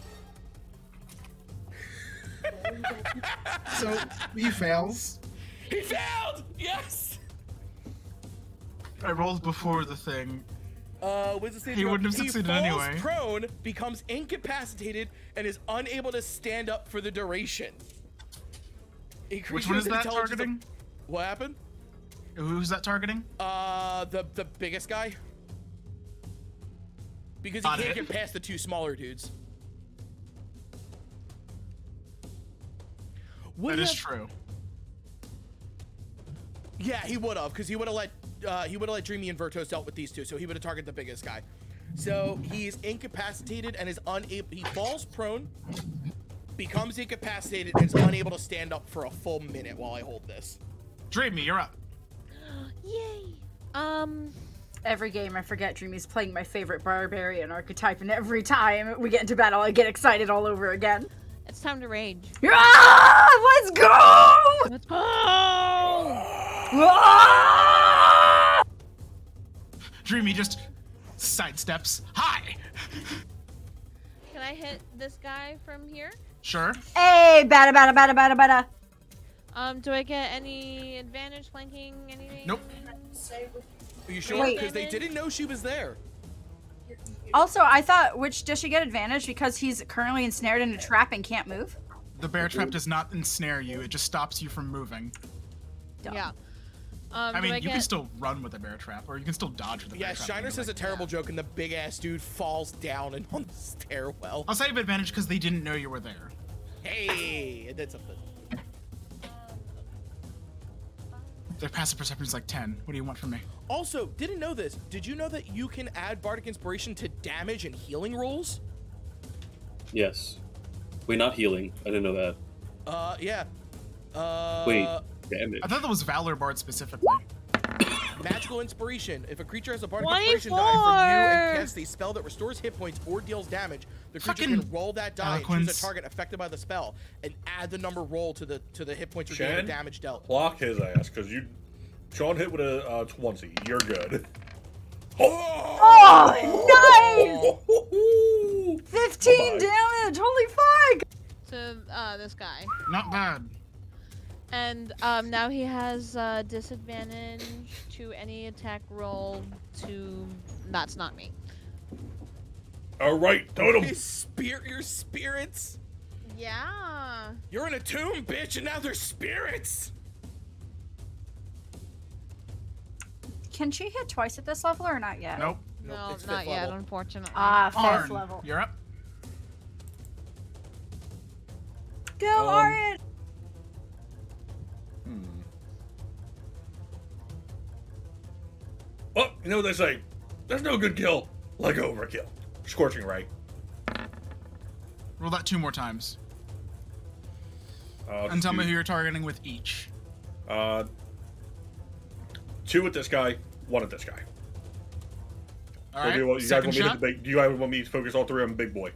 Speaker 1: So he fails.
Speaker 3: He failed. Yes.
Speaker 1: I rolled before the thing.
Speaker 3: Uh, what's the stage
Speaker 1: He
Speaker 3: about?
Speaker 1: wouldn't have succeeded
Speaker 3: falls
Speaker 1: anyway.
Speaker 3: Prone becomes incapacitated and is unable to stand up for the duration. A
Speaker 1: Which
Speaker 3: creature
Speaker 1: one
Speaker 3: with
Speaker 1: is that
Speaker 3: intelligence of-
Speaker 1: targeting?
Speaker 3: What happened?
Speaker 1: Who's that targeting?
Speaker 3: Uh, the the biggest guy. Because he
Speaker 1: Got
Speaker 3: can't
Speaker 1: it.
Speaker 3: get past the two smaller dudes. Would
Speaker 1: That is
Speaker 3: have-
Speaker 1: true.
Speaker 3: Yeah, he would have, because he would have let uh, he would have let Dreamy and Virtuos dealt with these two, so he would have targeted the biggest guy. So he is incapacitated and is unable. He falls prone, becomes incapacitated, and is unable to stand up for a full minute while I hold this.
Speaker 1: Dreamy, you're up.
Speaker 5: Yay. Um,
Speaker 2: Every game I forget Dreamy's playing my favorite barbarian archetype, and every time we get into battle, I get excited all over again.
Speaker 5: it's time to rage.
Speaker 2: Yeah! Ah, Let's go!
Speaker 5: <gasps> Let's go!
Speaker 2: Ah!
Speaker 1: Dreamy just sidesteps. Hi!
Speaker 5: Can I hit this guy from here?
Speaker 1: Sure.
Speaker 2: Hey, bada bada bada bada bada.
Speaker 5: Um, do I get any advantage, flanking, anything?
Speaker 1: Nope.
Speaker 7: Say with
Speaker 3: Are you sure?
Speaker 2: Wait.
Speaker 3: Because they didn't know she was there.
Speaker 7: your, your
Speaker 2: Also, I thought, which does she get advantage because he's currently ensnared in a trap and can't move?
Speaker 1: The bear trap does not ensnare you, it just stops you from moving.
Speaker 2: Dumb.
Speaker 5: Yeah. Um,
Speaker 1: I mean,
Speaker 5: do I
Speaker 1: you
Speaker 5: get...
Speaker 1: can still run with a bear trap, or you can still dodge with a bear
Speaker 3: Yeah,
Speaker 1: trap.
Speaker 3: Shiner
Speaker 1: anyway.
Speaker 3: says a terrible joke, and the big ass dude falls down and <laughs> on the stairwell.
Speaker 1: I'll save advantage because they didn't know you were there. <coughs>
Speaker 3: Hey, it did something.
Speaker 1: Their passive perception is like 10. What do you want from me?
Speaker 3: Also, didn't know this. Did you know that you can add bardic inspiration to damage and healing rolls?
Speaker 6: Yes. Wait, not healing. I didn't know that.
Speaker 3: Uh, yeah. Uh,
Speaker 6: Wait, damn it.
Speaker 1: I thought that was Valor Bard specifically.
Speaker 3: Magical inspiration. If a creature has a bardic inspiration die from you
Speaker 5: 24.
Speaker 3: and casts a spell that restores hit points or deals damage, the creature
Speaker 1: Fucking
Speaker 3: can roll that die and choose
Speaker 1: eloquence.
Speaker 3: a target affected by the spell and add the number rolled to the to the hit points or
Speaker 4: Shen?
Speaker 3: damage dealt.
Speaker 4: Block his ass, because you. Sean hit with a uh, 20. You're good. <laughs> Oh!
Speaker 2: Oh, nice! 15
Speaker 4: Bye.
Speaker 2: damage. Holy fuck!
Speaker 5: to uh, this guy.
Speaker 1: Not bad.
Speaker 5: And um, now he has uh, disadvantage to any attack roll to that's not me.
Speaker 4: <laughs> All right, totem.
Speaker 3: His spirit, <laughs> your spirits.
Speaker 5: Yeah.
Speaker 3: You're in a tomb, bitch, and now they're spirits.
Speaker 2: Can she hit twice at this level or not yet?
Speaker 1: Nope.
Speaker 5: No,
Speaker 3: it's
Speaker 5: not
Speaker 3: fifth
Speaker 5: yet,
Speaker 3: level.
Speaker 5: unfortunately.
Speaker 2: Ah,
Speaker 1: Arn,
Speaker 2: fifth level.
Speaker 1: you're up.
Speaker 2: Go,
Speaker 4: Um,
Speaker 2: Arn!
Speaker 4: Well, Oh, you know what they say. There's no good kill like overkill. Scorching right.
Speaker 1: Roll that two more times.
Speaker 4: Uh,
Speaker 1: And tell me
Speaker 4: two-
Speaker 1: who you're targeting with each.
Speaker 4: Uh, two with this guy, one with this guy.
Speaker 1: All
Speaker 4: So
Speaker 1: right.
Speaker 4: do you, want- you guys
Speaker 1: Second
Speaker 4: want me to hit
Speaker 1: shot.
Speaker 4: the big? Do you guys want me to focus all three on big boy?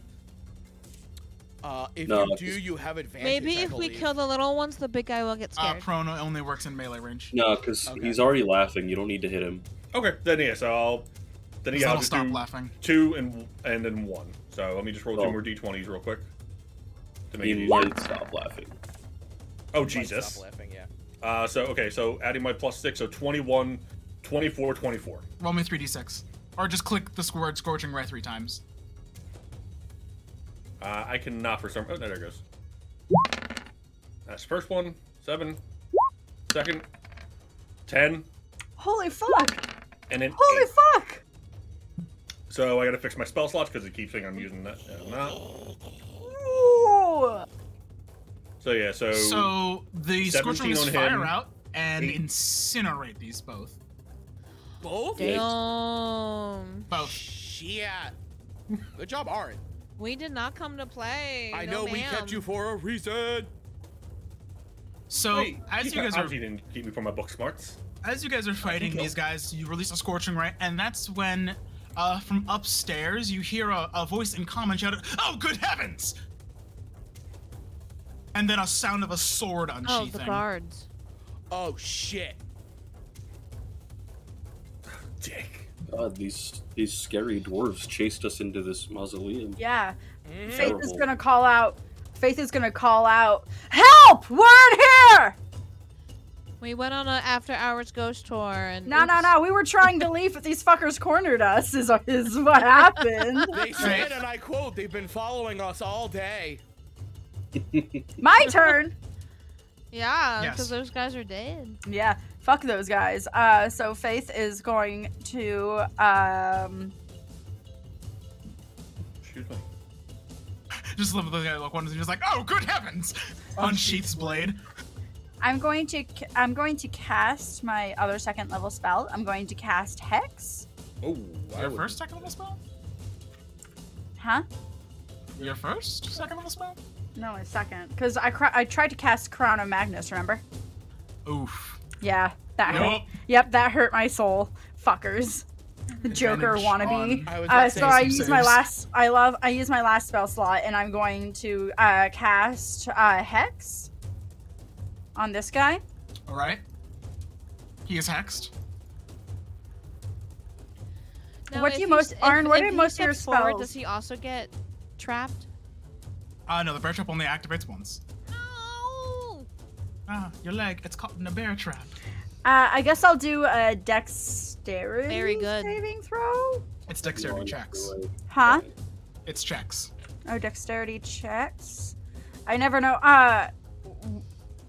Speaker 3: Uh, if
Speaker 6: No,
Speaker 3: you
Speaker 6: it's
Speaker 3: do,
Speaker 6: just-
Speaker 3: you have advantage.
Speaker 5: Maybe
Speaker 3: I
Speaker 5: if we
Speaker 3: believe.
Speaker 6: <laughs>
Speaker 5: kill the little ones, the big guy will get
Speaker 1: Uh,
Speaker 5: scared.
Speaker 1: Prono only works in melee range.
Speaker 6: No, because
Speaker 3: Okay.
Speaker 6: he's already laughing. You don't need to hit him.
Speaker 4: Okay, then yeah. So I'll then
Speaker 1: Just let
Speaker 4: yeah, I'll
Speaker 1: him
Speaker 4: just
Speaker 1: stop
Speaker 4: do
Speaker 1: laughing.
Speaker 4: two and and then one. So let me just roll
Speaker 6: Oh.
Speaker 4: two more d20s real quick. To make it
Speaker 6: He
Speaker 4: easy.
Speaker 6: might stop laughing.
Speaker 4: Oh
Speaker 3: Might
Speaker 4: Jesus.
Speaker 3: Stop laughing, yeah.
Speaker 4: Uh, so okay, so adding my plus six, so 21, 24, 24.
Speaker 1: Roll me 3d6. Or just click the word Scorching Ray three times.
Speaker 4: Uh, I cannot for some. Oh, no, there it goes. That's the first one. Seven. Second. Ten.
Speaker 2: Holy fuck!
Speaker 4: And then
Speaker 2: Holy
Speaker 4: eight.
Speaker 2: fuck!
Speaker 4: So I gotta fix my spell slots because it keeps saying I'm using that. and not.
Speaker 2: Ooh.
Speaker 4: So yeah, so,
Speaker 1: So the
Speaker 4: 17
Speaker 1: Scorching Rays
Speaker 4: on
Speaker 1: fire
Speaker 4: him.
Speaker 1: out and
Speaker 4: Eight.
Speaker 1: incinerate these both.
Speaker 3: Both? Oh,
Speaker 5: Damn.
Speaker 1: Both.
Speaker 3: Shit. Good job, Aaron.
Speaker 5: We did not come to play.
Speaker 3: I know
Speaker 5: no,
Speaker 3: we kept
Speaker 5: ma'am.
Speaker 3: you for a reason.
Speaker 1: So
Speaker 4: Wait,
Speaker 1: as you guys are
Speaker 4: obviously didn't keep me from my book smarts. <laughs>
Speaker 1: as you guys are fighting
Speaker 4: he'll-
Speaker 1: these guys, you release a scorching ray, and that's when, uh, from upstairs, you hear a, a voice in common shout, out, "Oh, good heavens!" And then a sound of a sword
Speaker 5: Oh,
Speaker 1: unsheathing.
Speaker 5: the guards.
Speaker 3: Oh shit.
Speaker 4: Dick.
Speaker 6: God, these these scary dwarves chased us into this mausoleum.
Speaker 2: Yeah. Faith is
Speaker 6: Terrible.
Speaker 2: gonna call out. Faith is gonna call out. Help! We're in here!
Speaker 5: We went on an after hours ghost tour and
Speaker 2: No, no,
Speaker 5: oops.
Speaker 2: no. We were trying to leave, but these fuckers cornered us. Is is <laughs> what happened.
Speaker 3: They said, and I quote, they've been following us all day.
Speaker 2: My turn.
Speaker 5: Yeah,
Speaker 1: Yes.
Speaker 5: because those guys are dead.
Speaker 2: Yeah, fuck those guys. Uh, so Faith is going to um,
Speaker 4: Excuse me.
Speaker 1: <laughs> Just love the guy look one, and just like, "Oh, good heavens!" Unsheaths blade.
Speaker 2: I'm going to c- I'm going to cast my other second level spell. I'm going to cast Hex.
Speaker 4: Oh, I
Speaker 1: Your
Speaker 4: would-
Speaker 1: first second level spell?
Speaker 2: Huh?
Speaker 1: Your first second level spell?
Speaker 2: No, a second. Cause I cr- I tried to cast Crown of Magnus. Remember?
Speaker 1: Oof.
Speaker 2: Yeah, that hurt.
Speaker 1: Nope.
Speaker 2: Yep, that hurt my soul. Fuckers. The Joker
Speaker 1: Advantage on-
Speaker 2: wannabe.
Speaker 3: I was about
Speaker 2: Uh,
Speaker 3: to
Speaker 2: so
Speaker 3: say
Speaker 2: I
Speaker 1: some
Speaker 2: use my
Speaker 1: saves.
Speaker 2: last. I love. I use my last spell slot, and I'm going to uh, cast uh, hex on this guy.
Speaker 1: All right. He is hexed.
Speaker 5: Now,
Speaker 2: What do
Speaker 5: if
Speaker 2: you
Speaker 5: he
Speaker 2: most-
Speaker 5: s-
Speaker 2: Arn,
Speaker 5: if-
Speaker 2: what
Speaker 5: if
Speaker 2: are
Speaker 5: he
Speaker 2: most of your
Speaker 5: steps forward,
Speaker 2: spells?
Speaker 5: Does he also get trapped?
Speaker 1: Uh, no, the bear trap only activates once.
Speaker 5: No.
Speaker 1: Ah, your leg, it's caught in a bear trap.
Speaker 2: Uh, I guess I'll do a dexterity
Speaker 5: Very good.
Speaker 2: saving throw.
Speaker 1: It's dexterity checks.
Speaker 2: Huh?
Speaker 1: It's checks.
Speaker 2: Oh, dexterity checks. I never know. Uh,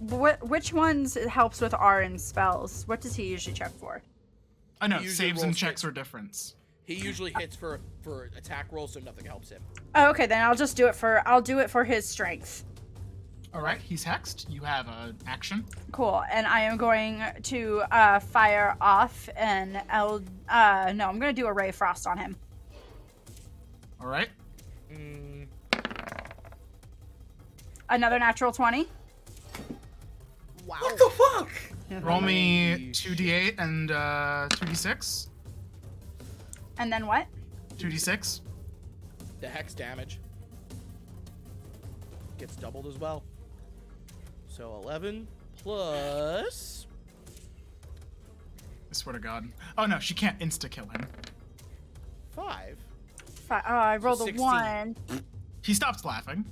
Speaker 2: wh- which ones helps with Aaron's spells? What does he usually check for?
Speaker 1: I know,
Speaker 3: Usually
Speaker 1: saves
Speaker 3: rolls
Speaker 1: and checks
Speaker 3: hit.
Speaker 1: are different.
Speaker 3: He usually hits for for attack rolls, so nothing helps him.
Speaker 2: Oh, okay, then I'll just do it for. I'll do it for his strength.
Speaker 1: All right, he's hexed. You have an action.
Speaker 2: Cool. And I am going to uh, fire off an L. Uh, no, I'm going to do a ray of frost on him.
Speaker 1: All right.
Speaker 3: Mm,
Speaker 2: Another natural twenty.
Speaker 5: Wow.
Speaker 1: Roll me
Speaker 3: Holy
Speaker 1: 2d8 and uh, 2d6.
Speaker 2: And then what?
Speaker 1: 2d6.
Speaker 3: the hex damage gets doubled as well. So 11 plus.
Speaker 1: I swear to God. Oh no, she can't insta kill him.
Speaker 3: Five.
Speaker 2: Fi- oh, I rolled a
Speaker 3: 16.
Speaker 2: one.
Speaker 1: He stops laughing.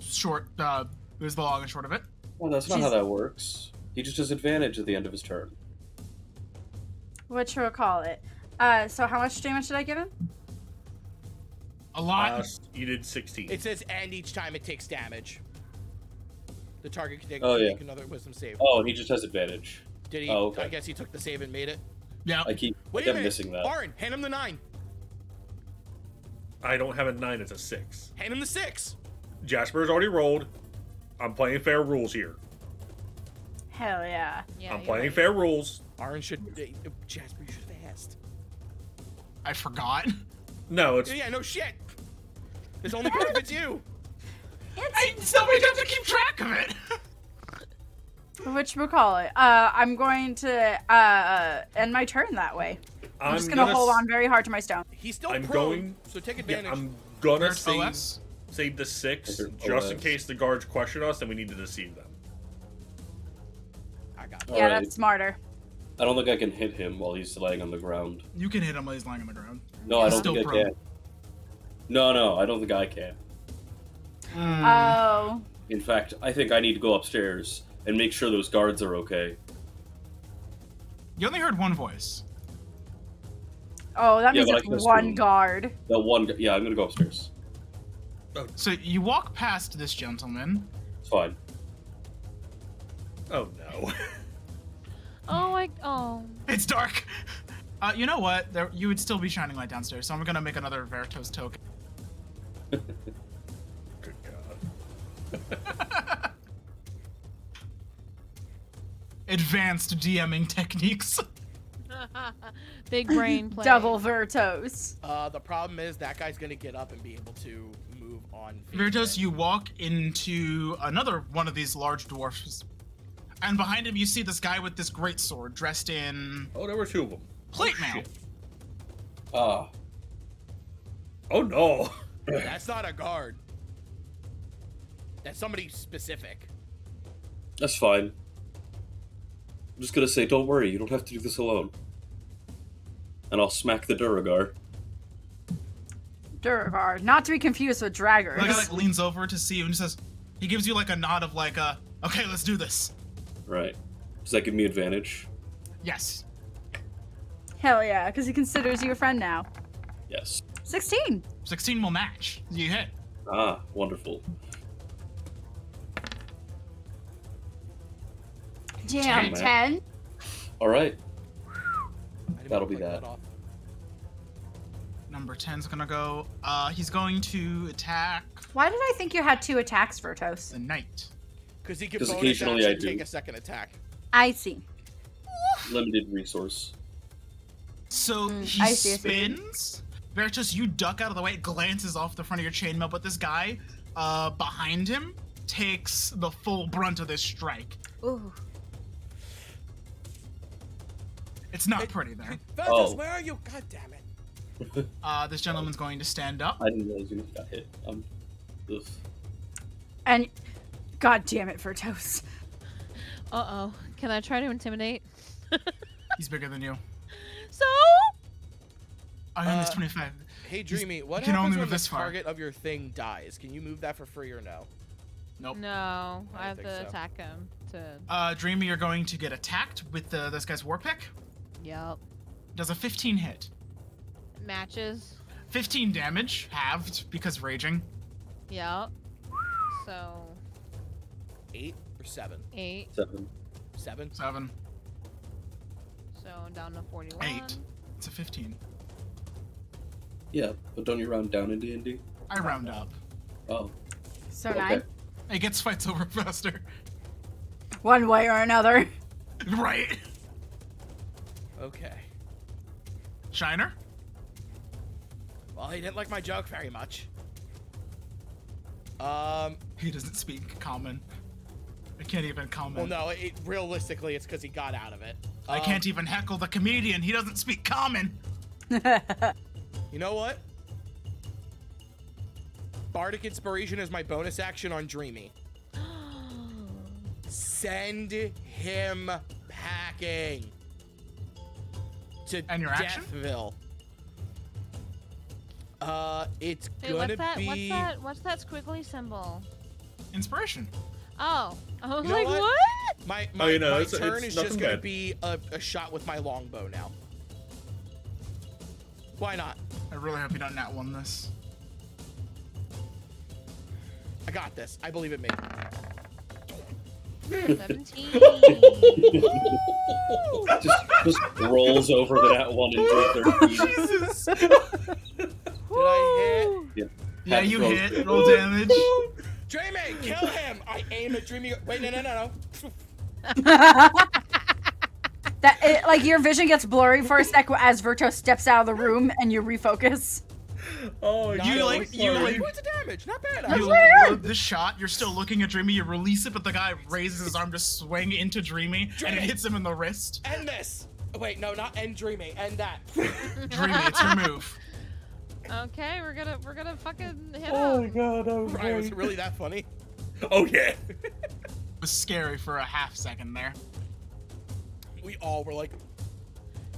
Speaker 1: Short, uh, it was the long and short of it.
Speaker 6: Well, Oh, that's not
Speaker 2: She's-
Speaker 6: how that works. He just has advantage at the end of his turn.
Speaker 2: What should we call it? Uh, so how much damage did I give him?
Speaker 1: A lot.
Speaker 4: Uh, you did 16.
Speaker 3: It says, and each time it takes damage. The target can take,
Speaker 6: Oh, yeah.
Speaker 3: make another wisdom save.
Speaker 6: Oh, he just has advantage.
Speaker 3: Did he?
Speaker 6: oh, okay.
Speaker 3: I guess he took the save and made it.
Speaker 1: yeah.
Speaker 6: I keep
Speaker 3: Wait
Speaker 6: I
Speaker 3: a
Speaker 6: kept
Speaker 3: minute.
Speaker 6: missing that.
Speaker 3: Aaron, hand him the nine.
Speaker 4: I don't have a nine, it's a six.
Speaker 3: Hand him the six.
Speaker 4: Jasper's already rolled. I'm playing fair rules here.
Speaker 2: Hell yeah.
Speaker 5: Yeah,
Speaker 4: I'm
Speaker 5: you're
Speaker 4: playing
Speaker 5: right.
Speaker 4: fair rules.
Speaker 3: Aaron should. uh, Jasper, you should have asked.
Speaker 1: I forgot. <laughs>
Speaker 4: No, it's
Speaker 3: Yeah, no shit. There's only part of it's you.
Speaker 1: I, somebody has to keep track of it.
Speaker 2: Which we call it. Uh, I'm going to uh, end my turn that way. I'm, just gonna, hold
Speaker 4: s-
Speaker 2: on very hard to my stone.
Speaker 3: He's still
Speaker 4: I'm
Speaker 3: prone,
Speaker 4: going-
Speaker 3: so take
Speaker 4: Yeah,
Speaker 3: advantage.
Speaker 4: I'm gonna
Speaker 1: There's
Speaker 4: save,
Speaker 1: OS.
Speaker 4: save the six
Speaker 6: There's
Speaker 4: just in
Speaker 6: OS.
Speaker 4: case the guards question us and we need to deceive them.
Speaker 3: I got it.
Speaker 2: yeah,
Speaker 6: Alright.
Speaker 2: that's smarter.
Speaker 6: I don't think I can hit him while he's laying on the ground.
Speaker 1: You can hit him while he's lying on the ground.
Speaker 6: No, I
Speaker 1: He's
Speaker 6: don't
Speaker 1: still
Speaker 6: think I
Speaker 1: prone.
Speaker 6: can. No, no, I don't think I can.
Speaker 2: Oh,
Speaker 6: In fact, I think I need to go upstairs and make sure those guards are okay.
Speaker 1: you only heard one voice.
Speaker 2: oh, that
Speaker 6: Yeah,
Speaker 2: means
Speaker 6: but I
Speaker 2: it's
Speaker 6: can
Speaker 2: one
Speaker 6: still-
Speaker 2: guard.
Speaker 6: That one, gu- yeah, I'm gonna go upstairs.
Speaker 1: So you walk past this gentleman.
Speaker 6: It's fine.
Speaker 4: Oh no. <laughs>
Speaker 5: Oh, I. Oh.
Speaker 1: It's dark. Uh, you know what? There, you would still be shining light downstairs, so I'm gonna make another Veritos token.
Speaker 4: Good God.
Speaker 1: Advanced DMing techniques.
Speaker 5: <laughs>
Speaker 1: <laughs>
Speaker 2: <laughs>
Speaker 5: Big brain play.
Speaker 2: Double Vertos.
Speaker 3: Uh, the problem is that guy's gonna get up and be able to move on. phase
Speaker 1: Veritos,
Speaker 3: then.
Speaker 1: you walk into another one of these large dwarfs, and behind him you see this guy with this great sword, dressed in
Speaker 4: Oh, there were two of them.
Speaker 1: plate mail.
Speaker 4: shit.
Speaker 6: Ah,
Speaker 4: Oh no.
Speaker 3: That's not a guard. That's somebody specific.
Speaker 6: that's fine. I'm just gonna say, don't worry, you don't have to do this alone. And I'll smack the Duragar.
Speaker 2: Durgar. Not to be confused with Draggers.
Speaker 1: The guy like leans over to see you and says, he gives you like a nod of like, uh, okay, let's do this.
Speaker 6: Right. Does that give me advantage?
Speaker 1: Yes.
Speaker 2: Hell yeah, because he considers you a friend now.
Speaker 6: Yes.
Speaker 2: 16.
Speaker 1: 16 will match. You hit.
Speaker 6: Ah, wonderful.
Speaker 2: Damn,
Speaker 6: Ten.
Speaker 2: 10.
Speaker 6: All right.
Speaker 3: I didn't
Speaker 6: That'll be
Speaker 3: click
Speaker 6: that.
Speaker 3: off.
Speaker 1: Number 10's gonna go. Uh, he's going to attack
Speaker 2: Why did I think you had two attacks, Vertos?
Speaker 1: the knight.
Speaker 3: Because he can
Speaker 6: 'Cause
Speaker 3: bonus
Speaker 6: occasionally I
Speaker 3: action
Speaker 6: do.
Speaker 3: take a second attack.
Speaker 2: I see.
Speaker 6: Limited resource.
Speaker 1: So
Speaker 2: Mm,
Speaker 1: he
Speaker 2: I see, I see.
Speaker 1: spins. Veritas, you duck out of the way. It glances off the front of your chainmail, but this guy uh, behind him takes the full brunt of this strike.
Speaker 2: Ooh.
Speaker 1: It's not
Speaker 3: It-
Speaker 1: pretty
Speaker 2: <laughs>
Speaker 1: there.
Speaker 3: Ventus,
Speaker 6: Oh.
Speaker 3: where are you? God damn it.
Speaker 1: Uh, this gentleman's going to stand up.
Speaker 6: I didn't realize you got hit. Um, ugh.
Speaker 2: And god damn it, Vertos.
Speaker 5: Uh oh. Can I try to
Speaker 2: <laughs>
Speaker 5: intimidate?
Speaker 1: He's bigger than you.
Speaker 5: So.
Speaker 1: I am is
Speaker 3: Uh,
Speaker 1: 25.
Speaker 3: Hey, Dreamy, what
Speaker 1: can
Speaker 3: happens
Speaker 1: only
Speaker 3: when
Speaker 1: move
Speaker 3: the
Speaker 1: this far.
Speaker 3: target of your thing dies? Can you move that for free or no?
Speaker 1: Nope.
Speaker 5: No,
Speaker 3: I
Speaker 5: I have
Speaker 3: think
Speaker 5: to
Speaker 3: so.
Speaker 5: attack him. To.
Speaker 1: Uh, Dreamy, you're going to get attacked with the, this guy's war pick.
Speaker 5: Yep.
Speaker 1: Does a 15 hit.
Speaker 5: Matches.
Speaker 1: 15 damage, halved because raging.
Speaker 5: Yep. So.
Speaker 3: Eight or seven?
Speaker 5: Eight.
Speaker 6: Seven.
Speaker 3: Seven.
Speaker 1: Seven.
Speaker 5: So down to 41.
Speaker 1: Eight.
Speaker 5: <gasps>
Speaker 1: It's a 15.
Speaker 6: Yeah, but don't you round down in D and D?
Speaker 1: I round up.
Speaker 6: Oh,
Speaker 2: So
Speaker 6: Okay.
Speaker 2: 9.
Speaker 1: It gets fights over <laughs> faster.
Speaker 2: One way or another.
Speaker 1: right.
Speaker 3: Okay.
Speaker 1: Shiner?
Speaker 3: Well, he didn't like my joke very much. Um,
Speaker 1: He doesn't speak common. I can't even comment.
Speaker 3: well, no, it, realistically, it's because he got out of it.
Speaker 1: I
Speaker 3: Um,
Speaker 1: can't even heckle the comedian. He doesn't speak common. e-
Speaker 3: You know what? Bardic Inspiration is my bonus action on Dreamy. Send him packing to
Speaker 1: And your action?
Speaker 3: Deathville. Uh, it's
Speaker 5: Wait,
Speaker 3: gonna
Speaker 5: what's that?
Speaker 3: be.
Speaker 5: What's that? What's that squiggly symbol?
Speaker 1: Inspiration.
Speaker 5: Oh, <laughs> I was
Speaker 3: You know
Speaker 5: like,
Speaker 3: what?
Speaker 5: what?
Speaker 3: My my,
Speaker 4: Oh, you know,
Speaker 3: my
Speaker 4: it's-
Speaker 3: turn
Speaker 4: it's
Speaker 3: is just
Speaker 4: nothing
Speaker 3: gonna
Speaker 4: bad.
Speaker 3: be a, a shot with my longbow now. Why not?
Speaker 1: I really hope you don't nat one this.
Speaker 3: I got this. I believe in me. <laughs>
Speaker 5: Seventeen.
Speaker 6: just just rolls over to that one
Speaker 1: <laughs>
Speaker 6: and does their feet.
Speaker 3: Did I
Speaker 1: Yeah,
Speaker 6: Had to
Speaker 1: you
Speaker 6: throw-
Speaker 1: hit. Roll damage.
Speaker 3: hit? Dreamy, kill him! I aim at Dreamy. Wait, no, no, no, no.
Speaker 2: That it, like your vision gets blurry for a sec as Virto steps out of the room and you refocus.
Speaker 4: Oh, I'm
Speaker 1: You
Speaker 4: so
Speaker 1: like- you
Speaker 4: sorry.
Speaker 1: like-
Speaker 3: points of damage. Not bad.
Speaker 1: You
Speaker 3: actually.
Speaker 1: load the shot, you're still looking at Dreamy, you release it, but the guy raises his arm to swing into Dreamy, and it
Speaker 3: Dreamy.
Speaker 1: hits him in the wrist.
Speaker 3: <laughs> End this. Oh, Wait, no, not end dreaming. End that.
Speaker 1: Dreamy, it's your move.
Speaker 5: Okay, we're gonna we're gonna fucking hit
Speaker 4: Oh my
Speaker 5: him.
Speaker 4: god, that was
Speaker 3: Brian, was
Speaker 4: great.
Speaker 3: it really that funny?
Speaker 4: <laughs> Oh yeah.
Speaker 1: It was scary for a half second there.
Speaker 3: We all were like,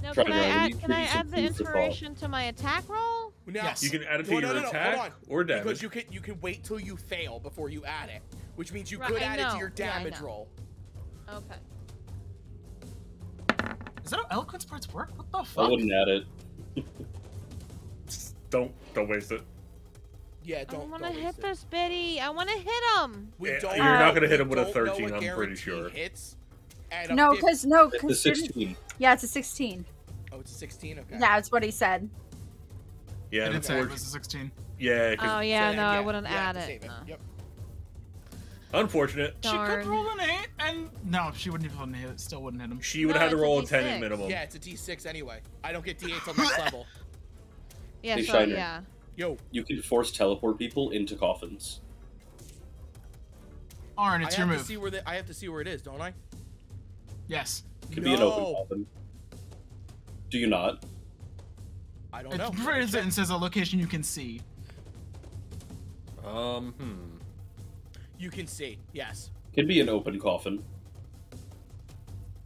Speaker 5: Now
Speaker 6: Try
Speaker 5: can
Speaker 6: to
Speaker 5: I add
Speaker 6: increase
Speaker 5: can I
Speaker 6: it,
Speaker 5: add the
Speaker 6: please the fall.
Speaker 5: inspiration to my attack roll?
Speaker 3: now
Speaker 1: Yes.
Speaker 4: You can add it to
Speaker 3: No,
Speaker 4: your
Speaker 3: no, no, no, hold
Speaker 4: attack
Speaker 3: on.
Speaker 4: or damage.
Speaker 3: because you can you can wait till you fail before you add it, which means you
Speaker 5: Right,
Speaker 3: could
Speaker 5: I
Speaker 3: add it to
Speaker 5: know.
Speaker 3: your
Speaker 5: Yeah, I
Speaker 3: damage
Speaker 5: know.
Speaker 3: roll.
Speaker 5: Okay.
Speaker 1: Is that how eloquence parts work? What the
Speaker 6: I
Speaker 1: fuck?
Speaker 6: wouldn't add it.
Speaker 4: Don't don't waste it.
Speaker 3: Yeah,
Speaker 5: I
Speaker 3: don't.
Speaker 5: want to
Speaker 3: don't
Speaker 5: hit
Speaker 3: waste it.
Speaker 5: this bitty. I want to hit him.
Speaker 3: We
Speaker 4: Yeah,
Speaker 3: don't.
Speaker 4: you're not gonna
Speaker 3: we
Speaker 4: hit him with a
Speaker 3: don't know
Speaker 4: 13,
Speaker 3: what
Speaker 4: I'm pretty
Speaker 3: guaranteed
Speaker 4: sure.
Speaker 3: Hits. And a
Speaker 2: No,
Speaker 3: 15
Speaker 2: because no,
Speaker 6: It's the
Speaker 2: because
Speaker 6: 16.
Speaker 2: yeah, it's a sixteen.
Speaker 3: oh, it's a 16. Okay.
Speaker 2: Yeah, that's what he said.
Speaker 4: Yeah,
Speaker 1: I did say it
Speaker 4: unfortunately.
Speaker 1: was a 16.
Speaker 4: Yeah, 'cause
Speaker 5: Oh yeah,
Speaker 3: So,
Speaker 5: no, I
Speaker 3: yeah,
Speaker 5: wouldn't
Speaker 3: yeah,
Speaker 5: add
Speaker 3: to
Speaker 5: it.
Speaker 3: save
Speaker 5: No.
Speaker 3: Yep.
Speaker 4: unfortunate.
Speaker 1: She could
Speaker 5: Darn.
Speaker 1: roll an 8, and no, she wouldn't even hit it, still wouldn't hit him.
Speaker 4: She would
Speaker 5: No,
Speaker 4: have to
Speaker 5: it's a
Speaker 4: roll a ten at
Speaker 5: D6.
Speaker 4: minimum.
Speaker 3: Yeah, it's a D6 anyway. I don't get D8
Speaker 4: <laughs>
Speaker 3: till next level.
Speaker 5: Yeah,
Speaker 6: Hey,
Speaker 5: so
Speaker 6: Shiner.
Speaker 5: yeah.
Speaker 3: Yo,
Speaker 6: You can force teleport people into coffins.
Speaker 1: Arn,
Speaker 3: I
Speaker 1: it's
Speaker 3: have
Speaker 1: your
Speaker 3: to
Speaker 1: move.
Speaker 3: see where the, I have to see where it is, don't I?
Speaker 1: Yes.
Speaker 6: Could be an open
Speaker 3: No.
Speaker 6: coffin. Do you not?
Speaker 3: I don't
Speaker 1: It
Speaker 3: know.
Speaker 1: raises it and says a location you can see.
Speaker 4: Um, hmm.
Speaker 3: You can see. Yes.
Speaker 6: Could be an open coffin.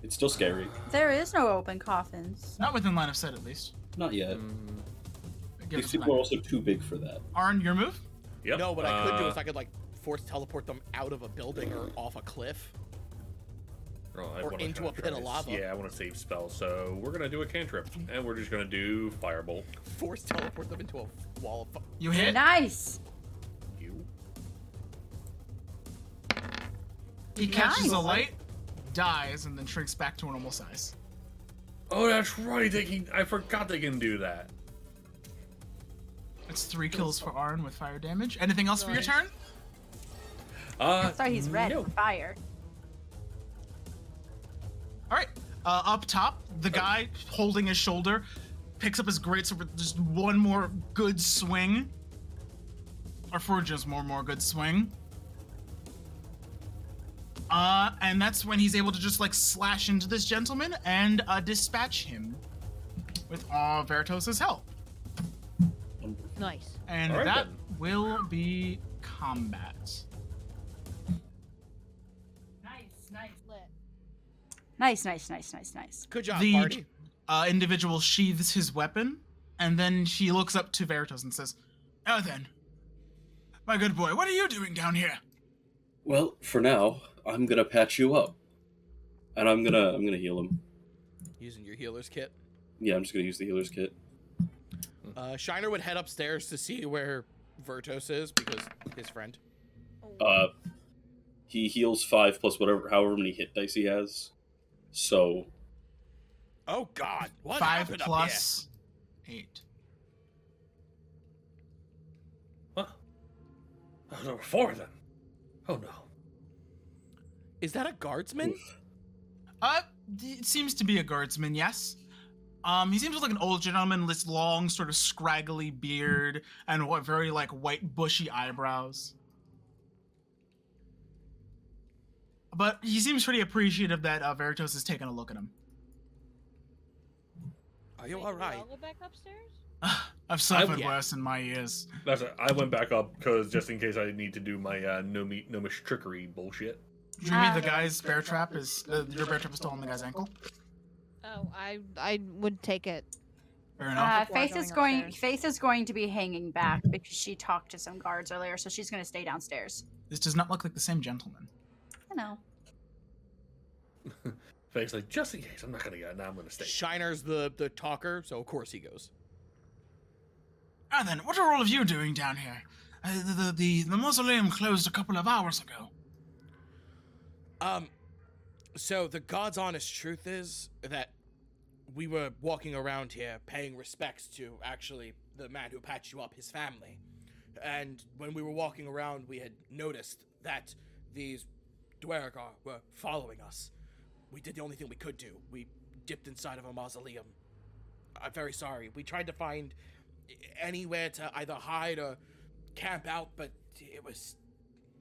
Speaker 6: It's still scary.
Speaker 2: There is no open coffins.
Speaker 1: Not within line of sight, at least.
Speaker 6: Not yet.
Speaker 1: Give
Speaker 6: These
Speaker 1: us a
Speaker 6: people are
Speaker 1: minute.
Speaker 6: also too big for that.
Speaker 1: Arn, your move?
Speaker 4: Yep.
Speaker 3: No, what I could do
Speaker 4: uh,
Speaker 3: is I could like force teleport them out of a building or off a cliff.
Speaker 4: oh, I
Speaker 3: or
Speaker 4: wanna
Speaker 3: into
Speaker 4: try
Speaker 3: a pit of
Speaker 4: this.
Speaker 3: lava.
Speaker 4: Yeah, I want to save spell, so we're gonna do a cantrip, and we're just gonna do firebolt.
Speaker 3: Force teleport them into a wall of. fu-
Speaker 1: You hit.
Speaker 2: Nice.
Speaker 4: You.
Speaker 1: He catches a
Speaker 2: Nice.
Speaker 1: light, dies, and then shrinks back to a normal size.
Speaker 4: Oh, that's right. They can, I forgot they can do that.
Speaker 1: That's three kills for Arn with fire damage. Anything else for your turn?
Speaker 4: Uh,
Speaker 2: So he's red
Speaker 4: no.
Speaker 2: for fire.
Speaker 1: All right. Uh, up top, the guy holding his shoulder picks up his greatsword with just one more good swing. Or for just more more good swing. Uh, and that's when he's able to just like slash into this gentleman and uh, dispatch him with all Veritas' help.
Speaker 5: Nice.
Speaker 1: And
Speaker 4: All right,
Speaker 1: that
Speaker 4: then.
Speaker 1: will be combat.
Speaker 5: Nice, nice lit.
Speaker 2: Nice, nice, nice, nice, nice.
Speaker 3: Good job,
Speaker 1: The-
Speaker 3: party.
Speaker 1: uh, individual sheathes his weapon, and then she looks up to Veritas and says, "Now then, my good boy, what are you doing down here?"
Speaker 6: Well, for now, I'm gonna patch you up, and I'm gonna I'm gonna heal him.
Speaker 3: Using your healer's kit.
Speaker 6: Yeah, I'm just gonna use the healer's kit.
Speaker 3: Uh, Shiner would head upstairs to see where Vertos is because his friend.
Speaker 6: Uh, he heals five plus whatever, however many hit dice he has. So
Speaker 3: Oh God! What
Speaker 1: Five
Speaker 3: happened
Speaker 1: plus eight.
Speaker 4: Huh? Oh, there were four then. Oh no.
Speaker 3: Up here? Is that a guardsman?
Speaker 1: Uh, d- it seems to be a guardsman, yes. Um, he seems like an old gentleman, this long, sort of scraggly beard and what very like white, bushy eyebrows. But he seems pretty appreciative that uh, Veritas has taken a look at him.
Speaker 3: Are you all right?
Speaker 5: Go back upstairs.
Speaker 1: I've suffered
Speaker 3: Oh, yeah.
Speaker 1: worse in my years.
Speaker 4: That's it. I went back up because just in case I need to do my uh, gnomi- gnomish trickery bullshit.
Speaker 1: Dreamy,
Speaker 2: Ah.
Speaker 1: the guy's bear trap is uh, your bear trap is still on the guy's ankle.
Speaker 5: Oh, I I would take it.
Speaker 1: Fair enough.
Speaker 2: Uh,
Speaker 5: Before
Speaker 2: Faith is
Speaker 5: going
Speaker 2: going.
Speaker 5: upstairs.
Speaker 2: Faith is going to be hanging back because she talked to some guards earlier, so she's going to stay downstairs.
Speaker 1: this does not look like the same gentleman.
Speaker 2: You know.
Speaker 4: Faith's like, just in case, I'm not gonna go. Now I'm gonna stay.
Speaker 3: Shiner's the the talker, so of course he goes.
Speaker 1: Ah, then, what are all of you doing down here? Uh, the, the the the mausoleum closed a couple of hours ago.
Speaker 3: Um, so the God's honest truth is that we were walking around here paying respects to actually the man who patched you up, his family. And when we were walking around, we had noticed that these Dwergar were following us. We did the only thing we could do. We dipped inside of a mausoleum. I'm very sorry. We tried to find anywhere to either hide or camp out, but it was.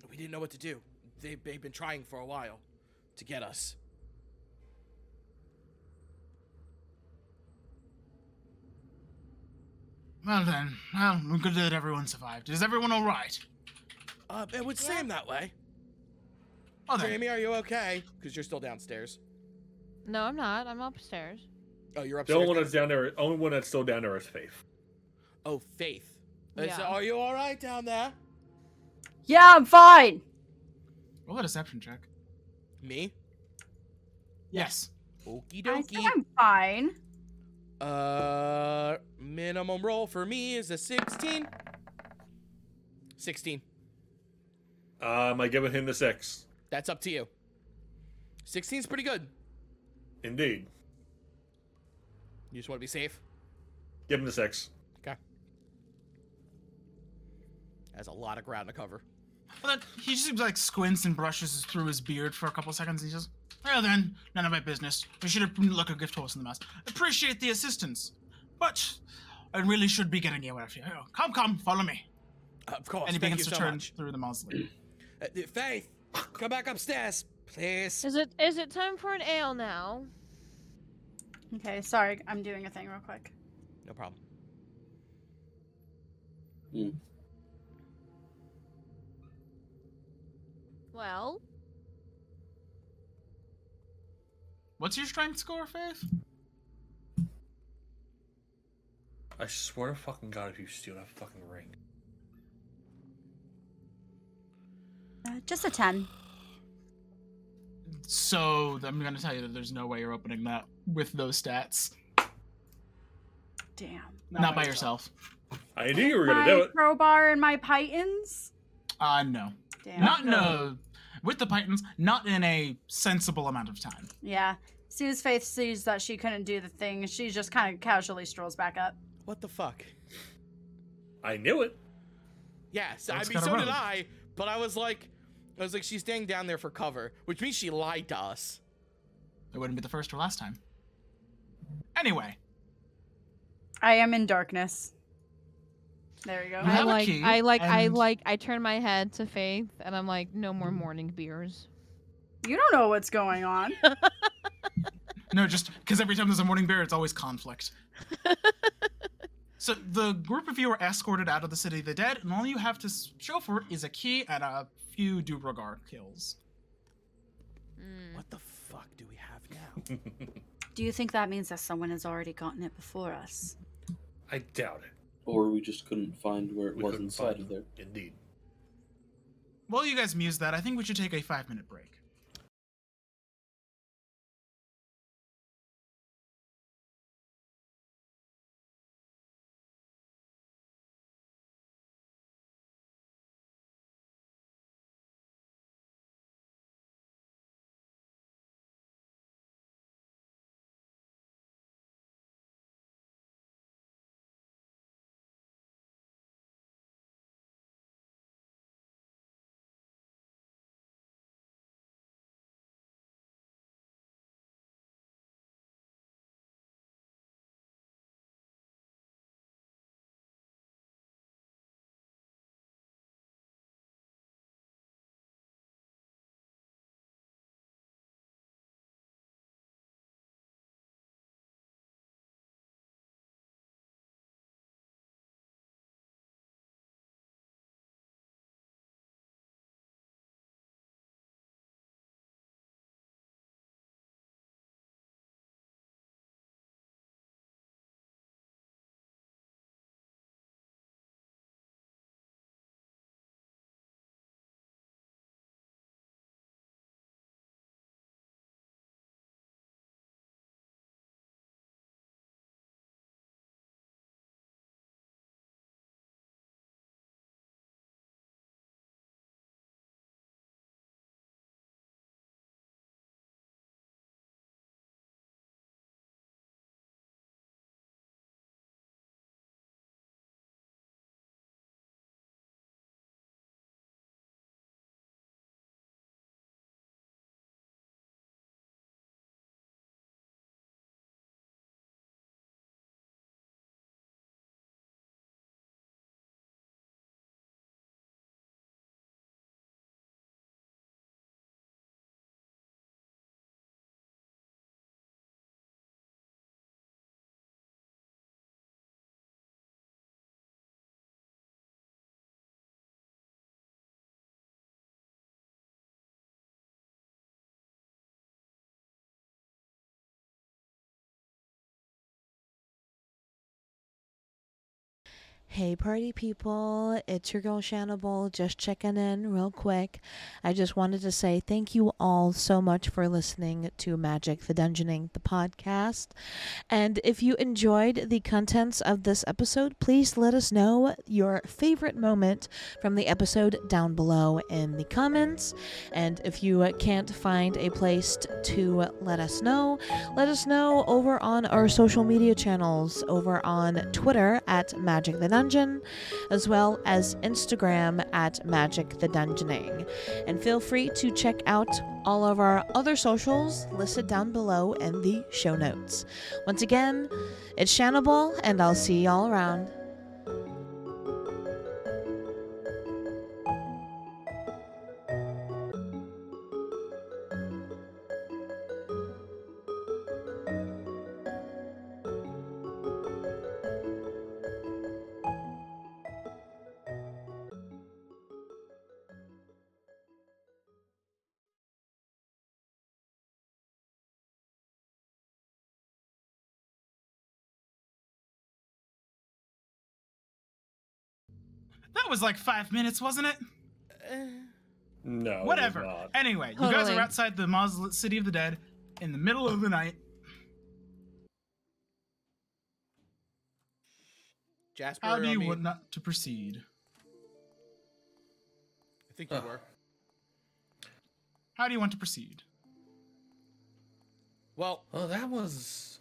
Speaker 3: We didn't know what to do. They, they've been trying for a while to get us.
Speaker 1: Well then, well, we're good that everyone survived. Is everyone all right?
Speaker 3: Uh, it would seem that way.
Speaker 1: Oh, there.
Speaker 3: Jamie, are you okay? Because you're still downstairs.
Speaker 5: No, I'm not. I'm upstairs.
Speaker 3: Oh, you're
Speaker 4: The
Speaker 3: upstairs.
Speaker 4: only one
Speaker 3: now?
Speaker 4: that's down there, only one that's still down there is Faith.
Speaker 3: Oh, Faith. I said,
Speaker 5: Yeah.
Speaker 3: are you all right down there?
Speaker 2: Yeah, I'm fine.
Speaker 1: Roll a deception check.
Speaker 3: Me?
Speaker 1: Yes.
Speaker 3: Okie
Speaker 2: I said
Speaker 3: dokie.
Speaker 2: I'm fine.
Speaker 3: Uh, minimum roll for me is a 16. 16.
Speaker 4: Um, I giving him the six.
Speaker 3: That's up to you. 16's pretty good.
Speaker 4: Indeed,
Speaker 3: You just want to be safe.
Speaker 4: give him the six.
Speaker 3: Okay. That's a lot of ground to cover.
Speaker 1: Well, then he just like squints and brushes through his beard for a couple seconds, and he says, "Well then, none of my business. We should have looked a gift horse in the mouth. Appreciate the assistance, but I really should be getting you out of here. Oh, Come, come, follow me."
Speaker 3: Of course.
Speaker 1: and he
Speaker 3: thank
Speaker 1: begins
Speaker 3: you
Speaker 1: to
Speaker 3: so
Speaker 1: turn
Speaker 3: much.
Speaker 1: through the mausoleum. <clears throat>
Speaker 3: Uh, Faith, come back upstairs, please.
Speaker 5: Is it is it time for an ale now?
Speaker 2: Okay, sorry, I'm doing a thing real quick.
Speaker 3: No problem.
Speaker 5: Well,
Speaker 1: What's your strength score, Faith?
Speaker 4: I swear to fucking god, if you steal that fucking ring,
Speaker 2: Uh, just a 10.
Speaker 1: So I'm gonna tell you that there's no way you're opening that with those stats.
Speaker 2: Damn.
Speaker 1: Not, by yourself.
Speaker 4: I knew you were gonna do
Speaker 2: My
Speaker 4: it.
Speaker 2: crowbar and my pythons?
Speaker 1: Uh, no.
Speaker 2: Damn.
Speaker 1: Not no. With the pythons, not in a sensible amount of time.
Speaker 2: Yeah. Soon as Faith sees that she couldn't do the thing, she just kind of casually strolls back up.
Speaker 3: What the fuck?
Speaker 4: I knew it.
Speaker 3: Yes, I
Speaker 1: That's
Speaker 3: mean,
Speaker 1: kinda
Speaker 3: so did
Speaker 1: rude.
Speaker 3: I, but I was like, I was like, she's staying down there for cover, which means she lied to us.
Speaker 1: It wouldn't be the first or last time. Anyway,
Speaker 2: I am in darkness. There you go.
Speaker 1: You have
Speaker 5: I
Speaker 1: a
Speaker 5: like
Speaker 1: key,
Speaker 5: I like I
Speaker 1: and- Mm.
Speaker 5: like I turn my head to Faith and I'm like, no more morning beers.
Speaker 2: You don't know what's going on.
Speaker 1: no, just because every time there's a morning beer, it's always <laughs> conflict. so the group of you are escorted out of the city of the dead, and all you have to s- show for it is a key and a few Durogar kills.
Speaker 3: What the fuck do we have now?
Speaker 2: <laughs> Do you think that means that someone has already gotten it before us?
Speaker 4: I doubt it.
Speaker 6: Or we just couldn't find where it
Speaker 4: We
Speaker 6: was
Speaker 4: couldn't
Speaker 6: inside
Speaker 4: find
Speaker 6: of there.
Speaker 4: it. Indeed.
Speaker 1: While you guys muse that, I think we should take a five minute break.
Speaker 5: Hey, party people, it's your girl Shannable, just checking in real quick. I just wanted to say thank you all so much for listening to Magic the Dungeoning, the podcast. And if you enjoyed the contents of this episode, please let us know your favorite moment from the episode down below in the comments. And if you uh, can't find a place t- to let us know, let us know over on our social media channels, over on Twitter at Magic the Dungeon, as well as Instagram at Magic the Dungeoning. And feel free to check out all of our other socials listed down below in the show notes. Once again, it's Shannable, and I'll see y'all around.
Speaker 1: That was like five minutes, wasn't it?
Speaker 9: No.
Speaker 3: Oh,
Speaker 9: it was
Speaker 1: Whatever.
Speaker 9: not.
Speaker 1: Anyway, you guys
Speaker 10: Totally.
Speaker 1: are outside the mausoleum city of the dead in the middle of the night.
Speaker 3: Jasper,
Speaker 1: How do
Speaker 3: on
Speaker 1: you
Speaker 3: me.
Speaker 1: want not to proceed?
Speaker 3: I think you were.
Speaker 1: How do you want to proceed?
Speaker 3: Well,
Speaker 9: Well, that was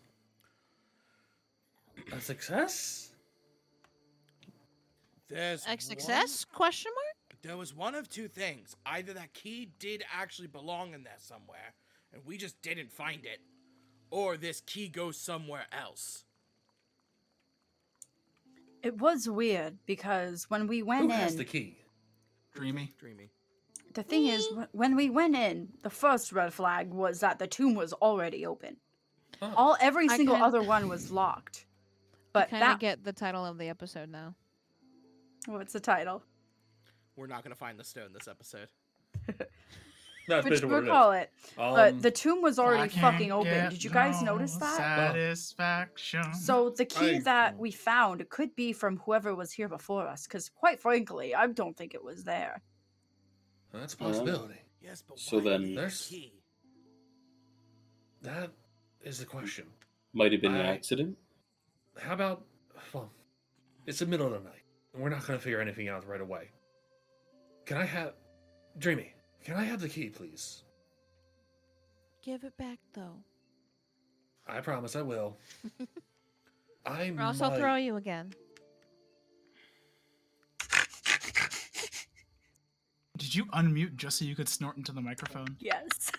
Speaker 9: a success.
Speaker 3: there's
Speaker 10: A
Speaker 3: one-
Speaker 10: success? Question mark?
Speaker 3: there was one of two things. Either that key did actually belong in there somewhere, and we just didn't find it, or this key goes somewhere else.
Speaker 2: It was weird because when we went
Speaker 9: Who
Speaker 2: in,
Speaker 9: has the key?
Speaker 1: Dreamy.
Speaker 3: Dreamy.
Speaker 2: The thing is, wh- when we went in, the first red flag was that the tomb was already open.
Speaker 9: Oh.
Speaker 2: All every
Speaker 10: I
Speaker 2: single
Speaker 10: kinda-
Speaker 2: other one was locked. But
Speaker 10: Kind of
Speaker 2: that
Speaker 10: get the title of the episode now.
Speaker 2: what's the title?
Speaker 3: We're not gonna find the stone this episode.
Speaker 9: That's
Speaker 2: Which
Speaker 9: basically what
Speaker 2: we'll
Speaker 9: it is.
Speaker 2: call it.
Speaker 9: Um,
Speaker 2: but the tomb was
Speaker 1: I
Speaker 2: already
Speaker 1: can't
Speaker 2: fucking open.
Speaker 1: get
Speaker 2: Did you guys
Speaker 1: no
Speaker 2: notice that?
Speaker 1: Satisfaction.
Speaker 2: So the key
Speaker 9: I-
Speaker 2: that we found could be from whoever was here before us, because quite frankly, I don't think it was there.
Speaker 4: That's a possibility.
Speaker 3: Yes, but
Speaker 6: So
Speaker 3: why
Speaker 6: then-
Speaker 3: need the
Speaker 4: There's-
Speaker 3: key?
Speaker 4: That is the question.
Speaker 6: Might have been an
Speaker 4: I-
Speaker 6: accident.
Speaker 4: How about, well, it's the middle of the night, and we're not going to figure anything out right away. Can I have, Dreamy, can I have the key, please?
Speaker 5: Give it back though.
Speaker 4: I promise
Speaker 10: <laughs>
Speaker 4: I will. I
Speaker 10: Or else I'll
Speaker 4: might-
Speaker 10: throw you again.
Speaker 1: Did you unmute just so you could snort into the microphone?
Speaker 2: Yes.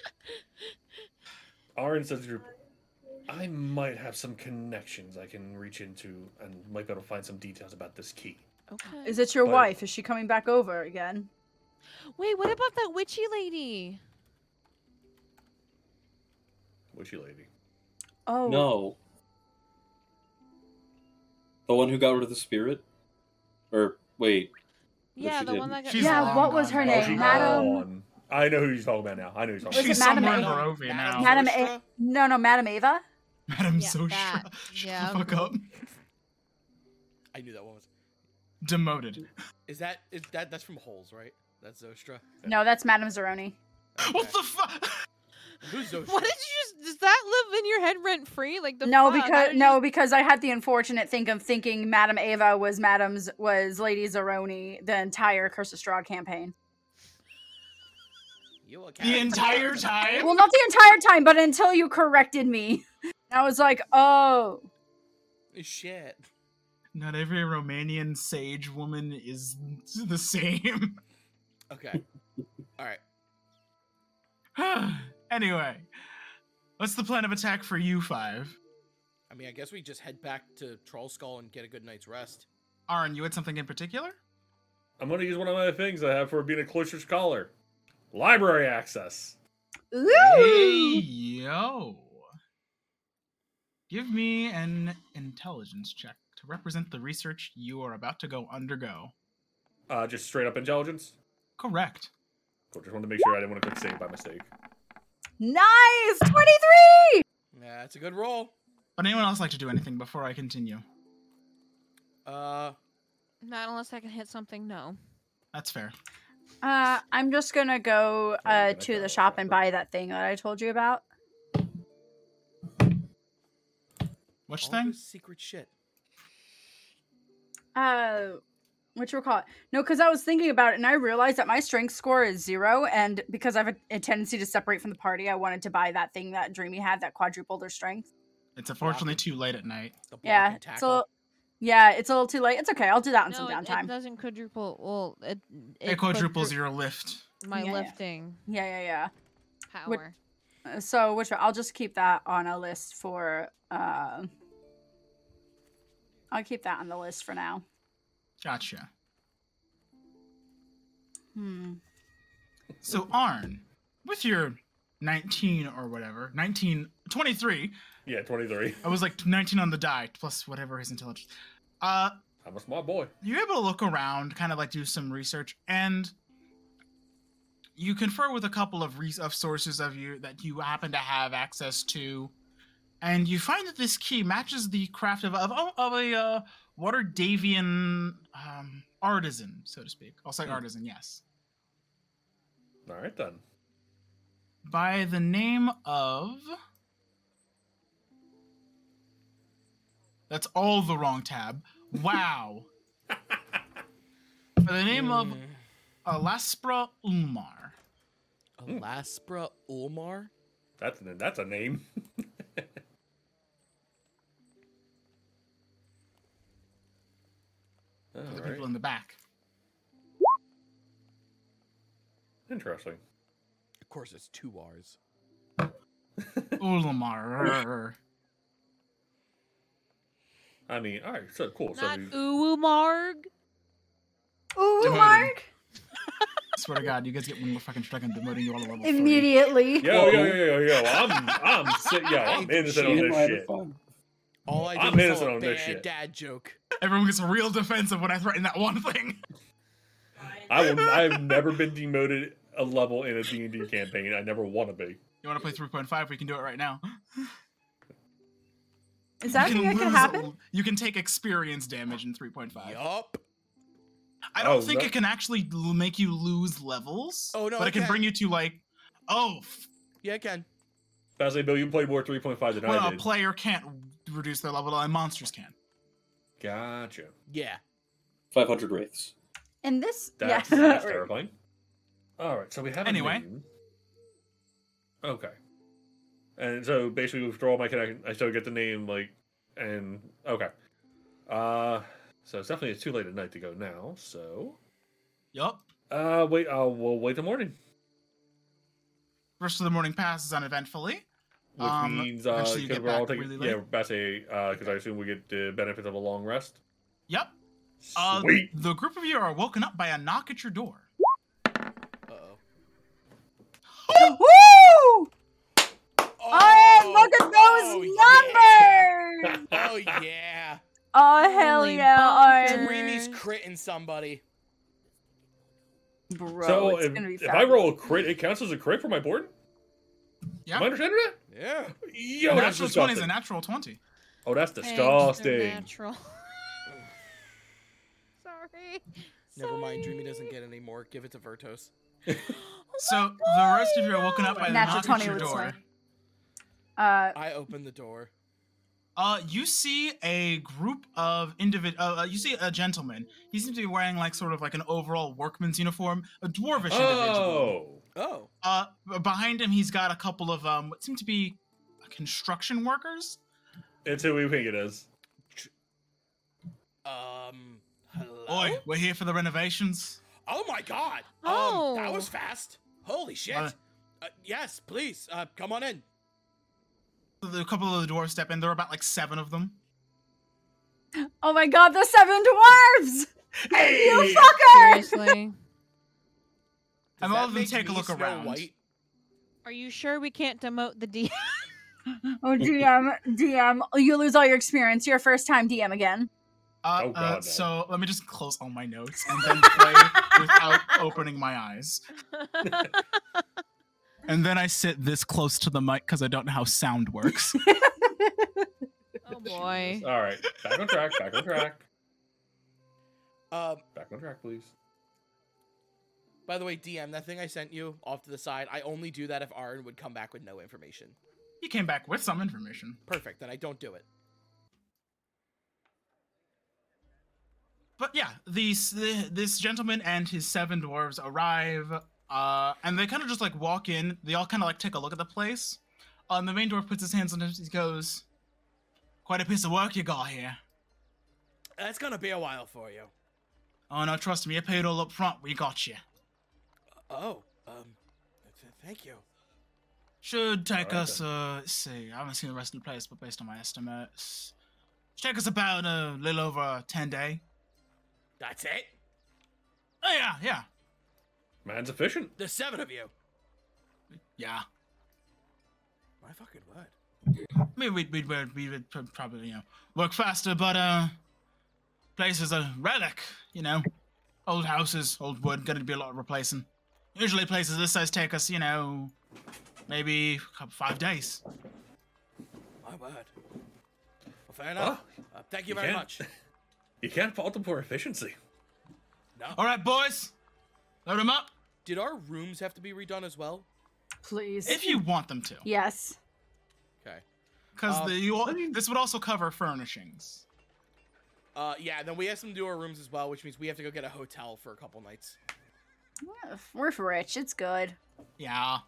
Speaker 2: <laughs>
Speaker 9: Aaron says you're
Speaker 4: I might have some connections I can reach into and might be able to find some details about this key.
Speaker 10: Okay.
Speaker 2: is it your
Speaker 4: But-
Speaker 2: wife? Is she coming back over again?
Speaker 10: Wait, what about that witchy lady?
Speaker 9: witchy lady.
Speaker 2: Oh
Speaker 6: No. The one who got rid of the spirit? Or, wait. No,
Speaker 10: Yeah,
Speaker 6: she
Speaker 10: the one
Speaker 6: didn't.
Speaker 10: that got
Speaker 1: She's
Speaker 2: Yeah,
Speaker 1: long
Speaker 2: what
Speaker 1: gone
Speaker 2: was her
Speaker 1: now.
Speaker 2: name?
Speaker 9: she's
Speaker 2: Madam-
Speaker 9: gone. I know who you're talking about now. I know who you're
Speaker 2: Was it
Speaker 9: talking
Speaker 1: She's
Speaker 9: about.
Speaker 2: Madam
Speaker 1: somewhere in
Speaker 2: A-
Speaker 1: Barovia now.
Speaker 2: Madam A- no, no, Madam Ava.
Speaker 1: Madam
Speaker 10: Yeah,
Speaker 1: Zoshra.
Speaker 10: that.
Speaker 1: Shut
Speaker 10: Yeah.
Speaker 1: the fuck up.
Speaker 3: I knew that one was.
Speaker 1: Demoted.
Speaker 3: Is that is that that's from Holes, right? That's Zostra.
Speaker 2: No, that's Madam Zeroni.
Speaker 1: <laughs> What the fuck?
Speaker 3: Who's Zostra?
Speaker 5: <laughs>
Speaker 10: What did you just? Does that live in your head rent free? Like the
Speaker 2: no,
Speaker 10: fuck? How
Speaker 2: because
Speaker 10: did
Speaker 2: no,
Speaker 10: you-
Speaker 2: because I had the unfortunate thing of thinking Madam Ava was Madam's was Lady Zeroni the entire Curse of Strahd campaign.
Speaker 3: You a
Speaker 1: <laughs> The
Speaker 3: cat?
Speaker 1: entire time?
Speaker 2: Well, not the entire time, but until you corrected me, I was like, oh,
Speaker 3: Shit.
Speaker 1: Not every Romanian sage woman is the same. <sighs>
Speaker 3: Okay. All right.
Speaker 1: anyway, what's the plan of attack for you five?
Speaker 3: I mean, I guess we just head back to Troll Skull and get a good night's rest.
Speaker 1: Aaron, you had something in particular?
Speaker 9: I'm going to use one of my things I have for being a cloistered scholar. Library access.
Speaker 2: ooh,
Speaker 1: Hey, yo. Give me an intelligence check to represent the research you are about to go undergo.
Speaker 9: Uh, just straight up intelligence.
Speaker 1: Correct.
Speaker 9: Cool, Just wanted to make sure I didn't want to click save by mistake.
Speaker 2: nice, twenty three.
Speaker 3: Yeah, that's a good roll.
Speaker 1: Would anyone else like to do anything before I continue?
Speaker 3: Uh,
Speaker 5: Not unless I can hit something. No.
Speaker 1: That's fair.
Speaker 2: Uh, I'm just gonna go
Speaker 4: Yeah,
Speaker 2: uh,
Speaker 4: but I
Speaker 2: to the
Speaker 4: got
Speaker 2: shop
Speaker 4: that,
Speaker 2: and
Speaker 4: but-
Speaker 2: buy that thing that I told you about.
Speaker 1: Which
Speaker 3: all
Speaker 1: thing?
Speaker 3: this secret shit.
Speaker 2: Uh, what you call it? No, because I was thinking about it and I realized that my strength score is zero, and because I have a, a tendency to separate from the party, I wanted to buy that thing that Dreamy had that quadrupled her strength.
Speaker 1: It's unfortunately too late at night.
Speaker 3: The block
Speaker 2: Yeah,
Speaker 3: and
Speaker 2: it's a
Speaker 3: tackle.
Speaker 2: little, yeah, it's a little too late. It's okay. I'll do that in some
Speaker 5: no, it, it
Speaker 2: downtime.
Speaker 5: doesn't quadruple. Well, it,
Speaker 1: It,
Speaker 5: it
Speaker 1: quadruples
Speaker 5: quadru-
Speaker 1: your lift.
Speaker 5: my
Speaker 2: Yeah, yeah.
Speaker 5: lifting
Speaker 2: yeah, yeah, yeah.
Speaker 5: power.
Speaker 2: Uh, So which I'll just keep that on a list for. Uh, I'll keep that on the list for now.
Speaker 1: Gotcha.
Speaker 2: Hmm.
Speaker 1: So Arn, with your 19 or whatever, 19, 23.
Speaker 4: Yeah, 23.
Speaker 1: I was like 19 on the die plus whatever his intelligence. Uh,
Speaker 4: I'm a smart boy.
Speaker 1: you're able to look around, kind of like do some research, and you confer with a couple of res- of sources of you that you happen to have access to, and you find that this key matches the craft of of, of a uh, water Davian um, artisan, so to speak. I'll say artisan, yes,
Speaker 4: All right, then.
Speaker 1: by the name of. That's all the wrong tab. Wow. By the name of
Speaker 3: Mm.
Speaker 1: Alaspra Ulmar.
Speaker 3: Alaspra Ulmar.
Speaker 4: That's, a- that's a name. <laughs> All
Speaker 1: For the
Speaker 4: right.
Speaker 1: people in the back.
Speaker 4: Interesting.
Speaker 3: Of course, it's two R's.
Speaker 1: Ulmar.
Speaker 4: I mean, all right, so cool. So
Speaker 5: Not
Speaker 4: you-
Speaker 5: Uwumarg.
Speaker 2: Ooh,
Speaker 1: Demoted.
Speaker 2: Mark!
Speaker 1: Swear to God, you guys get one more fucking strike. I'm demoting you all to level three.
Speaker 2: Immediately.
Speaker 4: yo, yo, yo, yo, yo, I'm, I'm, si- yo, I'm innocent on
Speaker 6: She and
Speaker 4: this
Speaker 6: I had <laughs>
Speaker 4: shit.
Speaker 6: fun.
Speaker 3: All I did
Speaker 4: I'm
Speaker 3: was
Speaker 4: innocent
Speaker 3: tell a
Speaker 4: on
Speaker 3: bad
Speaker 4: this shit.
Speaker 3: dad joke.
Speaker 1: Everyone gets real defensive when I threaten that one thing.
Speaker 4: I will, I have never been demoted a level in a D&D campaign. I never want to be.
Speaker 1: You want to play 3.5? We can do it right now.
Speaker 2: Is that
Speaker 1: You
Speaker 2: a thing that could
Speaker 1: lose-
Speaker 2: happen?
Speaker 1: You can take experience damage in 3.5.
Speaker 3: Yup.
Speaker 1: I don't
Speaker 4: Oh,
Speaker 1: think
Speaker 4: no.
Speaker 1: it can actually l- make you lose levels.
Speaker 3: Oh, no,
Speaker 1: But
Speaker 3: it
Speaker 1: it can
Speaker 3: can.
Speaker 1: bring you to like, oh, f-
Speaker 3: Yeah, I can.
Speaker 4: Basley Bill, you played more 3.5 than
Speaker 1: well,
Speaker 4: I
Speaker 1: a
Speaker 4: did.
Speaker 1: player can't reduce their level, and monsters can.
Speaker 4: gotcha.
Speaker 3: Yeah.
Speaker 6: 500 wraiths.
Speaker 2: And this,
Speaker 4: That's,
Speaker 2: yeah, <laughs>
Speaker 4: that's
Speaker 2: right.
Speaker 4: terrifying. All right, so we have
Speaker 1: Anyway.
Speaker 4: a name. Okay. And so basically, withdraw my connection. I still get the name, like, and okay. Uh, so it's definitely it's too late at night to go now. So,
Speaker 1: Yup.
Speaker 4: uh, wait. Uh, we'll wait the morning,
Speaker 1: Rest of the morning passes uneventfully.
Speaker 4: which
Speaker 1: Um,
Speaker 4: means uh,
Speaker 1: eventually you
Speaker 4: because
Speaker 1: get
Speaker 4: we're all
Speaker 1: back
Speaker 4: taking
Speaker 1: really
Speaker 4: yeah,
Speaker 1: late.
Speaker 4: Basically, uh, because I assume we get the benefit of a long rest.
Speaker 1: Yep. Uh,
Speaker 4: Sweet.
Speaker 1: The group of you are woken up by a knock at your door.
Speaker 3: Uh oh.
Speaker 4: Oh,
Speaker 2: Woo! Oh, look at
Speaker 3: oh,
Speaker 2: those
Speaker 3: yeah. <laughs>
Speaker 2: numbers!
Speaker 3: Oh yeah.
Speaker 2: Oh, hell
Speaker 5: Holy
Speaker 2: yeah,
Speaker 5: bunker.
Speaker 2: Arn.
Speaker 3: Dreamy's critting somebody.
Speaker 2: Bro,
Speaker 4: so
Speaker 2: it's
Speaker 4: if,
Speaker 2: gonna be
Speaker 4: if I roll a
Speaker 2: fabulous.
Speaker 4: crit, it counts as a crit for my board.
Speaker 1: Yeah.
Speaker 4: Am I understanding that?
Speaker 3: Yeah.
Speaker 4: Yo, that's
Speaker 1: natural 20 is
Speaker 4: disgusting.
Speaker 1: a natural 20.
Speaker 4: Oh, that's
Speaker 5: Thanks, they're
Speaker 4: disgusting.
Speaker 5: Natural. <laughs> Sorry.
Speaker 3: Never mind.
Speaker 5: Sorry.
Speaker 3: Dreamy doesn't get any more. Give it to Vertos.
Speaker 1: So the rest of you are woken up by the
Speaker 2: Natural
Speaker 1: knock at
Speaker 2: 20
Speaker 1: your
Speaker 2: would
Speaker 1: door.
Speaker 2: swing. Uh,
Speaker 3: I open the door.
Speaker 1: Uh, you see a group of individ. Uh, uh, you see a gentleman. He seems to be wearing like sort of like an overall workman's uniform, a dwarvish individual.
Speaker 4: Oh,
Speaker 3: Oh.
Speaker 1: Uh, b- behind him, he's got a couple of um, what seem to be construction workers.
Speaker 4: it's who we think it is.
Speaker 3: Um. Hello.
Speaker 4: Oh.
Speaker 1: Oi, we're here for the renovations.
Speaker 3: Oh my God. Um, that
Speaker 5: Oh.
Speaker 3: was fast. Holy shit.
Speaker 1: Uh,
Speaker 3: Uh, yes, please. Uh, come on in.
Speaker 1: So the- A couple of the dwarves step in. There are about like seven of them.
Speaker 2: oh my god, the seven dwarves!
Speaker 4: Hey!
Speaker 2: You fucker!
Speaker 3: <laughs>
Speaker 5: Seriously.
Speaker 3: Does
Speaker 1: And all
Speaker 3: that
Speaker 1: of them
Speaker 3: make
Speaker 1: take a
Speaker 3: me
Speaker 1: look
Speaker 3: Snow
Speaker 1: around.
Speaker 3: White?
Speaker 5: Are you sure we can't demote the D?
Speaker 2: Oh, DM, DM, you lose all your experience. You're a first time DM again.
Speaker 1: Uh,
Speaker 4: Oh,
Speaker 1: uh,
Speaker 4: God, no.
Speaker 1: so let me just close all my notes and then play
Speaker 4: <laughs>
Speaker 1: without opening my eyes. And then I sit this close to the mic because I don't know how sound
Speaker 4: <laughs>
Speaker 1: works.
Speaker 5: oh boy.
Speaker 4: All right, back on track. Back on track.
Speaker 3: Um,
Speaker 4: Back on track, please.
Speaker 3: by the way, DM, that thing I sent you off to the side, I only do that if Aaron would come back with no information.
Speaker 1: He came back with some information.
Speaker 3: Perfect, then I don't do it.
Speaker 1: But yeah, these the, this gentleman and his seven dwarves arrive, uh, and they kind of just like walk in. They all kind of like take a look at the place. Uh, and the main dwarf puts his hands on it. He goes, "Quite a piece of work you got here."
Speaker 3: That's gonna be a while for you.
Speaker 1: Oh no, trust me, you paid all up front. We got you.
Speaker 3: Oh, um, th- thank you.
Speaker 1: Should take
Speaker 4: Alright,
Speaker 1: us. Uh, let's see, I haven't seen the rest of the place, but based on my estimates, should take us about a little over ten day.
Speaker 3: That's it?
Speaker 1: Oh yeah, yeah,
Speaker 4: Man's efficient.
Speaker 3: There's seven of you.
Speaker 1: yeah.
Speaker 3: My fucking word.
Speaker 1: I mean, we'd, we'd, we'd, we would pr- probably, you know, work faster, but, uh, place is a relic, you know. Old houses, old wood, gonna be a lot of replacing. Usually places this size take us, you know, maybe a couple- five days.
Speaker 3: My word. Well, fair enough. Uh, thank you very
Speaker 4: can. <laughs>
Speaker 3: much.
Speaker 4: You can't fault him for efficiency.
Speaker 1: All right, boys, load them up
Speaker 3: Did our rooms have to be redone as well?
Speaker 2: Please.
Speaker 1: if you want them to,
Speaker 2: yes.
Speaker 3: Okay.
Speaker 1: because
Speaker 3: Um,
Speaker 1: you all, this would also cover furnishings.
Speaker 3: Uh, yeah, then we have some our rooms as well, which means we have to go get a hotel for a couple nights. <laughs>
Speaker 2: We're rich. It's good.
Speaker 1: Yeah,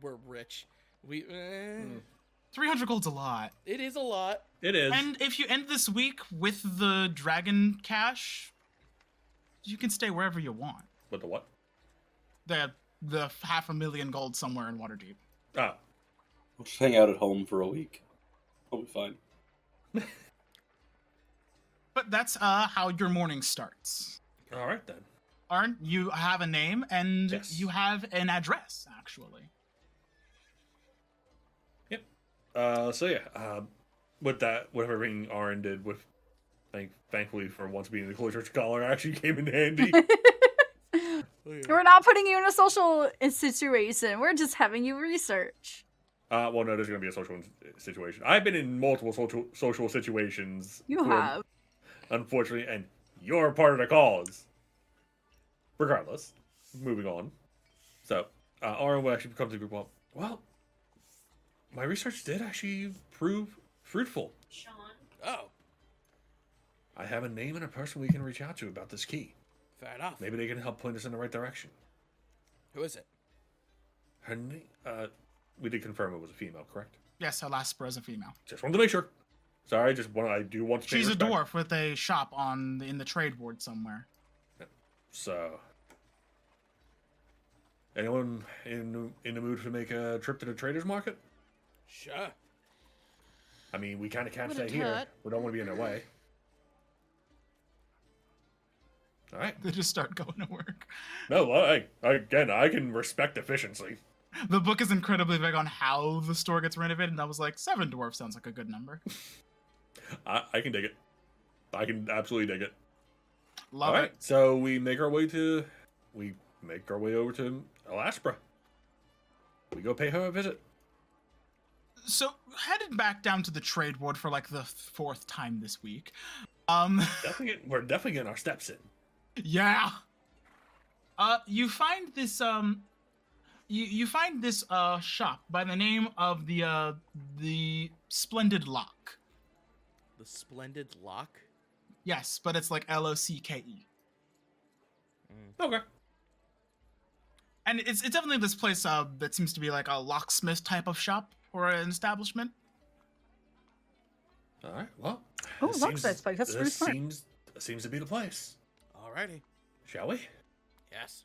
Speaker 3: We're rich. We. eh,
Speaker 4: Hmm.
Speaker 1: three hundred gold's a lot.
Speaker 3: It is a lot.
Speaker 4: It is.
Speaker 1: And if you end this week with the dragon cash, you can stay wherever you want.
Speaker 4: But the what?
Speaker 1: the the f- half a million gold somewhere in Waterdeep.
Speaker 4: Oh,
Speaker 6: We'll just hang out at home for a week. I'll be fine.
Speaker 1: But that's uh how your morning starts.
Speaker 4: all right then.
Speaker 1: Arn, you have a name and
Speaker 4: Yes.
Speaker 1: you have an address actually.
Speaker 4: Uh, so yeah, uh, with that, whatever ring Aaron did with, thank, thankfully for once being the closer scholar, <laughs> actually came in handy.
Speaker 2: We're not putting you in a social situation. We're just having you research.
Speaker 4: uh, well, no, there's gonna be a social in- situation. I've been in multiple social social situations.
Speaker 2: You
Speaker 4: for-
Speaker 2: have.
Speaker 4: unfortunately, and you're part of the cause. Regardless, moving on. So, uh, Aaron will actually becomes a group one. Well, my research did actually prove fruitful.
Speaker 7: Sean,
Speaker 3: Oh,
Speaker 4: I have a name and a person we can reach out to about this key.
Speaker 3: fair enough.
Speaker 4: Maybe they can help point us in the right direction.
Speaker 3: Who is it?
Speaker 4: Her name, uh, we did confirm it was a female, correct?
Speaker 1: Yes, Alaspera is a female.
Speaker 4: Just wanted to make sure. Sorry, just one. I do want to. pay
Speaker 1: She's a
Speaker 4: respect.
Speaker 1: dwarf with a shop on in the trade ward somewhere. <laughs>
Speaker 4: So, anyone in in the mood to make a trip to the traders market?
Speaker 3: Sure.
Speaker 4: I mean, we kind of can't
Speaker 5: Wouldn't
Speaker 4: stay here.
Speaker 5: hurt.
Speaker 4: We don't want to be in their way. All right.
Speaker 1: They just start going to work.
Speaker 4: No, I, I again, I can respect efficiency.
Speaker 1: The book is incredibly big on how the store gets renovated, and I was like, seven dwarf sounds like a good number.
Speaker 4: I, I can dig it. I can absolutely dig it.
Speaker 1: Love it.
Speaker 4: All right, so we make our way to, we make our way over to Alaspra. We go pay her a visit.
Speaker 1: so headed back down to the trade ward for like the fourth time this week um <laughs>
Speaker 4: Definitely, get- we're definitely getting our steps in.
Speaker 1: yeah uh you find this um you you find this uh shop by the name of the uh the splendid lock
Speaker 3: The Splendid Lock?
Speaker 1: yes but it's like l-o-c-k-e
Speaker 4: Okay.
Speaker 1: and it's it's definitely this place uh that seems to be like a locksmith type of shop or an establishment
Speaker 4: All right. Well.
Speaker 2: Oh,
Speaker 4: this
Speaker 2: Lock's
Speaker 4: seems-
Speaker 2: that place. That's
Speaker 4: this
Speaker 2: really smart.
Speaker 4: Seems seems to be the place.
Speaker 3: Alrighty.
Speaker 4: Shall we?
Speaker 3: Yes.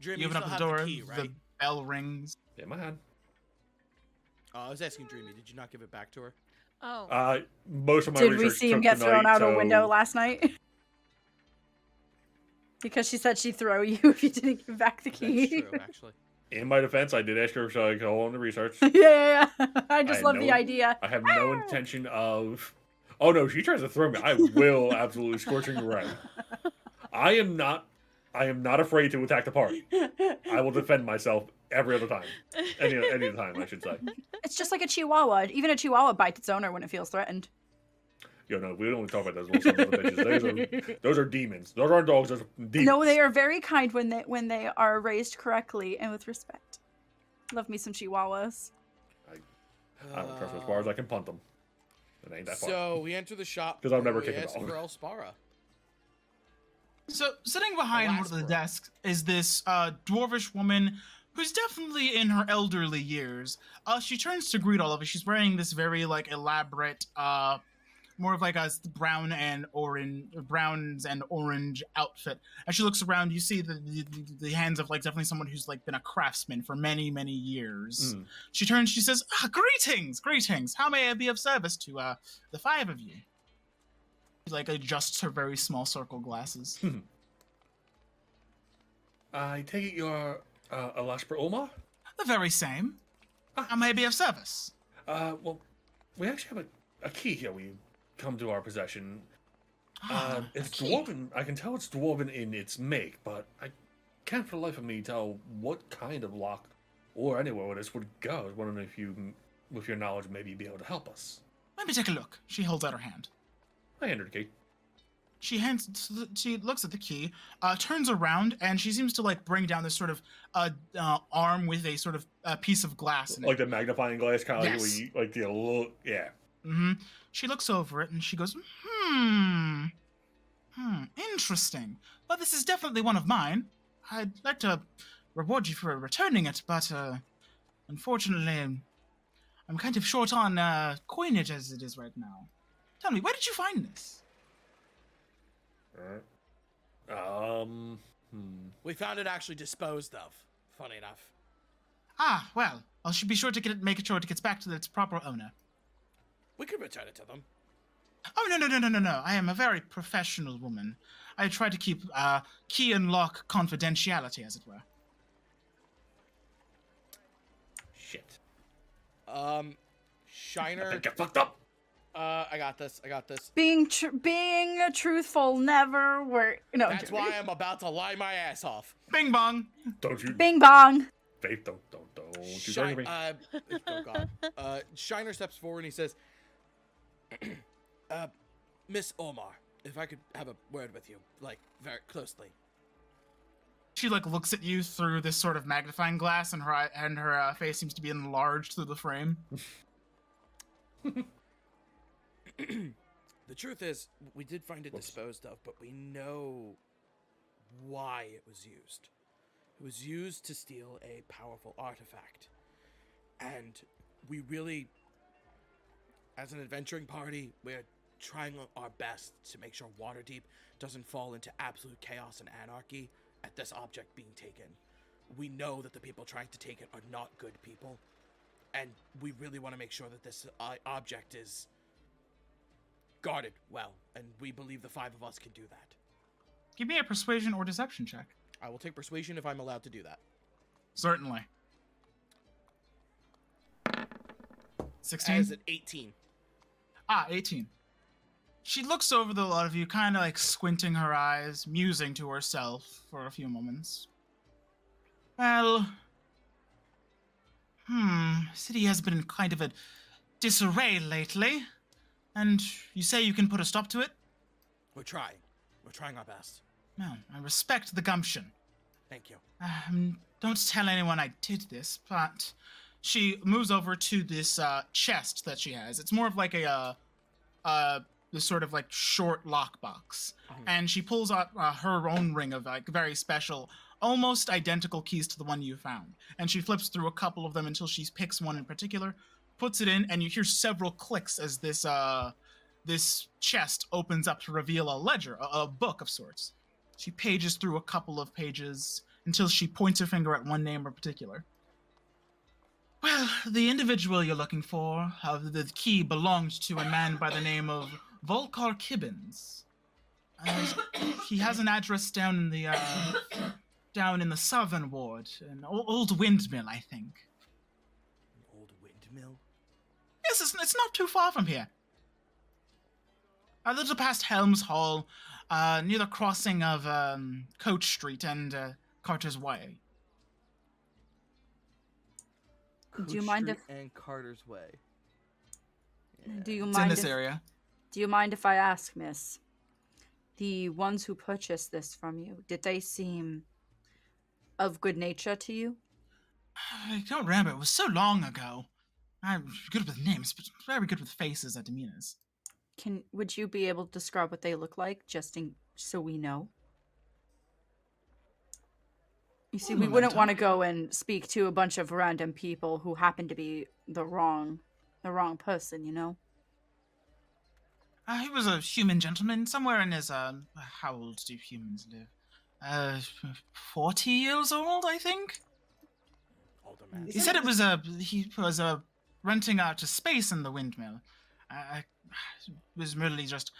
Speaker 3: Dream,
Speaker 1: you open
Speaker 3: still
Speaker 1: up the door
Speaker 3: have the key,
Speaker 1: the
Speaker 3: right?
Speaker 1: bell rings
Speaker 4: In my hand.
Speaker 3: Uh, I was asking Dreamy, did you not give it back to her?
Speaker 5: Oh,
Speaker 4: Uh, most of my
Speaker 2: Did
Speaker 4: research
Speaker 2: we see him
Speaker 4: took
Speaker 2: get
Speaker 4: tonight,
Speaker 2: thrown out a
Speaker 4: so-
Speaker 2: window last night? because she said she'd throw you <laughs> if you didn't give back the
Speaker 3: That's
Speaker 2: key.
Speaker 3: true, actually.
Speaker 4: In my defense, I did ask her if I could hold on to research.
Speaker 2: <laughs> yeah, yeah, yeah. <laughs> I just
Speaker 4: I
Speaker 2: love the
Speaker 4: know.
Speaker 2: idea.
Speaker 4: I have no
Speaker 2: <laughs>
Speaker 4: intention of. Oh no, she tries to throw me. I will absolutely scorching right. I am not. I am not afraid to attack the party. I will defend myself every other time. Any any time, I should say.
Speaker 2: It's just like a chihuahua. Even a chihuahua bites its owner when it feels threatened.
Speaker 4: Yo, no, we don't want to talk about those little sons of bitches. Those are, those are demons. Those aren't dogs. Those are demons.
Speaker 2: No, they are very kind when they when they are raised correctly and with respect. Love me some chihuahuas.
Speaker 4: I don't trust them as far as I can punt them. It ain't that far.
Speaker 3: Uh, So we enter the shop
Speaker 4: <laughs> 'Cause I've never
Speaker 3: and we
Speaker 4: kicked
Speaker 3: ask
Speaker 4: a dog.
Speaker 3: for Elspara.
Speaker 1: So sitting behind one of the
Speaker 3: Glassboro.
Speaker 1: desks is this uh, dwarvish woman who's definitely in her elderly years. Uh, she turns to greet all of us. She's wearing this very like elaborate, uh, more of like a s- brown and orange, browns and orange outfit. As she looks around, you see the, the, the- the hands of like definitely someone who's like been a craftsman for many many years.
Speaker 4: Mm.
Speaker 1: She turns. She says, ah, "Greetings, greetings. How may I be of service to uh, the five of you?" She, Like adjusts her very small circle glasses.
Speaker 9: I take it you're uh, Alashper Omar?
Speaker 1: The very same. I may be of service.
Speaker 9: Uh, well, we actually have a, a key here. We come to our possession. Uh,
Speaker 1: Ah,
Speaker 9: it's
Speaker 1: a key.
Speaker 9: dwarven. I can tell it's dwarven in its make, but I can't for the life of me tell what kind of lock or anywhere where this would go. I was wondering if you, with your knowledge, maybe you'd be able to help us.
Speaker 1: Let me take a look. She holds out her hand.
Speaker 9: I entered the key.
Speaker 1: She hands. She looks at the key, uh, turns around, and she seems to like bring down this sort of uh, uh, arm with a sort of uh, piece of glass. In it.
Speaker 4: Like the magnifying glass kind of like,
Speaker 1: Yes.
Speaker 4: where you- like the look. Yeah.
Speaker 1: hmm She looks over it and she goes, hmm, hmm, interesting. Well, this is definitely one of mine. I'd like to reward you for returning it, but uh, unfortunately, I'm kind of short on uh, coinage as it is right now. Tell me, where did you find this?
Speaker 4: Alright. Um. Hmm.
Speaker 3: We found it actually disposed of. Funny enough.
Speaker 1: Ah, well, I'll should be sure to get it, make sure it gets back to its proper owner.
Speaker 3: We could return it to them.
Speaker 1: Oh no no no no no no! I am a very professional woman. I try to keep uh, key and lock confidentiality, as it were.
Speaker 9: Shit.
Speaker 3: Um,
Speaker 4: I
Speaker 3: Shiner.
Speaker 4: think I fucked up.
Speaker 3: Uh, I got this. I got this.
Speaker 2: Being tr- being truthful never work. No,
Speaker 3: That's why I'm about to lie my ass off.
Speaker 1: Bing bong.
Speaker 4: Don't you?
Speaker 2: Bing bong.
Speaker 4: Faith, don't, don't, don't. You
Speaker 3: Shi-
Speaker 4: bring me.
Speaker 3: uh, oh God. Uh, Shiner steps forward and he says, <clears throat> uh, Miss Omar, if I could have a word with you, like, very closely.
Speaker 1: She like looks at you through this sort of magnifying glass, and her eye- and her uh, face seems to be enlarged through the frame.
Speaker 3: The truth is, we did find it disposed of, but we know why it was used. It was used to steal a powerful artifact. And we really, as an adventuring party, we're trying our best to make sure Waterdeep doesn't fall into absolute chaos and anarchy at this object being taken. We know that the people trying to take it are not good people, and we really want to make sure that this uh, object is guarded well, and we believe the five of us can do that.
Speaker 1: Give me a persuasion or deception check.
Speaker 3: I will take persuasion if I'm allowed to do that.
Speaker 1: Certainly. Sixteen.
Speaker 3: As an 18.
Speaker 1: Ah, 18. She looks over the lot of you, kind of like squinting her eyes, musing to herself for a few moments. Well, hmm, city has been in kind of a disarray lately, and you say you can put a stop to it?
Speaker 3: We're trying. We're trying our best.
Speaker 1: No, I respect the gumption.
Speaker 3: Thank you.
Speaker 1: Um, don't tell anyone I did this, but she moves over to this uh, chest that she has. It's more of like a, uh, uh, this sort of like short lockbox,
Speaker 3: Mm-hmm.
Speaker 1: and she pulls out uh, her own ring of like very special, almost identical keys to the one you found. And she flips through a couple of them until she picks one in particular, puts it in, and you hear several clicks as this uh, this chest opens up to reveal a ledger, a, a book of sorts. She pages through a couple of pages until she points her finger at one name in particular. Well, the individual you're looking for, uh, the key belonged to a man by the name of Volkar Kibbins. And he has an address down in the uh, down in the southern ward, an o- old windmill, I think.
Speaker 3: An old windmill?
Speaker 1: Yes, it's, it's not too far from here. A little past Helms Hall, uh, near the crossing of um, Coach Street and uh, Carter's Way.
Speaker 2: Do you mind if
Speaker 3: and Carter's Way.
Speaker 2: do you
Speaker 1: It's in
Speaker 2: mind
Speaker 1: this
Speaker 2: if,
Speaker 1: area.
Speaker 2: Do you mind if I ask, miss? The ones who purchased this from you, did they seem of good nature to you?
Speaker 1: I don't remember. It was so long ago. I'm good with names, but very good with faces and demeanors.
Speaker 2: Can would you be able to describe what they look like just in so we know? You see,
Speaker 1: One
Speaker 2: we
Speaker 1: moment,
Speaker 2: wouldn't want to
Speaker 1: Tom.
Speaker 2: go and speak to a bunch of random people who happen to be the wrong the wrong person, you know?
Speaker 1: Uh, he was a human gentleman, somewhere in his, uh, how old do humans live? Uh, 40 years old, I think?
Speaker 3: Older man.
Speaker 1: He said it was a, he was a renting out a space in the windmill. I, I <sighs> was really just,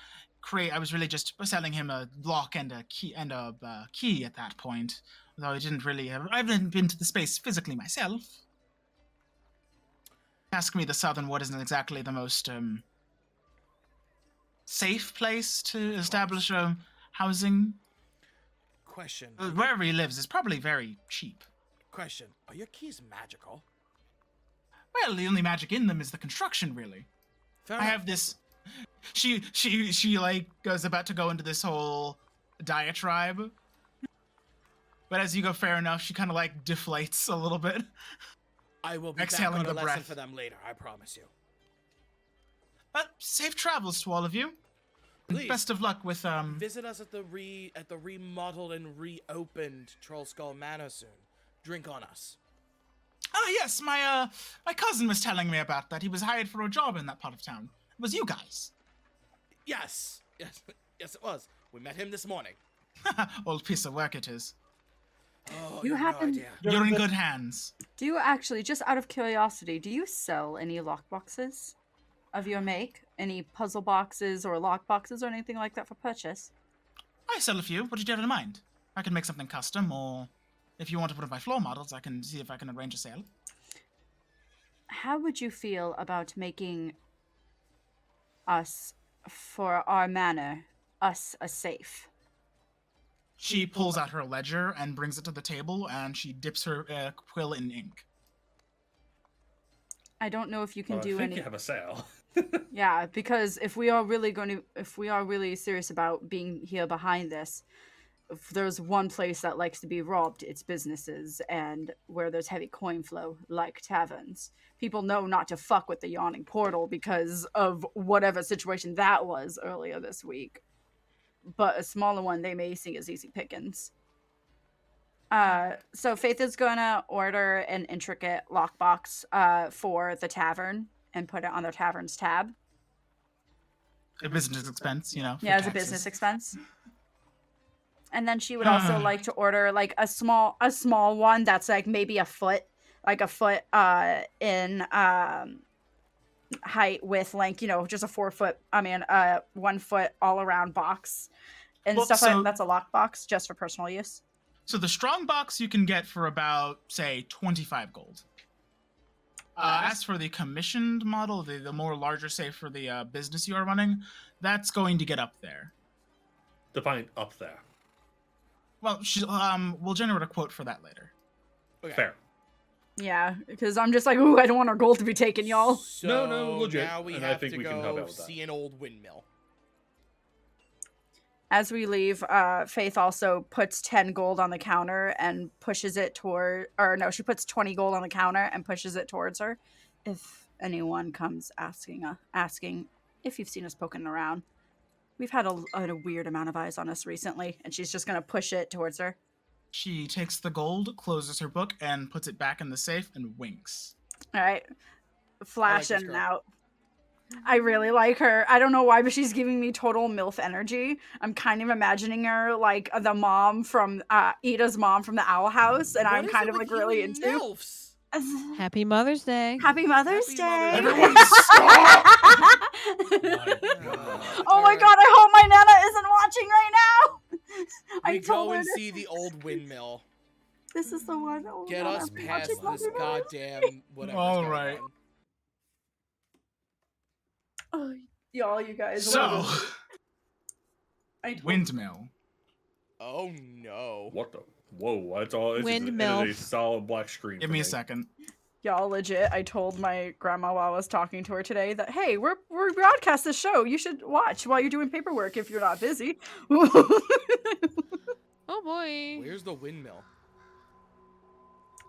Speaker 1: cra- I was really just selling him a lock and a key, and a uh, key at that point. Though I didn't really have, I haven't been to the space physically myself. Ask me, the Southern Wood isn't exactly the most, um, safe place to establish a housing.
Speaker 3: Question.
Speaker 1: Uh, Wherever he lives is probably very cheap.
Speaker 3: Question. Are your keys magical?
Speaker 1: Well, the only magic in them is the construction, really.
Speaker 3: Fair
Speaker 1: I
Speaker 3: enough.
Speaker 1: have this. She she she like goes about to go into this whole diatribe, but as you go fair enough, she kind of like deflates a little bit.
Speaker 3: I will be
Speaker 1: exhaling
Speaker 3: back with
Speaker 1: the
Speaker 3: a lesson
Speaker 1: breath.
Speaker 3: for them later. I promise you.
Speaker 1: But Uh, safe travels to all of you. And
Speaker 3: Please.
Speaker 1: Best of luck with um.
Speaker 3: Visit us at the re at the remodeled and reopened Troll Skull Manor soon. Drink on us.
Speaker 1: Ah yes, my uh my cousin was telling me about that. He was hired for a job in that part of town. It was you guys, <laughs>
Speaker 3: Yes. Yes. <laughs> Yes, it was. We met him this morning.
Speaker 1: old piece of work it is.
Speaker 3: Oh,
Speaker 2: You
Speaker 3: you have no
Speaker 2: happen-
Speaker 3: idea.
Speaker 1: You're in good hands.
Speaker 2: Do you actually, just out of curiosity, do you sell any lockboxes of your make? Any puzzle boxes or lockboxes or anything like that for purchase?
Speaker 1: I sell a few. What did you have in mind? I can make something custom, or if you want to put of my floor models, I can see if I can arrange a sale.
Speaker 2: How would you feel about making us, for our manor, us a safe?
Speaker 1: She pulls out her ledger and brings it to the table, and she dips her uh, quill in ink.
Speaker 2: I don't know if you can
Speaker 9: Well, I
Speaker 2: do
Speaker 9: think
Speaker 2: any.
Speaker 9: you have a sale. <laughs>
Speaker 2: Yeah, because if we are really going to, if we are really serious about being here behind this, if there's one place that likes to be robbed, it's businesses and where there's heavy coin flow, like taverns. People know not to fuck with the yawning portal because of whatever situation that was earlier this week. But a smaller one they may see as easy pickings. Uh, so Faith is gonna order an intricate lockbox uh, for the tavern and put it on their tavern's tab.
Speaker 1: A business expense, you know. for
Speaker 2: Yeah, as a
Speaker 1: taxes.
Speaker 2: business expense. And then she would
Speaker 1: <sighs>
Speaker 2: also
Speaker 1: Ah.
Speaker 2: like to order like a small a small one that's like maybe a foot, like a foot uh in um height with length, you know, just a four foot I mean uh one foot all around box and
Speaker 1: Well,
Speaker 2: stuff like
Speaker 1: so-
Speaker 2: that's a lock box just for personal use.
Speaker 1: So the strong box you can get for about say twenty-five gold. Uh, as for the commissioned model, the, the more larger, say for the uh, business you are running, that's going to get up there.
Speaker 9: Define up there.
Speaker 1: Well, she, um, we'll generate a quote for that later.
Speaker 3: Okay.
Speaker 9: Fair.
Speaker 2: Yeah, because I'm just like, ooh, I don't want our gold to be taken, y'all.
Speaker 3: So
Speaker 9: No, no, legit,
Speaker 3: Now we
Speaker 9: and I
Speaker 3: have
Speaker 9: think
Speaker 3: to
Speaker 9: we
Speaker 3: go
Speaker 9: can help out with that.
Speaker 3: see an old windmill.
Speaker 2: As we leave, uh, Faith also puts 10 gold on the counter and pushes it toward, or no, she puts 20 gold on the counter and pushes it towards her. If anyone comes asking, uh, asking if you've seen us poking around, we've had a, a weird amount of eyes on us recently, and she's just gonna push it towards her.
Speaker 1: She takes the gold, closes her book, and puts it back in the safe and winks.
Speaker 2: All right, flash
Speaker 3: this
Speaker 2: in and
Speaker 3: girl.
Speaker 2: out. I really like her. I don't know why, but she's giving me total MILF energy. I'm kind of imagining her like the mom from uh, Ida's mom from the Owl House, and
Speaker 3: What
Speaker 2: I'm
Speaker 3: is
Speaker 2: kind
Speaker 3: it
Speaker 2: of
Speaker 3: with
Speaker 2: like
Speaker 3: you
Speaker 2: really <laughs> into.
Speaker 3: Nelfs?
Speaker 5: Happy Mother's Day.
Speaker 2: Happy Mother's
Speaker 3: Happy Mother's
Speaker 2: Day!
Speaker 3: Day.
Speaker 1: Everyone stop!
Speaker 2: <laughs> oh my God! I hope my Nana isn't watching right now. <laughs> I
Speaker 3: We go
Speaker 2: told her
Speaker 3: and
Speaker 2: to-
Speaker 3: see the
Speaker 2: <laughs>
Speaker 3: old windmill.
Speaker 2: this is the one. Oh, that will
Speaker 3: Get
Speaker 2: never
Speaker 3: us
Speaker 2: be
Speaker 3: past
Speaker 2: watching
Speaker 3: this
Speaker 2: Mother's Day.
Speaker 3: goddamn whatever.
Speaker 1: All right.
Speaker 2: Oh, y'all, you guys.
Speaker 1: so,
Speaker 2: I
Speaker 1: <laughs>
Speaker 2: told-
Speaker 1: windmill.
Speaker 3: Oh no.
Speaker 9: What the? Whoa! That's all. It's just an- it is
Speaker 5: Windmill.
Speaker 9: a solid black screen.
Speaker 1: Give
Speaker 9: for
Speaker 1: me a second.
Speaker 2: Y'all legit, I told my grandma while I was talking to her today that hey, we're we're broadcast this show. You should watch while you're doing paperwork if you're not busy. <laughs>
Speaker 5: Oh boy.
Speaker 3: Where's the windmill?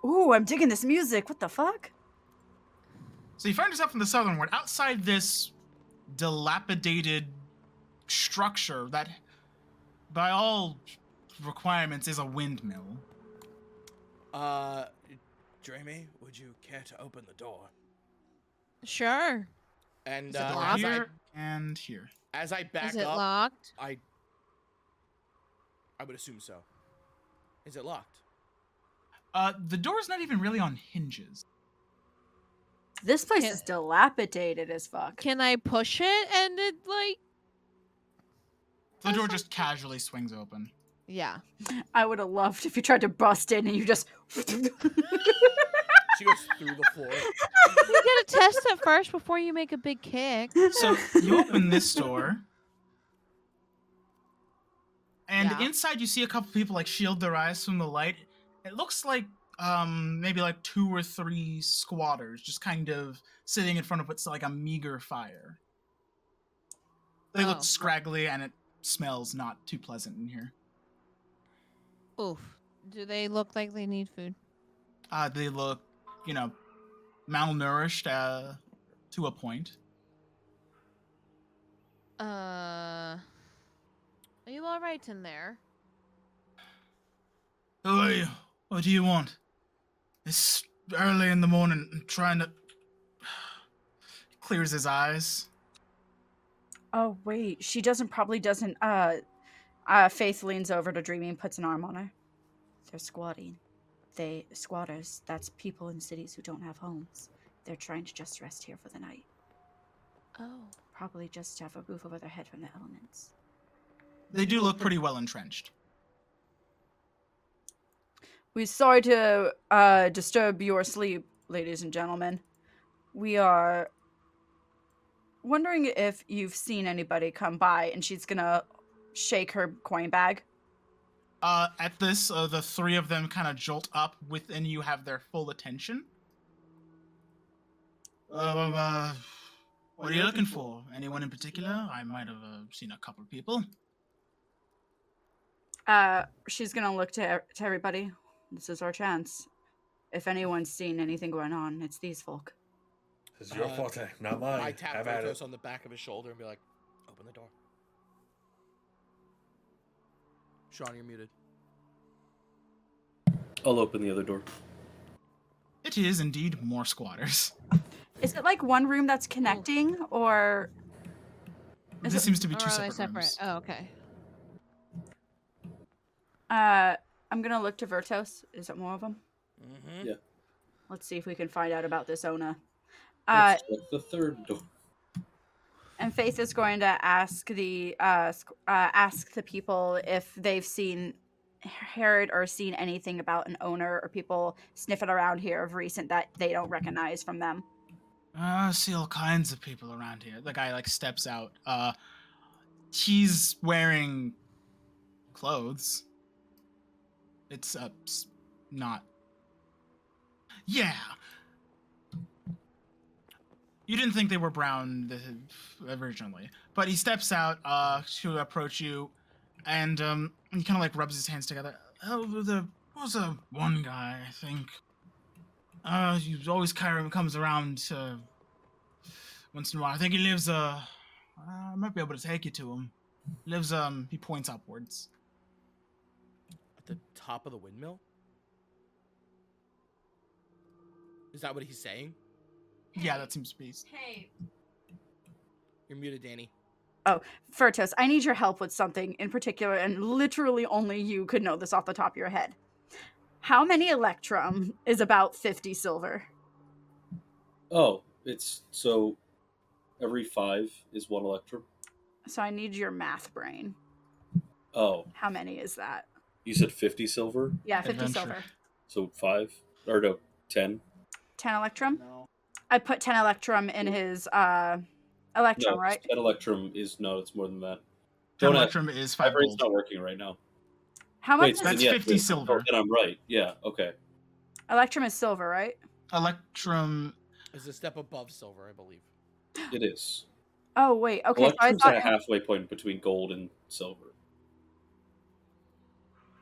Speaker 2: Ooh, I'm digging this music. What the fuck?
Speaker 1: So you find yourself in the southern ward, outside this dilapidated structure that, by all requirements, is a windmill.
Speaker 3: Uh, Jamie, would you care to open the door?
Speaker 5: Sure.
Speaker 3: And
Speaker 1: Is it
Speaker 3: uh,
Speaker 1: locked
Speaker 3: as, I,
Speaker 1: here and here.
Speaker 3: as I back
Speaker 5: Is it
Speaker 3: up,
Speaker 5: locked?
Speaker 3: I I would assume so. Is it locked?
Speaker 1: Uh, the door's not even really on hinges.
Speaker 2: This place
Speaker 5: Can-
Speaker 2: is dilapidated as fuck.
Speaker 5: Can I push it and it like
Speaker 1: The door
Speaker 5: That's
Speaker 1: just casually swings open.
Speaker 5: yeah.
Speaker 2: I would have loved if you tried to bust in and you just
Speaker 3: She goes through the floor.
Speaker 5: <laughs> You gotta test it first before you make a big kick.
Speaker 1: So you open this door, and
Speaker 5: Yeah.
Speaker 1: inside you see a couple people like shield their eyes from the light. It looks like um maybe like two or three squatters just kind of sitting in front of what's like a meager fire. They
Speaker 5: Oh.
Speaker 1: look scraggly, and it smells not too pleasant in here.
Speaker 5: Oof. Do they look like they need food?
Speaker 1: Uh, they look, you know, malnourished uh, to a point.
Speaker 5: Uh Are you alright in there?
Speaker 1: Who are you? Oh, What do you want? It's early in the morning. I'm trying to. <sighs> Clears his eyes.
Speaker 2: Oh wait, she doesn't probably doesn't uh uh Faith leans over to Dreamy and puts an arm on her. They're squatting. They squatters, that's people in cities who don't have homes. They're trying to just rest here for the night.
Speaker 5: Oh.
Speaker 2: Probably just have a roof over their head from the elements.
Speaker 1: They do look pretty well entrenched.
Speaker 2: We're sorry to uh, disturb your sleep, ladies and gentlemen. We are wondering if you've seen anybody come by, and she's gonna shake her coin bag.
Speaker 1: Uh, at this, uh, the three of them kind of jolt up. Within you have their full attention. Uh, uh, uh, what are you looking for? Anyone in particular? I might have uh, seen a couple people.
Speaker 2: Uh, she's gonna look to, e-, to everybody. This is our chance. If anyone's seen anything going on, it's these folk.
Speaker 9: This is your
Speaker 3: Uh,
Speaker 9: forte, not mine.
Speaker 3: I tap
Speaker 9: Have at it.
Speaker 3: Porthos on the back of his shoulder and be like, "Open the door." Sean, you're muted.
Speaker 6: I'll open the other door.
Speaker 1: It is indeed more squatters.
Speaker 2: Is it like one room that's connecting, or Is
Speaker 1: this
Speaker 2: it-
Speaker 1: seems to be
Speaker 5: Or
Speaker 1: two
Speaker 5: are
Speaker 1: separate,
Speaker 5: they separate?
Speaker 1: rooms.
Speaker 5: Oh, okay.
Speaker 2: uh, I'm gonna look to Vertos. Is it more of them?
Speaker 3: Mm-hmm.
Speaker 2: Let's see if we can find out about this Ona. Uh,
Speaker 6: Let's check the third door.
Speaker 2: And Faith is going to ask the uh, squ- uh, ask the people if they've seen heard or seen anything about an owner or people sniffing around here of recent that they don't recognize from them.
Speaker 1: Uh, I see all kinds of people around here. The guy like steps out. Uh, he's wearing clothes. It's uh, s- not. Yeah. You didn't think they were brown th- originally, but he steps out uh, to approach you, and um, he kind of like rubs his hands together. Oh, the was a one guy I think. Uh, you always carry him. Comes around uh, once in a while. I think he lives. Uh, I might be able to take you to him. Lives. Um, he points upwards.
Speaker 3: At the top of the windmill. Is that what he's saying?
Speaker 1: Yeah, that seems to be.
Speaker 7: Hey,
Speaker 3: You're muted, Danny.
Speaker 2: Furtos, I need your help with something in particular, and literally only you could know this off the top of your head. How many electrum is about fifty silver?
Speaker 6: Oh, it's so every five is one electrum.
Speaker 2: So I need your math brain.
Speaker 6: Oh,
Speaker 2: How many is that?
Speaker 6: you said 50 silver,
Speaker 2: Yeah, fifty
Speaker 1: Adventure.
Speaker 2: silver.
Speaker 6: so five or no, 10.
Speaker 2: 10 electrum i put 10 electrum in his uh electrum
Speaker 6: no,
Speaker 2: right
Speaker 6: 10 electrum is no, it's more than that.
Speaker 1: Ten
Speaker 6: Don't ask-
Speaker 1: electrum is
Speaker 6: My
Speaker 1: five
Speaker 6: brain's
Speaker 1: gold.
Speaker 6: not working right now.
Speaker 2: how much
Speaker 6: Wait,
Speaker 2: is
Speaker 6: then
Speaker 1: That's
Speaker 6: yeah,
Speaker 1: 50
Speaker 6: wait, oh,
Speaker 1: silver.
Speaker 6: And I'm right. Yeah. Okay.
Speaker 2: electrum is silver right
Speaker 1: Electrum.
Speaker 3: Is a step above silver, I believe.
Speaker 6: It is.
Speaker 2: Oh wait, okay. So I
Speaker 6: Electrum's at a
Speaker 2: thought.
Speaker 6: halfway point between gold and silver.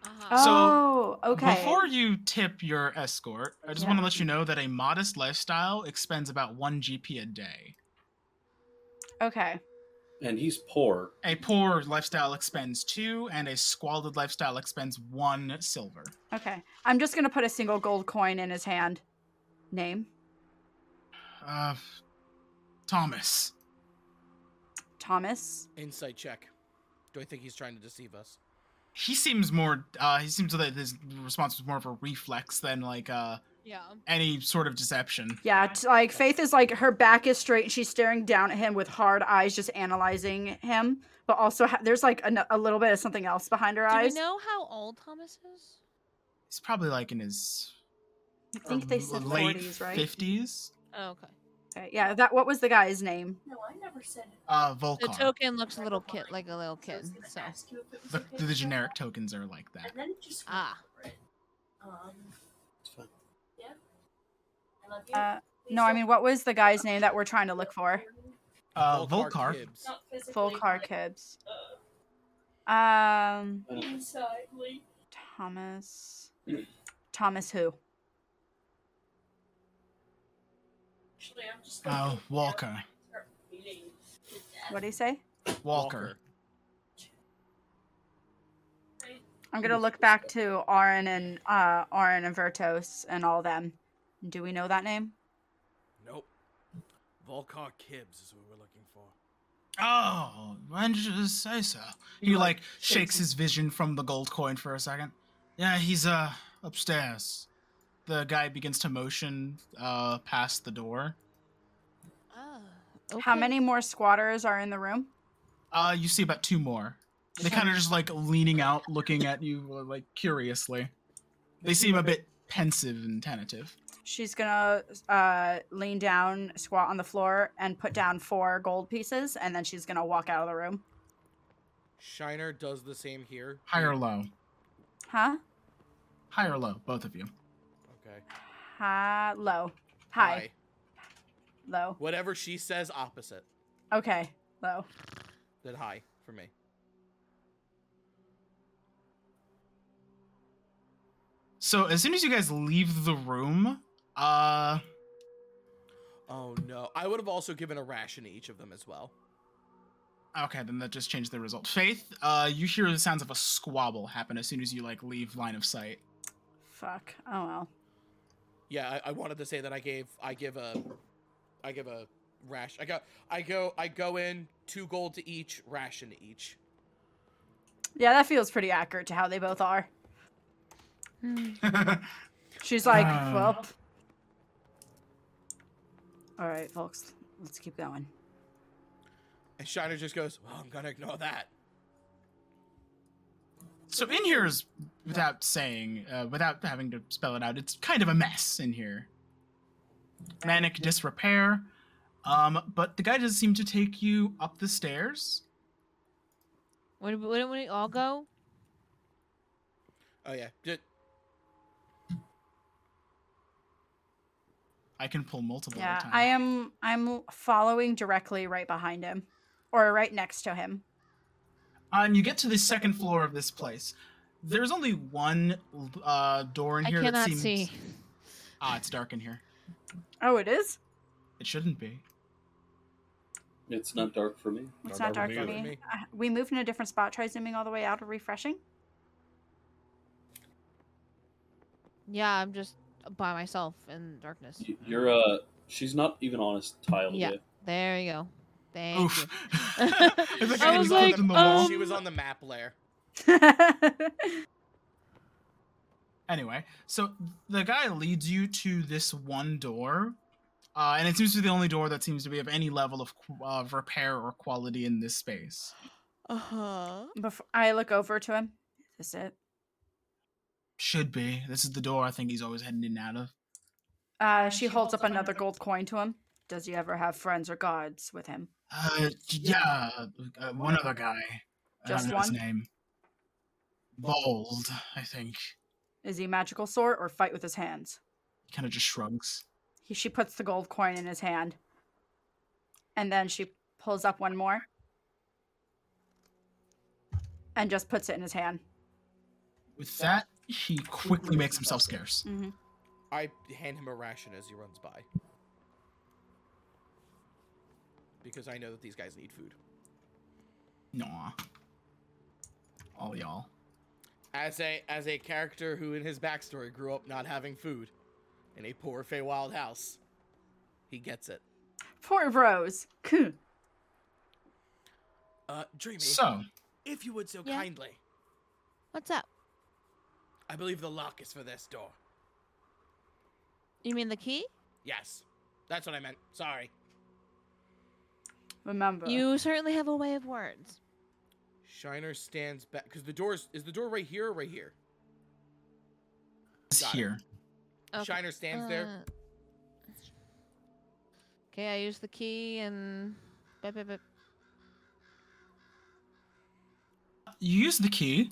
Speaker 5: Uh-huh.
Speaker 2: Oh,
Speaker 1: So,
Speaker 2: okay.
Speaker 1: Before you tip your escort, I just want to let you know that a modest lifestyle expends about one GP a day.
Speaker 2: Okay.
Speaker 6: And he's poor.
Speaker 1: A poor lifestyle expends two, and a squalid lifestyle expends one silver.
Speaker 2: Okay. I'm just gonna put a single gold coin in his hand. Name
Speaker 1: Uh, Thomas.
Speaker 2: Thomas.
Speaker 3: Insight check. Do I think he's trying to deceive us?
Speaker 1: He seems more. Uh, he seems that his response was more of a reflex than like uh
Speaker 5: Yeah.
Speaker 1: any sort of deception.
Speaker 2: Yeah, t- like Faith is like her back is straight and she's staring down at him with hard eyes, just analyzing him. But also, ha- there's like a, a little bit of something else behind her
Speaker 5: Do we
Speaker 2: eyes.
Speaker 5: know how old Thomas is?
Speaker 1: He's probably like in his. um,
Speaker 2: I think they said
Speaker 1: late
Speaker 2: 40s, right?
Speaker 1: Fifties.
Speaker 5: Oh, okay.
Speaker 2: Okay, yeah, that what was the guy's name?
Speaker 7: No, I never said it.
Speaker 1: Uh,
Speaker 5: The
Speaker 1: Volkon.
Speaker 5: token looks a little kid, like a little kid. So
Speaker 1: The,
Speaker 7: <laughs>
Speaker 1: the, generic tokens are like
Speaker 7: And
Speaker 1: that.
Speaker 7: then it just went
Speaker 5: ah,
Speaker 7: over it. Um,
Speaker 6: It's fine.
Speaker 7: I love you.
Speaker 2: Uh, no, I mean, what was the guy's name that we're trying to look for?
Speaker 1: Uh,
Speaker 3: Volcar
Speaker 1: Volkar.
Speaker 3: Gibbs.
Speaker 7: Not physically,
Speaker 2: Volcar
Speaker 7: like,
Speaker 2: Kibbs.
Speaker 7: uh,
Speaker 2: Um,
Speaker 6: I don't-
Speaker 7: inside, like,
Speaker 2: Thomas. Thomas who?
Speaker 7: actually, I'm
Speaker 6: Oh,
Speaker 7: just gonna
Speaker 1: Uh,
Speaker 7: go down
Speaker 1: Walker.
Speaker 7: and start reading to death.
Speaker 2: What do you say?
Speaker 1: Walker.
Speaker 2: I'm gonna look back to Aaron and uh Aaron and Vertos and all them. Do we know that name?
Speaker 3: Nope. Volcar Kibbs is what we're looking for.
Speaker 1: Oh, when did you say so? He like shakes his vision from the gold coin for a second. Yeah, he's uh upstairs. The guy begins to motion uh past the door.
Speaker 5: oh. Okay.
Speaker 2: How many more squatters are in the room?
Speaker 1: Uh, you see about two more. They kind of just like leaning out, looking at you uh, like curiously. They seem a bit pensive and tentative.
Speaker 2: She's gonna uh, lean down, squat on the floor, and put down four gold pieces, and then she's gonna walk out of the room.
Speaker 3: Shiner does the same here.
Speaker 1: High or low?
Speaker 2: Huh?
Speaker 1: High or low? Both of you.
Speaker 3: Okay.
Speaker 2: Hi, low. Hi,
Speaker 3: Aye.
Speaker 2: low.
Speaker 3: Whatever she says, opposite.
Speaker 2: Okay, low.
Speaker 3: Then high for me.
Speaker 1: So as soon as you guys leave the room, uh,
Speaker 3: Oh no. I would have also given a ration to each of them as well.
Speaker 1: Okay, then that just changed the result. Faith, uh, you hear the sounds of a squabble happen as soon as you like leave line of sight. <laughs>
Speaker 2: Fuck. Oh well.
Speaker 3: Yeah, I, I wanted to say that I gave I give a I give a rash. I go I go I go in two gold to each, ration to each.
Speaker 2: Yeah, that feels pretty accurate to how they both are.
Speaker 5: Hmm.
Speaker 1: All
Speaker 2: She's like,
Speaker 1: Ah.
Speaker 2: well. All right, folks, let's keep going.
Speaker 3: And Shiner just goes, Well, I'm gonna ignore that.
Speaker 1: so in here is, without saying, uh, without having to spell it out, it's kind of a mess in here. Manic disrepair. Um, but the guy does seem to take you up the stairs.
Speaker 5: Wouldn't, wouldn't we all go?
Speaker 3: Oh yeah. Ju-
Speaker 1: I can pull multiple. at a
Speaker 2: Yeah,
Speaker 1: time.
Speaker 2: I am. I'm following directly right behind him, or right next to him.
Speaker 1: Uh, and you get to the second floor of this place. There's only one uh, door in
Speaker 5: I
Speaker 1: here that
Speaker 5: cannot
Speaker 1: seems.
Speaker 5: see.
Speaker 1: Ah, it's dark in here.
Speaker 2: Oh, it is.
Speaker 1: It shouldn't be.
Speaker 6: It's not dark for me.
Speaker 2: It's
Speaker 9: Not
Speaker 2: not
Speaker 9: dark
Speaker 2: dark for
Speaker 9: for
Speaker 3: me either.
Speaker 2: me. Uh, we moved in a different spot. Try zooming all the way out or <laughs> refreshing.
Speaker 5: Yeah, I'm just by myself in darkness.
Speaker 6: Y- You're uh, she's not even on his tile
Speaker 5: Yeah.
Speaker 6: yet.
Speaker 5: There you go. Thank
Speaker 1: Oof.
Speaker 5: you.
Speaker 1: <laughs> I, think
Speaker 5: <laughs> I
Speaker 1: I just
Speaker 5: was
Speaker 1: put
Speaker 5: like,
Speaker 1: them in the wall.
Speaker 5: um,
Speaker 3: she was on the map layer.
Speaker 1: Anyway, so the guy leads you to this one door, uh, and it seems to be the only door that seems to be of any level of qu- of repair or quality in this space.
Speaker 8: Uh huh.
Speaker 2: Before I look over to him, is this it?
Speaker 1: Should be. This is the door I think he's always heading in and out of.
Speaker 2: Uh, she holds up another gold coin to him. Does he ever have friends or guards with him?
Speaker 1: Uh, yeah, uh, one other guy.
Speaker 2: Just
Speaker 1: I don't know
Speaker 2: one?
Speaker 1: his name. Bald, I think.
Speaker 2: Is he magical sort or fight with his hands?
Speaker 1: He kind of just shrugs.
Speaker 2: He, she puts the gold coin in his hand. And then she pulls up one more. And just puts it in his hand.
Speaker 1: With that, he quickly makes himself scarce.
Speaker 2: Mm-hmm.
Speaker 3: I hand him a ration as he runs by. Because I know that these guys need food.
Speaker 1: Nah. All y'all.
Speaker 3: As a as a character who in his backstory grew up not having food in a poor Feywild house, he gets it.
Speaker 2: Poor Rose. <clears throat> Coon.
Speaker 3: Uh Dreamy,
Speaker 1: So,
Speaker 3: if you would so
Speaker 5: Yeah?
Speaker 3: kindly,
Speaker 5: What's up?
Speaker 3: I believe the lock is for this door.
Speaker 5: You mean the key?
Speaker 3: Yes. That's what I meant. Sorry.
Speaker 2: Remember.
Speaker 5: You certainly have a way of words.
Speaker 3: Shiner stands back because the door's is the door right here or right here?
Speaker 1: it's
Speaker 3: Got it.
Speaker 1: here.
Speaker 5: Okay. Uh,
Speaker 3: Shiner stands
Speaker 2: Uh.
Speaker 3: there.
Speaker 5: Okay, I use the key and. Bip, bip, bip.
Speaker 1: You use the key,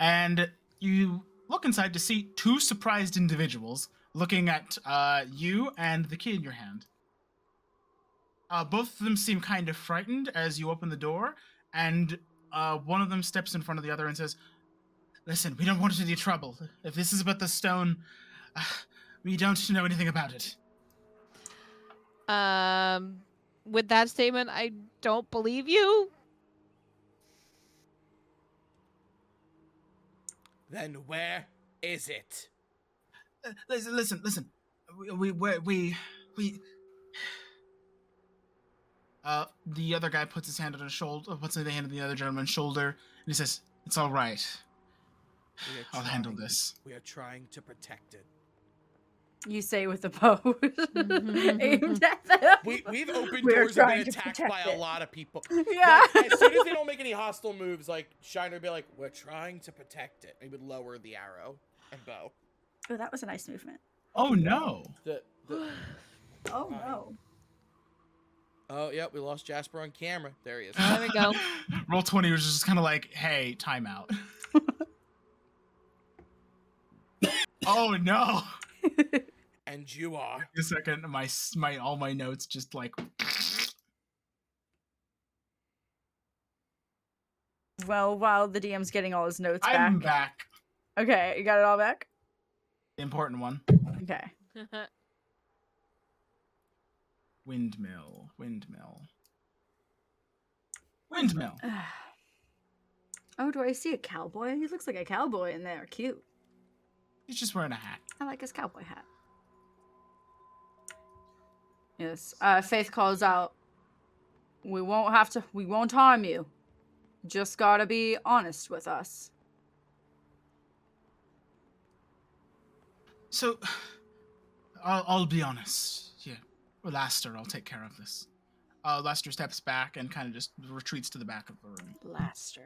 Speaker 1: and you look inside to see two surprised individuals looking at uh, you and the key in your hand. Uh, both of them seem kind of frightened as you open the door, and uh, one of them steps in front of the other and says, Listen, we don't want any trouble. If this is about the stone, uh, we don't know anything about it.
Speaker 5: Um, with that statement, I don't believe you.
Speaker 3: Then where is it?
Speaker 1: Uh, listen, listen, listen. We, we, we, we, we. Uh, the other guy puts his hand on his shoulder, uh, puts the hand on the other gentleman's shoulder, and he says, "It's all right.
Speaker 3: We are
Speaker 1: I'll handle
Speaker 3: trying-
Speaker 1: this."
Speaker 3: We are trying to protect
Speaker 2: <laughs>
Speaker 3: it.
Speaker 2: You say with a <laughs> bow aimed at them.
Speaker 3: We, we've opened
Speaker 2: We are
Speaker 3: doors and
Speaker 2: Mm-hmm. trying
Speaker 3: been
Speaker 2: to
Speaker 3: attacked
Speaker 2: protect
Speaker 3: by a
Speaker 2: it.
Speaker 3: lot of people.
Speaker 2: <laughs> yeah.
Speaker 3: Like, as soon as they don't make any hostile moves, like Shiner would be like, "We're trying to protect it." And he would lower the arrow and bow.
Speaker 2: Oh, that was a nice movement.
Speaker 1: Oh no!
Speaker 3: The,
Speaker 2: <sighs>
Speaker 3: the,
Speaker 7: Um,
Speaker 2: Oh
Speaker 3: no. oh yeah, we lost Jasper on camera. There he is.
Speaker 2: Oh
Speaker 5: There we go.
Speaker 1: <laughs> Roll twenty was just kind of like, "Hey, <laughs> timeout." oh no!
Speaker 3: and you are.
Speaker 1: A second, my s- my all my notes just like
Speaker 2: Well, while the DM's getting all his notes
Speaker 1: I'm
Speaker 2: back.
Speaker 1: back.
Speaker 2: Okay, you got it all back?
Speaker 1: Important one.
Speaker 2: Okay.
Speaker 1: Windmill. Windmill. Windmill.
Speaker 2: <sighs> oh, do I see a cowboy? He looks like a cowboy in there. Cute.
Speaker 1: He's just wearing a hat.
Speaker 2: I like his cowboy hat. Yes. Uh, Faith calls out. We won't have to. We won't harm you. Just gotta be honest with us.
Speaker 1: So, I'll, I'll be honest. Yeah, well, Laster, I'll take care of this. Uh, Lester steps back and kind of just retreats to the back of the room.
Speaker 2: Blaster.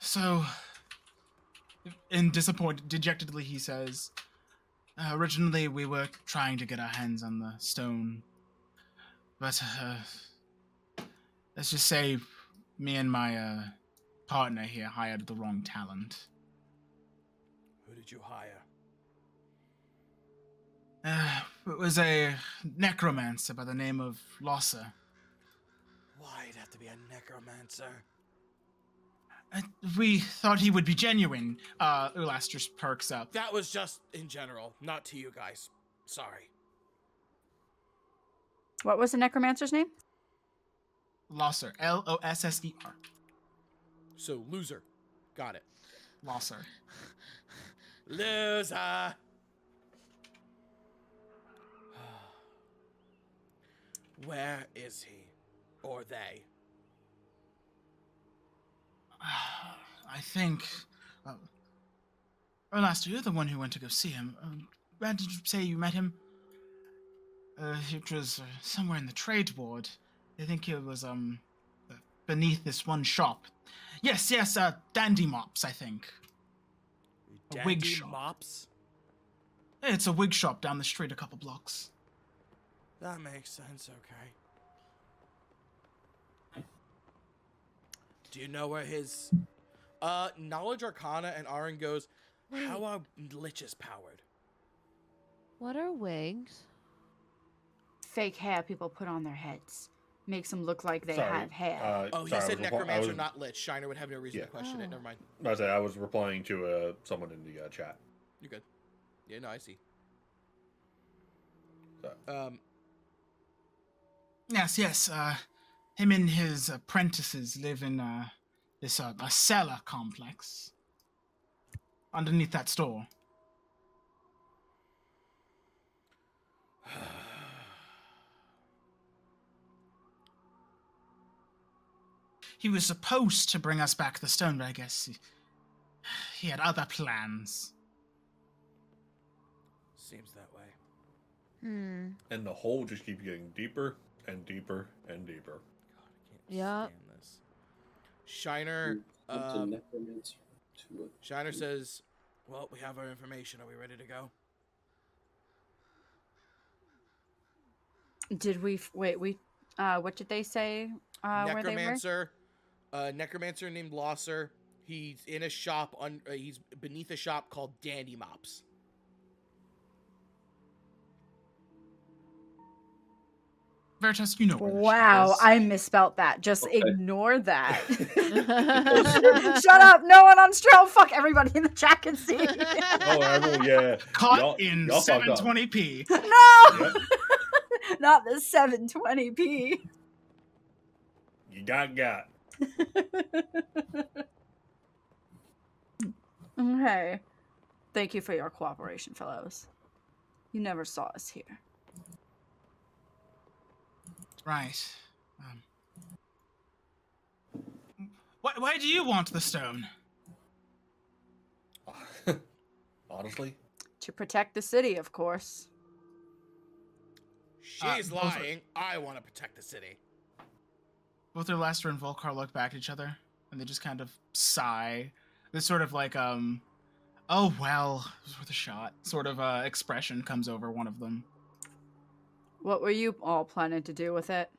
Speaker 1: So, and disappointed, dejectedly, he says, uh, "Originally, we were trying to get our hands on the stone, but uh, let's just say, me and my uh, partner here hired the wrong talent.
Speaker 3: Who did you hire?
Speaker 1: Uh, it was a necromancer by the name of Losser."
Speaker 3: Why'd have to be a necromancer?
Speaker 1: Uh, we thought he would be genuine. Uh, Ulaster perks up.
Speaker 3: That was just in general, not to you guys. Sorry.
Speaker 2: What was the necromancer's name?
Speaker 1: Losser. L O S S E R.
Speaker 3: So loser, got it.
Speaker 1: Losser.
Speaker 3: Loser. <sighs> Where is he? Or they?
Speaker 1: <sighs> I think. Uh, Ulaster, you're the one who went to go see him. Um, where did you say you met him? Uh, it was uh, somewhere in the trade ward. I think it was um uh, beneath this one shop. Yes, yes, uh, Dandy Mops, I think. A wig
Speaker 3: Dandy
Speaker 1: shop.
Speaker 3: mops.
Speaker 1: It's a wig shop down the street, a couple blocks.
Speaker 3: That makes sense, okay. Do you know where his uh knowledge arcana and Arin goes, how are liches powered?
Speaker 5: What are wigs?
Speaker 2: Fake hair people put on their heads makes them look like they
Speaker 4: Sorry,
Speaker 2: have hair.
Speaker 4: uh,
Speaker 3: Oh, he
Speaker 4: sorry, I
Speaker 3: said
Speaker 4: was repli- I
Speaker 3: necromancer,
Speaker 4: was-
Speaker 3: not lich. Shiner would have no reason to
Speaker 4: Yeah.
Speaker 3: question it.
Speaker 5: Oh.
Speaker 3: Never mind.
Speaker 4: I was, I was replying to uh, someone in the uh, chat.
Speaker 3: You're good. Yeah, no, I see.
Speaker 4: So-
Speaker 3: Um,
Speaker 1: Yes, yes. Uh, him and his apprentices live in uh, this uh, a cellar complex underneath that store. <sighs> He was supposed to bring us back the stone, but I guess he, he had other plans.
Speaker 3: seems that way.
Speaker 5: Hmm.
Speaker 4: And the hole just keeps getting deeper and deeper and deeper.
Speaker 3: God, I can't
Speaker 5: Yep.
Speaker 3: stand this. Shiner,
Speaker 6: What's a
Speaker 1: Uh,
Speaker 3: um,
Speaker 6: necromancer to a-
Speaker 3: Shiner says, "Well, we have our information. Are we ready to go?"
Speaker 2: Did we f- wait? We uh, what did they say? Uh, where they were?
Speaker 3: necromancer, uh, necromancer named Losser. He's in a shop. Un- uh, he's beneath a shop called Dandy Mops.
Speaker 1: Veritas, you know. where the shop
Speaker 2: Wow,
Speaker 1: is.
Speaker 2: I misspelt that. Just
Speaker 6: Okay.
Speaker 2: ignore that. <laughs>
Speaker 3: <laughs>
Speaker 2: Shut up! No one on Stroll. Fuck everybody in the chat can <laughs> see.
Speaker 4: Oh, everyone, yeah.
Speaker 1: Caught
Speaker 4: Y'all-
Speaker 1: in
Speaker 4: y'all fucked up.
Speaker 1: 720p.
Speaker 2: no, <laughs> not the 720p.
Speaker 4: You got got. <laughs>
Speaker 2: Okay. Thank you for your cooperation, fellows. You never saw us here.
Speaker 1: Right. Um, why, why do you want the stone?
Speaker 4: Honestly, <sighs>
Speaker 2: To protect the city, of course.
Speaker 3: She's
Speaker 1: Ah, those are-
Speaker 3: lying. I want to protect the city.
Speaker 1: Both Lester and Volkar look back at each other, and they just kind of sigh. This sort of like, um, oh well, it was worth a shot sort of uh, expression comes over one of them.
Speaker 2: What were you all planning to do with it?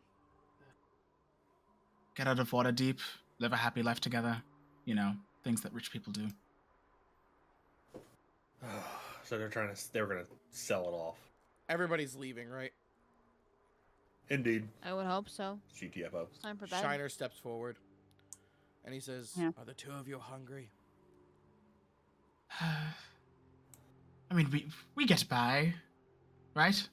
Speaker 1: Get out of water deep, live a happy life together. You know, things that rich people do.
Speaker 4: so they're trying to they're gonna sell it off.
Speaker 3: Everybody's leaving, right?
Speaker 4: Indeed,
Speaker 5: <laughs> I would hope so.
Speaker 4: GTFO.
Speaker 5: It's time for bed.
Speaker 3: Shiner steps forward, and he says,
Speaker 2: Yeah.
Speaker 3: "Are the two of you hungry?"
Speaker 1: I mean, we we get by, right?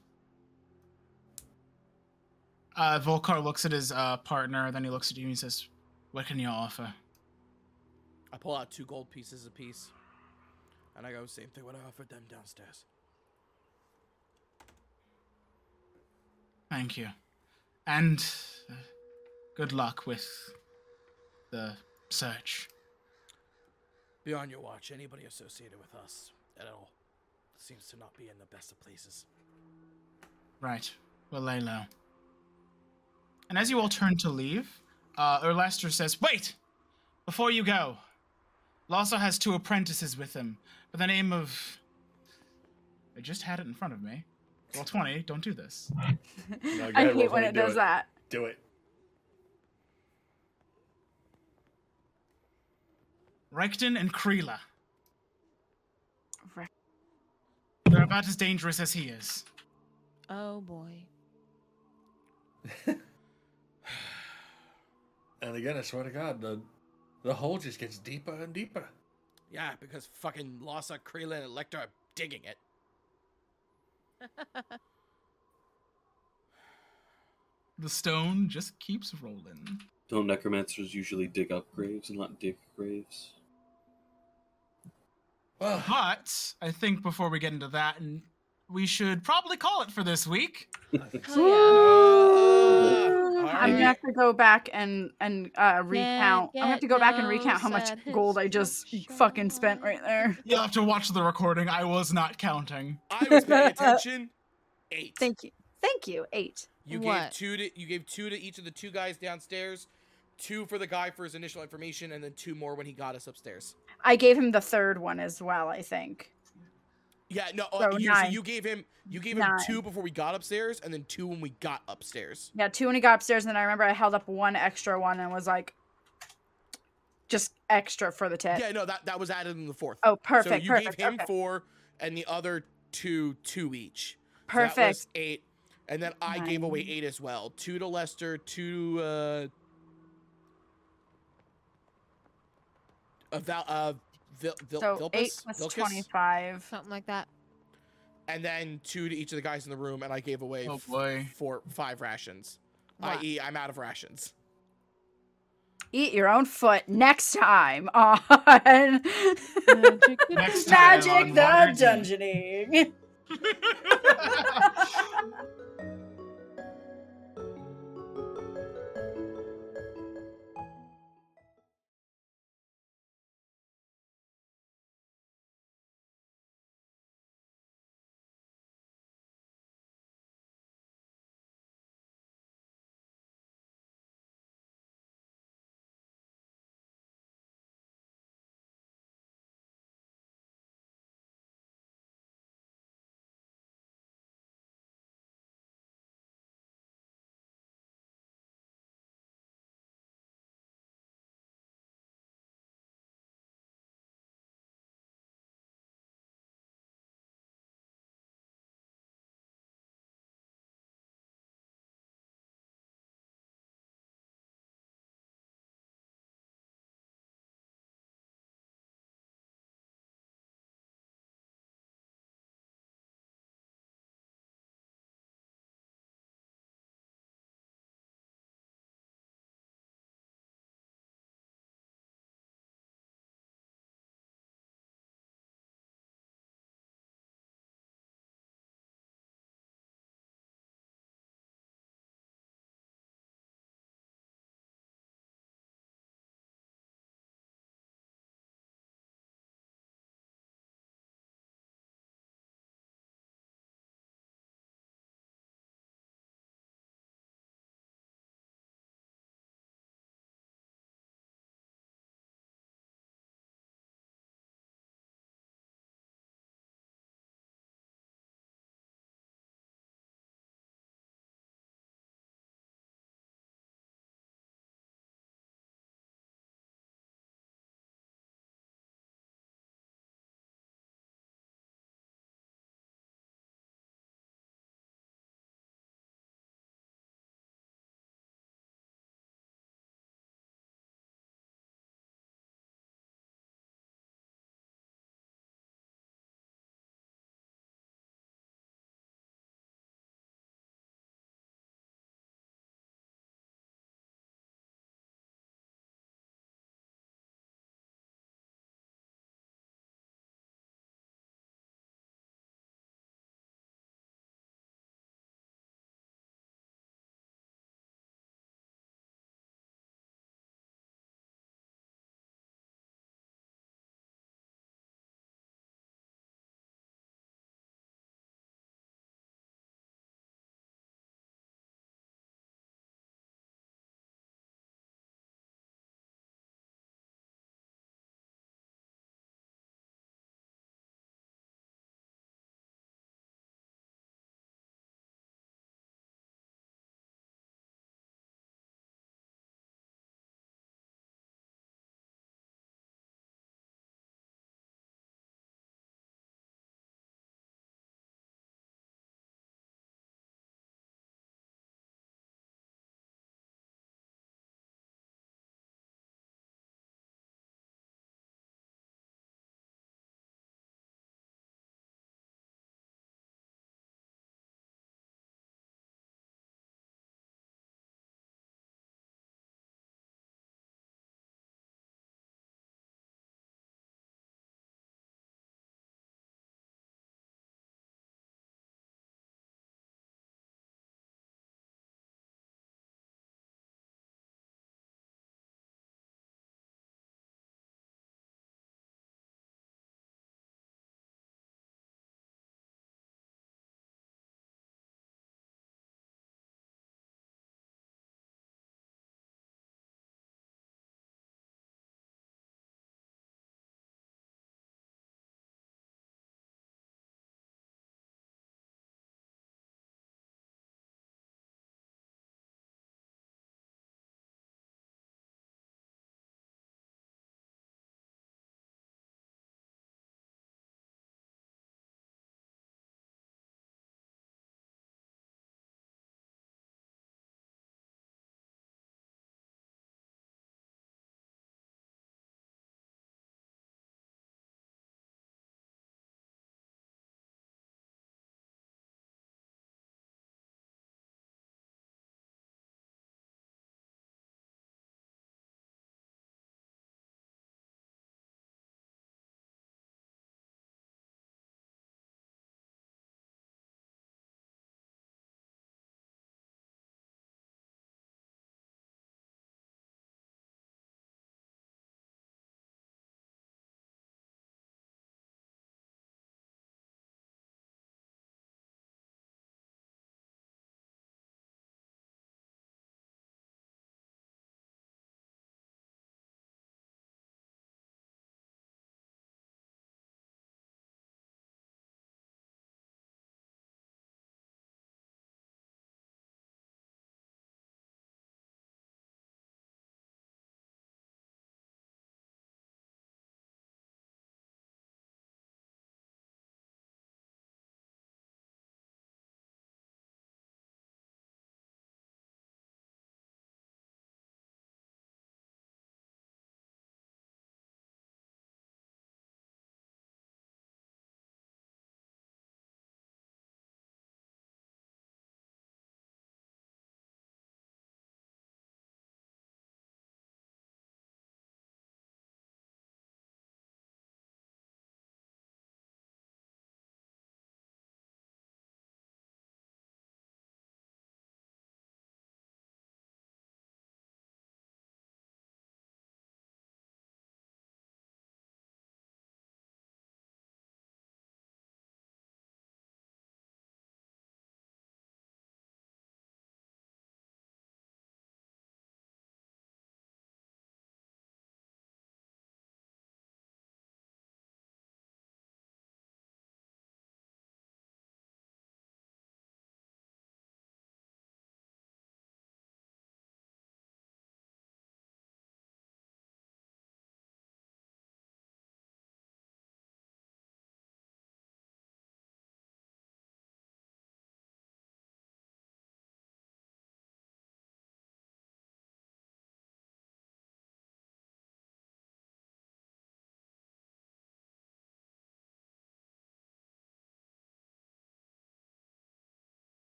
Speaker 1: Uh, Volkar looks at his uh, partner, then he looks at you and he says, "What can you offer?"
Speaker 3: I pull out two gold pieces apiece, and I go, "Same thing what I offered them downstairs."
Speaker 1: Thank you, and uh, good luck with the search.
Speaker 3: Be on your watch. Anybody associated with us at all seems to not be in the best of places.
Speaker 1: Right, we'll lay low. And as you all turn to leave, uh, Erlaster says, "Wait, before you go." Lasso has two apprentices with him, by the name of. I just had it in front of me. Well, 20, don't do this.
Speaker 2: <laughs>
Speaker 4: No,
Speaker 2: I
Speaker 4: go ahead,
Speaker 2: hate
Speaker 4: Rosalie,
Speaker 2: when it
Speaker 4: do
Speaker 2: does that.
Speaker 4: Do it.
Speaker 1: Rekton and Kreela.
Speaker 2: Rek-
Speaker 1: They're about as dangerous as he is.
Speaker 5: Oh boy.
Speaker 9: And again, I swear to God, the the hole just gets deeper and deeper.
Speaker 3: Yeah, because fucking Lhasa, Krelin, and Electra are digging it.
Speaker 1: The stone just keeps rolling.
Speaker 6: Don't necromancers usually dig up graves and not dig graves?
Speaker 9: Well,
Speaker 4: Ah.
Speaker 1: But I think before we get into that, and we should probably call it for this week.
Speaker 9: I think so.
Speaker 2: I'm gonna have to go back and and uh, recount. I'm gonna have to go back and
Speaker 5: no
Speaker 2: recount how much gold I just fucking spent right there.
Speaker 1: You'll have to watch the recording. I was not counting.
Speaker 3: I was
Speaker 2: <laughs>
Speaker 3: paying attention. Eight.
Speaker 2: Thank you, <laughs> thank you. Eight.
Speaker 3: you gave
Speaker 5: What?
Speaker 3: two to you gave two to each of the two guys downstairs, two for the guy for his initial information, and then two more when he got us upstairs.
Speaker 2: I gave him the third one as well. I think.
Speaker 3: Yeah, no, uh,
Speaker 2: So
Speaker 3: you, so
Speaker 2: nine.
Speaker 3: you gave him you gave him
Speaker 2: Nine.
Speaker 3: two before we got upstairs, and then two when we got upstairs.
Speaker 2: Yeah, two when he got upstairs, and then I remember I held up one extra one and was like, just extra for the tip.
Speaker 3: Yeah, no, that that was added in the fourth.
Speaker 2: Oh, perfect.
Speaker 3: So you
Speaker 2: perfect.
Speaker 3: gave him
Speaker 2: okay.
Speaker 3: four, and the other two, two each. So that was
Speaker 2: Perfect.
Speaker 3: eight, and then I gave away eight as well. Two to Lester, two uh, uh, Val, uh Vil, Vil,
Speaker 2: So
Speaker 3: Vilpus?
Speaker 2: eight plus
Speaker 3: Vilcus?
Speaker 2: twenty-five.
Speaker 5: Something like that.
Speaker 3: and then two to each of the guys in the room, and I gave away
Speaker 1: Oh,
Speaker 3: f-
Speaker 1: boy.
Speaker 3: four, five rations.
Speaker 5: Wow.
Speaker 3: I.e., I'm out of rations.
Speaker 2: Eat your own foot next time on
Speaker 5: <laughs> Magic the
Speaker 1: Next time
Speaker 2: Magic
Speaker 1: on
Speaker 2: the
Speaker 1: Water Deep.
Speaker 2: Dungeoning.